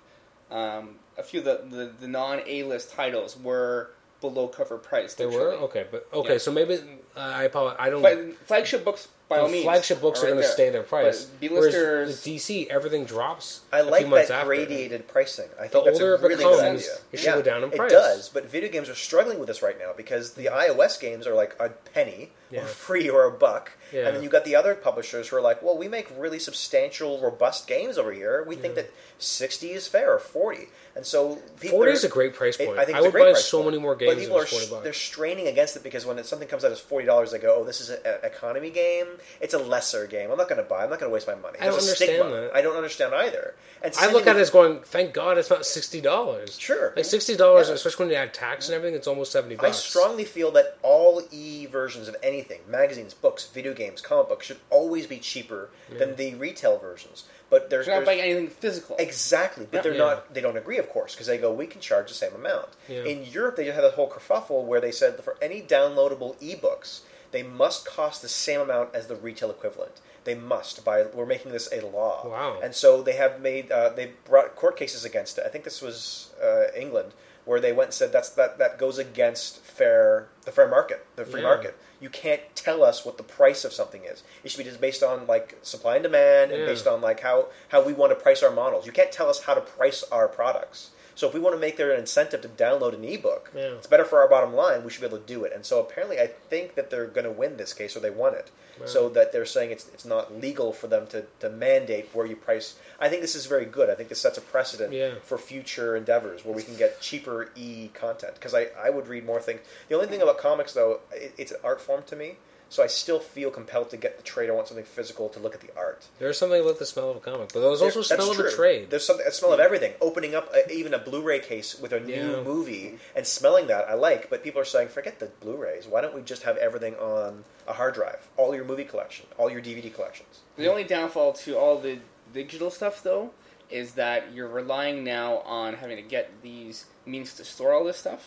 [SPEAKER 2] um, a few of the, the, the non A list titles were below cover price.
[SPEAKER 1] They were
[SPEAKER 2] literally.
[SPEAKER 1] okay, but okay.
[SPEAKER 2] Yeah.
[SPEAKER 1] So maybe uh, I apologize. I don't.
[SPEAKER 2] But flagship books, by all
[SPEAKER 1] the
[SPEAKER 2] means,
[SPEAKER 1] flagship books are, going to stay their price.
[SPEAKER 2] B
[SPEAKER 1] Whereas
[SPEAKER 2] listers,
[SPEAKER 1] with DC, everything drops.
[SPEAKER 3] I
[SPEAKER 1] a
[SPEAKER 3] like
[SPEAKER 1] few months
[SPEAKER 3] that
[SPEAKER 1] after.
[SPEAKER 3] gradated pricing. I think
[SPEAKER 1] The
[SPEAKER 3] that's
[SPEAKER 1] older
[SPEAKER 3] a
[SPEAKER 1] it
[SPEAKER 3] really
[SPEAKER 1] becomes,
[SPEAKER 3] good idea.
[SPEAKER 1] it should go down in price.
[SPEAKER 3] It does, but video games are struggling with this right now because the iOS games are like a penny
[SPEAKER 1] Yeah.
[SPEAKER 3] or free or a buck,
[SPEAKER 1] Yeah.
[SPEAKER 3] and then you got the other publishers who are like, "Well, we make really substantial, robust games over here. We think that sixty is fair or forty, and so people
[SPEAKER 1] Forty
[SPEAKER 3] are-
[SPEAKER 1] is a great price
[SPEAKER 3] it-
[SPEAKER 1] point.
[SPEAKER 3] I think
[SPEAKER 1] I
[SPEAKER 3] it's a
[SPEAKER 1] would
[SPEAKER 3] great
[SPEAKER 1] buy
[SPEAKER 3] price
[SPEAKER 1] so
[SPEAKER 3] point.
[SPEAKER 1] many more
[SPEAKER 3] But
[SPEAKER 1] games
[SPEAKER 3] people
[SPEAKER 1] than
[SPEAKER 3] are
[SPEAKER 1] forty
[SPEAKER 3] s-
[SPEAKER 1] bucks.
[SPEAKER 3] They're straining against it because when it's, something comes out as forty dollars, they go, "Oh, this is an economy game. It's a lesser game. I'm not going to buy. I'm not going to waste my money."
[SPEAKER 1] I don't
[SPEAKER 3] There's a stigma.
[SPEAKER 1] understand that.
[SPEAKER 3] I don't understand either. And
[SPEAKER 1] I look at
[SPEAKER 3] sitting
[SPEAKER 1] it
[SPEAKER 3] with-
[SPEAKER 1] as going, thank God it's not sixty dollars.
[SPEAKER 3] Sure.
[SPEAKER 1] like sixty dollars,
[SPEAKER 3] Yeah. Mm-hmm.
[SPEAKER 1] especially when you add tax and everything, it's almost seventy
[SPEAKER 3] I
[SPEAKER 1] bucks.
[SPEAKER 3] strongly feel that all e versions of anything, magazines, books, video games, comic books, should always be cheaper than the retail versions. But there's,
[SPEAKER 2] they're not
[SPEAKER 3] there's
[SPEAKER 2] buying anything physical.
[SPEAKER 3] exactly, but they're
[SPEAKER 1] Yeah.
[SPEAKER 3] not. They don't agree, of course, because they go, we can charge the same amount.
[SPEAKER 1] Yeah.
[SPEAKER 3] In Europe, they just had that whole kerfuffle where they said that for any downloadable e-books, they must cost the same amount as the retail equivalent. They must. By we're making this a law.
[SPEAKER 1] Wow.
[SPEAKER 3] And so they have made uh, they brought court cases against it. I think this was uh, England where they went and said that's that that goes against fair the fair market, the free
[SPEAKER 1] Yeah.
[SPEAKER 3] market. You can't tell us what the price of something is. It should be just based on like supply and demand and
[SPEAKER 1] Yeah.
[SPEAKER 3] based on like how how we want to price our models. You can't tell us how to price our products. So if we want to make there an incentive to download an ebook,
[SPEAKER 1] Yeah.
[SPEAKER 3] it's better for our bottom line. We should be able to do it. And so apparently, I think that they're going to win this case, or they won it. So that they're saying it's it's not legal for them to, to mandate where you price. I think this is very good. I think this sets a precedent
[SPEAKER 1] Yeah.
[SPEAKER 3] for future endeavors where we can get cheaper e content. Because I, I would read more things. The only thing about comics though, it, it's an art form to me. So I still feel compelled to get the trade. I want something physical to look at the art.
[SPEAKER 1] There's something about the smell of a comic, but there's also
[SPEAKER 3] That's
[SPEAKER 1] smell of a
[SPEAKER 3] true.
[SPEAKER 1] trade. Hmm.
[SPEAKER 3] There's something, a smell of everything. Opening up a, even a Blu-ray case with a new
[SPEAKER 1] Yeah.
[SPEAKER 3] movie and smelling that I like, but people are saying, forget the Blu-rays. Why don't we just have everything on a hard drive? All your movie collection, all your DVD collections.
[SPEAKER 2] The only downfall to all the digital stuff, though, is that you're relying now on having to get these means to store all this stuff.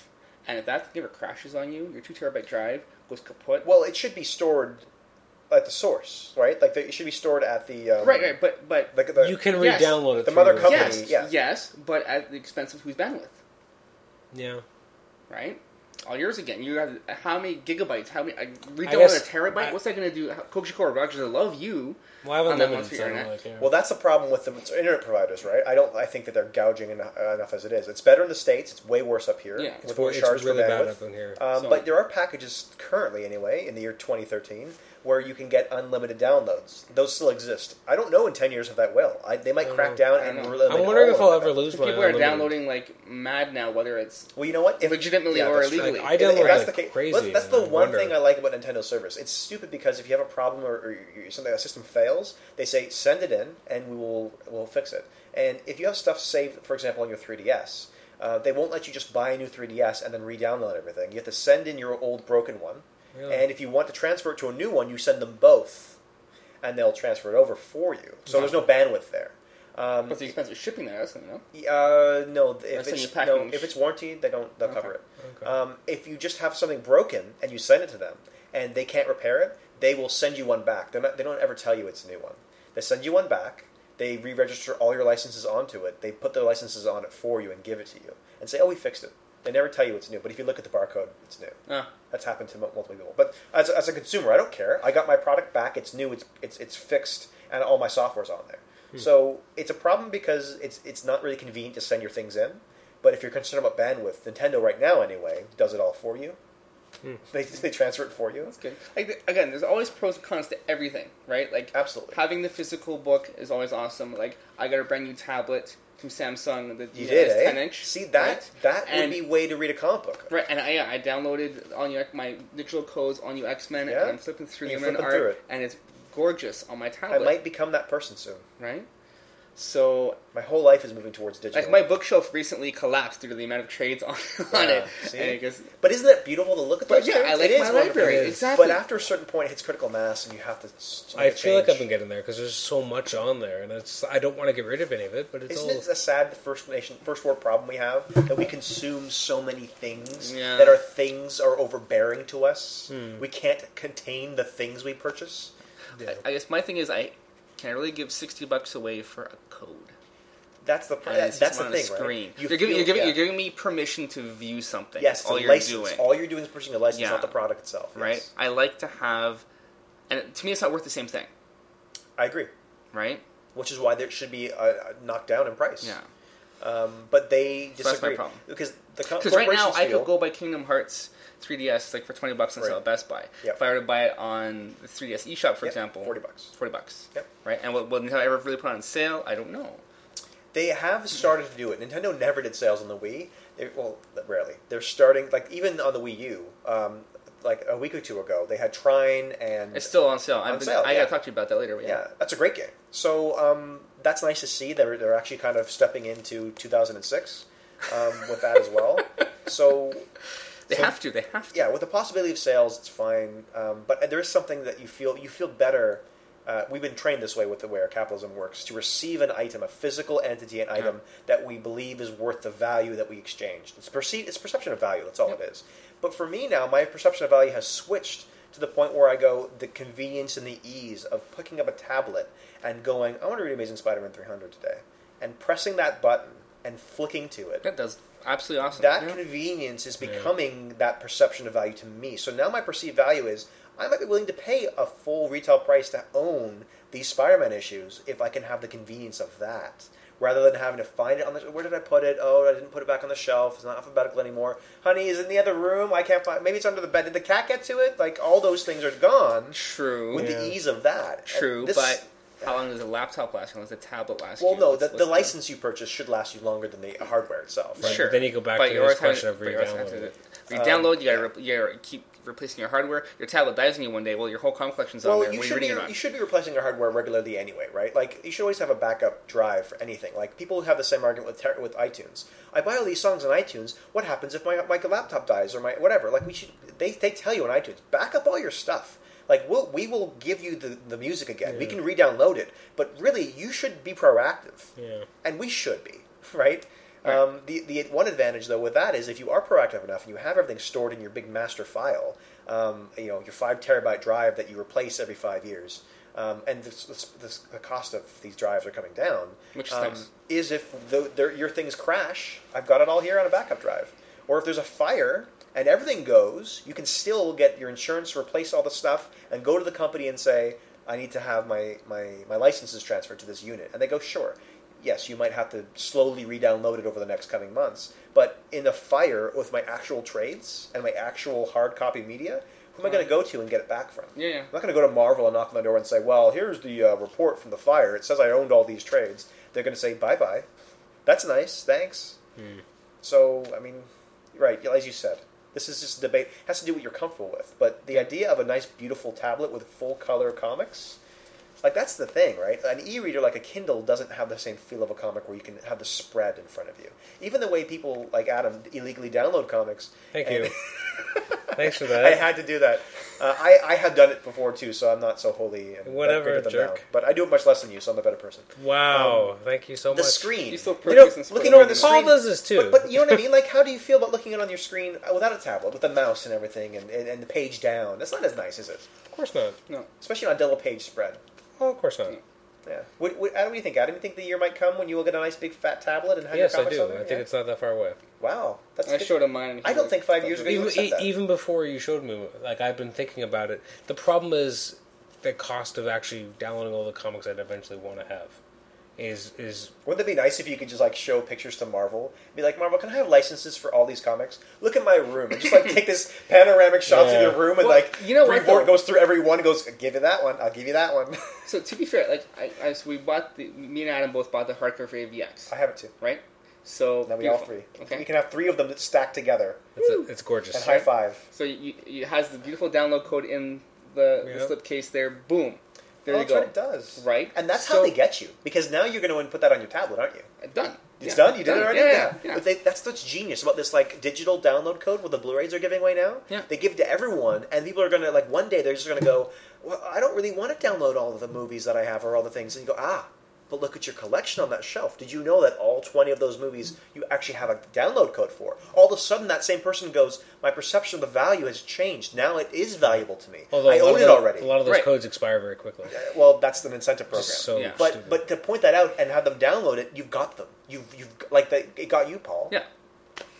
[SPEAKER 2] And if that ever crashes on you, your two terabyte drive goes kaput.
[SPEAKER 3] Well, it should be stored at the source, right? Like it should be stored at the um,
[SPEAKER 2] right, right, but but
[SPEAKER 3] Like the,
[SPEAKER 1] you can
[SPEAKER 2] Yes.
[SPEAKER 1] re-download it.
[SPEAKER 3] The
[SPEAKER 1] through
[SPEAKER 3] mother
[SPEAKER 1] your-
[SPEAKER 3] company-
[SPEAKER 2] yes,
[SPEAKER 3] yeah.
[SPEAKER 2] yes, but at the expense of whose bandwidth,
[SPEAKER 1] Yeah,
[SPEAKER 2] right? All yours again. You have how many gigabytes? How many? I read
[SPEAKER 1] I
[SPEAKER 2] down a
[SPEAKER 1] guess-
[SPEAKER 2] terabyte.
[SPEAKER 1] I-
[SPEAKER 2] What's that going to do? How- Kokushikoro Rogers, I love you.
[SPEAKER 1] well, I have
[SPEAKER 2] On that one
[SPEAKER 1] unlimited,
[SPEAKER 2] for
[SPEAKER 1] so I
[SPEAKER 2] your
[SPEAKER 1] don't
[SPEAKER 2] net.
[SPEAKER 1] really care.
[SPEAKER 3] Well, that's the problem with the it's internet providers, right? I don't. I think that they're gouging enough, enough as it is. It's better in the states. It's way worse up here.
[SPEAKER 2] Yeah.
[SPEAKER 3] with
[SPEAKER 2] It's
[SPEAKER 1] wor-
[SPEAKER 3] more
[SPEAKER 1] it's
[SPEAKER 3] charge for
[SPEAKER 1] really bad
[SPEAKER 3] bandwidth.
[SPEAKER 1] up in here.
[SPEAKER 3] Um,
[SPEAKER 2] So-
[SPEAKER 3] But there are packages currently, anyway, in the year 2013, where you can get unlimited downloads. Those still exist. I don't know in 10 years if that will. I, they might
[SPEAKER 1] don't
[SPEAKER 3] crack
[SPEAKER 1] know.
[SPEAKER 3] down
[SPEAKER 2] Oh, I don't
[SPEAKER 3] and
[SPEAKER 2] know.
[SPEAKER 3] really. oh,
[SPEAKER 1] I'm wondering if I'll ever
[SPEAKER 2] So
[SPEAKER 1] lose my.
[SPEAKER 2] people are
[SPEAKER 1] unlimited.
[SPEAKER 2] downloading like mad now, whether it's
[SPEAKER 3] Well, you know what? If,
[SPEAKER 2] legitimately
[SPEAKER 3] yeah,
[SPEAKER 2] or
[SPEAKER 3] that's true.
[SPEAKER 2] illegally.
[SPEAKER 1] Like, I
[SPEAKER 3] If- if
[SPEAKER 1] download
[SPEAKER 3] that's
[SPEAKER 1] like
[SPEAKER 3] the case-
[SPEAKER 1] crazy.
[SPEAKER 3] well, that's
[SPEAKER 1] and
[SPEAKER 3] the
[SPEAKER 1] I
[SPEAKER 3] one
[SPEAKER 1] wonder-
[SPEAKER 3] thing I like about Nintendo service. It's stupid because if you have a problem or, or you- something, a system fails, they say send it in and we will we'll fix it. And if you have stuff saved, for example, on your 3DS, uh, they won't let you just buy a new 3DS and then re-download everything. You have to send in your old broken one,
[SPEAKER 1] Really?
[SPEAKER 3] and if you want to transfer it to a new one, you send them both, and they'll transfer it over for you. So there's no bandwidth there. Um,
[SPEAKER 2] what's the expense of shipping that? That's something, no?
[SPEAKER 3] uh, no. If
[SPEAKER 2] That's in
[SPEAKER 3] it's
[SPEAKER 2] the
[SPEAKER 3] no,
[SPEAKER 2] package.
[SPEAKER 3] if it's warranty, they don't. They'll cover it.
[SPEAKER 1] Okay.
[SPEAKER 3] Um, if you just have something broken and you send it to them and they can't repair it, they will send you one back. They're not, they don't ever tell you it's a new one. They send you one back. They re-register all your licenses onto it. They put their licenses on it for you and give it to you and say, "Oh, we fixed it." They never tell you it's new, but if you look at the barcode, it's new.
[SPEAKER 2] Ah.
[SPEAKER 3] That's happened to multiple people. But as, as a consumer, I don't care. I got my product back. It's new. It's it's it's fixed, and all my software's on there. So it's a problem because it's it's not really convenient to send your things in. But if you're concerned about bandwidth, Nintendo right now anyway does it all for you. They they transfer it for you.
[SPEAKER 2] That's good. Like th- again, there's always pros and cons to everything, right? Like
[SPEAKER 3] Absolutely.
[SPEAKER 2] having the physical book is always awesome. Like I got a brand new tablet from Samsung that
[SPEAKER 3] You
[SPEAKER 2] you
[SPEAKER 3] did,
[SPEAKER 2] is
[SPEAKER 3] eh?
[SPEAKER 2] ten inch.
[SPEAKER 3] See that
[SPEAKER 2] right?
[SPEAKER 3] that would
[SPEAKER 2] And-
[SPEAKER 3] be way to read a comic book.
[SPEAKER 2] Right, and I, yeah, I downloaded on you my digital codes on you X Men,
[SPEAKER 3] Yeah.
[SPEAKER 2] and I'm flipping through
[SPEAKER 3] You're
[SPEAKER 2] them in
[SPEAKER 3] flipping through
[SPEAKER 2] art,
[SPEAKER 3] it.
[SPEAKER 2] and it's gorgeous on my
[SPEAKER 3] I
[SPEAKER 2] tablet.
[SPEAKER 3] might become that person soon.
[SPEAKER 2] Right, So
[SPEAKER 3] My whole life is moving towards digital.
[SPEAKER 2] like my bookshelf recently collapsed due to the amount of trades on, on
[SPEAKER 3] Yeah,
[SPEAKER 2] it.
[SPEAKER 3] see?
[SPEAKER 2] And it goes,
[SPEAKER 3] But isn't that beautiful to look at?
[SPEAKER 2] But
[SPEAKER 3] those
[SPEAKER 2] yeah,
[SPEAKER 3] things?
[SPEAKER 2] I like
[SPEAKER 3] It is
[SPEAKER 2] my
[SPEAKER 3] wonderful.
[SPEAKER 2] library,
[SPEAKER 3] It is.
[SPEAKER 2] exactly.
[SPEAKER 3] But after a certain point, it hits critical mass, and you have to. s-
[SPEAKER 1] I
[SPEAKER 3] make a
[SPEAKER 1] feel like I've
[SPEAKER 3] change.
[SPEAKER 1] been getting there because there's so much on there, and it's I don't want to get rid of any of it, but it's
[SPEAKER 3] Isn't
[SPEAKER 1] all.
[SPEAKER 3] it a sad first nation, first world problem we have that we consume so many things
[SPEAKER 2] Yeah. Hmm.
[SPEAKER 3] that our things are overbearing to us? We can't contain the things we purchase.
[SPEAKER 2] I guess my thing is, I can I really give sixty bucks away for a code?
[SPEAKER 3] That's the pr-
[SPEAKER 2] And it's
[SPEAKER 3] that's
[SPEAKER 2] just
[SPEAKER 3] the
[SPEAKER 2] on
[SPEAKER 3] thing,
[SPEAKER 2] a screen.
[SPEAKER 3] right?
[SPEAKER 2] You are giving,
[SPEAKER 3] feel-
[SPEAKER 2] you're, giving,
[SPEAKER 3] yeah.
[SPEAKER 2] you're giving me permission to view something.
[SPEAKER 3] yes,
[SPEAKER 2] That's all
[SPEAKER 3] the
[SPEAKER 2] you're
[SPEAKER 3] license.
[SPEAKER 2] doing,
[SPEAKER 3] All you're doing is purchasing the license,
[SPEAKER 2] Yeah.
[SPEAKER 3] not the product itself. yes.
[SPEAKER 2] right? I like to have, and to me, it's not worth the same thing,
[SPEAKER 3] I agree.
[SPEAKER 2] right?
[SPEAKER 3] Which is why there should be a, a knockdown in price.
[SPEAKER 2] Yeah.
[SPEAKER 3] Um, but they
[SPEAKER 2] my
[SPEAKER 3] disagree
[SPEAKER 2] problem.
[SPEAKER 3] because the co-
[SPEAKER 2] Because right now,
[SPEAKER 3] corporations
[SPEAKER 2] I
[SPEAKER 3] feel-
[SPEAKER 2] could go buy Kingdom Hearts 3DS like for twenty bucks on sale
[SPEAKER 3] Right.
[SPEAKER 2] at Best Buy.
[SPEAKER 3] Yep.
[SPEAKER 2] If I were to buy it on the 3DS eShop, for
[SPEAKER 3] Yep,
[SPEAKER 2] example,
[SPEAKER 3] 40 bucks.
[SPEAKER 2] Forty bucks.
[SPEAKER 3] Yep.
[SPEAKER 2] Right, and will, will Nintendo ever really put it on sale? I don't know.
[SPEAKER 3] They have started to do it. Nintendo never did sales on the Wii. They, well, rarely. They're starting like even on the Wii U. Um, like a week or two ago, they had Trine and
[SPEAKER 2] It's still on sale.
[SPEAKER 3] On
[SPEAKER 2] I've been,
[SPEAKER 3] sale,
[SPEAKER 2] I
[SPEAKER 3] yeah.
[SPEAKER 2] gotta talk to you about that later. But
[SPEAKER 3] yeah, that's a great game. So um, that's nice to see. They're they're actually kind of stepping into 2006 um, with that as well. So
[SPEAKER 2] they
[SPEAKER 3] So-
[SPEAKER 2] have to. They have to.
[SPEAKER 3] yeah, with the possibility of sales, it's fine. Um, but there is something that you feel you feel better. Uh, we've been trained this way with the way our capitalism works to receive an item, a physical entity, an item that we believe is worth the value that we exchanged. It's perceived, it's perception of value. That's all it is. But for me now, my perception of value has switched to the point where I go the convenience and the ease of picking up a tablet and going, I want to read Amazing Spider-Man 300 today, and pressing that button and flicking to it
[SPEAKER 2] That does absolutely awesome.
[SPEAKER 3] that
[SPEAKER 2] Yeah.
[SPEAKER 3] convenience is becoming that perception of value to me. So now my perceived value is I might be willing to pay a full retail price to own these Spider-Man issues if I can have the convenience of that, rather than having to find it on the where did I put it? Oh, I didn't put it back on the shelf. It's not alphabetical anymore. Honey, is it in the other room? I can't find. Maybe it's under the bed. Did the cat get to it? Like all those things are gone
[SPEAKER 2] True.
[SPEAKER 3] with
[SPEAKER 1] Yeah.
[SPEAKER 3] the ease of that. And
[SPEAKER 2] True,
[SPEAKER 3] this-
[SPEAKER 2] but how long does a laptop last? How long does a tablet last?
[SPEAKER 3] well,
[SPEAKER 2] you?
[SPEAKER 3] no,
[SPEAKER 2] Let's-
[SPEAKER 3] the,
[SPEAKER 2] let's
[SPEAKER 3] the
[SPEAKER 2] go.
[SPEAKER 3] license you purchase should last you longer than the hardware itself. Right?
[SPEAKER 2] Sure.
[SPEAKER 1] But then you go back
[SPEAKER 2] but
[SPEAKER 1] to
[SPEAKER 2] you
[SPEAKER 1] this
[SPEAKER 2] always have
[SPEAKER 1] question
[SPEAKER 2] to-
[SPEAKER 1] of
[SPEAKER 2] but you always have
[SPEAKER 1] re-download
[SPEAKER 2] to-
[SPEAKER 1] it.
[SPEAKER 2] re-download, you gotta, re- you gotta keep replacing your hardware. Your tablet dies on you one day. Well, your whole COM collection's on
[SPEAKER 3] Well,
[SPEAKER 2] there.
[SPEAKER 3] you
[SPEAKER 2] what are
[SPEAKER 3] should,
[SPEAKER 2] you
[SPEAKER 3] be,
[SPEAKER 2] reading it
[SPEAKER 3] you
[SPEAKER 2] on?
[SPEAKER 3] should be replacing your hardware regularly anyway, right? Like, you should always have a backup drive for anything. Like, people have the same argument with ter- with iTunes. I buy all these songs on iTunes. What happens if my, my laptop dies or my whatever? Like, we should they, they tell you on iTunes, back up all your stuff. Like, we'll, we will give you the, the music again. We
[SPEAKER 1] Yeah.
[SPEAKER 3] can re download it. But really, you should be proactive
[SPEAKER 1] Yeah.
[SPEAKER 3] and we should be, right?
[SPEAKER 2] Right.
[SPEAKER 3] Um, the the one advantage though with that is if you are proactive enough and you have everything stored in your big master file, um, you know your five terabyte drive that you replace every five years, um, and this, this, this, the cost of these drives are coming down.
[SPEAKER 2] Which is
[SPEAKER 3] um,
[SPEAKER 2] nice.
[SPEAKER 3] is if the, their, your things crash, I've got it all here on a backup drive, or if there's a fire and everything goes, you can still get your insurance, replace all the stuff, and go to the company and say, I need to have my, my, my licenses transferred to this unit. And they go, sure. Yes, you might have to slowly re-download it over the next coming months. But in a fire with my actual trades and my actual hard copy media, who am I going to go to and get it back from?
[SPEAKER 2] Yeah, yeah.
[SPEAKER 3] I'm not going to go to Marvel and knock on the door and say, well, here's the uh, report from the fire. It says I owned all these trades. They're going to say, bye bye. That's nice. Thanks.
[SPEAKER 1] Hmm.
[SPEAKER 3] So, I mean, right, as you said, this is just a debate. It has to do what you're comfortable with. But the idea of a nice, beautiful tablet with full color comics, like, that's the thing, right? An e reader like a Kindle doesn't have the same feel of a comic where you can have the spread in front of you. Even the way people like Adam illegally download comics.
[SPEAKER 1] Thank
[SPEAKER 3] and-
[SPEAKER 1] you. Thanks for
[SPEAKER 3] I
[SPEAKER 1] that.
[SPEAKER 3] had to do that. Uh, I, I have done it before too, so I'm not so holy. And
[SPEAKER 1] Whatever,
[SPEAKER 3] bigger than
[SPEAKER 1] jerk.
[SPEAKER 3] now. But I do it much less than you, so I'm a better person.
[SPEAKER 1] wow. Thank you so
[SPEAKER 3] um, The
[SPEAKER 1] much.
[SPEAKER 3] screen.
[SPEAKER 2] You still
[SPEAKER 3] know,
[SPEAKER 2] purchase and
[SPEAKER 3] looking
[SPEAKER 2] spoil
[SPEAKER 3] over the
[SPEAKER 2] it.
[SPEAKER 3] screen.
[SPEAKER 1] Paul does this too.
[SPEAKER 3] But, but you know what I mean? Like, how do you feel about looking at it on your screen uh, without a tablet, with a mouse and everything, and, and, and the page down? That's not as nice, is it?
[SPEAKER 1] of course not.
[SPEAKER 2] No.
[SPEAKER 3] Especially on a double page spread.
[SPEAKER 1] Oh, of course not.
[SPEAKER 3] Yeah. What, what, Adam, what do you think? Adam, you think the year might come when you will get a nice big fat tablet and have
[SPEAKER 1] Yes,
[SPEAKER 3] your
[SPEAKER 1] I
[SPEAKER 3] comics
[SPEAKER 1] do.
[SPEAKER 3] on
[SPEAKER 1] I
[SPEAKER 3] there?
[SPEAKER 1] think
[SPEAKER 3] Yeah.
[SPEAKER 1] it's not that far away.
[SPEAKER 3] wow. That's
[SPEAKER 2] I
[SPEAKER 3] good.
[SPEAKER 2] showed him mine. And he
[SPEAKER 3] I don't
[SPEAKER 2] was
[SPEAKER 3] think
[SPEAKER 2] like,
[SPEAKER 3] five years ago-
[SPEAKER 1] even,
[SPEAKER 3] you said
[SPEAKER 1] e-
[SPEAKER 3] that.
[SPEAKER 1] even before you showed me, like I've been thinking about it. The problem is the cost of actually downloading all the comics I'd eventually want to have is is
[SPEAKER 3] Wouldn't it be nice if you could just like show pictures to Marvel? Be like, Marvel, can I have licenses for all these comics? Look at my room. And just like take this panoramic shot
[SPEAKER 1] Yeah.
[SPEAKER 3] through your room and
[SPEAKER 2] Well,
[SPEAKER 3] like
[SPEAKER 2] you know what,
[SPEAKER 3] Brevoort
[SPEAKER 2] though?
[SPEAKER 3] goes through every one and goes, Give you that one, I'll give you that one.
[SPEAKER 2] So to be fair, like I, I so we bought the me and Adam both bought the hardcover AVX,
[SPEAKER 3] I have it too.
[SPEAKER 2] right? So
[SPEAKER 3] Now we all three.
[SPEAKER 2] beautiful.
[SPEAKER 3] We
[SPEAKER 2] Okay.
[SPEAKER 3] can have three of them that stack together
[SPEAKER 1] it's, a, it's gorgeous.
[SPEAKER 3] and high five.
[SPEAKER 2] So you, you, it has the beautiful download code in the,
[SPEAKER 1] Yeah.
[SPEAKER 2] the slip case there. Boom. There
[SPEAKER 3] oh,
[SPEAKER 2] you
[SPEAKER 3] that's
[SPEAKER 2] go.
[SPEAKER 3] What it does.
[SPEAKER 2] Right?
[SPEAKER 3] And that's
[SPEAKER 2] So-
[SPEAKER 3] how they get you because now you're going to put that on your tablet, aren't you?
[SPEAKER 2] Done.
[SPEAKER 3] It's
[SPEAKER 2] Yeah.
[SPEAKER 3] done. You did it already.
[SPEAKER 2] Yeah, yeah, yeah.
[SPEAKER 3] But they, that's what's genius about this like digital download code what the Blu-rays are giving away now.
[SPEAKER 1] Yeah.
[SPEAKER 3] They give it to everyone, and people are gonna like one day they're just gonna go, well, I don't really want to download all of the movies that I have or all the things, and you go, ah, but look at your collection on that shelf. Did you know that all twenty of those movies you actually have a download code for? All of a sudden, that same person goes, my perception of the value has changed. Now it is valuable to me.
[SPEAKER 1] Although
[SPEAKER 3] I
[SPEAKER 1] a lot
[SPEAKER 3] own
[SPEAKER 1] of
[SPEAKER 3] it
[SPEAKER 1] the-
[SPEAKER 3] already.
[SPEAKER 1] A lot of those
[SPEAKER 2] Right.
[SPEAKER 1] codes expire very quickly.
[SPEAKER 3] Well, that's the incentive program.
[SPEAKER 1] Just so
[SPEAKER 2] Yeah.
[SPEAKER 3] But
[SPEAKER 1] stupid. Uh,
[SPEAKER 3] but to point that out and have them download it, you've got them. You've you've like they, it got you, Paul.
[SPEAKER 2] Yeah.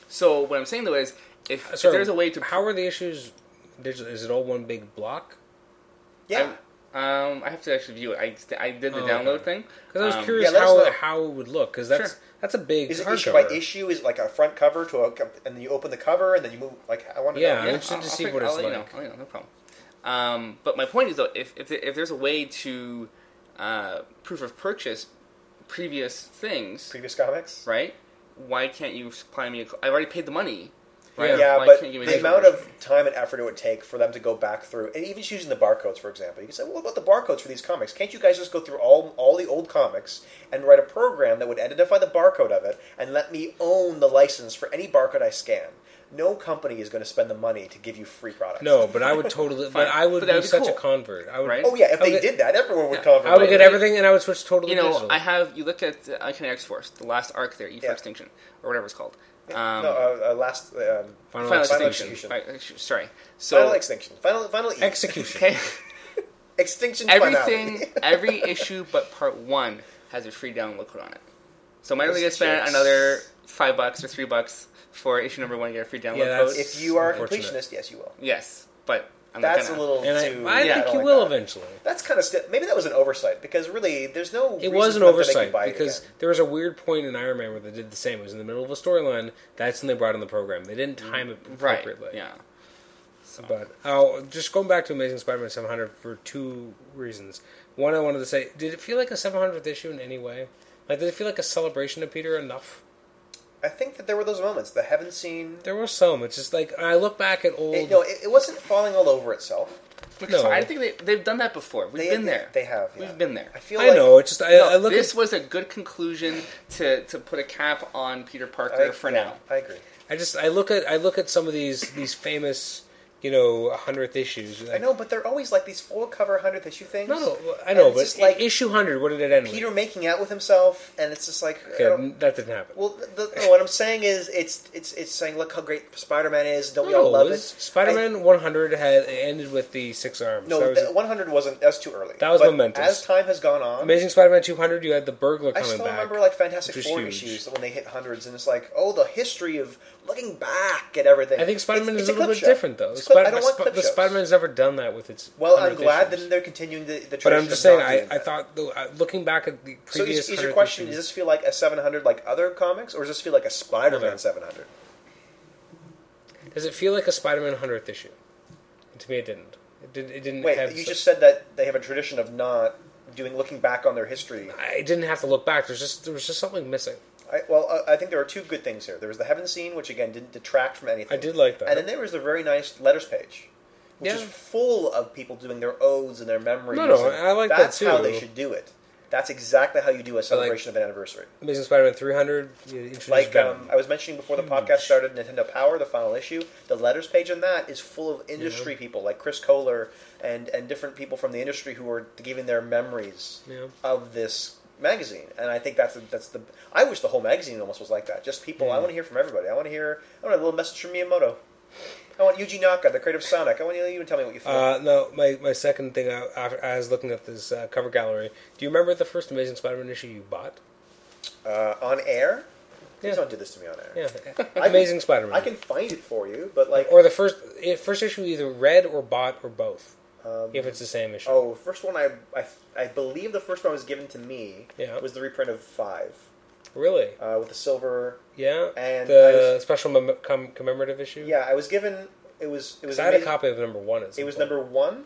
[SPEAKER 2] So what I'm saying though is, if, if
[SPEAKER 1] Sorry,
[SPEAKER 2] there's a way to,
[SPEAKER 1] How are the issues digital? Is it all one big block?
[SPEAKER 3] yeah.
[SPEAKER 2] um, I have to actually view it. I, st- I did the
[SPEAKER 1] Oh,
[SPEAKER 2] download
[SPEAKER 1] okay.
[SPEAKER 2] thing
[SPEAKER 1] Because I was
[SPEAKER 2] Um,
[SPEAKER 1] curious
[SPEAKER 3] yeah, let us
[SPEAKER 1] how
[SPEAKER 3] know.
[SPEAKER 1] how it would look. Because that's
[SPEAKER 2] Sure.
[SPEAKER 1] that's a big
[SPEAKER 3] Is it issue by
[SPEAKER 1] hardcover.
[SPEAKER 3] issue? Is it like a front cover to a, and then you open the cover and then you move? Like I want to
[SPEAKER 1] Yeah.
[SPEAKER 3] know.
[SPEAKER 1] I'm interested to see
[SPEAKER 2] fig-
[SPEAKER 1] what it's
[SPEAKER 2] I'll let you
[SPEAKER 1] like.
[SPEAKER 2] know. I'll let you know, no problem. Um, but my point is though, if if, there, if there's a way to uh, proof of purchase previous things,
[SPEAKER 3] previous comics.
[SPEAKER 2] right? Why can't you supply me? A, cl- I already paid the money.
[SPEAKER 1] Yeah.
[SPEAKER 2] Right?
[SPEAKER 3] Yeah,
[SPEAKER 2] Why
[SPEAKER 3] but
[SPEAKER 2] can't you give
[SPEAKER 3] the
[SPEAKER 2] me a digital
[SPEAKER 3] amount
[SPEAKER 2] version?
[SPEAKER 3] of time and effort it would take for them to go back through, and even choosing the barcodes, for example, you can say, well, "What about the barcodes for these comics? Can't you guys just go through all all the old comics and write a program that would identify the barcode of it and let me own the license for any barcode I scan?" No company is going to spend the money to give you free products.
[SPEAKER 1] No, but I would totally. but
[SPEAKER 2] Fine.
[SPEAKER 1] I would be,
[SPEAKER 2] But that would be
[SPEAKER 1] such a
[SPEAKER 2] cool.
[SPEAKER 1] convert. I would.
[SPEAKER 2] Right?
[SPEAKER 3] Oh yeah, if
[SPEAKER 1] I would
[SPEAKER 3] they
[SPEAKER 1] get-
[SPEAKER 3] did that, everyone would
[SPEAKER 2] Yeah.
[SPEAKER 3] convert.
[SPEAKER 1] I would get
[SPEAKER 2] Right.
[SPEAKER 1] everything, and I would switch totally
[SPEAKER 2] you know,
[SPEAKER 1] digital.
[SPEAKER 2] I have. You look at uh, Uncanny X Force, the last arc there, E for
[SPEAKER 3] Yeah.
[SPEAKER 2] Extinction, or whatever it's called. Um,
[SPEAKER 3] no, uh, uh, last um,
[SPEAKER 1] Final
[SPEAKER 2] Final
[SPEAKER 1] Extinction.
[SPEAKER 3] Extinction.
[SPEAKER 2] Extinction. Fi- ex- sorry. So
[SPEAKER 3] final extinction, final final E.
[SPEAKER 1] execution.
[SPEAKER 2] okay,
[SPEAKER 3] extinction.
[SPEAKER 2] everything,
[SPEAKER 3] finale.
[SPEAKER 2] every issue but part one has a free download code on it. So am I really gonna
[SPEAKER 3] That's
[SPEAKER 2] spend
[SPEAKER 3] jokes.
[SPEAKER 2] another five bucks or three bucks for issue number one to get a free download
[SPEAKER 1] Yeah,
[SPEAKER 2] code?
[SPEAKER 1] that's-
[SPEAKER 3] If you are a
[SPEAKER 1] Unfortunate.
[SPEAKER 3] completionist, yes, you will.
[SPEAKER 2] yes, but I'm not
[SPEAKER 3] That's a
[SPEAKER 2] gonna.
[SPEAKER 3] little
[SPEAKER 1] And I,
[SPEAKER 3] too.
[SPEAKER 1] I
[SPEAKER 2] yeah, I
[SPEAKER 1] think
[SPEAKER 3] don't
[SPEAKER 1] you
[SPEAKER 3] like
[SPEAKER 1] will
[SPEAKER 3] that.
[SPEAKER 1] eventually.
[SPEAKER 3] That's kind of st- maybe that was an oversight because really there's no.
[SPEAKER 1] It
[SPEAKER 3] reason
[SPEAKER 1] was
[SPEAKER 3] for
[SPEAKER 1] an
[SPEAKER 3] them to make you
[SPEAKER 1] oversight
[SPEAKER 3] buy it
[SPEAKER 1] because
[SPEAKER 3] again.
[SPEAKER 1] there was a weird point in Iron Man where they did the same. It was in the middle of a storyline. That's when they brought in the program. They didn't time it
[SPEAKER 2] Mm, right.
[SPEAKER 1] appropriately.
[SPEAKER 2] Yeah.
[SPEAKER 1] But oh, just going back to Amazing Spider-Man 700 for two reasons. One, I wanted to say, did it feel like a 700th issue in any way? Like, did it feel like a celebration of Peter enough?
[SPEAKER 3] I think that there were those moments the heaven scene.
[SPEAKER 1] There were some. It's just like I look back at old.
[SPEAKER 3] It, no, it, it wasn't falling all over itself.
[SPEAKER 2] Because
[SPEAKER 1] No.
[SPEAKER 2] I think they, they've done that before. We've
[SPEAKER 3] They,
[SPEAKER 2] been there.
[SPEAKER 3] They have. yeah.
[SPEAKER 2] We've been there.
[SPEAKER 3] I feel.
[SPEAKER 1] I
[SPEAKER 3] like,
[SPEAKER 1] know. It's just I,
[SPEAKER 2] No,
[SPEAKER 1] I look
[SPEAKER 2] this
[SPEAKER 1] at.
[SPEAKER 2] was a good conclusion to, to put a cap on Peter Parker
[SPEAKER 3] I,
[SPEAKER 2] for
[SPEAKER 3] yeah,
[SPEAKER 2] now.
[SPEAKER 3] I agree.
[SPEAKER 1] I just I look at I look at some of these these famous you know hundredth issues.
[SPEAKER 3] I know, but they're always like these full cover hundredth issue things.
[SPEAKER 1] No, no, I
[SPEAKER 3] And
[SPEAKER 1] know,
[SPEAKER 3] it's
[SPEAKER 1] but
[SPEAKER 3] just like-
[SPEAKER 1] issue hundred. What did it end
[SPEAKER 3] Peter
[SPEAKER 1] with?
[SPEAKER 3] making out with himself, and it's just like I
[SPEAKER 1] Okay,
[SPEAKER 3] don't-
[SPEAKER 1] n- that didn't happen.
[SPEAKER 3] Well, the, no, what I'm saying is, it's it's it's saying, look how great Spider-Man is. Don't we all
[SPEAKER 1] no,
[SPEAKER 3] love
[SPEAKER 1] it
[SPEAKER 3] it?
[SPEAKER 1] was- Spider-Man 100 had ended with the six
[SPEAKER 3] I-
[SPEAKER 1] arms.
[SPEAKER 3] no,
[SPEAKER 1] That was
[SPEAKER 3] the 100 wasn't. That's too early.
[SPEAKER 1] That was
[SPEAKER 3] But
[SPEAKER 1] momentous.
[SPEAKER 3] As time has gone on,
[SPEAKER 1] Amazing Spider-Man 200. You had the burglar
[SPEAKER 3] I
[SPEAKER 1] coming
[SPEAKER 3] still
[SPEAKER 1] back.
[SPEAKER 3] remember like Fantastic
[SPEAKER 1] which was
[SPEAKER 3] Four
[SPEAKER 1] huge.
[SPEAKER 3] issues when they hit hundreds, and it's like, oh, the history of looking back at everything.
[SPEAKER 1] I think Spider-Man
[SPEAKER 3] It's-
[SPEAKER 1] is
[SPEAKER 3] it's
[SPEAKER 1] a little
[SPEAKER 3] clip
[SPEAKER 1] bit
[SPEAKER 3] show.
[SPEAKER 1] different, though.
[SPEAKER 3] It's clip- I
[SPEAKER 1] Spider-
[SPEAKER 3] don't want
[SPEAKER 1] Sp-
[SPEAKER 3] clip
[SPEAKER 1] the
[SPEAKER 3] shows.
[SPEAKER 1] Spider-Man's never done that with its.
[SPEAKER 3] Well, I'm
[SPEAKER 1] 100th
[SPEAKER 3] glad
[SPEAKER 1] issues.
[SPEAKER 3] that they're continuing the, the
[SPEAKER 1] But
[SPEAKER 3] tradition
[SPEAKER 1] I'm just
[SPEAKER 3] of
[SPEAKER 1] saying,
[SPEAKER 3] not
[SPEAKER 1] I,
[SPEAKER 3] doing
[SPEAKER 1] I
[SPEAKER 3] that.
[SPEAKER 1] thought though, uh, looking back at the
[SPEAKER 3] So
[SPEAKER 1] previous.
[SPEAKER 3] is, is your
[SPEAKER 1] 100th
[SPEAKER 3] question? Does
[SPEAKER 1] issues-
[SPEAKER 3] this feel like a 700 like other comics, or does this feel like a Spider-Man
[SPEAKER 1] Okay.
[SPEAKER 3] 700?
[SPEAKER 1] does it feel like a Spider-Man 100th issue? To me, it didn't. It, did, it didn't
[SPEAKER 3] Wait,
[SPEAKER 1] have.
[SPEAKER 3] you
[SPEAKER 1] so-
[SPEAKER 3] just said that they have a tradition of not doing looking back on their history.
[SPEAKER 1] I didn't have to look back. There's just there was just something missing.
[SPEAKER 3] I, well, uh, I think there are two good things here. There was the heaven scene, which again didn't detract from anything.
[SPEAKER 1] I did like that.
[SPEAKER 3] and then there was the very nice letters page, which is
[SPEAKER 1] Yeah.
[SPEAKER 3] full of people doing their odes and their memories.
[SPEAKER 1] No, no,
[SPEAKER 3] and
[SPEAKER 1] I like that
[SPEAKER 3] That's how
[SPEAKER 1] too.
[SPEAKER 3] they should do it. That's exactly how you do a celebration of an anniversary.
[SPEAKER 1] Amazing Spider-Man 300. You introduced
[SPEAKER 3] Like
[SPEAKER 1] Venom.
[SPEAKER 3] um, I was mentioning before the podcast started, Nintendo Power, the final issue, the letters page on that is full of industry people like Chris Kohler and and different people from the industry who are giving their memories
[SPEAKER 1] Yeah.
[SPEAKER 3] of this magazine. And I think that's the, that's the I wish the whole magazine almost was like that. Just people. I want to hear from everybody. I want to hear. I want a little message from Miyamoto. I want Yuji Naka, the creator of Sonic. I want you to even tell me what you feel.
[SPEAKER 1] Uh, no, my, my second thing I, after, I was looking at this uh, cover gallery. Do you remember the first Amazing Spider-Man issue you bought?
[SPEAKER 3] Uh, on air. Please
[SPEAKER 1] Yeah.
[SPEAKER 3] don't do this to me on air.
[SPEAKER 1] Yeah,
[SPEAKER 3] I
[SPEAKER 1] Amazing
[SPEAKER 3] can-
[SPEAKER 1] Spider-Man.
[SPEAKER 3] I can find it for you, but like,
[SPEAKER 1] or the first eh, first issue you either read or bought or both, if it's the same issue.
[SPEAKER 3] Um, Oh, first one I, I I believe the first one was given to me
[SPEAKER 1] Yeah.
[SPEAKER 3] was the reprint of five
[SPEAKER 1] really?
[SPEAKER 3] uh, with the silver.
[SPEAKER 1] yeah.
[SPEAKER 3] and
[SPEAKER 1] the
[SPEAKER 3] I was-
[SPEAKER 1] special mem- com- commemorative issue.
[SPEAKER 3] Yeah, I was given it was it was
[SPEAKER 1] 'Cause I had a
[SPEAKER 3] amazing-
[SPEAKER 1] copy of number one. At some
[SPEAKER 3] It was
[SPEAKER 1] point.
[SPEAKER 3] number one.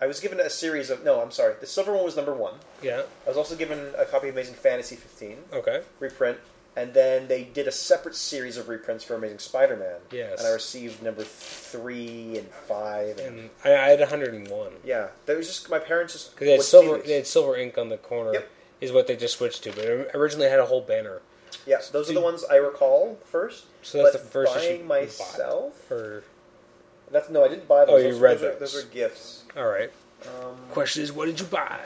[SPEAKER 3] I was given a series of no, I'm sorry. The silver one was number one.
[SPEAKER 1] Yeah. Oh.
[SPEAKER 3] I was also given a copy of Amazing Fantasy 15
[SPEAKER 1] Okay.
[SPEAKER 3] reprint and then they did a separate series of reprints for Amazing Spider-Man.
[SPEAKER 1] Yes.
[SPEAKER 3] and I received number three and five, and,
[SPEAKER 1] And I, I had 101.
[SPEAKER 3] yeah, that was just my parents just
[SPEAKER 1] Because they had
[SPEAKER 3] would see
[SPEAKER 1] silver,
[SPEAKER 3] these.
[SPEAKER 1] they had silver ink on the corner.
[SPEAKER 3] Yep.
[SPEAKER 1] Is what they just switched to, but it originally had a whole banner.
[SPEAKER 3] Yeah, those are the ones I recall first.
[SPEAKER 1] So that's
[SPEAKER 3] but
[SPEAKER 1] the first issue
[SPEAKER 3] buying
[SPEAKER 1] you bought.
[SPEAKER 3] myself.
[SPEAKER 1] Or
[SPEAKER 3] That's no, I didn't buy those.
[SPEAKER 1] Oh, you
[SPEAKER 3] those,
[SPEAKER 1] read
[SPEAKER 3] those are-
[SPEAKER 1] those.
[SPEAKER 3] those are gifts.
[SPEAKER 1] all right.
[SPEAKER 3] Um,
[SPEAKER 1] Question is, what did you buy?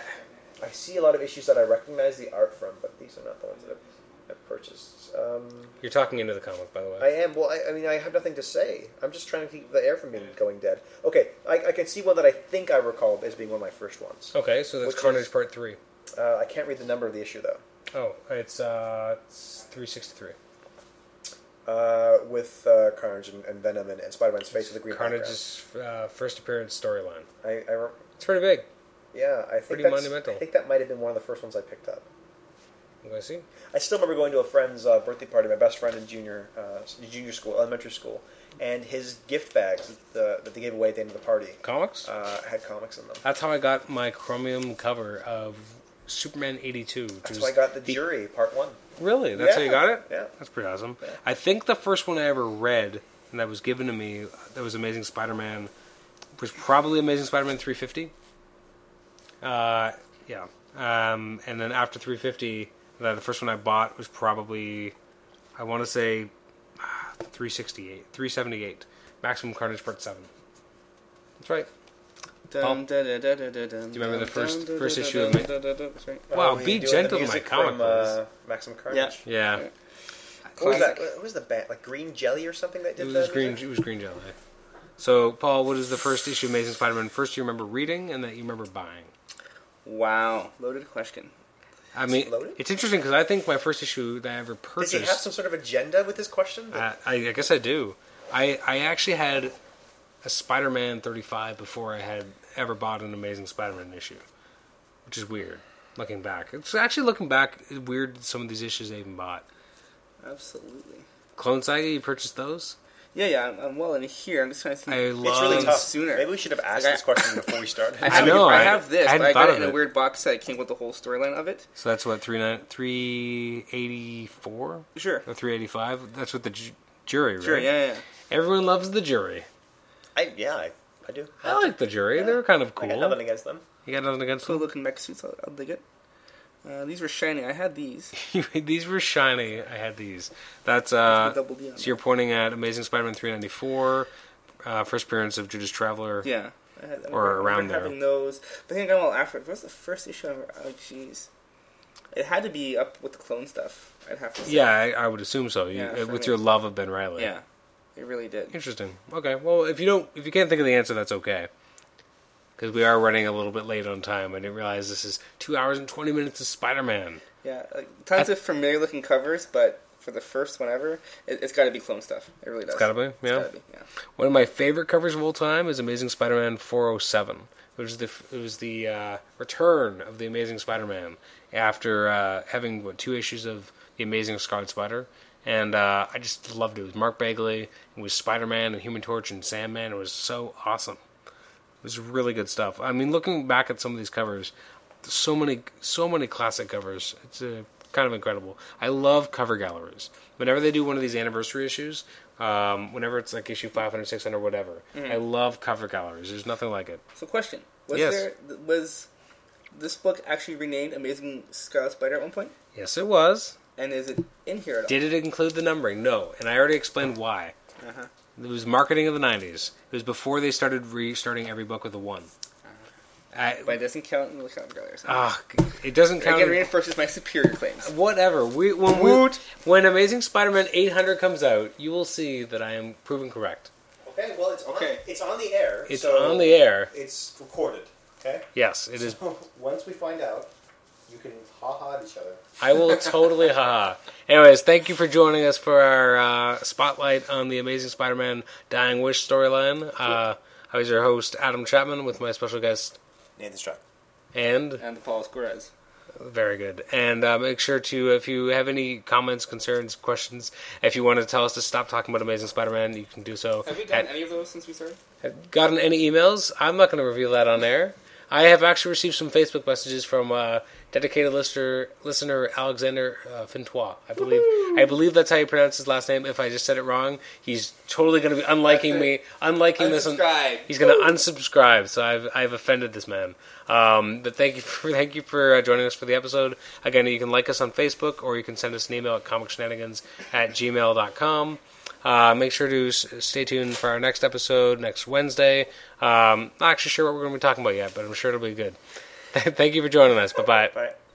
[SPEAKER 3] I see a lot of issues that I recognize the art from, but these are not the ones that I've, I've purchased. Um,
[SPEAKER 1] You're talking into the comic, by the way.
[SPEAKER 3] I am well. I, I mean, I have nothing to say. I'm just trying to keep the air from being going dead. Okay, I, I can see one that I think I recall as being one of my first ones.
[SPEAKER 1] okay, so that's
[SPEAKER 3] Which
[SPEAKER 1] Carnage
[SPEAKER 3] is-
[SPEAKER 1] Part Three.
[SPEAKER 3] Uh, I can't read the number of the issue though.
[SPEAKER 1] Oh, it's uh, it's three sixty three.
[SPEAKER 3] Uh, with uh, Carnage and, and Venom and, and Spider-Man's face with the green
[SPEAKER 1] Carnage's uh, first appearance storyline.
[SPEAKER 3] background. I, I re-
[SPEAKER 1] It's pretty big.
[SPEAKER 3] yeah, I think
[SPEAKER 1] Pretty
[SPEAKER 3] that's-
[SPEAKER 1] monumental.
[SPEAKER 3] I think that might have been one of the first ones I picked up.
[SPEAKER 1] You guys see?
[SPEAKER 3] I still remember going to a friend's uh, birthday party, my best friend in junior uh, junior school, elementary school, and his gift bags uh, that they gave away at the end of the party
[SPEAKER 1] Comics.
[SPEAKER 3] uh, had comics in them.
[SPEAKER 1] That's how I got my chromium cover of Superman eighty two.
[SPEAKER 3] That's why I got the jury part one.
[SPEAKER 1] Really? That's how you
[SPEAKER 3] Yeah,
[SPEAKER 1] got it?
[SPEAKER 3] yeah.
[SPEAKER 1] That's pretty awesome.
[SPEAKER 3] Yeah.
[SPEAKER 1] I think the first one I ever read and that was given to me that was Amazing Spider Man was probably Amazing Spider Man 350. Uh, yeah. Um, and then after 350, the, the first one I bought was probably, I want to say, ah, 368, 378. Maximum Carnage Part 7. That's right.
[SPEAKER 2] Dun, dun, dun, dun, dun, dun, dun,
[SPEAKER 1] Oh. Do you remember the
[SPEAKER 2] dun,
[SPEAKER 1] first-
[SPEAKER 2] dun,
[SPEAKER 1] first
[SPEAKER 2] dun,
[SPEAKER 1] issue
[SPEAKER 2] dun,
[SPEAKER 1] of
[SPEAKER 2] dun,
[SPEAKER 1] Ma-
[SPEAKER 2] dun, dun, dun, sorry.
[SPEAKER 1] Wow,
[SPEAKER 3] Oh,
[SPEAKER 1] be
[SPEAKER 3] doing the
[SPEAKER 1] gentle to my
[SPEAKER 3] music
[SPEAKER 1] comic
[SPEAKER 3] from,
[SPEAKER 1] books.
[SPEAKER 3] uh, Maximum Carnage.
[SPEAKER 1] yeah.
[SPEAKER 2] Yeah.
[SPEAKER 3] What was
[SPEAKER 2] Classic.
[SPEAKER 3] that? What was the band? Like Green Jelly or something that
[SPEAKER 1] It
[SPEAKER 3] did the
[SPEAKER 1] was green.
[SPEAKER 3] music?
[SPEAKER 1] It was green jelly. So, Paul, what is the first issue of Amazing Spider-Man? First, you remember reading, and that you remember buying.
[SPEAKER 2] Wow, loaded question.
[SPEAKER 1] I mean,
[SPEAKER 3] loaded?
[SPEAKER 1] it's interesting because I think my first issue that I ever
[SPEAKER 3] Does he have
[SPEAKER 1] purchased.
[SPEAKER 3] some sort of agenda with this question?
[SPEAKER 1] I, I, I guess I do. I I actually had a Spider-Man 35 before I had ever bought an Amazing Spider-Man issue, which is weird. Looking back, it's actually looking back it's weird. that Some of these issues I even bought.
[SPEAKER 2] Absolutely.
[SPEAKER 1] Clone Saga, you purchased those?
[SPEAKER 2] Yeah, yeah, I'm, I'm well in here. I'm just trying to see.
[SPEAKER 1] I
[SPEAKER 2] It's
[SPEAKER 1] love-
[SPEAKER 2] really
[SPEAKER 1] Um,
[SPEAKER 2] tough. Sooner.
[SPEAKER 3] Maybe we should have asked
[SPEAKER 2] Like, I-
[SPEAKER 3] this question before we started.
[SPEAKER 2] I, have,
[SPEAKER 1] know,
[SPEAKER 2] I,
[SPEAKER 1] I-
[SPEAKER 2] have this,
[SPEAKER 1] I hadn't
[SPEAKER 2] but I
[SPEAKER 1] thought
[SPEAKER 2] got it
[SPEAKER 1] of
[SPEAKER 2] in a
[SPEAKER 1] it.
[SPEAKER 2] weird box that came with the whole storyline of it.
[SPEAKER 1] So that's what three nine three eighty four.
[SPEAKER 2] Sure.
[SPEAKER 1] Or 385. That's what the ju- jury, right?
[SPEAKER 2] Sure, yeah, yeah.
[SPEAKER 1] Everyone loves the jury.
[SPEAKER 3] I, yeah, I, I do.
[SPEAKER 1] I like the jury. They're kind of cool.
[SPEAKER 3] I got nothing against them.
[SPEAKER 1] you got nothing against
[SPEAKER 2] Cool
[SPEAKER 1] them?
[SPEAKER 2] looking mech suits, I'll, I'll dig it. Uh, these were shiny. I had these.
[SPEAKER 1] these were shiny. I had these. That's, uh,
[SPEAKER 2] That's the double D
[SPEAKER 1] so
[SPEAKER 2] on that.
[SPEAKER 1] you're pointing at Amazing Spider-Man 394, uh, first appearance of Judas Traveler.
[SPEAKER 2] Yeah. I had, I
[SPEAKER 1] Or
[SPEAKER 2] remember- I
[SPEAKER 1] around
[SPEAKER 2] remember
[SPEAKER 1] there.
[SPEAKER 2] Having those. But I think I got them all after. What was the first issue I ever? Oh, jeez. It had to be up with the clone stuff, I'd have to say.
[SPEAKER 1] Yeah, I, I would assume so. You,
[SPEAKER 2] Yeah,
[SPEAKER 1] uh,
[SPEAKER 2] for
[SPEAKER 1] with
[SPEAKER 2] me.
[SPEAKER 1] your love of Ben Riley.
[SPEAKER 2] Yeah. It really did.
[SPEAKER 1] Interesting. Okay. Well, if you don't, if you can't think of the answer, that's okay. Because we are running a little bit late on time. I didn't realize this is two hours and twenty minutes of Spider-Man.
[SPEAKER 2] Yeah. Like, tons of familiar looking covers, but for the first one ever, it, it's got to be clone stuff. It really does.
[SPEAKER 1] Gotta be.
[SPEAKER 2] It's gotta be, yeah.
[SPEAKER 1] One of my favorite covers of all time is Amazing Spider-Man 407, which is the it was the uh, return of the Amazing Spider-Man after uh, having what two issues of the Amazing Scarlet Spider, and uh, I just loved it. It was Mark Bagley, it was Spider-Man and Human Torch and Sandman. It was so awesome. It was really good stuff. I mean, looking back at some of these covers, so many, so many classic covers. It's uh kind of incredible. I love cover galleries. Whenever they do one of these anniversary issues, um, whenever it's like issue 500, 600, whatever, I love cover galleries. There's nothing like it.
[SPEAKER 2] So, question: Was
[SPEAKER 1] Yes.
[SPEAKER 2] there th- was this book actually renamed Amazing Scarlet Spider at one point?
[SPEAKER 1] Yes, it was.
[SPEAKER 2] And is it in here at all?
[SPEAKER 1] Did it include the numbering? No, and I already explained why.
[SPEAKER 2] Uh-huh.
[SPEAKER 1] It was marketing of the '90s. It was before they started restarting every book with a one. I,
[SPEAKER 2] but it doesn't count in the comic galleries.
[SPEAKER 1] ah, it doesn't count.
[SPEAKER 2] Again, reinforces my superior claims.
[SPEAKER 1] Whatever. We when we,
[SPEAKER 2] Woot.
[SPEAKER 1] when Amazing Spider-Man 800 comes out, you will see that I am proven correct.
[SPEAKER 3] Okay, well, it's on,
[SPEAKER 2] Okay.
[SPEAKER 3] it's on the air.
[SPEAKER 1] It's
[SPEAKER 3] so
[SPEAKER 1] on the air.
[SPEAKER 3] It's recorded. Okay.
[SPEAKER 1] Yes, it is.
[SPEAKER 3] Once we find out, you can ha ha at each other.
[SPEAKER 1] I will totally haha. Anyways, thank you for joining us for our uh, spotlight on the Amazing Spider-Man Dying Wish storyline. Uh, I was your host Adam Chapman with my special guest
[SPEAKER 3] Nathan Strack.
[SPEAKER 1] and
[SPEAKER 2] And the Paul Squares.
[SPEAKER 1] Very good. And uh, make sure to, if you have any comments, concerns, questions, if you want to tell us to stop talking about Amazing Spider-Man, you can do so.
[SPEAKER 2] Have we gotten
[SPEAKER 1] at-
[SPEAKER 2] any of those since we started?
[SPEAKER 1] gotten any emails? I'm not going to reveal that on air. I have actually received some Facebook messages from uh, dedicated listener listener Alexander uh, Fintois. I believe I believe that's how you pronounce his last name. If I just said it wrong, he's totally going to be unliking
[SPEAKER 2] That's
[SPEAKER 1] me, unliking this. On,
[SPEAKER 2] Unsubscribe.
[SPEAKER 1] he's going to unsubscribe. So I've I've offended this man. Um, but thank you for thank you for uh, joining us for the episode. Again, you can like us on Facebook or you can send us an email at comicshenanigans at gmail.com. Uh, make sure to s- stay tuned for our next episode next Wednesday. Um, not actually sure what we're going to be talking about yet, but I'm sure it'll be good. Thank you for joining us. Bye bye.
[SPEAKER 6] Bye.